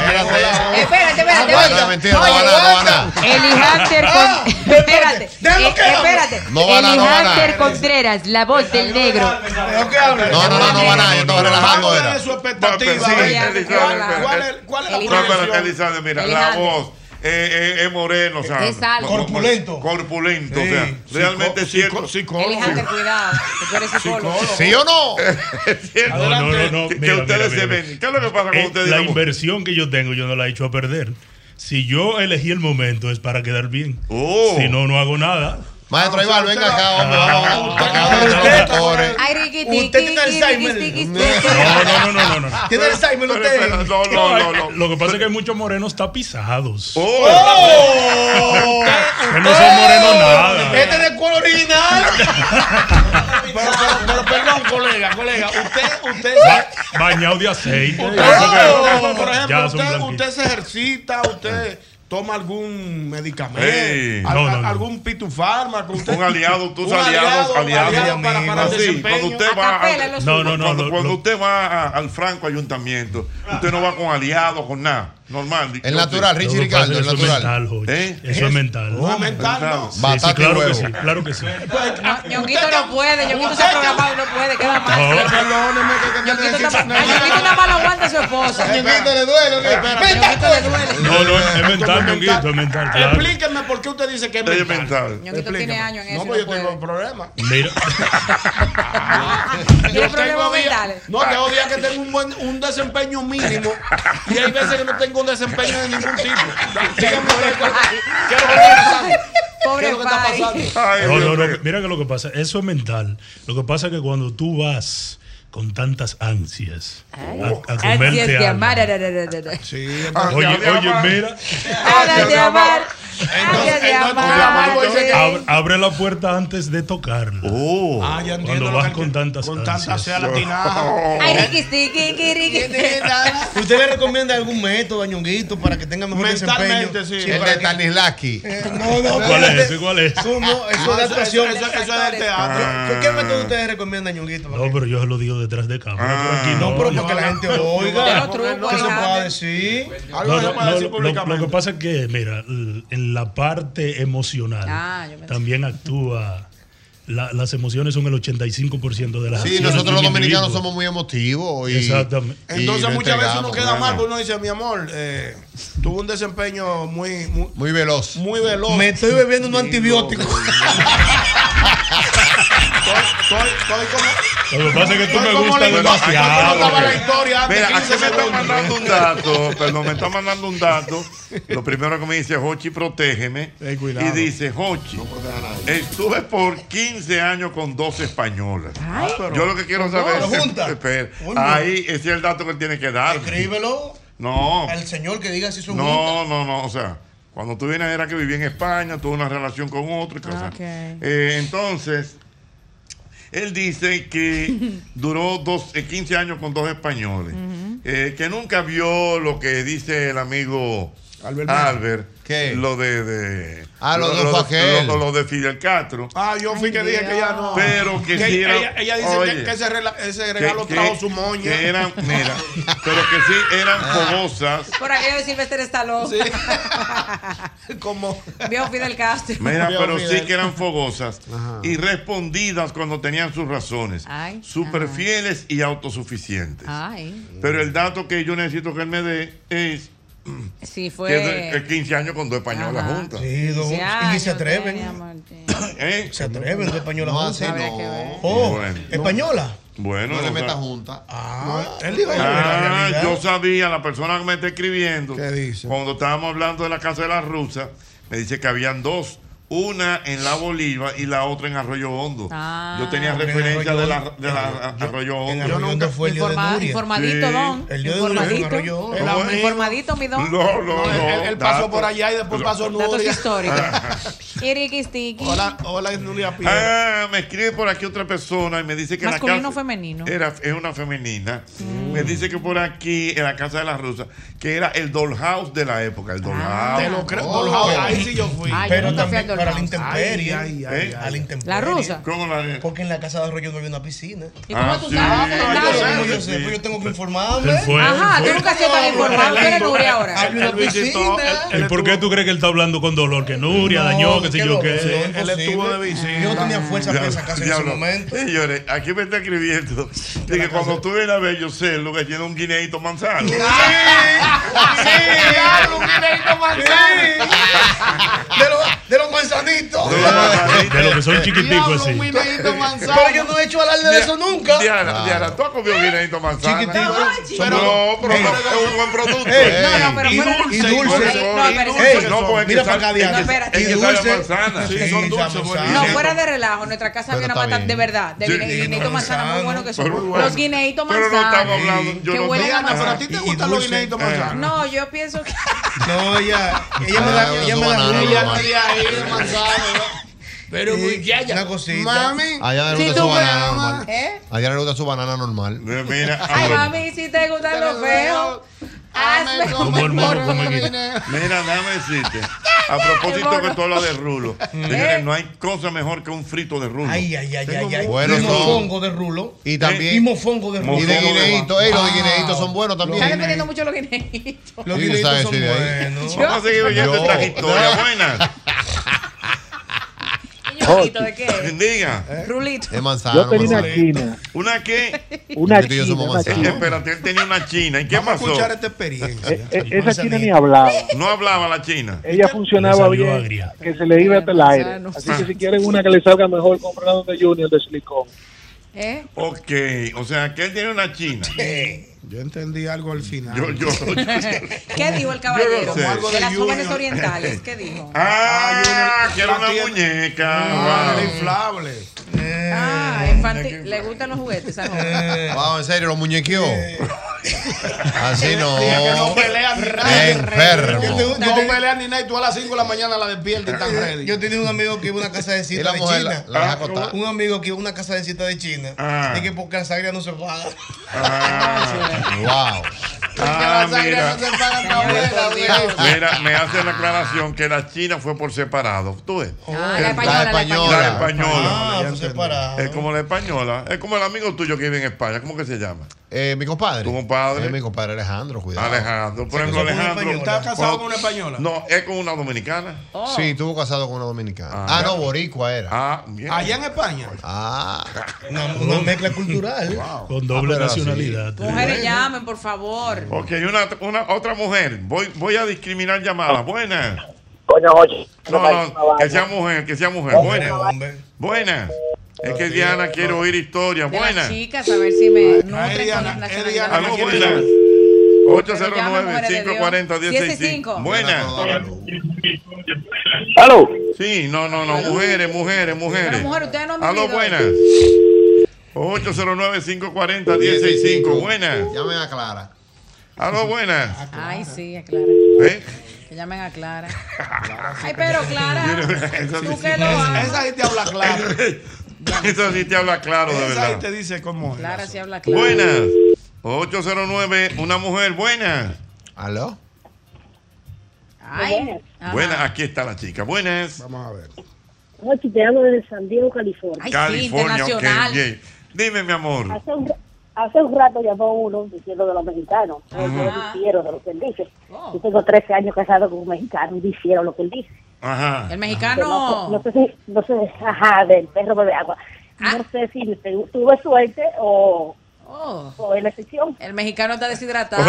Speaker 10: Eh, Espérate, espérate,
Speaker 4: Aguanta,
Speaker 10: oye.
Speaker 4: mentira, Ah, no va a nada, no va a nada.
Speaker 10: Elijandre
Speaker 4: Ah,
Speaker 10: Con- Espérate, eh, espérate.
Speaker 4: No va a nada, no va a nada.
Speaker 10: Elijandre Contreras, la voz del negro.
Speaker 4: No, no, no, no va a nada. Yo estaba relajando. Era.
Speaker 2: Sí, Elizalde, espérate. No, espérate, Elizalde, mira, la
Speaker 10: Elizalde.
Speaker 2: voz. eh, eh, es moreno, o sea,
Speaker 10: Es alto.
Speaker 2: corpulento, corpulento, o sea, realmente es cierto,
Speaker 10: Elijandre, cuidado, que tú eres psicólogo.
Speaker 4: ¿Sí o no?
Speaker 12: No, no, no, no.
Speaker 2: Que
Speaker 12: Mira,
Speaker 2: ustedes
Speaker 12: mira,
Speaker 2: se
Speaker 12: mira.
Speaker 2: ven. ¿Qué es lo que pasa con
Speaker 12: Eh,
Speaker 2: ustedes?
Speaker 12: La
Speaker 2: digamos?
Speaker 12: inversión que yo tengo, yo no la he hecho a perder. Si yo elegí el momento es para quedar bien.
Speaker 2: Oh.
Speaker 12: Si no, no hago nada. Ah,
Speaker 4: Maestro Ibar, venga acá, hombre, vamos, vamos.
Speaker 10: Ay, riquitiqui,
Speaker 6: Usted tiene Alzheimer.
Speaker 10: riquitiqui,
Speaker 12: No, no, no, no, no. no.
Speaker 6: Tiene Alzheimer usted.
Speaker 2: No, no, no, no.
Speaker 12: Lo que pasa es que muchos morenos tapizados.
Speaker 6: ¡Oh!
Speaker 12: que no son morenos nada.
Speaker 5: Este es de color original. pero, pero- pero perdón, colega, colega. Usted, usted,
Speaker 12: Ba- bañado de aceite.
Speaker 5: usted-
Speaker 12: Ya
Speaker 5: Por- por ejemplo,
Speaker 12: son
Speaker 5: usted,
Speaker 12: blanquitos.
Speaker 5: usted se ejercita, usted toma algún medicamento,
Speaker 2: Ey.
Speaker 5: al-
Speaker 2: No, no, no.
Speaker 5: algún pitufármaco. Usted,
Speaker 2: Un aliado, tus
Speaker 5: un
Speaker 2: aliados,
Speaker 5: un
Speaker 2: aliados,
Speaker 5: para, para el
Speaker 2: Así,
Speaker 5: desempeño.
Speaker 2: cuando usted va,
Speaker 5: Acapela
Speaker 2: al-
Speaker 5: los
Speaker 2: no,
Speaker 5: suyos. Ah.
Speaker 2: no, no, cuando, cuando usted va a- al franco ayuntamiento, usted no va con aliados, con nada, normal.
Speaker 12: El natural, Richie Lo que pasa Ricardo, es que el eso es natural. mental, Jorge. Eso es mental.
Speaker 2: No
Speaker 12: es mental,
Speaker 2: no.
Speaker 12: Sí, sí, claro que sí, claro que sí.
Speaker 10: Eh, No, Ñonguito no puede, Ñonguito se ha programado y no puede, queda mal.
Speaker 12: No.
Speaker 10: Perdóneme, que Ñonguito está- a Ñonguito nada más lo aguanta a su esposa.
Speaker 5: Ñonguito le duele, ¿o qué?
Speaker 10: Espera,
Speaker 5: Vete a
Speaker 10: Ñonguito le duele.
Speaker 12: No, no, es mental, Ñonguito, es mental. claro.
Speaker 5: Explíqueme por qué usted dice que es mental.
Speaker 10: Ñonguito
Speaker 5: Explíqueme.
Speaker 10: tiene años en eso
Speaker 5: No,
Speaker 10: y
Speaker 5: pues
Speaker 10: no
Speaker 5: yo tengo problemas.
Speaker 12: Mira,
Speaker 10: Tiene
Speaker 5: Yo tengo
Speaker 10: problemas
Speaker 5: días-
Speaker 10: mentales.
Speaker 5: No, tengo días que tengo un, buen, un desempeño mínimo y hay veces que no tengo un desempeño de ningún tipo. Dígame usted cuál- qué es lo que está pasando.
Speaker 10: Pobre
Speaker 5: ¿Qué es lo que está
Speaker 10: Pai.
Speaker 5: pasando?
Speaker 12: No, no, no, mira que lo que pasa, eso es mental. Lo que pasa es que cuando tú vas con tantas ansias a, a
Speaker 10: Ansias
Speaker 12: comerte
Speaker 10: de
Speaker 12: algo.
Speaker 10: amar. ara, ara, ara, ara.
Speaker 12: Oye, oye, mira,
Speaker 10: Ansias de amar. Ansias de amar.
Speaker 12: ab- abre la puerta antes de tocarla. Ah, cuando vas con tantas ansias.
Speaker 10: Ay, riquitiqui, riquitiqui.
Speaker 6: ¿Usted le recomienda algún método, Ñonguito, para que tenga mejor
Speaker 5: Mentalmente,
Speaker 6: desempeño?
Speaker 5: sí.
Speaker 4: El
Speaker 6: para
Speaker 4: de
Speaker 6: que- Eh,
Speaker 4: Tanislaki.
Speaker 6: No, no,
Speaker 12: ¿Cuál es
Speaker 6: espérate.
Speaker 12: ese? ¿Cuál es?
Speaker 6: No, no, eso es de
Speaker 5: Eso-
Speaker 6: actuación.
Speaker 5: eso- eso- eso es del teatro.
Speaker 6: ¿Qué-
Speaker 4: Ah.
Speaker 6: ¿Qué método ustedes recomiendan, Ñonguito?
Speaker 12: No, pero yo se lo digo detrás de cámara. tranquilo.
Speaker 6: Ah, No, pero para que la gente oiga. ¿Qué se puede decir?
Speaker 12: No,
Speaker 6: Algo
Speaker 12: no,
Speaker 6: se puede
Speaker 12: no,
Speaker 6: decir
Speaker 12: lo-
Speaker 6: públicamente.
Speaker 12: Lo que pasa es que, mira, l- en la parte emocional
Speaker 10: Ah, yo pensé.
Speaker 12: también actúa. la- las emociones son el 85% de las
Speaker 4: Sí,
Speaker 12: acciones
Speaker 4: nosotros
Speaker 12: de
Speaker 4: los
Speaker 12: un
Speaker 4: dominicanos
Speaker 12: individuo.
Speaker 4: somos muy emotivos. Y,
Speaker 12: Exactamente.
Speaker 4: y
Speaker 5: Entonces
Speaker 4: nos
Speaker 5: muchas veces uno
Speaker 4: entregamos,
Speaker 5: queda mal
Speaker 4: hermano.
Speaker 5: porque uno dice, mi amor, eh, tuvo un desempeño muy, muy,
Speaker 4: Muy veloz.
Speaker 5: muy veloz.
Speaker 6: Me estoy bebiendo un antibiótico.
Speaker 5: Estoy, estoy como...
Speaker 12: Lo que pasa es que tú
Speaker 5: Estoy
Speaker 12: me
Speaker 5: como
Speaker 12: gustas
Speaker 5: la-
Speaker 12: demasiado.
Speaker 5: como estaba la historia antes,
Speaker 2: Mira,
Speaker 5: 15
Speaker 2: aquí me está
Speaker 5: segundos.
Speaker 2: mandando un dato, perdón, me está mandando un dato. Lo primero que me dice Hochi, protégeme. Y dice, Hochi, estuve por 15 años con dos españolas.
Speaker 5: Ah,
Speaker 27: Ay.
Speaker 2: Yo lo que quiero
Speaker 27: Con dos,
Speaker 2: saber es...
Speaker 27: juntas.
Speaker 2: Espera,
Speaker 27: Coño.
Speaker 2: ahí ese es el dato que él tiene que dar.
Speaker 6: Escríbelo
Speaker 2: No,
Speaker 6: al señor que diga si son
Speaker 2: no, no, no, o sea... Cuando tú vienes era que vivía en España, tuve una relación con otro y
Speaker 5: Ah.
Speaker 2: cosas. Eh, entonces, él dice que duró dos, eh, 15 años con dos españoles, eh, que nunca vio lo que dice el amigo Albert, lo de, de-
Speaker 4: Ah, lo de
Speaker 2: lo,
Speaker 4: Fajel.
Speaker 2: lo- lo de Fidel Castro.
Speaker 5: Ah, yo fui que dije que ya no.
Speaker 2: Pero que sí era-
Speaker 5: ella, ella dice
Speaker 2: oye,
Speaker 5: que, que ese, rela- ese
Speaker 2: que-
Speaker 5: regalo
Speaker 2: que-
Speaker 5: trajo su moña.
Speaker 2: que eran, mira, pero que sí eran fogosas.
Speaker 10: Por aquello de Silvestre Stallone.
Speaker 5: Como.
Speaker 10: Vio Fidel Castro.
Speaker 2: Mira, pero sí que eran fogosas y respondidas cuando tenían sus razones,
Speaker 10: Ay,
Speaker 2: super fieles y autosuficientes.
Speaker 10: Ay.
Speaker 2: Pero el dato que yo necesito que él me dé es que
Speaker 10: Sí,
Speaker 2: es de-
Speaker 10: fue.
Speaker 2: que 15 años con dos españolas
Speaker 10: Pues. Ajá.
Speaker 2: juntas.
Speaker 6: Sí, dos.
Speaker 10: Ya,
Speaker 6: Y se
Speaker 10: yo
Speaker 6: atreven.
Speaker 10: tenía, amor.
Speaker 2: ¿Eh?
Speaker 6: Se atreven, dos españolas
Speaker 4: No,
Speaker 6: juntas.
Speaker 4: así Habrá no. que ver.
Speaker 6: Oh,
Speaker 2: Bueno.
Speaker 6: española.
Speaker 2: Bueno,
Speaker 4: No
Speaker 2: o
Speaker 4: le metas
Speaker 2: sea-
Speaker 4: junta.
Speaker 5: Él dijo
Speaker 2: Ah, yo sabía, la persona que me está escribiendo, cuando estábamos hablando de la casa de las rusas, me dice que habían dos, una en la Bolívar y la otra en Arroyo Hondo.
Speaker 10: Ah.
Speaker 2: yo tenía
Speaker 10: En
Speaker 2: referencia
Speaker 6: Arroyo
Speaker 2: de la,
Speaker 6: Hondo.
Speaker 2: de la- Arroyo Hondo.
Speaker 6: Arroyo Hondo fue el lío de
Speaker 10: Informa-
Speaker 6: Nuria.
Speaker 10: informadito,
Speaker 2: Sí.
Speaker 10: don.
Speaker 6: El lío de Nuria fue en
Speaker 10: informadito.
Speaker 6: Arroyo Hondo.
Speaker 2: ¿Cómo es?
Speaker 10: Informadito, mi don.
Speaker 2: No, no, no.
Speaker 5: Él, él pasó por allá y después pasó a
Speaker 10: Datos
Speaker 5: Nuria.
Speaker 10: históricos. Iriquistiqui.
Speaker 6: Hola, hola, Nulia Piedra.
Speaker 2: Ah, me escribe por aquí otra persona y me dice que la
Speaker 10: Masculino o
Speaker 2: casa
Speaker 10: femenino.
Speaker 2: era, es una femenina. Me dice que por aquí, en la casa de las rusas, que era el dollhouse de la época. El dollhouse.
Speaker 6: Ah,
Speaker 2: Oh, eh,
Speaker 6: Te lo creo. dollhouse, Oh, ahí sí yo fui.
Speaker 2: Ay, yo
Speaker 6: pero
Speaker 2: nunca
Speaker 6: también
Speaker 2: fui al
Speaker 6: para la
Speaker 2: dollhouse.
Speaker 6: intemperie.
Speaker 2: Ay, ay, ay,
Speaker 6: ¿eh?
Speaker 2: ay.
Speaker 6: A la intemperie.
Speaker 2: ¿La rusa? ¿Cómo la
Speaker 6: Porque en la casa de Arroyo no había una piscina.
Speaker 2: ¿Y cómo Ah, tú sí. sabes?
Speaker 6: Ah,
Speaker 2: Claro.
Speaker 6: yo sé,
Speaker 2: Claro.
Speaker 6: yo sé, pero yo tengo que informarme.
Speaker 12: Él fue, Ajá, él tú fue.
Speaker 10: Ah, nunca has sido tan
Speaker 6: No,
Speaker 10: informado. Tú eres
Speaker 6: no,
Speaker 10: Nuria ahora.
Speaker 6: Hay una
Speaker 10: Él visitó,
Speaker 6: piscina.
Speaker 12: ¿Y por qué tú crees que él está hablando con dolor? Que Nuria
Speaker 6: No,
Speaker 12: dañó, que sé
Speaker 6: qué
Speaker 12: yo
Speaker 6: loco,
Speaker 12: qué.
Speaker 6: sí, Él imposible. estuvo de visita. Yo no tenía fuerza para esa casa en ese
Speaker 2: momento. Señores, aquí me está escribiendo de que cuando tú vienes a ver, yo sé lo que tiene un guineito manzano.
Speaker 27: Diablo, un guineito manzano.
Speaker 6: De los- de los manzanitos.
Speaker 12: De lo que son chiquiticos así.
Speaker 6: manzano. Pero yo no he hecho alarde de eso nunca.
Speaker 2: Diana, Diana, tú has comido guineito manzano.
Speaker 6: Chiquitico.
Speaker 2: Pero, no, pero es un buen producto.
Speaker 6: Ey,
Speaker 2: no,
Speaker 6: no, pero fuera de-
Speaker 2: y
Speaker 6: y
Speaker 2: dulce.
Speaker 6: dulce.
Speaker 2: No,
Speaker 6: Ey, no, espérate. Mira para acá, Diana.
Speaker 2: Es
Speaker 6: Y
Speaker 2: que sabe a
Speaker 6: dulce.
Speaker 2: manzana. Sí, son dulces.
Speaker 10: No,
Speaker 2: buenísimo.
Speaker 10: fuera de relajo, nuestra casa había una mata de verdad, de
Speaker 2: Sí,
Speaker 10: guine-
Speaker 2: guineíto
Speaker 10: guineitos manzana muy bueno que son.
Speaker 2: Pero bueno.
Speaker 10: Los guineitos
Speaker 2: Pero no
Speaker 10: manzana.
Speaker 2: estamos hablando, yo
Speaker 10: que
Speaker 2: no-
Speaker 10: huelen
Speaker 2: Diana,
Speaker 10: a
Speaker 2: pero
Speaker 6: a ti te Y- y gustan los dulce.
Speaker 2: Eh,
Speaker 6: guineitos manzana.
Speaker 10: No, yo pienso que
Speaker 6: No, ella, ella me da, ella me
Speaker 4: banana,
Speaker 6: da,
Speaker 4: ella
Speaker 6: no
Speaker 4: no
Speaker 6: había ido
Speaker 5: Pero muy
Speaker 6: muchacha. Una cosita.
Speaker 5: Mami.
Speaker 4: Allá le
Speaker 10: Si
Speaker 4: gusta
Speaker 10: tú
Speaker 4: su
Speaker 10: me
Speaker 4: banana
Speaker 10: amas.
Speaker 4: normal.
Speaker 10: ¿Eh?
Speaker 4: Allá le gusta su banana normal.
Speaker 2: Ah,
Speaker 10: Ay, mami, si te gustan los feos, hazme como el
Speaker 2: Mira, déjame decirte. A propósito que tú hablas de rulo. Señores, no hay cosa mejor que un frito de rulo.
Speaker 6: ¿Eh? Ay, ay, ay, ay, ay.
Speaker 2: Bueno,
Speaker 6: y
Speaker 2: no.
Speaker 6: mofongo de rulo.
Speaker 2: Y también-
Speaker 6: Y mofongo de rulo.
Speaker 2: Y de guineíto.
Speaker 4: Ey, los
Speaker 10: Ah.
Speaker 4: de guineitos son buenos
Speaker 10: Están
Speaker 4: también.
Speaker 10: defendiendo mucho los guineitos.
Speaker 4: Sí, ¿sabes? Sí, de ahí.
Speaker 2: Vamos a seguir oyendo
Speaker 4: Yo-
Speaker 2: esta historia. Buenas.
Speaker 10: Ñonguito, ¿de qué?
Speaker 2: Diga.
Speaker 6: ¿Eh?
Speaker 10: Rulito.
Speaker 4: Es manzana.
Speaker 2: Yo tenía
Speaker 4: manzana.
Speaker 2: una china. ¿Una qué?
Speaker 4: Una Yo y yo china, somos una manzanas. china.
Speaker 2: Espérate, él tenía una china. ¿Y qué
Speaker 4: Vamos a
Speaker 2: pasó?
Speaker 4: escuchar
Speaker 6: esta experiencia.
Speaker 2: esa
Speaker 4: china ni
Speaker 2: hablaba. No hablaba la china.
Speaker 14: Ella funcionaba bien, que se le iba hasta el aire.
Speaker 2: Manzano.
Speaker 14: Así que si quieren una que le salga mejor, compren una de Junior de silicón.
Speaker 10: ¿Eh?
Speaker 2: Ok, o sea, que él tiene una china.
Speaker 8: Yo entendí algo al final.
Speaker 2: Yo, yo,
Speaker 10: ¿Qué dijo el caballero?
Speaker 2: sé.
Speaker 10: Algo de las
Speaker 2: Junior.
Speaker 10: jóvenes orientales, ¿qué dijo?
Speaker 2: Ah, que era
Speaker 10: la
Speaker 2: una
Speaker 10: tiene-
Speaker 2: muñeca.
Speaker 10: Ah,
Speaker 2: wow.
Speaker 10: era Ah, infantil. ¿Le gustan los juguetes a
Speaker 2: Eh,
Speaker 10: joven?
Speaker 4: Wow, Ah, en serio, lo muñequeó. Así no.
Speaker 5: Dije que no pelea ni nada.
Speaker 4: Enfermo.
Speaker 5: Yo te-
Speaker 4: No
Speaker 5: No pelea ni nada y tú a las 5 de la mañana la despiertas y estás ready.
Speaker 6: Eh, Yo tenía un amigo que iba a una casa de
Speaker 4: Y
Speaker 6: cita
Speaker 4: la
Speaker 6: de
Speaker 4: mujer
Speaker 6: China.
Speaker 4: la- la
Speaker 2: Ah,
Speaker 4: deja acostar.
Speaker 6: un amigo que iba a una casa de cita de China. Y que porque la sangre no se paga.
Speaker 4: Wow.
Speaker 2: Ah, mira.
Speaker 6: Señor, por Dios.
Speaker 2: Mira, me hace la aclaración que la china fue por separado. ¿Tú ves?
Speaker 4: Oh.
Speaker 6: Ah, la española, la española.
Speaker 2: La española.
Speaker 6: Ah, por separado.
Speaker 2: Es como la española. Es como el amigo tuyo que vive en España. ¿Cómo que se llama?
Speaker 4: Eh, mi compadre.
Speaker 2: Tu compadre.
Speaker 4: Eh, mi compadre Alejandro, cuidado.
Speaker 2: Alejandro. Por
Speaker 4: Se
Speaker 2: ejemplo,
Speaker 4: casó con una
Speaker 2: Alejandro.
Speaker 4: española. ¿Está casado
Speaker 2: cuando-
Speaker 4: con una española?
Speaker 2: No, es con una dominicana.
Speaker 4: Oh. Sí, estuvo casado con una dominicana. Ah, no, boricua era.
Speaker 2: Ah, bien.
Speaker 4: Allá
Speaker 8: en España.
Speaker 4: Ah.
Speaker 6: Una, una mezcla cultural.
Speaker 12: Con doble
Speaker 2: Ah, pero así.
Speaker 12: nacionalidad.
Speaker 10: Mujeres, llamen, por favor.
Speaker 2: Ok, una, una- otra mujer. Voy, voy a discriminar llamadas. Buenas.
Speaker 14: Coño, oye.
Speaker 2: No, no, que sea mujer, que sea mujer. Buenas. Buenas. Es que Diana quiere oír historias.
Speaker 10: De las
Speaker 2: Buenas.
Speaker 10: chicas, a ver si me nutren con las nacionalidades.
Speaker 2: Aló, buenas. 809-540-165. Buenas.
Speaker 14: Aló.
Speaker 2: Sí, no, no, no. Mujeres, mujeres, mujeres.
Speaker 10: Pero mujer, ustedes no han
Speaker 2: Aló,
Speaker 10: vivido.
Speaker 2: buenas. 809-540-165. Buenas.
Speaker 4: Llamen a Clara.
Speaker 2: Aló, buenas.
Speaker 10: Ay, sí, a Clara.
Speaker 2: ¿Eh?
Speaker 10: Que llamen a Clara. Ay, pero Clara.
Speaker 2: Tú
Speaker 10: que lo amas.
Speaker 8: Esa gente habla claro.
Speaker 2: Eso sí te habla claro,
Speaker 8: Esa
Speaker 2: de verdad.
Speaker 8: gente dice cómo es.
Speaker 10: Clara sí habla Clara.
Speaker 2: Buenas. 809, una mujer, buenas.
Speaker 4: ¿Aló?
Speaker 10: Ay. ajá.
Speaker 2: Buenas, aquí está la chica. Buenas. Vamos a ver.
Speaker 19: Oye, te hablo desde San Diego, California.
Speaker 2: California, ok, bien. Dime, mi amor.
Speaker 19: Hace un, hace un rato llamó uno diciendo de los mexicanos, eh, que ellos
Speaker 10: Ajá.
Speaker 19: hicieron de lo que él dice. Yo tengo 13 años casado con un mexicano y hicieron lo que él dice.
Speaker 2: Ajá.
Speaker 10: El
Speaker 19: Que No,
Speaker 10: mexicano.
Speaker 19: sé- no sé si, no sé, ajá, del perro bebe agua.
Speaker 10: Ah.
Speaker 19: No sé si te- tuve suerte o, o en la excepción.
Speaker 10: El mexicano está deshidratado.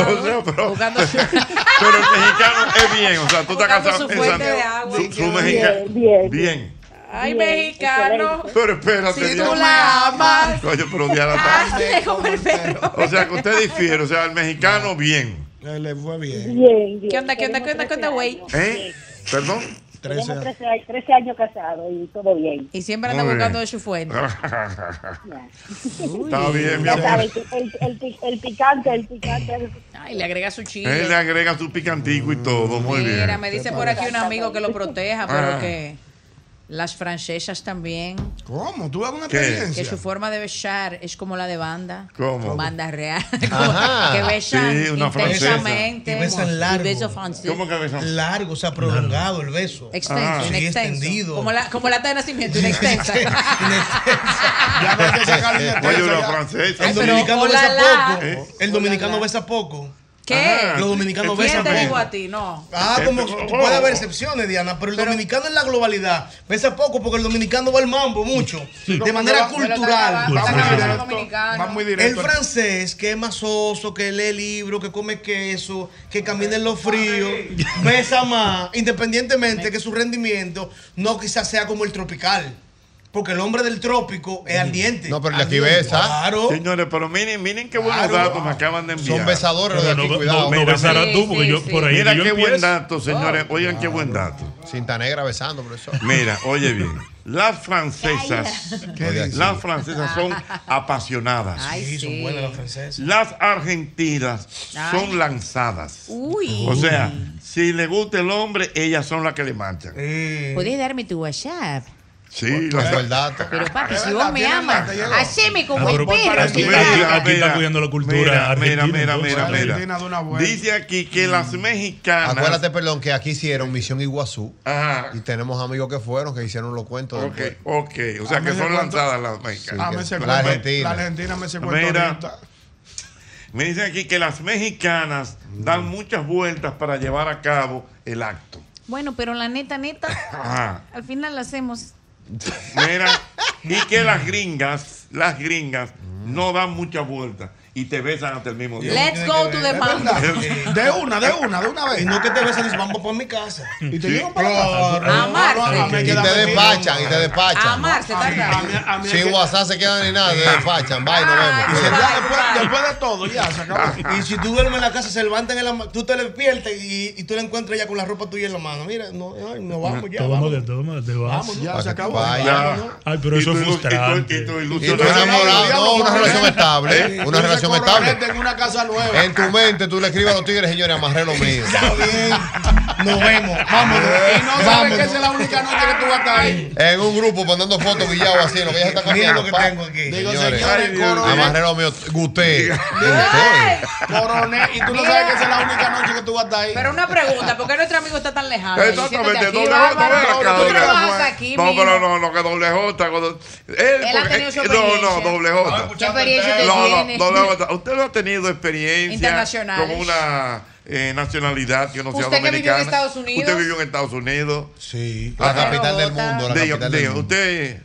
Speaker 10: Buscando su-
Speaker 2: Pero el mexicano es bien, o sea, tú estás
Speaker 10: Buscando
Speaker 2: casado
Speaker 10: su fuente
Speaker 2: en San-
Speaker 10: de agua.
Speaker 2: Su, su mexicano. Bien.
Speaker 10: Ay,
Speaker 19: Bien,
Speaker 10: mexicano.
Speaker 2: Pero espérate.
Speaker 10: Si
Speaker 2: Diana.
Speaker 10: tú la amas.
Speaker 2: Coño, pero Diana está-
Speaker 10: Hazle como el perro.
Speaker 2: O sea, que usted difiere, o sea, el mexicano bien.
Speaker 8: Le fue bien.
Speaker 19: Bien, bien.
Speaker 10: ¿Qué onda, qué onda, qué onda, qué onda, güey?
Speaker 2: ¿Eh? ¿Perdón?
Speaker 19: Tenemos 13, años- 13 años casados y todo bien.
Speaker 10: Y siempre anda
Speaker 2: Muy
Speaker 10: buscando
Speaker 2: bien. Ah.
Speaker 10: de su fuente.
Speaker 2: Está bien, mi
Speaker 19: Ya
Speaker 2: amor.
Speaker 19: sabes, el, el, el, el picante, el picante.
Speaker 10: Ay, le agrega su chile.
Speaker 2: Él le agrega su picantico y todo, muy bien.
Speaker 10: Mira, me dice por aquí un amigo que lo proteja,
Speaker 2: Ah.
Speaker 10: pero que Las francesas también.
Speaker 7: ¿Cómo? ¿Tú hago una
Speaker 10: ¿Qué?
Speaker 7: experiencia?
Speaker 10: Que su forma de besar es como la de banda.
Speaker 2: ¿Cómo?
Speaker 10: Banda real.
Speaker 6: Ajá.
Speaker 10: que besan
Speaker 6: Sí, una francesa.
Speaker 10: intensamente.
Speaker 6: Y besan largo.
Speaker 10: Y beso francés.
Speaker 6: Largo, o sea, prolongado el beso.
Speaker 10: Extenso,
Speaker 2: Ah.
Speaker 6: Sí,
Speaker 10: inextenso.
Speaker 6: extendido.
Speaker 10: Como la, como la acta de nacimiento, inextensa.
Speaker 6: Ya no hay que sacarle de
Speaker 2: Oye,
Speaker 6: peso,
Speaker 2: una
Speaker 6: ya.
Speaker 2: francesa.
Speaker 6: El dominicano
Speaker 10: Eh, hola,
Speaker 6: besa
Speaker 10: la.
Speaker 6: poco. El dominicano besa poco.
Speaker 10: ¿Qué?
Speaker 6: Los dominicanos
Speaker 10: ¿Quién
Speaker 6: besan
Speaker 10: te digo
Speaker 6: poco.
Speaker 10: a ti? No.
Speaker 2: Este,
Speaker 6: Ah, como
Speaker 10: oh,
Speaker 2: oh,
Speaker 6: puede haber excepciones, Diana, pero el dominicano en la globalidad besa poco porque el dominicano va al mambo mucho, de manera
Speaker 8: Pero está
Speaker 6: cultural.
Speaker 8: acabando, está acabando el
Speaker 6: Va muy
Speaker 8: directo.
Speaker 6: El francés que es masoso, que lee libros, que come queso, que camina en los fríos, besa más, independientemente que su rendimiento no quizás sea como el tropical. Porque el hombre del trópico es ardiente.
Speaker 4: No, pero el de aquí
Speaker 6: Ardiente.
Speaker 4: besa.
Speaker 6: Claro.
Speaker 2: Señores, pero miren, miren qué buenos
Speaker 6: Claro.
Speaker 2: datos me acaban de enviar.
Speaker 4: Son besadores los de aquí, cuidado.
Speaker 2: mira,
Speaker 4: No besarás
Speaker 2: mira.
Speaker 4: tú, porque Sí, yo- sí, Oh. por ahí
Speaker 2: Mira
Speaker 4: yo
Speaker 2: qué buen
Speaker 4: empiezo.
Speaker 2: dato, señores. Oigan, qué buen dato.
Speaker 4: Ah, Cinta negra besando, profesor.
Speaker 2: Mira, oye bien. Las francesas,
Speaker 4: ¿Qué dice?
Speaker 2: las francesas son apasionadas.
Speaker 6: Sí, son buenas las francesas.
Speaker 2: Las argentinas
Speaker 6: Ay.
Speaker 2: son lanzadas.
Speaker 10: Uy.
Speaker 2: oh. O sea, si le gusta el hombre, ellas son las que le manchan.
Speaker 10: ¿Puedes darme tu WhatsApp?
Speaker 2: Sí, las
Speaker 10: Pero papi,
Speaker 6: Ah,
Speaker 10: si vos me amas, haceme como el perro.
Speaker 12: Ah, Aquí, aquí- aquí está cuidando la cultura
Speaker 2: Mira,
Speaker 12: argentina.
Speaker 2: mira,
Speaker 12: entonces.
Speaker 2: mira, mira. Dice aquí que las mexicanas.
Speaker 4: Acuérdate, perdón, que aquí hicieron Misión Iguazú. Y tenemos amigos que fueron, que hicieron los cuentos.
Speaker 2: Ok, ok. O
Speaker 8: Ah,
Speaker 2: sea, que son lanzadas las mexicanas.
Speaker 4: Ah, me se La cuenta- Argentina. la
Speaker 8: Argentina me se cuenta
Speaker 2: Mira,
Speaker 8: ahorita.
Speaker 2: me dicen aquí que las mexicanas dan
Speaker 10: Mm.
Speaker 2: muchas vueltas para llevar a cabo el acto.
Speaker 10: Bueno, pero la neta, neta,
Speaker 2: Ajá.
Speaker 10: al final la hacemos.
Speaker 2: Mira, y que las gringas, las gringas, no dan muchas vueltas y te besan hasta el mismo día.
Speaker 10: Mm. Let's go to the mountain.
Speaker 8: De una, de una, de una vez.
Speaker 6: Y no que te besan y vamos para mi casa.
Speaker 8: Y te
Speaker 2: Sí.
Speaker 8: llevan para la casa.
Speaker 10: Amarse.
Speaker 4: Y te despachan, y te despachan.
Speaker 10: Amarse, tarda.
Speaker 8: Ah,
Speaker 4: Sin WhatsApp se quedan ni nada, te despachan. Bye, nos
Speaker 2: Ah,
Speaker 4: vemos.
Speaker 8: Y se- ya después, pues, después de todo, ya se acabó.
Speaker 6: Y si tú duermes en la casa, se levantan en la ma- tú te despiertas y, y tú la encuentras ya con la ropa tuya en la mano. Mira, no, ay, no vamos ya.
Speaker 12: Te
Speaker 6: Vamos.
Speaker 12: vamos, te vamos, te vas.
Speaker 6: Vamos, ya, se acabó.
Speaker 12: Ya. Ay, pero eso es frustrante.
Speaker 4: Y tú enamorado, no, una relación
Speaker 2: Eh,
Speaker 4: estable. Una relación estable.
Speaker 8: En una casa nueva.
Speaker 4: En tu mente tú le escribes a los tigres, señores, amarré lo mío.
Speaker 6: Nos vemos. Vámonos.
Speaker 8: Y no sabes que esa es la única noche que tú vas a estar ahí.
Speaker 4: En un grupo mandando fotos guillado así, lo que ella está
Speaker 8: Mira
Speaker 4: comiendo.
Speaker 8: lo que
Speaker 4: pa.
Speaker 8: tengo aquí. Digo,
Speaker 4: Señores,
Speaker 8: señores, coronel.
Speaker 4: amarré lo mío. Guté.
Speaker 8: Ay, Coronel, y tú no
Speaker 10: Mira.
Speaker 8: sabes que esa es la única noche que tú vas a estar ahí.
Speaker 10: Pero una pregunta, ¿por qué nuestro amigo está tan lejano?
Speaker 2: Exactamente,
Speaker 10: Diciéndote aquí,
Speaker 2: doble J,
Speaker 10: bárbaro,
Speaker 2: ven acá,
Speaker 10: Tú
Speaker 2: doble
Speaker 10: trabajas
Speaker 2: J.
Speaker 10: aquí,
Speaker 2: No,
Speaker 10: mijo.
Speaker 2: pero no, no, que doble J. cuando- él,
Speaker 10: Él ha tenido su
Speaker 2: eh, no, no,
Speaker 10: experiencia.
Speaker 2: doble
Speaker 10: Ah,
Speaker 2: J.
Speaker 10: escuchando ¿Qué experiencia usted
Speaker 2: No, no,
Speaker 10: tiene?
Speaker 2: doble J. Usted no ha tenido experiencia
Speaker 10: Internacionales.
Speaker 2: con una eh, nacionalidad que no sea
Speaker 10: Usted que
Speaker 2: dominicana.
Speaker 10: vivió en Estados Unidos.
Speaker 2: Usted vivió en Estados Unidos.
Speaker 8: Sí.
Speaker 4: La capital del mundo, la
Speaker 2: Diga,
Speaker 4: capital del
Speaker 2: diga,
Speaker 4: mundo.
Speaker 2: usted.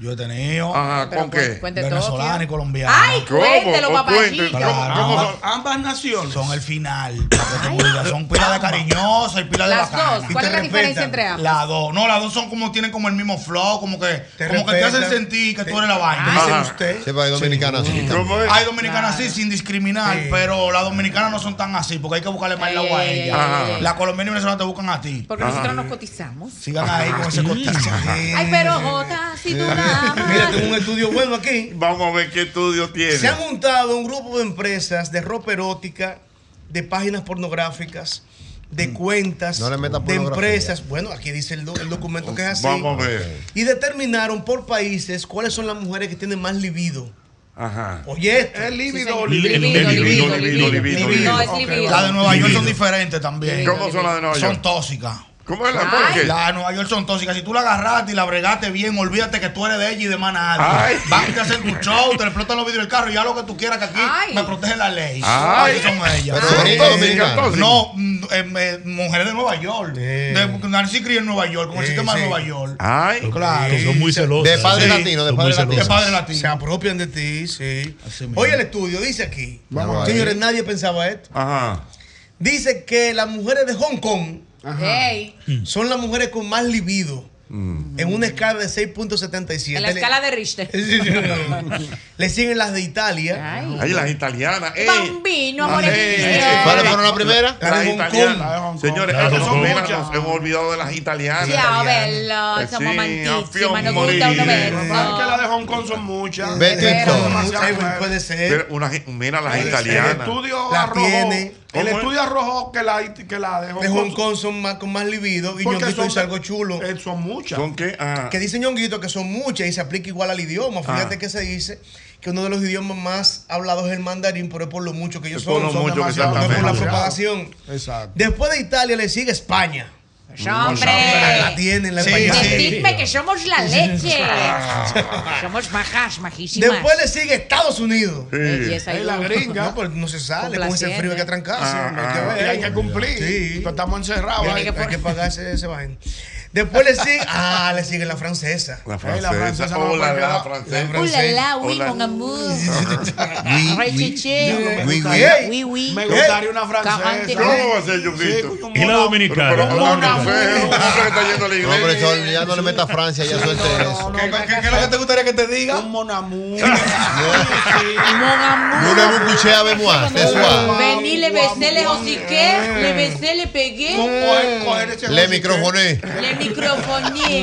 Speaker 8: Yo he tenido.
Speaker 2: Ajá, ¿con qué?
Speaker 10: pues,
Speaker 8: Venezolana y colombiana.
Speaker 10: Ay, cuéntelo,
Speaker 2: ¿Cómo?
Speaker 10: papachito.
Speaker 2: Cuéntelo.
Speaker 8: Claro, ambas, ambas naciones son el final. para que te diga, son pila de cariñosa y pila de
Speaker 10: Las
Speaker 8: bacana.
Speaker 10: dos,
Speaker 8: Y
Speaker 10: ¿cuál
Speaker 8: te
Speaker 10: es la diferencia
Speaker 8: respetan.
Speaker 10: entre ambas?
Speaker 8: Las dos. No, las dos son como tienen como el mismo flow, como que te, como que te hacen
Speaker 4: respetan.
Speaker 8: sentir que tú eres la vaina.
Speaker 4: Ajá.
Speaker 8: Dicen usted.
Speaker 4: Sí, pero hay dominicanas así también.
Speaker 8: Hay dominicanas así sin discriminar, pero las dominicanas no son tan así, porque hay que buscarle más la
Speaker 10: Ay,
Speaker 8: guay
Speaker 10: ay,
Speaker 8: a
Speaker 10: ay,
Speaker 8: ella.
Speaker 10: ay, ay.
Speaker 8: Las colombianas y venezolanas te buscan a ti.
Speaker 10: Porque nosotros nos cotizamos.
Speaker 8: Sigan ahí con ese cotiza.
Speaker 10: pues, Ay, pero Jota, si tú nada.
Speaker 6: Mira, tengo un estudio bueno aquí.
Speaker 2: Vamos a ver qué estudio tiene.
Speaker 6: Se han montado un grupo de empresas de ropa erótica, de páginas pornográficas, de cuentas,
Speaker 4: Mm. No le metas
Speaker 6: de
Speaker 4: pornografía.
Speaker 6: empresas. Bueno, aquí dice el, do- el documento que es así.
Speaker 2: Vamos a ver.
Speaker 6: Y determinaron por países cuáles son las mujeres que tienen más libido.
Speaker 2: Ajá.
Speaker 6: Oye, esto.
Speaker 8: Es lívido
Speaker 6: Sí,
Speaker 8: o
Speaker 6: sí.
Speaker 8: lívido.
Speaker 6: Lívido,
Speaker 2: lívido, lívido, lívido. No, es
Speaker 8: Ok,
Speaker 2: lívido.
Speaker 8: Las de Nueva York
Speaker 2: Lívido.
Speaker 8: son diferentes también.
Speaker 2: ¿Cómo son las de Nueva York?
Speaker 8: Son tóxicas.
Speaker 2: ¿Cómo es la por qué?
Speaker 8: Las de Nueva York son tóxicas. Si tú la agarraste y la bregaste bien, olvídate que tú eres de ella y de más
Speaker 2: Ay.
Speaker 8: nadie. Van y te hacen tu show, te le explotan los vidrios del carro y ya lo que tú quieras que aquí me protege la ley.
Speaker 2: Ay.
Speaker 8: Así son ellas.
Speaker 4: Pero
Speaker 8: Sí.
Speaker 4: son tóxicas, tóxicas.
Speaker 8: No, mm, eh, eh, mujeres de Nueva York. De Nancy Cría en Nueva York, con el sistema de Nueva York.
Speaker 2: Ay,
Speaker 8: Claro.
Speaker 12: Que son muy celosas.
Speaker 4: De padre
Speaker 12: Sí,
Speaker 4: latino, de
Speaker 12: son
Speaker 4: padre
Speaker 12: muy
Speaker 4: latino.
Speaker 8: De
Speaker 12: celosas.
Speaker 8: padre latino.
Speaker 6: Se apropian de ti, sí.
Speaker 8: mismo.
Speaker 6: Oye, el estudio dice aquí.
Speaker 4: Vamos a ver.
Speaker 6: Señores, nadie pensaba esto.
Speaker 2: Ajá.
Speaker 6: Dice que las mujeres de Hong Kong
Speaker 10: Ey,
Speaker 6: son las mujeres con más libido. En una escala de 6.77.
Speaker 10: en la escala de Richter.
Speaker 6: Le- Le siguen las de Italia.
Speaker 2: Ay, las italianas. Ey.
Speaker 10: Bambino, amor
Speaker 2: Ey.
Speaker 4: ¿Cuáles fueron las primeras?
Speaker 6: La de
Speaker 2: Las
Speaker 6: Hong Kong.
Speaker 2: italianas.
Speaker 6: La de Hong Kong.
Speaker 2: Señores,
Speaker 6: La de
Speaker 2: esas
Speaker 6: Hong
Speaker 2: son
Speaker 6: Kong.
Speaker 2: veras, nos hemos olvidado de las italianas.
Speaker 10: Ya,
Speaker 2: Eh,
Speaker 10: verlo, somos
Speaker 2: sí,
Speaker 10: mantísimas,
Speaker 2: afión,
Speaker 10: nos
Speaker 2: Eh, morir.
Speaker 10: gusta uno
Speaker 8: Claro que
Speaker 10: verlo.
Speaker 8: las de Hong Kong son muchas.
Speaker 4: Betito.
Speaker 8: Demasiadas
Speaker 6: Ay,
Speaker 8: mujeres.
Speaker 6: Puede ser.
Speaker 2: Pero una- mira las
Speaker 8: El
Speaker 2: italianas.
Speaker 8: estudio
Speaker 6: La
Speaker 8: arrojó
Speaker 6: tiene.
Speaker 8: El
Speaker 6: ¿Cómo es?
Speaker 8: estudio arrojó que la, que la de Hong,
Speaker 6: De Hong Kong son más, con más libido y
Speaker 8: Porque
Speaker 6: Ñonguito
Speaker 8: son- eh,
Speaker 6: hizo algo chulo.
Speaker 8: son muchas.
Speaker 2: ¿Son qué? Ah.
Speaker 6: Que dice Ñonguito que son muchas y se aplica igual al idioma. Fíjate que se dice que uno de los idiomas más hablados es el mandarín, pero es por lo mucho que ellos
Speaker 2: Es por
Speaker 6: son.
Speaker 2: lo
Speaker 6: son
Speaker 2: mucho que
Speaker 6: demasiado,
Speaker 2: están
Speaker 6: no es por la
Speaker 2: hablando.
Speaker 6: propagación.
Speaker 8: Exacto.
Speaker 6: Después de Italia le sigue España.
Speaker 10: ¡Hombre!
Speaker 6: La tienen la española.
Speaker 10: Decidme que somos la leche.
Speaker 8: Ah.
Speaker 10: somos majas, majísimas.
Speaker 6: Después le sigue Estados Unidos.
Speaker 10: Sí. Belleza Eh, y
Speaker 6: la
Speaker 10: luz.
Speaker 6: gringa. No, pues no se sale con ese
Speaker 8: Complaciente.
Speaker 6: frío hay que trancarse.
Speaker 8: Ah,
Speaker 6: hay que
Speaker 8: ah.
Speaker 6: ver.
Speaker 8: Y hay que cumplir.
Speaker 6: Sí.
Speaker 8: Pues estamos encerrados.
Speaker 6: Hay,
Speaker 8: Hay que
Speaker 6: hay
Speaker 8: por-
Speaker 6: que pagarse ese vaina. Después le sigue. Ah, le sigue la francesa.
Speaker 2: La francesa. Hola, la francesa.
Speaker 10: Hola, la, oui,
Speaker 2: Hola.
Speaker 10: mon amour.
Speaker 2: Oui,
Speaker 10: Re
Speaker 2: oui.
Speaker 10: chiché.
Speaker 2: No, me Oui, gustaría-
Speaker 10: oui,
Speaker 2: oui.
Speaker 10: oui. oui.
Speaker 8: Me gustaría una francesa.
Speaker 10: Cajante.
Speaker 2: ¿Cómo va a ser, Yunguito?
Speaker 12: Y la dominicana.
Speaker 2: Pero, pero,
Speaker 12: la
Speaker 2: una
Speaker 12: dominicana.
Speaker 2: fea, una que está yendo a la
Speaker 4: No,
Speaker 2: iglesia.
Speaker 4: pero eso, ya no le meta a Francia, ya suelte eso.
Speaker 8: ¿Qué, qué- qué es lo que te gustaría que te diga? Un monamú.
Speaker 4: No le bucuché a Bemois, de suave.
Speaker 10: Vení, le besé, le hociqué, le
Speaker 8: Eh.
Speaker 10: besé, le pegué.
Speaker 4: Le microfoné.
Speaker 10: Le microfoné.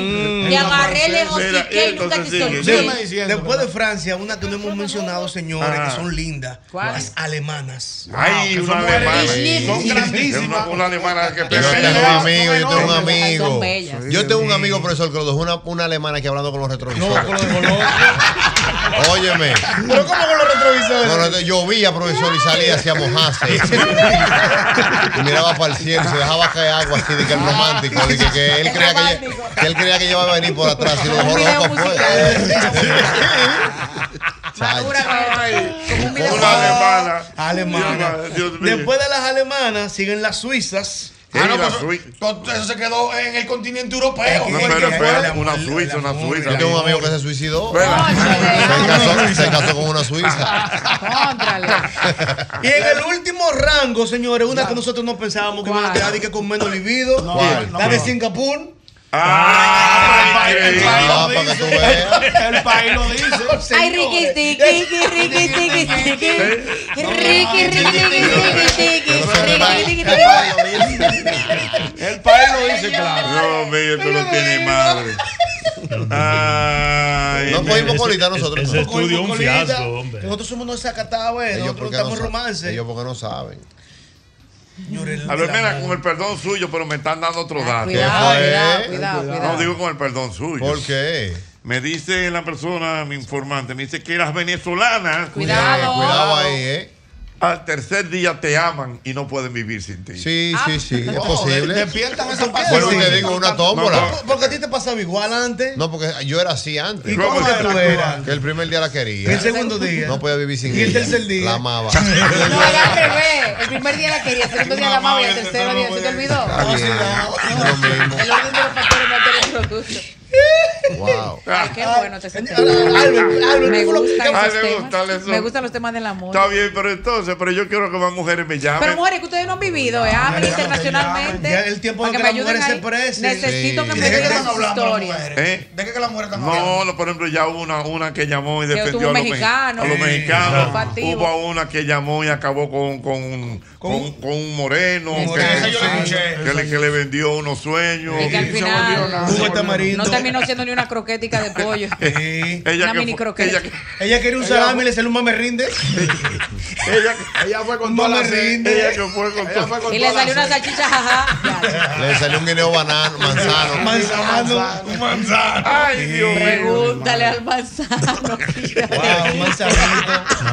Speaker 10: Le agarré, le hociqué y nunca te solté.
Speaker 6: Después de Francia, una que no hemos mencionado, señores,
Speaker 2: Ah.
Speaker 6: que son lindas.
Speaker 10: ¿Cuál?
Speaker 6: Las alemanas.
Speaker 2: Ay, una alemana.
Speaker 6: Son grandísimas.
Speaker 2: Una, una alemana que
Speaker 4: Yo
Speaker 2: pega.
Speaker 4: tengo un amigo, yo tengo un amigo.
Speaker 10: Son bellas.
Speaker 4: Yo tengo un amigo, profesor, que lo dejó una, una alemana que hablando con los retrovisores. Óyeme.
Speaker 6: Pero ¿cómo con los retrovisores?
Speaker 4: No, no, yo vi a profesor y salía hacia mojarse. Y miraba para el cielo, se dejaba caer agua así de que el romántico, de que, que él creía que, ella- que él creía que ella iba a venir por atrás y lo dejó
Speaker 10: video
Speaker 4: loco pues.
Speaker 2: Una alemana.
Speaker 6: Alemana. Después de las alemanas, siguen las suizas.
Speaker 2: Ah, no,
Speaker 8: pues,
Speaker 6: eso se quedó en el continente europeo.
Speaker 2: No, pero espera, una suiza, una suiza.
Speaker 4: Yo tengo un amigo que se suicidó.
Speaker 6: Ah,
Speaker 4: Se
Speaker 2: Espera.
Speaker 4: casó, se casó con una suiza.
Speaker 6: Y en el último rango, señores, una que nosotros no pensábamos que iban a quedar y que con menos libido.
Speaker 4: ¿Cuál?
Speaker 6: La de Singapur.
Speaker 4: Ah, para que tú veas.
Speaker 8: El país lo dice.
Speaker 10: Ay, riqui, tiqui, tiqui, riqui, tiqui, tiqui. Riqui, riqui, tiqui, tiqui, tiqui. Riqui, tiqui, tiqui.
Speaker 8: El país lo dice, claro.
Speaker 2: No, mío, tú no tienes madre. Ay,
Speaker 4: No
Speaker 2: mira.
Speaker 4: cogimos colita nosotros.
Speaker 12: Ese
Speaker 4: no.
Speaker 12: estudio es un
Speaker 6: Colita,
Speaker 12: fiasco, hombre.
Speaker 6: Nosotros somos unos desacatados, eh,
Speaker 4: Ellos
Speaker 6: nosotros
Speaker 4: porque no
Speaker 6: estamos
Speaker 4: saben.
Speaker 6: romance.
Speaker 4: Ellos porque no saben.
Speaker 6: Señores,
Speaker 2: A ver,
Speaker 6: la-
Speaker 2: mira, con el perdón suyo, pero me están dando otro dato.
Speaker 4: cuidado, ¿Qué fue? cuidado,
Speaker 10: cuidado,
Speaker 2: No
Speaker 10: cuidado.
Speaker 2: digo con el perdón suyo.
Speaker 4: ¿Por qué?
Speaker 2: Me dice la persona, mi informante, me dice que las venezolanas
Speaker 10: Cuidado.
Speaker 4: Eh, cuidado ahí, ¿eh?
Speaker 2: al tercer día te aman y no pueden vivir sin ti.
Speaker 4: Sí, sí, sí. Es posible.
Speaker 8: Despiertan esa parte.
Speaker 4: Bueno, y te digo una tómbola.
Speaker 6: Porque a ti te pasaba igual antes.
Speaker 4: No, porque yo era así antes.
Speaker 6: ¿Y cómo que tú eras?
Speaker 4: Que el primer día la quería.
Speaker 6: El segundo día.
Speaker 4: No podía vivir sin
Speaker 6: ¿Y
Speaker 4: ella.
Speaker 6: el tercer día?
Speaker 4: La amaba.
Speaker 10: No, era al revés. El primer día la quería, el segundo día la amaba y el tercero día se te olvidó.
Speaker 4: Está bien. Lo mismo.
Speaker 10: El orden de los factores no tiene producto.
Speaker 4: Wow.
Speaker 2: Ah,
Speaker 10: Ay, qué bueno te sentí.
Speaker 6: Albert, Albert,
Speaker 10: Me
Speaker 6: ¿qué fue lo que-
Speaker 10: gustan
Speaker 2: Ay,
Speaker 10: esos
Speaker 2: me gustan
Speaker 10: temas.
Speaker 2: esos.
Speaker 10: Me gustan los temas del amor.
Speaker 2: Está bien, pero entonces, pero yo quiero que más mujeres me llamen.
Speaker 10: Pero mujeres que ustedes no han vivido, ¿eh? Hablen internacionalmente.
Speaker 6: Ya el tiempo de
Speaker 10: para
Speaker 6: que
Speaker 10: me
Speaker 6: las
Speaker 10: ayuden
Speaker 6: mujeres se
Speaker 10: ahí.
Speaker 6: presen.
Speaker 10: Necesito
Speaker 4: Sí.
Speaker 10: que
Speaker 4: ¿Y
Speaker 10: me
Speaker 4: de qué
Speaker 10: digan
Speaker 8: están
Speaker 10: sus
Speaker 8: hablando las
Speaker 10: historias.
Speaker 2: ¿Eh?
Speaker 8: ¿De qué que las mujeres están hablando?
Speaker 2: No, no, por ejemplo, ya hubo una, una que llamó y
Speaker 10: Que
Speaker 2: defendió
Speaker 10: tuvo
Speaker 2: a
Speaker 10: un
Speaker 2: los, mexicano,
Speaker 10: mexicano.
Speaker 2: a los
Speaker 10: Sí.
Speaker 2: mexicanos.
Speaker 10: Olfativo.
Speaker 2: Hubo una que llamó y acabó con, con, con, con un moreno que,
Speaker 8: Esa yo la escuché.
Speaker 2: que le, que le vendió unos sueños.
Speaker 10: Y que al
Speaker 2: Y-
Speaker 10: final
Speaker 6: Jugo de tamarindo.
Speaker 10: no terminó siendo ni una croquética de pollo.
Speaker 6: Sí.
Speaker 2: ella
Speaker 10: Una
Speaker 2: que
Speaker 10: mini
Speaker 2: fue-
Speaker 10: croqueta.
Speaker 2: ella que-
Speaker 6: Ella quería un salami y le salió un mame rinde.
Speaker 2: ella,
Speaker 8: Ella fue con
Speaker 6: No
Speaker 8: toda la
Speaker 6: me
Speaker 8: sed.
Speaker 6: rinde.
Speaker 2: ella que fue con
Speaker 8: Ella
Speaker 2: todo.
Speaker 8: fue con
Speaker 10: Y
Speaker 8: toda
Speaker 10: le
Speaker 8: la
Speaker 10: salió una
Speaker 8: sed.
Speaker 10: salchicha jajá. Ya,
Speaker 4: Le salió un guineo banano, manzano.
Speaker 6: Manzano.
Speaker 8: Un manzano.
Speaker 2: Ay, Dios mío.
Speaker 10: Pregúntale al manzano.
Speaker 6: Wow, un manzanito.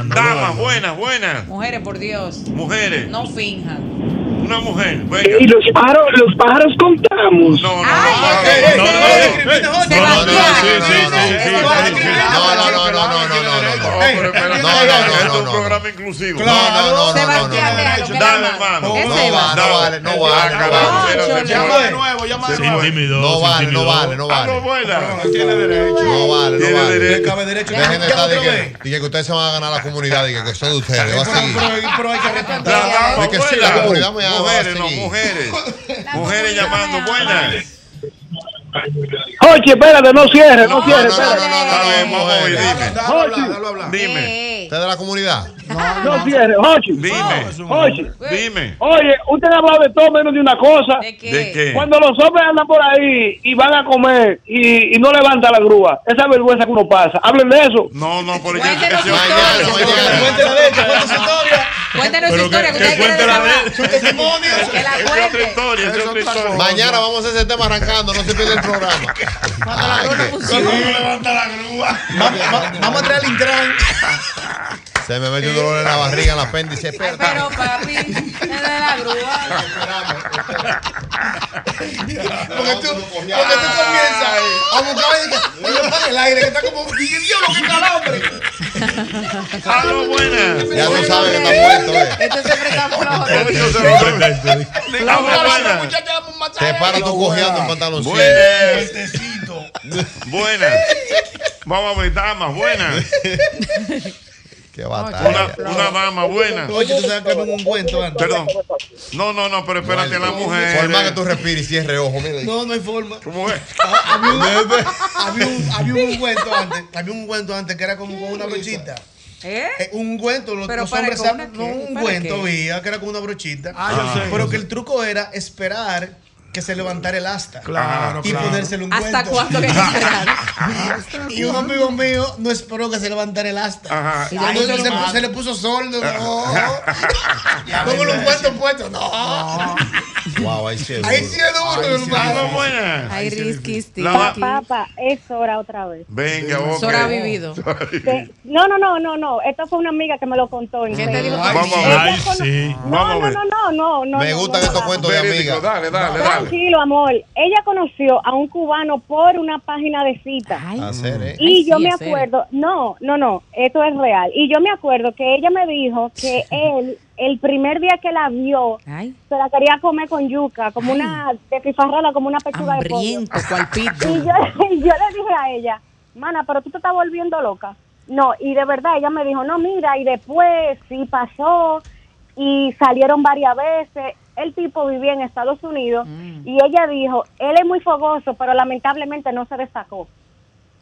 Speaker 2: Damas, buenas, buenas.
Speaker 10: Mujeres, por Dios,
Speaker 2: Mujeres.
Speaker 10: no finjan.
Speaker 2: Una mujer. Venga.
Speaker 15: Y los pájaros, los pájaros contamos.
Speaker 2: No, no, no.
Speaker 10: Ay,
Speaker 2: no, no,
Speaker 10: ay, ay,
Speaker 2: no,
Speaker 10: ay,
Speaker 2: no,
Speaker 6: ay,
Speaker 2: no,
Speaker 6: ay,
Speaker 2: no, no, no, sí, sí, sí, sí,
Speaker 10: Sebastián. Sebastián.
Speaker 2: sí, sí.
Speaker 4: No, no, no, no, no, no, no,
Speaker 2: No,
Speaker 4: no.
Speaker 2: pero, pero,
Speaker 4: No,
Speaker 2: no,
Speaker 4: no,
Speaker 2: esto
Speaker 4: no,
Speaker 2: es un
Speaker 4: no, no.
Speaker 2: programa inclusivo.
Speaker 4: No, no, no, no, no, no,
Speaker 10: Sebastián,
Speaker 4: no.
Speaker 10: vea lo que
Speaker 2: Dale,
Speaker 10: le
Speaker 2: hermano.
Speaker 10: manda.
Speaker 4: No
Speaker 10: Ese
Speaker 4: va,
Speaker 10: va.
Speaker 4: no vale, no vale,
Speaker 2: Ah,
Speaker 4: no vale.
Speaker 2: caramba,
Speaker 10: Chole.
Speaker 8: Llama de
Speaker 2: espérate,
Speaker 8: nuevo, llama de
Speaker 12: Se
Speaker 8: nuevo.
Speaker 12: intimidó.
Speaker 4: No
Speaker 12: se
Speaker 4: vale, no
Speaker 12: intimidó.
Speaker 4: vale, no
Speaker 2: Ah, no,
Speaker 4: vale.
Speaker 2: buena.
Speaker 8: Tiene derecho.
Speaker 4: No vale, no
Speaker 2: Tiene
Speaker 4: vale.
Speaker 2: derecho.
Speaker 6: Cabe derecho.
Speaker 4: Dejen de estar
Speaker 6: Otra
Speaker 4: de
Speaker 6: vez.
Speaker 4: que, de que ustedes se van a ganar la comunidad y que, que son de ustedes. Va a seguir.
Speaker 6: Pero, pero hay que respetar.
Speaker 2: Las damas,
Speaker 4: Es que sí, la
Speaker 2: buenas.
Speaker 4: comunidad me ama,
Speaker 2: Mujeres, no,
Speaker 4: sí.
Speaker 2: mujeres. Mujeres
Speaker 10: comunidad
Speaker 2: llamando,
Speaker 10: me ama.
Speaker 2: buenas.
Speaker 15: Oye, espérate, no cierres, no
Speaker 4: No,
Speaker 15: cierres,
Speaker 4: no, no, no, no,
Speaker 15: espérate.
Speaker 2: Está bien,
Speaker 4: no,
Speaker 2: vamos a oír,
Speaker 4: mujeres.
Speaker 2: dime.
Speaker 8: Dalo hablar, dalo hablar.
Speaker 2: Dime,
Speaker 10: Eh,
Speaker 4: ¿Ustedes de la comunidad?
Speaker 15: No cierres, Jochi.
Speaker 2: dime,
Speaker 15: Jochi.
Speaker 2: dime.
Speaker 15: Oye, usted ha hablado de todo menos de una cosa.
Speaker 10: ¿De qué?
Speaker 2: ¿De qué?
Speaker 15: Cuando los hombres andan por ahí y van a comer y, y no levanta la grúa, esa vergüenza que uno pasa. Hablen de eso.
Speaker 2: No, no, por
Speaker 10: Cuéntenos historias.
Speaker 4: Mañana, mañana.
Speaker 6: Cuéntela de esta, cuéntela su historia.
Speaker 10: Cuéntenos su
Speaker 2: Pero que-
Speaker 10: historia, que,
Speaker 2: que
Speaker 10: ustedes quieren
Speaker 2: cuente la
Speaker 10: grabar.
Speaker 2: de él. Su testimonio.
Speaker 10: Que la
Speaker 2: Es otra
Speaker 10: cuente.
Speaker 2: historia, es otra historia.
Speaker 4: Mañana vamos a hacer ese tema arrancando, no se pierda el programa. Ay, qué-
Speaker 7: Vamos a traer el Intran.
Speaker 4: Se me mete un dolor en la barriga, en la apéndice. Espérate.
Speaker 10: Pero papi, es de la grúa.
Speaker 7: Porque tú, porque tú comienzas a buscar y que- oye, para el aire que está como diablo que calambre.
Speaker 2: ¡Aló, buenas!
Speaker 4: Ya tú sabes que está muerto, eh.
Speaker 10: Este siempre está flojo.
Speaker 2: ¡Aló, buenas!
Speaker 4: Te para tú cojeando un pantaloncito.
Speaker 2: Buenas. Buenas. Vamos a ver, damas, buenas.
Speaker 4: Qué batalla.
Speaker 2: Una, una dama, buena.
Speaker 4: Oye, tú sabes que me un cuento antes.
Speaker 2: Perdón. No, no, no, pero espérate, la mujer.
Speaker 4: Por más que tú respires y cierres ojo, mira.
Speaker 6: No, no hay forma.
Speaker 2: ¿Cómo es?
Speaker 6: Había un, había un, había un cuento antes, había un cuento antes que era como con una brochita. Eh, Un cuento, los,
Speaker 10: Pero
Speaker 6: los
Speaker 10: para
Speaker 6: hombres
Speaker 10: con
Speaker 6: saben,
Speaker 10: una
Speaker 6: no,
Speaker 10: qué,
Speaker 6: un
Speaker 10: ¿para
Speaker 6: cuento
Speaker 10: qué?
Speaker 6: había que era con una brochita.
Speaker 10: Ah, yo sé,
Speaker 6: Pero
Speaker 10: yo
Speaker 6: que el truco era esperar que se levantara el asta.
Speaker 7: Claro,
Speaker 6: Y
Speaker 7: claro.
Speaker 6: ponérselo un
Speaker 10: ¿Hasta
Speaker 6: cuento.
Speaker 10: cuándo que hay que esperar?
Speaker 6: Y un amigo mío no esperó que se levantara el asta.
Speaker 2: Ajá.
Speaker 6: Y cuando
Speaker 7: Ay,
Speaker 6: se,
Speaker 7: qué
Speaker 6: le puso-
Speaker 7: mal.
Speaker 6: se le puso sordo. No.
Speaker 7: Como
Speaker 2: Ah,
Speaker 7: los cuentos puestos.
Speaker 6: No.
Speaker 4: Wow, ahí sí es
Speaker 6: Ahí
Speaker 4: duro.
Speaker 6: sí es duro,
Speaker 4: Ahí sí es
Speaker 6: hermano.
Speaker 4: duro.
Speaker 2: buenas.
Speaker 10: Ay, risquisti.
Speaker 2: La-
Speaker 10: aquí.
Speaker 19: Papá, es hora otra vez.
Speaker 2: Venga, ok.
Speaker 10: Sora ha vivido.
Speaker 19: No, no, no, no, no. Esto fue una amiga que me lo contó. ¿Qué
Speaker 10: te dijo?
Speaker 2: Vamos a ver.
Speaker 12: Ay, sí.
Speaker 19: No, no, no, no, no, no.
Speaker 4: Me
Speaker 19: no,
Speaker 4: gustan
Speaker 19: no,
Speaker 4: estos
Speaker 19: no.
Speaker 4: cuentos de
Speaker 2: Verídico,
Speaker 4: amigas.
Speaker 2: Dale, dale, dale.
Speaker 19: Tranquilo, amor. Ella conoció a un cubano por una página de cita.
Speaker 3: Ah,
Speaker 4: Hacer, eh.
Speaker 19: Y
Speaker 10: Ay,
Speaker 19: yo
Speaker 10: sí,
Speaker 19: me
Speaker 10: en serio.
Speaker 19: acuerdo, no, no, no, esto es real. Y yo me acuerdo que ella me dijo que él, el primer día que la vio,
Speaker 10: Ay,
Speaker 19: se la quería comer con yuca, como
Speaker 10: Ay.
Speaker 19: una despifarrada, como una pechuga de pollo.
Speaker 10: hambriento, cual pito.
Speaker 19: Y yo, y yo le dije a ella, mana, pero tú te estás volviendo loca. No, y de verdad ella me dijo, no, mira, y después sí pasó, y salieron varias veces. El tipo vivía en Estados Unidos y ella dijo, él es muy fogoso, pero lamentablemente no se destacó.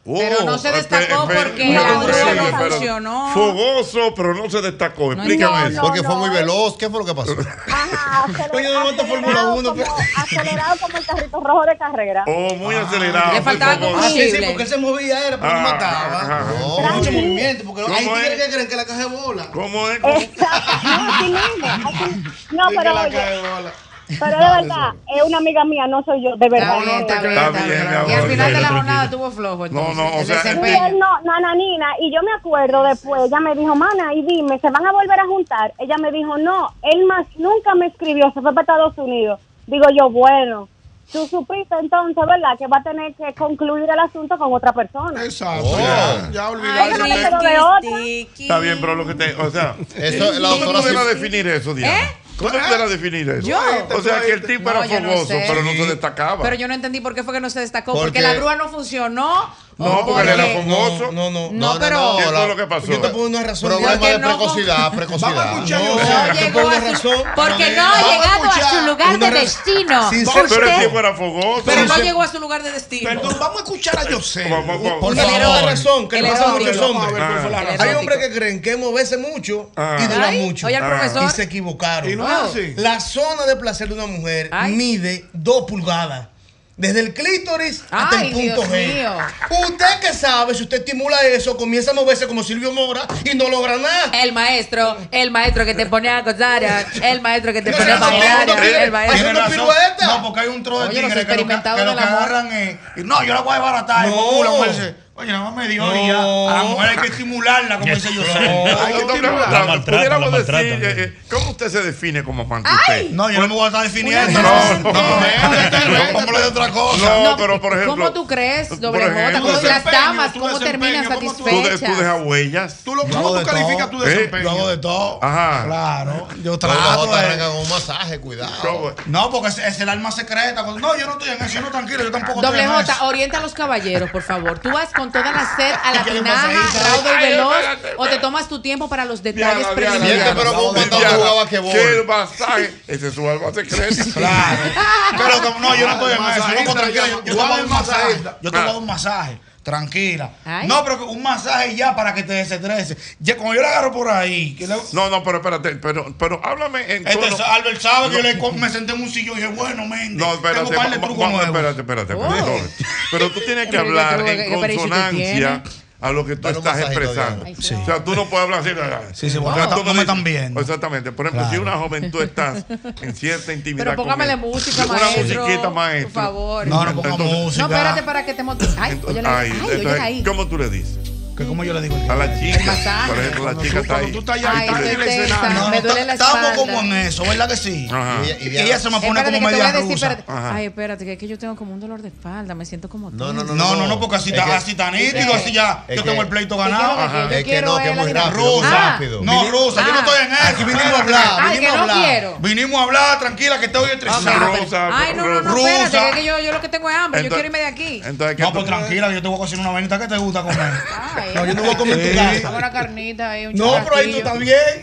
Speaker 10: Pero no se
Speaker 2: Oh,
Speaker 10: destacó
Speaker 2: espe- espe-
Speaker 10: porque
Speaker 2: una
Speaker 10: la
Speaker 2: cosa,
Speaker 10: grúa no
Speaker 2: espérate.
Speaker 10: funcionó.
Speaker 2: Fogoso, pero no se destacó.
Speaker 10: No,
Speaker 2: Explícame
Speaker 19: no,
Speaker 2: eso.
Speaker 19: no.
Speaker 4: Porque fue muy veloz. ¿Qué fue lo que pasó?
Speaker 19: Ajá, aceler-
Speaker 6: Oye, no mata Fórmula
Speaker 19: acelerado
Speaker 6: Uno,
Speaker 19: como-
Speaker 6: pero-
Speaker 19: acelerado como el carrito rojo de carrera.
Speaker 2: Oh, muy acelerado.
Speaker 10: Le faltaba
Speaker 2: muy
Speaker 6: Ah,
Speaker 2: fogoso.
Speaker 6: sí, sí,
Speaker 10: Horrible.
Speaker 6: porque él se movía era, pero no
Speaker 2: Ah,
Speaker 6: mataba.
Speaker 2: ajá.
Speaker 6: No, Era mucho movimiento, porque
Speaker 2: ¿Cómo
Speaker 6: hay tigres
Speaker 2: es?
Speaker 6: que creen que la caja de bola.
Speaker 2: ¿Cómo es? ¿Cómo-
Speaker 19: Exacto. Eh, No, así mismo, así- no,
Speaker 6: Creen
Speaker 19: pero
Speaker 6: que la
Speaker 19: oye,
Speaker 6: caja de bola.
Speaker 19: pero de verdad, es una amiga mía, no soy yo, de verdad.
Speaker 10: Está bien, está bien,
Speaker 2: Está
Speaker 10: está
Speaker 2: bien,
Speaker 10: bien.
Speaker 2: mi amor,
Speaker 10: Y al final de la
Speaker 12: tranquilo,
Speaker 10: jornada
Speaker 12: tranquilo.
Speaker 10: tuvo flojo.
Speaker 2: No,
Speaker 10: entonces,
Speaker 2: no, o
Speaker 10: el
Speaker 2: sea, eh,
Speaker 19: Y
Speaker 10: desempeño.
Speaker 19: él no, no, nanina, y yo me acuerdo después, ella me dijo, mana, y dime, ¿se van a volver a juntar? Ella me dijo, no, él más nunca me escribió, se fue para Estados Unidos. Digo yo, bueno, tú supiste entonces, ¿verdad? Que va a tener que concluir el asunto con otra persona.
Speaker 8: Exacto.
Speaker 4: Oh.
Speaker 8: Ya, ya
Speaker 10: Ay,
Speaker 8: olvidaste.
Speaker 19: Ay,
Speaker 10: risquisti,
Speaker 19: pero de otra.
Speaker 10: risquisti.
Speaker 2: Está bien, pero lo que te. O sea,
Speaker 4: Eso, la
Speaker 2: ¿Cómo tú
Speaker 4: doctora sí-
Speaker 2: pudieras definir eso, Diana?
Speaker 10: ¿Eh?
Speaker 2: ¿Cómo tú pudieras definir eso?
Speaker 10: Yo.
Speaker 2: O sea, que el tipo
Speaker 10: No,
Speaker 2: era
Speaker 10: yo no
Speaker 2: fogoso,
Speaker 10: sé.
Speaker 2: pero no se destacaba.
Speaker 10: Pero yo no entendí por qué fue que no se destacó.
Speaker 4: Porque-
Speaker 10: Porque, la grúa no funcionó.
Speaker 2: No,
Speaker 10: o
Speaker 2: porque le era
Speaker 10: porque-
Speaker 2: fogoso.
Speaker 6: No, no.
Speaker 10: No, pero-
Speaker 2: ¿Qué
Speaker 4: la-
Speaker 2: fue lo que pasó?
Speaker 6: Yo te pongo una razón.
Speaker 4: Problema
Speaker 10: Porque
Speaker 4: de
Speaker 10: no-
Speaker 4: precocidad, precocidad.
Speaker 8: escuchar.
Speaker 6: No,
Speaker 8: Yo
Speaker 6: o sea,
Speaker 10: No
Speaker 6: yo te
Speaker 10: llegó
Speaker 6: pongo
Speaker 10: a
Speaker 6: una
Speaker 10: su,
Speaker 6: razón.
Speaker 10: porque no ha
Speaker 8: Vamos a
Speaker 10: llegado a
Speaker 8: escuchar
Speaker 10: su lugar de
Speaker 6: una raz-
Speaker 10: destino.
Speaker 6: Sin
Speaker 2: Pero el tipo
Speaker 10: Usted,
Speaker 2: era fogoso.
Speaker 10: pero no llegó a su lugar de destino.
Speaker 8: Perdón, vamos a escuchar a José.
Speaker 2: Vamos, vamos, vamos.
Speaker 6: Por favor,
Speaker 10: erótico.
Speaker 6: una razón, que
Speaker 10: El
Speaker 6: le pasa a muchos
Speaker 10: erótico.
Speaker 8: Vamos a ver
Speaker 6: hombres.
Speaker 8: cuál fue la
Speaker 2: Ah.
Speaker 8: razón.
Speaker 6: Hay hombres que creen que moverse mucho
Speaker 2: Ah.
Speaker 6: y durar
Speaker 10: Ay,
Speaker 6: mucho.
Speaker 10: Oye, al
Speaker 2: Ah.
Speaker 10: profesor.
Speaker 6: Y se equivocaron.
Speaker 8: Y no es así.
Speaker 6: La zona de placer de una mujer
Speaker 10: Ay.
Speaker 6: mide dos pulgadas. Desde el clítoris hasta el
Speaker 10: Ay,
Speaker 6: punto
Speaker 10: Dios
Speaker 6: G.
Speaker 10: mío.
Speaker 6: Usted que sabe, si usted estimula eso, comienza a moverse como Silvio Mora y no logra nada.
Speaker 10: El maestro, el maestro que te ponía a gozar, el maestro que te
Speaker 6: No,
Speaker 10: ponía a
Speaker 6: no, no,
Speaker 10: bailar,
Speaker 6: no, no,
Speaker 10: el
Speaker 6: no,
Speaker 10: maestro.
Speaker 6: no,
Speaker 8: razón.
Speaker 6: pirueta.
Speaker 8: No, porque hay un trozo de eh,
Speaker 10: Oye, los
Speaker 8: tigres que lo, que
Speaker 10: experimentados
Speaker 8: lo
Speaker 10: del
Speaker 8: que
Speaker 10: amor.
Speaker 8: agarran es. y no, yo la voy a desbaratar. Y
Speaker 6: No.
Speaker 8: como la mujer pues, dice, Oye, nada más me dio y ya. A la mujer hay que estimularla, como dice José.
Speaker 2: Ay,
Speaker 12: La
Speaker 2: doctora,
Speaker 12: maltratan, la
Speaker 2: pudiéramos decir,
Speaker 12: maltratan.
Speaker 2: eh, eh, ¿cómo usted se define como amante usted?
Speaker 8: No, yo no me voy a estar definiendo.
Speaker 2: Una
Speaker 8: No, no,
Speaker 2: no.
Speaker 8: no. Como de otra cosa.
Speaker 2: No, pero por ejemplo.
Speaker 10: ¿Cómo tú crees, doble
Speaker 2: por
Speaker 10: J?
Speaker 2: ejemplo,
Speaker 10: Con
Speaker 2: tu
Speaker 10: las
Speaker 8: desempeño,
Speaker 10: damas,
Speaker 8: tu
Speaker 10: ¿cómo terminan
Speaker 8: desempeño, ¿cómo
Speaker 2: Tú, de- tú dejas
Speaker 10: satisfechas?
Speaker 2: huellas.
Speaker 8: Tú lo- ¿Cómo tú calificas tu
Speaker 2: ¿Eh?
Speaker 8: desempeño?
Speaker 2: Yo
Speaker 8: hago de todo.
Speaker 2: Ajá.
Speaker 8: Claro. Yo
Speaker 4: Pero la
Speaker 8: trato
Speaker 4: otra
Speaker 8: de...
Speaker 4: arranca con un masaje, cuidado.
Speaker 2: ¿Cómo?
Speaker 8: No, porque es, es el alma secreta. Cuando- No, yo no estoy en eso, yo no tranquilo, yo tampoco
Speaker 10: Doble
Speaker 8: estoy en eso.
Speaker 10: J, orienta a los caballeros, por favor. Tú vas con toda la sed a la
Speaker 8: ¿Qué le pasa ahí?
Speaker 10: tinaja, raudo y
Speaker 2: Ay,
Speaker 10: veloz,
Speaker 2: espérate,
Speaker 10: o te
Speaker 2: espérate.
Speaker 10: tomas tu tiempo para los detalles
Speaker 2: Diana, Diana,
Speaker 10: preliminares.
Speaker 4: Siente, pero con un botón de
Speaker 2: Diana,
Speaker 4: jugaba que voy.
Speaker 2: ¿Qué masaje? Ese es su alma secreta.
Speaker 8: Claro. Pero como- no, yo no estoy en eso.
Speaker 2: Masajista,
Speaker 8: loco, tranquila, yo, yo te voy a dar un masaje.
Speaker 2: masajista.
Speaker 8: Yo te voy a dar un masaje. Tranquila.
Speaker 10: Ay.
Speaker 8: No, pero que un masaje ya para que te desestrese. Ya, como yo la agarro por ahí, que le-
Speaker 2: No, no, pero espérate, pero, pero háblame en
Speaker 8: Este,
Speaker 2: tono-
Speaker 8: Albert sabe que yo le co- me senté en un sillón y dije, bueno, Méndez,
Speaker 2: No,
Speaker 8: tengo
Speaker 2: espérate,
Speaker 8: un par de
Speaker 2: va-
Speaker 8: trucos
Speaker 2: va-
Speaker 8: nuevos.
Speaker 2: espérate, espérate, espérate,
Speaker 10: Oh.
Speaker 2: joven. Pero tú tienes que
Speaker 10: Pero yo
Speaker 2: hablar
Speaker 10: creo que-
Speaker 2: en
Speaker 10: que parece que
Speaker 2: consonancia
Speaker 10: tiene.
Speaker 2: a lo que tú
Speaker 8: Dale un
Speaker 2: estás
Speaker 8: masajito,
Speaker 2: expresando.
Speaker 8: Diana. Sí.
Speaker 2: O sea, tú no puedes hablar así. nada.
Speaker 8: Sí, sí,
Speaker 2: O
Speaker 8: porque
Speaker 2: sea,
Speaker 8: no-
Speaker 2: tú
Speaker 8: no me
Speaker 2: dices-
Speaker 8: están viendo.
Speaker 2: Exactamente. Por ejemplo,
Speaker 8: Claro.
Speaker 2: si una joven tú estás en cierta intimidad.
Speaker 10: Pero
Speaker 2: con
Speaker 10: póngamele
Speaker 2: él.
Speaker 10: música,
Speaker 2: Una
Speaker 10: maestro.
Speaker 2: musiquita, maestro.
Speaker 10: Por favor.
Speaker 2: Entonces-
Speaker 10: No, espérate para que te montes. Ay, oye,
Speaker 2: Ay,
Speaker 10: ay, oye,
Speaker 2: entonces,
Speaker 10: ahí.
Speaker 2: ¿Cómo tú le dices?
Speaker 8: ¿Cómo yo le digo?
Speaker 2: A la chica.
Speaker 10: masaje.
Speaker 2: Por ejemplo, la chica está ahí.
Speaker 10: Ay,
Speaker 2: tú le
Speaker 10: qué
Speaker 2: dices,
Speaker 10: tensa, me duele la espalda.
Speaker 8: Estamos como en eso, ¿verdad que sí?
Speaker 2: Ajá.
Speaker 8: Y ella- Y ella se me pone
Speaker 10: Espérate,
Speaker 8: como
Speaker 10: que te voy a
Speaker 8: media
Speaker 10: decir,
Speaker 8: rusa.
Speaker 10: espérate. Ay, espérate, que es que yo tengo como un dolor de espalda, me siento como
Speaker 8: No,
Speaker 10: tensa.
Speaker 8: no, no, no, no, no, porque así está, así está nítido, así ya yo tengo el pleito ganado.
Speaker 10: que- Ajá. yo Es que quiero no, que es muy la- rápido, muy
Speaker 8: Rusa.
Speaker 10: rápido.
Speaker 8: No, rusa, yo no estoy en eso. Aquí vinimos a hablar,
Speaker 10: Ay,
Speaker 8: vinimos
Speaker 10: que
Speaker 8: a
Speaker 10: no
Speaker 8: hablar.
Speaker 10: quiero.
Speaker 8: Vinimos a hablar, tranquila, que estoy estresado.
Speaker 10: Ok, Ay, no, no, no, espérate, que es que yo, yo lo que tengo es hambre, yo
Speaker 8: Entonces-
Speaker 10: quiero irme de aquí.
Speaker 8: no, pues tranquila, yo te voy a cocinar una vainita que te gusta comer.
Speaker 10: No,
Speaker 8: yo no voy a comer en tu
Speaker 10: Sí.
Speaker 8: casa.
Speaker 10: Hago Una carnita ahí, un
Speaker 8: No, pero ahí tú
Speaker 10: churrasquillo.
Speaker 8: estás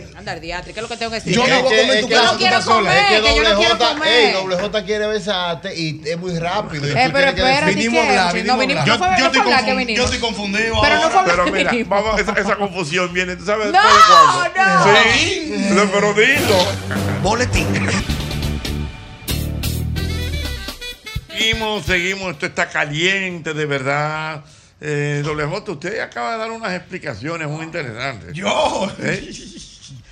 Speaker 8: bien.
Speaker 10: Andar diatre, ¿qué es lo que tengo que decir?
Speaker 8: Yo no voy a comer en tu
Speaker 10: Yo
Speaker 8: casa,
Speaker 10: no
Speaker 8: tú
Speaker 10: quiero
Speaker 8: estás sola.
Speaker 10: comer,
Speaker 8: Es
Speaker 10: que yo no
Speaker 4: doble
Speaker 10: quiero
Speaker 4: J, ey,
Speaker 10: comer.
Speaker 4: doble J quiere besarte y es muy rápido. y
Speaker 10: Eh,
Speaker 4: tú
Speaker 10: pero
Speaker 4: tienes que
Speaker 10: espérate,
Speaker 4: decir-
Speaker 10: Vinimos a hablar, ¿qué? No, vinimos a
Speaker 8: yo,
Speaker 10: hablar.
Speaker 8: yo
Speaker 10: No
Speaker 8: estoy
Speaker 10: fue hablar que
Speaker 8: confun-
Speaker 10: vinimos.
Speaker 8: yo estoy confundido
Speaker 10: Pero no
Speaker 8: ahora.
Speaker 10: fue hablar
Speaker 2: Pero
Speaker 10: que
Speaker 2: mira,
Speaker 10: vinimos.
Speaker 2: vamos, esa, esa confusión viene, ¿tú sabes?
Speaker 10: No,
Speaker 2: después de cuándo?
Speaker 10: no.
Speaker 2: Sí, lo- pero dilo.
Speaker 8: Boletín.
Speaker 2: Seguimos, seguimos, esto está caliente de verdad. Eh, doble J, usted acaba de dar unas explicaciones muy interesantes.
Speaker 8: Yo.
Speaker 2: ¿Eh?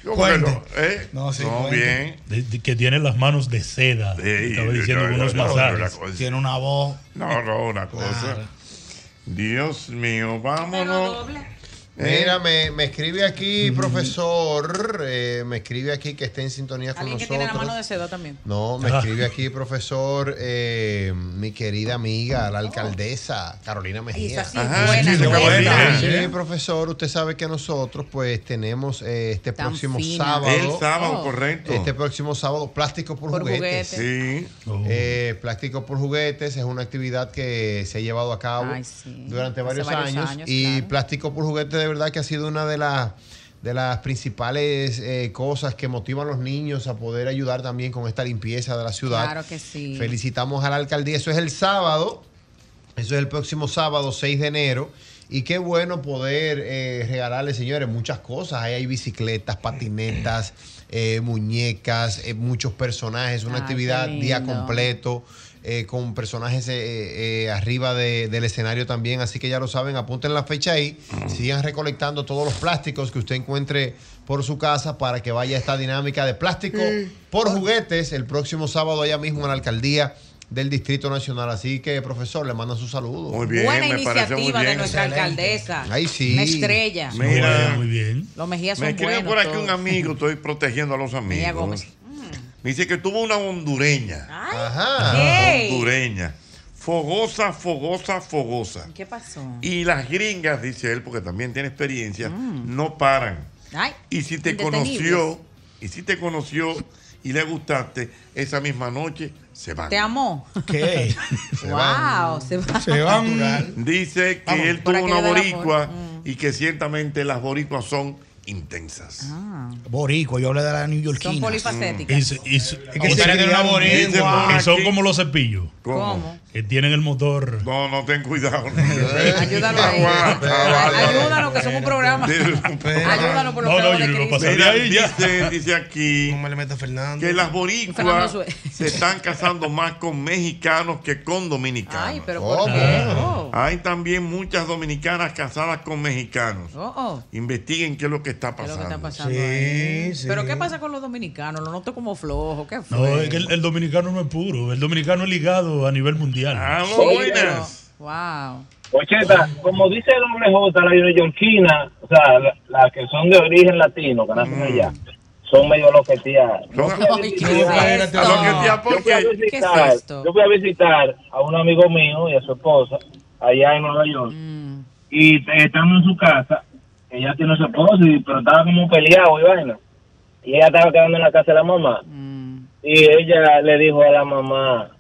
Speaker 2: Yo,
Speaker 12: Cuente.
Speaker 2: bueno, ¿eh? No, bien.
Speaker 12: De- de- que tiene las manos de seda. Estaba diciendo
Speaker 2: yo- yo-
Speaker 12: unos
Speaker 2: yo- yo-
Speaker 12: masajes.
Speaker 2: una cosa.
Speaker 8: Tiene una voz.
Speaker 2: No, no, una cosa. Dios mío, vámonos. Eh,
Speaker 4: Mira, me, me escribe aquí, profesor, eh, me escribe aquí que esté en sintonía con
Speaker 10: Alguien que
Speaker 4: nosotros.
Speaker 10: tiene la mano de seda también.
Speaker 4: No, me
Speaker 10: Ah.
Speaker 4: escribe aquí, profesor, eh, mi querida amiga, la alcaldesa Carolina Mejía.
Speaker 10: esa sí es Ajá, buena, sí, sí, buena.
Speaker 2: buena.
Speaker 4: Sí, profesor, usted sabe que nosotros pues tenemos eh, este
Speaker 2: Tan
Speaker 4: próximo
Speaker 2: fina.
Speaker 4: sábado.
Speaker 2: El sábado, Oh. correcto.
Speaker 4: Este próximo sábado, Plástico por,
Speaker 2: Por
Speaker 4: Juguetes.
Speaker 2: juguetes. Sí.
Speaker 4: Eh, Plástico por Juguetes es una actividad que se ha llevado a cabo
Speaker 10: Ay, sí.
Speaker 4: durante
Speaker 10: Hace
Speaker 4: varios,
Speaker 10: varios
Speaker 4: años,
Speaker 10: años,
Speaker 4: y Plástico por Juguete de verdad que ha sido una de las de las principales eh, cosas que motivan a los niños a poder ayudar también con esta limpieza de la ciudad.
Speaker 10: Claro que sí.
Speaker 4: Felicitamos a la alcaldía. Eso es el sábado. Eso es el próximo sábado, 6 de enero. Y qué bueno poder eh, regalarle, señores, muchas cosas. Ahí hay bicicletas, patinetas, eh, muñecas, eh, muchos personajes. Una
Speaker 10: Ay, qué
Speaker 4: actividad día
Speaker 10: lindo.
Speaker 4: completo. eh, con personajes eh, eh, arriba de- del escenario también, así que ya lo saben, apunten la fecha ahí, sigan recolectando todos los plásticos que usted encuentre por su casa para que vaya esta dinámica de plástico por juguetes el próximo sábado allá mismo en la alcaldía del Distrito Nacional. Así que, profesor, le mandan sus saludos. Muy
Speaker 10: Buena iniciativa de nuestra alcaldesa.
Speaker 4: Ahí sí.
Speaker 10: Una estrella.
Speaker 2: Mira, muy
Speaker 12: bien.
Speaker 10: Los Mejías
Speaker 2: Me
Speaker 10: son
Speaker 2: escribe
Speaker 10: buenos.
Speaker 2: por aquí
Speaker 10: todos.
Speaker 2: un amigo, estoy protegiendo a los
Speaker 10: Mejía Gómez.
Speaker 2: amigos. Me dice que tuvo una hondureña.
Speaker 10: Ah.
Speaker 4: Ajá.
Speaker 10: ¿qué?
Speaker 2: Hondureña. Fogosa, fogosa, fogosa.
Speaker 10: ¿Qué pasó?
Speaker 2: Y las gringas, dice él, porque también tiene experiencia, no paran.
Speaker 10: Ay,
Speaker 2: Y si te
Speaker 10: indetenibles.
Speaker 2: conoció, y si te conoció y le gustaste, esa misma noche se van.
Speaker 10: ¿Te amó?
Speaker 2: ¿Qué? Se van.
Speaker 10: wow, se va.
Speaker 2: Dice que
Speaker 10: Vamos,
Speaker 2: él
Speaker 10: por Mm.
Speaker 2: tuvo una
Speaker 10: aquello del amor.
Speaker 2: boricua y que ciertamente las boricuas son intensas.
Speaker 10: Ah.
Speaker 8: Borico, yo hablé de la neoyorquina.
Speaker 12: Y se- y se-
Speaker 8: Es que se criaron bien,
Speaker 12: Dicen,
Speaker 8: guau.
Speaker 12: que son como los cepillos.
Speaker 2: ¿Cómo? ¿Cómo?
Speaker 12: Que tienen el motor.
Speaker 2: No, no, ten cuidado.
Speaker 10: Ayúdalo ahí. Ayúdalo, que somos un programa. Ayúdalo por los
Speaker 2: No, no,
Speaker 10: clavos
Speaker 2: yo
Speaker 10: de
Speaker 2: no
Speaker 10: Cristo.
Speaker 2: pasé de ahí, ya. dice, dice aquí que las
Speaker 10: Fernando
Speaker 2: boricuas
Speaker 10: Sue.
Speaker 2: se están casando más con mexicanos que con dominicanos.
Speaker 10: Ay, pero ¿por qué? Oh.
Speaker 2: Hay también muchas dominicanas casadas con mexicanos.
Speaker 10: Oh, oh.
Speaker 2: Investiguen qué es lo que está
Speaker 10: ¿Qué es lo que
Speaker 2: pasando.
Speaker 10: está pasando ahí? Pero ¿qué pasa con los dominicanos? Lo noto como flojo. ¿Qué fue?
Speaker 12: No, es que el, el dominicano no es puro. El dominicano es ligado a nivel mundial.
Speaker 10: Sí, pero- Wow.
Speaker 14: Ocheta, como dice el hombre J, la neoyorquina, o sea, las que son de origen latino, que nacen allá, son medio loqueteadas. Yo fui a
Speaker 3: Ay, ¿qué
Speaker 14: visitar-
Speaker 3: es esto? Loqueteadas, ¿por
Speaker 14: yo fui a
Speaker 3: qué?
Speaker 14: visitar-
Speaker 3: ¿Qué es esto?
Speaker 14: Yo fui a visitar a un amigo mío y a su esposa allá en Nueva York.
Speaker 3: Mm.
Speaker 14: Y eh, estando en su casa, ella tiene su esposo, y- pero estaba como peleado y vaina. Y ella estaba quedando en la casa de la mamá.
Speaker 3: Mm.
Speaker 14: Y ella le dijo a la mamá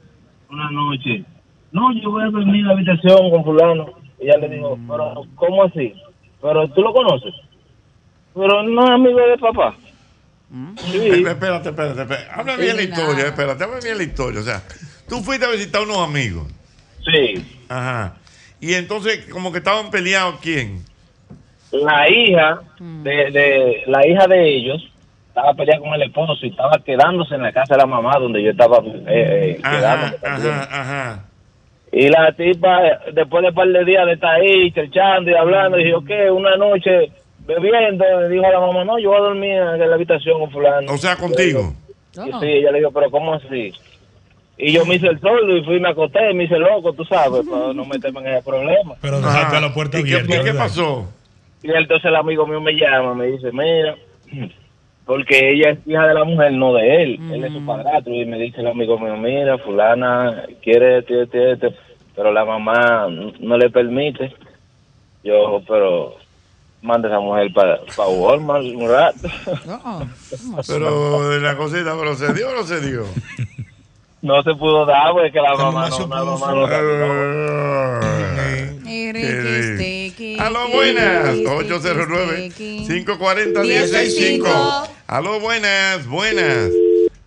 Speaker 14: una noche, no, yo voy a dormir en la habitación con fulano. Y ella le dijo, pero ¿cómo así? Pero tú lo conoces. Pero no es amigo de papá.
Speaker 2: Espérate, espérate, espérate, espérate. Habla
Speaker 14: Sí,
Speaker 2: bien la
Speaker 14: nada.
Speaker 2: historia, espérate, habla bien la historia. O sea, tú fuiste a visitar a unos amigos.
Speaker 14: Sí.
Speaker 2: Ajá. Y entonces, como que estaban peleados, ¿quién?
Speaker 14: La hija de, de- la hija de ellos estaba peleada con el esposo y estaba quedándose en la casa de la mamá donde yo estaba eh, eh,
Speaker 2: Ajá,
Speaker 14: quedándome también.
Speaker 2: ajá, ajá.
Speaker 14: Y la tipa, después de un par de días de estar ahí, cherchando y hablando,
Speaker 2: Mm.
Speaker 14: dijo que una noche bebiendo, le dijo a la mamá, no, yo voy a dormir en la habitación con fulano.
Speaker 2: O sea, contigo.
Speaker 14: Y sí, ella le dijo, pero ¿cómo así? Y yo me hice el sordo y fui y me acosté, me hice loco, tú sabes, para no meterme en ese problema.
Speaker 12: Pero dejaste la puerta
Speaker 2: Ah. ¿Y qué,
Speaker 12: abierta.
Speaker 2: y qué
Speaker 12: ¿verdad?
Speaker 2: pasó?
Speaker 14: Y entonces el amigo mío me llama, me dice, mira, porque ella es hija de la mujer, no de él, él es su padrastro. Y me dice el amigo mío, mira, fulana quiere este, este, este, pero la mamá n- no le permite. Yo, pero manda a esa mujer para pa Walmart un rato.
Speaker 2: Ah, Pero la cosita, pero se dio o no se dio.
Speaker 14: No se pudo dar porque que la mamá no, la mamá no
Speaker 2: este, Aló, buenas. este, 809-540-165. Aló, buenas, buenas.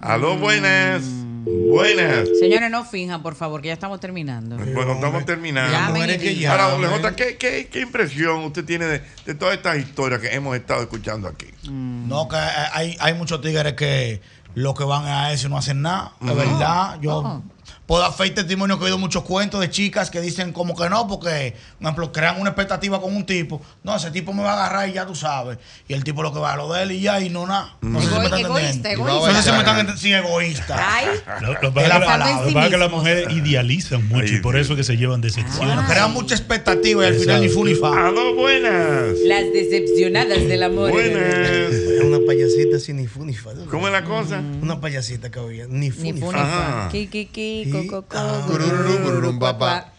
Speaker 2: Aló, buenas, buenas.
Speaker 10: Señores, no finjan, por favor, que ya estamos terminando.
Speaker 2: Bueno, estamos terminando.
Speaker 10: Ya, mujeres que ya,
Speaker 2: Ahora,
Speaker 10: mujeres.
Speaker 2: WJ, ¿qué, qué, qué impresión usted tiene de, de todas estas historias que hemos estado escuchando aquí?
Speaker 7: No, que hay, hay muchos tigres que los que van a eso y no hacen nada. De
Speaker 2: Ujú.
Speaker 7: verdad, yo
Speaker 2: Ujú.
Speaker 7: puedo dar fe y testimonio que he oído muchos cuentos de chicas que dicen como que no, porque, por ejemplo, crean una expectativa con un tipo. No, ese tipo me va a agarrar y ya tú sabes. Y el tipo lo que va a lo de él y ya, y no nada. No sé si me
Speaker 10: Egoí-
Speaker 7: están
Speaker 10: egoísta,
Speaker 7: entendiendo.
Speaker 10: egoísta.
Speaker 7: No sé si me están entendiendo. Sí, egoísta.
Speaker 10: Ay.
Speaker 12: Lo, lo que pasa es que la- lo que pasa es que las mujeres idealizan mucho y por eso es que se llevan decepciones.
Speaker 7: Bueno, crean mucha expectativa y al final ni
Speaker 12: Exacto.
Speaker 7: fu ni fa.
Speaker 2: Aló, ah, buenas.
Speaker 10: Las decepcionadas del amor.
Speaker 6: Era una payasita así, ni fu ni fa.
Speaker 2: ¿Cómo es la cosa?
Speaker 6: Una payasita que había, ni fu
Speaker 10: Mm. Ni
Speaker 6: ni,
Speaker 10: fu
Speaker 6: fa.
Speaker 10: ni fa. Ki, ki, ki, co, co, co,
Speaker 4: papá.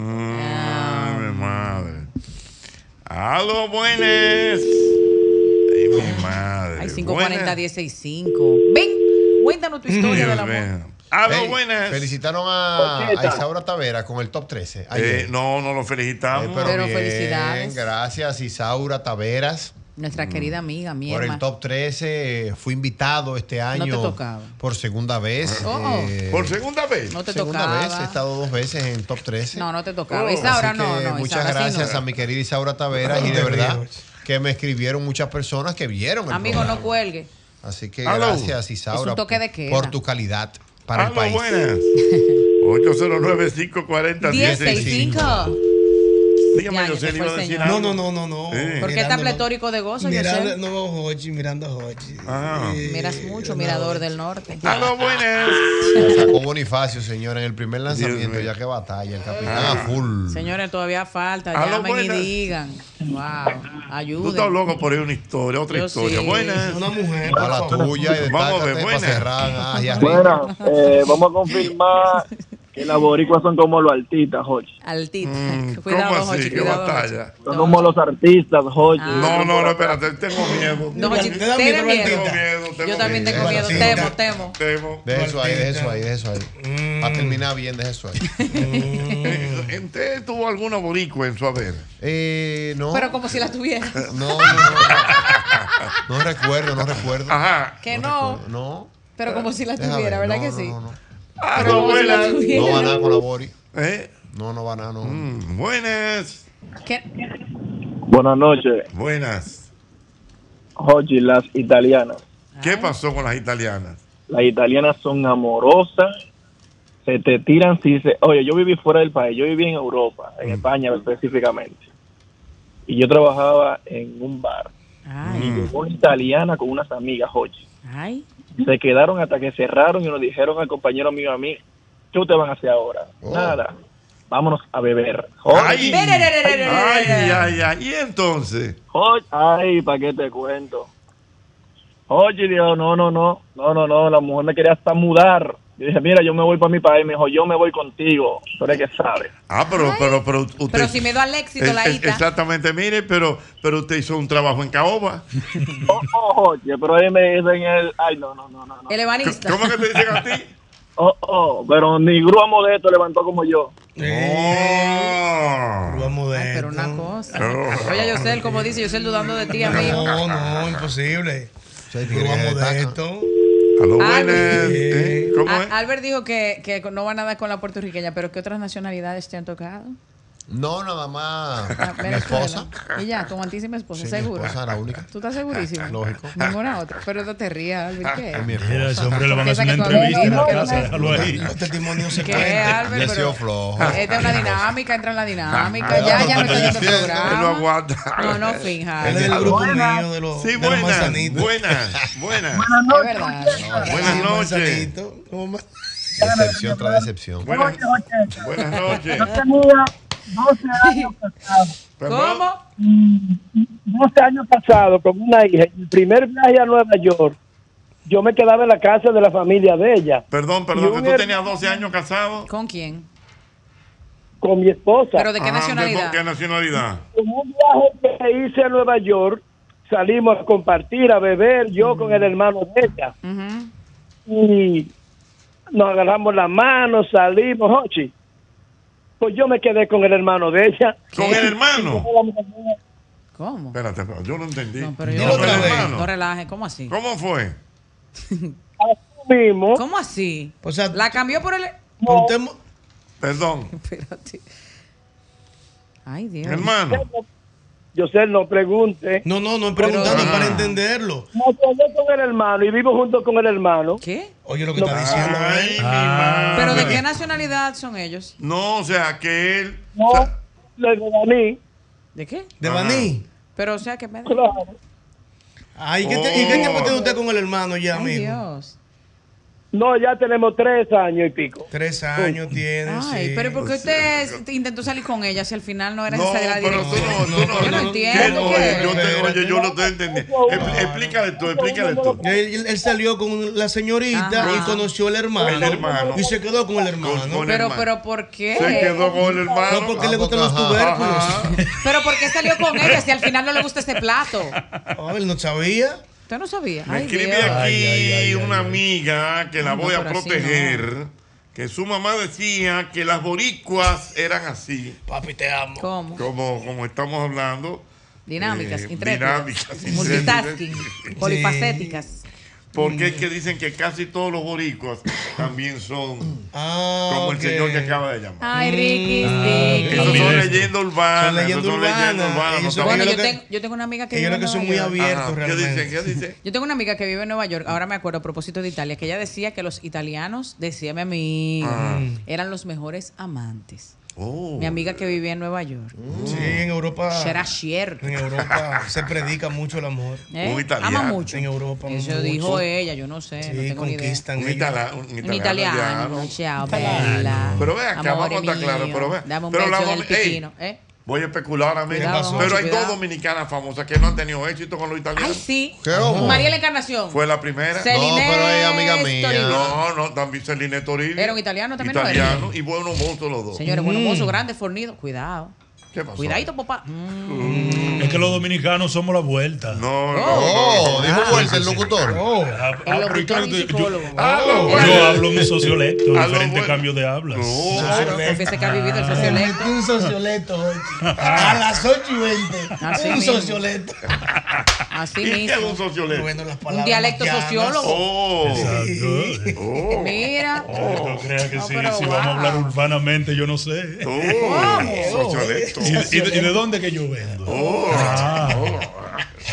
Speaker 2: Madre, madre. Aló, buenas. Ay, mi madre.
Speaker 10: Hay
Speaker 2: Buenas.
Speaker 10: 540 165. Ven, cuéntanos tu historia del amor.
Speaker 2: Aló,
Speaker 4: Hey,
Speaker 2: buenas.
Speaker 4: Felicitaron a,
Speaker 2: Ocheta.
Speaker 4: a Isaura Tavera con el top 13.
Speaker 2: Eh, no, no lo felicitamos.
Speaker 4: pero bien, Gracias, Isaura Taveras.
Speaker 10: Nuestra querida amiga, mi
Speaker 4: Mm. Por el
Speaker 10: herma.
Speaker 4: top 13 eh, fui invitado este año
Speaker 10: tocaba.
Speaker 4: por segunda vez. eh,
Speaker 10: Oh.
Speaker 2: ¿Por segunda vez?
Speaker 10: No te
Speaker 4: segunda
Speaker 10: tocaba.
Speaker 4: vez, he estado dos veces en top 13.
Speaker 10: No, no te tocaba.
Speaker 4: Oh, Así
Speaker 10: Isaura, no,
Speaker 4: que
Speaker 10: no,
Speaker 4: Muchas
Speaker 10: Isaura, sí,
Speaker 4: gracias
Speaker 10: no.
Speaker 4: a mi querida Isaura Taveras y de verdad que me escribieron muchas personas que vieron pues. el
Speaker 10: Amigo,
Speaker 4: programa.
Speaker 10: no cuelgue.
Speaker 4: Así que
Speaker 10: Aló.
Speaker 4: gracias Isaura
Speaker 10: Es un toque de queda.
Speaker 4: por tu calidad para el
Speaker 2: Aló,
Speaker 4: país.
Speaker 2: buenas. 809-540-165.
Speaker 10: 1065.
Speaker 2: este Dígame,
Speaker 10: Ya, ya
Speaker 2: Yoseli,
Speaker 10: se
Speaker 2: iba
Speaker 10: fue
Speaker 2: a
Speaker 10: el
Speaker 2: decir
Speaker 10: señor.
Speaker 2: algo.
Speaker 6: No, no, no, no, no.
Speaker 2: Eh.
Speaker 10: ¿Por qué está pletórico de gozo,
Speaker 6: Mirando,
Speaker 10: Yosel?
Speaker 6: no, Jochi, mirando a Jochi.
Speaker 2: Ah.
Speaker 10: Miras mucho, mirador del norte.
Speaker 2: Aló, buenas.
Speaker 4: La sacó Bonifacio, señor, en el primer lanzamiento, ya que batalla, el
Speaker 2: Ah.
Speaker 4: capitán a full.
Speaker 10: Señores, todavía falta.
Speaker 4: Aló,
Speaker 10: Llamen
Speaker 4: buenas.
Speaker 10: y digan. Wow,
Speaker 2: Tú estás
Speaker 10: ayuden.
Speaker 2: loco por ir una historia, otra
Speaker 10: Yo
Speaker 2: historia.
Speaker 10: sí.
Speaker 2: Buenas.
Speaker 6: Una mujer.
Speaker 4: A la tuya y
Speaker 2: Vamos a
Speaker 4: destácate
Speaker 2: ver,
Speaker 4: pa'
Speaker 2: buenas.
Speaker 4: cerrar, ah, y arriba.
Speaker 14: Bueno, eh, vamos a confirmar que las boricuas son como los artistas, Jorge.
Speaker 10: Altita.
Speaker 2: Mm, ¿Cómo
Speaker 10: cuidado,
Speaker 2: así?
Speaker 10: Jochi,
Speaker 2: ¿Qué
Speaker 10: cuidado. Ah.
Speaker 2: batalla?
Speaker 14: Son como los artistas, Jorge.
Speaker 2: No, no, no, espérate, tengo miedo.
Speaker 10: No, Jochi,
Speaker 2: Tengo
Speaker 10: tiene miedo.
Speaker 2: Tengo miedo, tengo
Speaker 10: Yo también
Speaker 2: miedo.
Speaker 10: tengo miedo.
Speaker 4: Sí.
Speaker 10: Temo, temo.
Speaker 2: Temo.
Speaker 4: Deja eso ahí, deja eso ahí, deja eso ahí.
Speaker 2: Mm.
Speaker 4: Para terminar bien, deja eso ahí.
Speaker 2: Eh, ¿Usted tuvo alguna boricua en su haber?
Speaker 4: Eh, no.
Speaker 10: Pero como si la tuviera.
Speaker 4: No, no, no. No recuerdo, no recuerdo.
Speaker 2: Ajá.
Speaker 10: Que no.
Speaker 4: No.
Speaker 10: Pero como si la
Speaker 4: Déjame
Speaker 10: tuviera,
Speaker 4: ver,
Speaker 10: ¿verdad
Speaker 4: no,
Speaker 10: que
Speaker 4: no, Ah,
Speaker 10: sí?
Speaker 2: Ah, no,
Speaker 10: como si la
Speaker 2: buenas.
Speaker 10: tuviera.
Speaker 4: No va nada con la Bori.
Speaker 2: ¿Eh?
Speaker 4: No, no va nada, no.
Speaker 2: Mm, Buenas.
Speaker 10: ¿Qué?
Speaker 14: Buenas noches.
Speaker 2: Buenas.
Speaker 14: Jorge, las italianas.
Speaker 2: ¿Qué pasó con las italianas?
Speaker 14: Las italianas son amorosas. Se te tiran si se... Oye, yo viví fuera del país. Yo viví en Europa,
Speaker 2: Mm.
Speaker 14: en España específicamente. Y yo trabajaba en un bar. Y llegó una italiana con unas amigas, Jorge.
Speaker 10: Ay.
Speaker 14: Se quedaron hasta que cerraron y nos dijeron al compañero mío y a mí, ¿qué te van a hacer ahora? Nada. Vámonos a beber.
Speaker 2: Ay, ay, ay, ay. ¿Y entonces?
Speaker 14: Oye, ay, ¿para qué te cuento? Oye, dijo, no, no, no, no, no, no, la mujer me quería hasta mudar. Yo dije, mira, yo me voy para mi país. Me dijo, yo me voy contigo. Tú eres que sabes.
Speaker 2: Ah, pero, pero, pero usted.
Speaker 10: Pero si me da al éxito
Speaker 2: Es-
Speaker 10: la
Speaker 2: es-
Speaker 10: ita.
Speaker 2: Eh, Exactamente, mire, pero, pero usted hizo un trabajo en caoba.
Speaker 14: Oh, oye, pero ahí me dicen el, ay, no, no, no, no. no.
Speaker 10: El ebanista.
Speaker 2: ¿Cómo que te dicen a ti?
Speaker 14: Oh, oh, pero ni grúa modesto levantó como yo.
Speaker 10: Ay, pero una cosa. Oye, Yosel, como dice Yosel dudando de ti, amigo.
Speaker 6: No, no, imposible. Grúa modesto.
Speaker 2: Aló,
Speaker 10: Ay.
Speaker 2: buenas. ¿Eh? ¿Cómo
Speaker 10: A-
Speaker 2: es?
Speaker 10: Albert dijo que, que no va nada con la puertorriqueña, pero ¿qué otras nacionalidades te han tocado?
Speaker 4: No, nada más mi
Speaker 10: Venezuela.
Speaker 4: esposa.
Speaker 10: Y ya, tu altísima esposa,
Speaker 4: Sí, mi
Speaker 10: Pues seguro.
Speaker 4: esposa era única.
Speaker 10: Tú estás segurísimo.
Speaker 4: Lógico.
Speaker 10: Ninguna otra. Pero no te rías, Albert. ¿Qué?
Speaker 4: Es mi esposa.
Speaker 12: Mira, ese hombre le van a
Speaker 10: Confiesa
Speaker 12: hacer una
Speaker 10: que tú habías
Speaker 12: entrevista en la
Speaker 10: ido,
Speaker 12: casa,
Speaker 10: ¿verdad?
Speaker 12: déjalo ahí.
Speaker 6: Los testimonios se
Speaker 10: ¿Qué,
Speaker 6: prenden.
Speaker 10: Albert?
Speaker 4: Ya he
Speaker 10: Pero-
Speaker 4: sido flojo.
Speaker 10: Esta es una dinámica, entra en la dinámica.
Speaker 4: Ah,
Speaker 10: Ya,
Speaker 4: no,
Speaker 10: ya no
Speaker 4: no,
Speaker 10: estoy en
Speaker 4: no,
Speaker 10: este
Speaker 4: no,
Speaker 10: programa.
Speaker 2: No aguanta.
Speaker 10: No, no, finja.
Speaker 2: El del
Speaker 6: grupo
Speaker 10: Buenas.
Speaker 6: mío de los-
Speaker 2: Sí,
Speaker 6: de los
Speaker 2: buenas.
Speaker 6: manzanitos.
Speaker 2: Buenas, buenas.
Speaker 10: Es verdad.
Speaker 2: Buenas
Speaker 6: Sí,
Speaker 2: noches.
Speaker 6: manzanito. ¿Cómo más?
Speaker 4: Decepción tras decepción.
Speaker 2: Buenas,
Speaker 6: Oye,
Speaker 2: buenas noches. Pues
Speaker 6: No
Speaker 14: tenía 12 años casado.
Speaker 10: ¿Cómo?
Speaker 14: 12 años casado con una hija. El primer viaje a Nueva York, yo me quedaba en la casa de la familia de ella.
Speaker 2: Perdón,
Speaker 14: Y
Speaker 2: perdón, que
Speaker 14: un
Speaker 2: tú
Speaker 14: her-
Speaker 2: tenías 12 años casado.
Speaker 10: ¿Con quién?
Speaker 14: Con mi esposa.
Speaker 2: Ajá, Ah, ¿Con qué nacionalidad?
Speaker 14: En un viaje que hice a Nueva York, salimos a compartir, a beber, yo con el hermano de ella. Y nos agarramos las manos, salimos, Ochi. Pues yo me quedé con el hermano de ella.
Speaker 2: ¿Con el hermano?
Speaker 10: ¿Cómo?
Speaker 2: Espérate, pero yo no entendí. No,
Speaker 10: Pero yo- No relaje, ¿cómo así?
Speaker 2: ¿Cómo fue?
Speaker 14: mismo.
Speaker 10: ¿Cómo así? la cambió por el.
Speaker 2: Perdón.
Speaker 10: Espérate. Ay, Dios.
Speaker 2: Hermano.
Speaker 14: Yo sé, no pregunte.
Speaker 6: No, no, no preguntando para entenderlo.
Speaker 14: Me quedé con el hermano y vivo junto con el hermano.
Speaker 10: ¿Qué?
Speaker 6: Oye, lo que está diciendo. Ah.
Speaker 2: Ay, mi
Speaker 10: ¿Pero de
Speaker 2: madre.
Speaker 10: qué nacionalidad son ellos?
Speaker 2: No, o sea, que él.
Speaker 14: No, de Baní.
Speaker 10: ¿De qué?
Speaker 6: De Baní.
Speaker 10: Pero, o sea, que me.
Speaker 6: Ay, ¿qué te- ¿y qué tiempo
Speaker 14: Oh.
Speaker 6: tiene usted con el hermano ya,
Speaker 10: Ay,
Speaker 6: amigo?
Speaker 10: Dios.
Speaker 14: No, ya tenemos tres años y pico.
Speaker 6: Tres años tiene.
Speaker 10: Oh. Ay,
Speaker 6: sí.
Speaker 10: pero ¿por qué usted intentó salir con ella si al final no era
Speaker 2: No,
Speaker 10: necesaria la
Speaker 2: pero tú
Speaker 10: dirección?
Speaker 2: no, tú no.
Speaker 10: yo no
Speaker 2: no,
Speaker 10: entiendo.
Speaker 2: que-
Speaker 10: ¿qué?
Speaker 2: oye, Ah, yo te, oye, yo no estoy entendiendo. Expl- Explícale tú, explícale tú.
Speaker 6: Él, él- él salió con la señorita
Speaker 2: Ajá.
Speaker 6: y conoció al hermano,
Speaker 2: El hermano.
Speaker 6: y se quedó con el hermano.
Speaker 2: con el
Speaker 10: Pero,
Speaker 2: hermano.
Speaker 10: pero, ¿por qué?
Speaker 2: Se quedó con el hermano.
Speaker 6: No, porque le gustan los tubérculos.
Speaker 2: Ajá.
Speaker 10: Pero, ¿por qué salió con ella si al final no le gusta ese plato?
Speaker 6: Ah, él no sabía.
Speaker 10: Usted no sabía.
Speaker 2: Me
Speaker 10: Ay,
Speaker 2: escribe
Speaker 10: Dios.
Speaker 2: aquí una amiga que la
Speaker 10: Ay, no,
Speaker 2: voy a
Speaker 10: pero así
Speaker 2: proteger. Que su mamá decía que las boricuas eran así.
Speaker 6: Papi, te amo.
Speaker 10: ¿Cómo?
Speaker 2: Como, como estamos hablando.
Speaker 10: Dinámicas,
Speaker 2: eh,
Speaker 10: intrépidas.
Speaker 2: dinámicas,
Speaker 10: Multitasking,
Speaker 2: intrépidas.
Speaker 10: polifacéticas.
Speaker 2: Porque es que dicen que casi todos los boricuas también son como
Speaker 6: Ah, ok.
Speaker 2: el señor que acaba de llamar.
Speaker 6: Mm.
Speaker 10: Ay, Ricky,
Speaker 6: Ah.
Speaker 10: Este,
Speaker 2: Eso son leyendas urbanas.
Speaker 6: Son leyendas
Speaker 2: eso son
Speaker 6: urbanas,
Speaker 2: leyendas urbanas,
Speaker 6: ellos
Speaker 2: no
Speaker 10: Bueno,
Speaker 2: estamos-
Speaker 10: yo, tengo, yo tengo una amiga que vive
Speaker 6: Ellos lo
Speaker 10: en
Speaker 6: que son
Speaker 10: Nueva
Speaker 6: muy
Speaker 10: York.
Speaker 6: abiertos
Speaker 2: Ajá, ¿Qué
Speaker 6: realmente.
Speaker 2: dice? ¿Qué dice?
Speaker 10: Yo tengo una amiga que vive en Nueva York, ahora me acuerdo a propósito de Italia, que ella decía que los italianos, decía mi amiga,
Speaker 6: Ah. Uh.
Speaker 10: eran los mejores amantes.
Speaker 2: Oh.
Speaker 10: Mi amiga que vivía en Nueva York.
Speaker 6: Sí, en Europa.
Speaker 10: Será cierto.
Speaker 6: En Europa se predica mucho el amor.
Speaker 10: ¿Eh? Un italiano. Ama mucho.
Speaker 6: En Europa.
Speaker 10: Eso
Speaker 6: mucho.
Speaker 10: dijo ella, yo no sé,
Speaker 6: Sí,
Speaker 10: no tengo ni idea.
Speaker 6: conquistan
Speaker 2: Un
Speaker 6: ellos.
Speaker 2: itala- un
Speaker 10: Un
Speaker 2: italiano,
Speaker 10: italiano,
Speaker 2: ya,
Speaker 10: ciao,
Speaker 2: Italiano.
Speaker 10: bella.
Speaker 2: Pero ve acá,
Speaker 10: Amore
Speaker 2: vamos a estar
Speaker 10: mío,
Speaker 2: claros, pero ve-
Speaker 10: Dame un
Speaker 2: pero la
Speaker 10: beso en el
Speaker 2: vamos- ey.
Speaker 10: piquino. ¿eh?
Speaker 2: Voy a especular ahora mismo.
Speaker 10: Cuidado,
Speaker 2: Pero hay
Speaker 10: cuidado.
Speaker 2: dos dominicanas famosas que no han tenido éxito con los italianos.
Speaker 10: Ay, sí.
Speaker 2: ¿Qué hubo?
Speaker 10: María la Encarnación.
Speaker 2: Fue la primera.
Speaker 10: Celine No, pero ella es amiga mía. Toribio.
Speaker 2: No, no, también Celine Toribio.
Speaker 10: Era un italiano también, ¿no era?
Speaker 2: Italiano y buenos mozos los dos.
Speaker 10: Señores, bueno, mozo, grande, fornido. Cuidado.
Speaker 2: ¿Qué pasó?
Speaker 10: Cuidadito, papá. Mm,
Speaker 12: Es que los dominicanos somos la vuelta.
Speaker 2: No,
Speaker 12: no,
Speaker 4: Oh, dijo vuelta el locutor.
Speaker 12: El
Speaker 10: locutor y psicólogo.
Speaker 12: Yo hablo mi sociolecto, diferentes cambios de hablas.
Speaker 10: Claro, porque se que ha vivido el sociolecto.
Speaker 6: Un socioleto, oye.
Speaker 2: Ah.
Speaker 6: A las 8 y 20.
Speaker 10: Así
Speaker 6: un
Speaker 10: mismo.
Speaker 6: socioleto.
Speaker 10: Así
Speaker 2: ¿Y qué es
Speaker 10: mismo.
Speaker 2: un sociólogo?
Speaker 6: Bueno, las
Speaker 10: Un
Speaker 6: palabras
Speaker 10: dialecto
Speaker 6: maquianas.
Speaker 10: sociólogo.
Speaker 2: Oh.
Speaker 12: Exacto.
Speaker 2: Oh.
Speaker 10: Mira.
Speaker 12: No creas que
Speaker 10: No,
Speaker 12: sí,
Speaker 10: pero
Speaker 12: si
Speaker 10: wow.
Speaker 12: vamos a hablar urbanamente, yo no sé.
Speaker 2: Oh, sociolecto.
Speaker 12: ¿Y, y de- y de dónde que yo vendo? Ah.
Speaker 6: oh.
Speaker 12: Ah.
Speaker 4: Oh.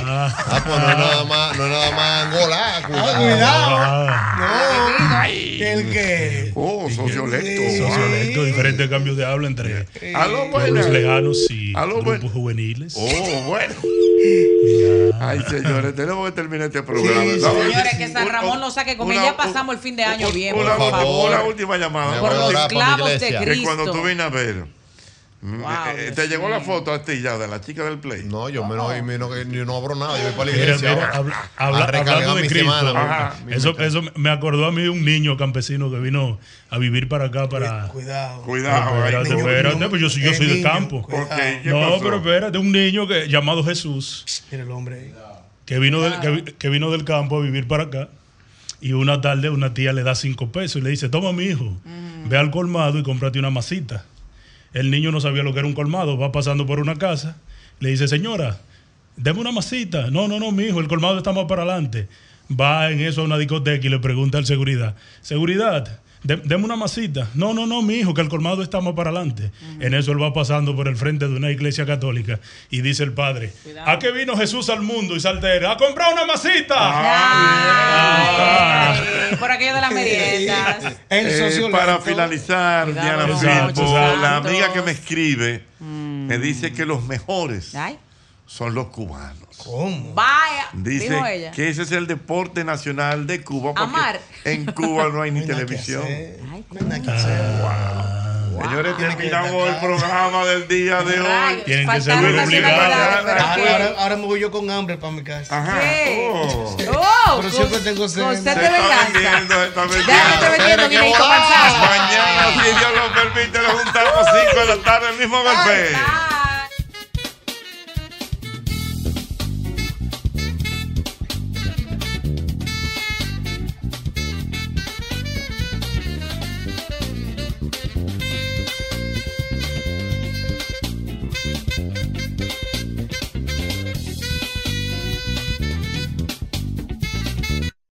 Speaker 4: Ah, pues no es nada más, no es nada más Angola. Cuidado.
Speaker 12: Ah.
Speaker 6: El que.
Speaker 2: Oh, sociolecto.
Speaker 12: Sociolecto, diferentes cambios de habla entre
Speaker 6: Eh.
Speaker 2: Aló,
Speaker 12: pueblos
Speaker 2: buenas.
Speaker 12: lejanos y
Speaker 2: Aló,
Speaker 12: grupos juveniles.
Speaker 2: Oh, bueno. Ay, señores, tenemos que terminar este programa. Vamos.
Speaker 10: Señores, que San Ramón lo saque con él. Ya pasamos el fin de año bien, por
Speaker 2: Una,
Speaker 10: favor.
Speaker 2: una última llamada.
Speaker 10: Por
Speaker 2: Una
Speaker 10: los
Speaker 2: última-
Speaker 10: clavos de
Speaker 2: Que
Speaker 10: Cristo.
Speaker 2: cuando tú vienes a ver. mm,
Speaker 10: Wow,
Speaker 2: eh, eh,
Speaker 10: Dios
Speaker 2: ¿Te llegó
Speaker 10: mío.
Speaker 2: la foto a ti ya de la chica del play?
Speaker 4: No, yo menos y menos que yo no abro nada, yo voy para la
Speaker 12: Mira,
Speaker 4: iglesia.
Speaker 12: mira,
Speaker 4: ahora.
Speaker 12: habla-
Speaker 4: A
Speaker 12: habla-
Speaker 4: recargar
Speaker 12: hablando de
Speaker 4: mi
Speaker 12: Cristo,
Speaker 4: semana,
Speaker 12: ajá,
Speaker 4: mi- mi
Speaker 12: eso, eso me acordó a mí un niño campesino que vino a vivir para acá para.
Speaker 6: Cuidado.
Speaker 2: Cuidado,
Speaker 12: Pero
Speaker 2: ay,
Speaker 12: espérate,
Speaker 2: niño,
Speaker 12: espérate,
Speaker 2: niño.
Speaker 12: pues yo soy, yo
Speaker 2: Eh,
Speaker 12: soy de
Speaker 2: niño,
Speaker 12: campo.
Speaker 2: cuidado. Ok, ¿qué
Speaker 12: no,
Speaker 2: pasó?
Speaker 12: pero espérate, un niño que, llamado Jesús
Speaker 6: Mira el hombre ahí.
Speaker 12: que vino, del, que, vi- que vino del campo a vivir para acá. Y una tarde una tía le da cinco pesos y le dice, toma mi hijo,
Speaker 6: Mm.
Speaker 12: ve al colmado y cómprate una masita. El niño no sabía lo que era un colmado, va pasando por una casa, le dice, señora, deme una masita. No, no, no, mi hijo, el colmado está más para adelante. Va en eso a una discoteca y le pregunta al seguridad, seguridad, "Dem- Deme una masita. No, no, no, mi hijo, que el colmado está más para adelante. En eso él va pasando por el frente de una iglesia católica y dice el padre: ¿A qué vino Jesús al mundo? Y saltera: ¡A comprar una masita! Ah.
Speaker 10: Por aquello de las meriendas.
Speaker 2: Eh, para finalizar,
Speaker 10: Cuidado,
Speaker 2: Diana
Speaker 12: Exacto,
Speaker 2: Filpo,
Speaker 12: exacto.
Speaker 2: la amiga que me escribe me dice que los mejores
Speaker 10: Mm. Ay.
Speaker 2: son los cubanos.
Speaker 6: ¿Cómo?
Speaker 10: Vaya, dijo
Speaker 2: Dice
Speaker 10: ella.
Speaker 2: que ese es el deporte nacional de Cuba porque
Speaker 10: Amar.
Speaker 2: en Cuba no hay ni televisión. Ah, wow. Señores, terminamos el programa del día de hoy.
Speaker 6: Rayos, Tienen que ser faltaron las obligados. Ahora, ahora- ahora me voy yo con hambre para mi casa.
Speaker 2: Ajá. Oh.
Speaker 10: Oh,
Speaker 6: Pero siempre
Speaker 10: con-
Speaker 6: tengo sed.
Speaker 10: con sed
Speaker 6: Se
Speaker 10: de
Speaker 6: está
Speaker 10: venganza.
Speaker 2: vendiendo, se está vendiendo.
Speaker 10: Ya me está
Speaker 2: Tiene
Speaker 10: vendiendo,
Speaker 2: que
Speaker 10: Guineito
Speaker 2: volar.
Speaker 10: Panzazo.
Speaker 2: Mañana, si Dios lo permite, nos juntamos 5 de la tarde, el mismo golpe.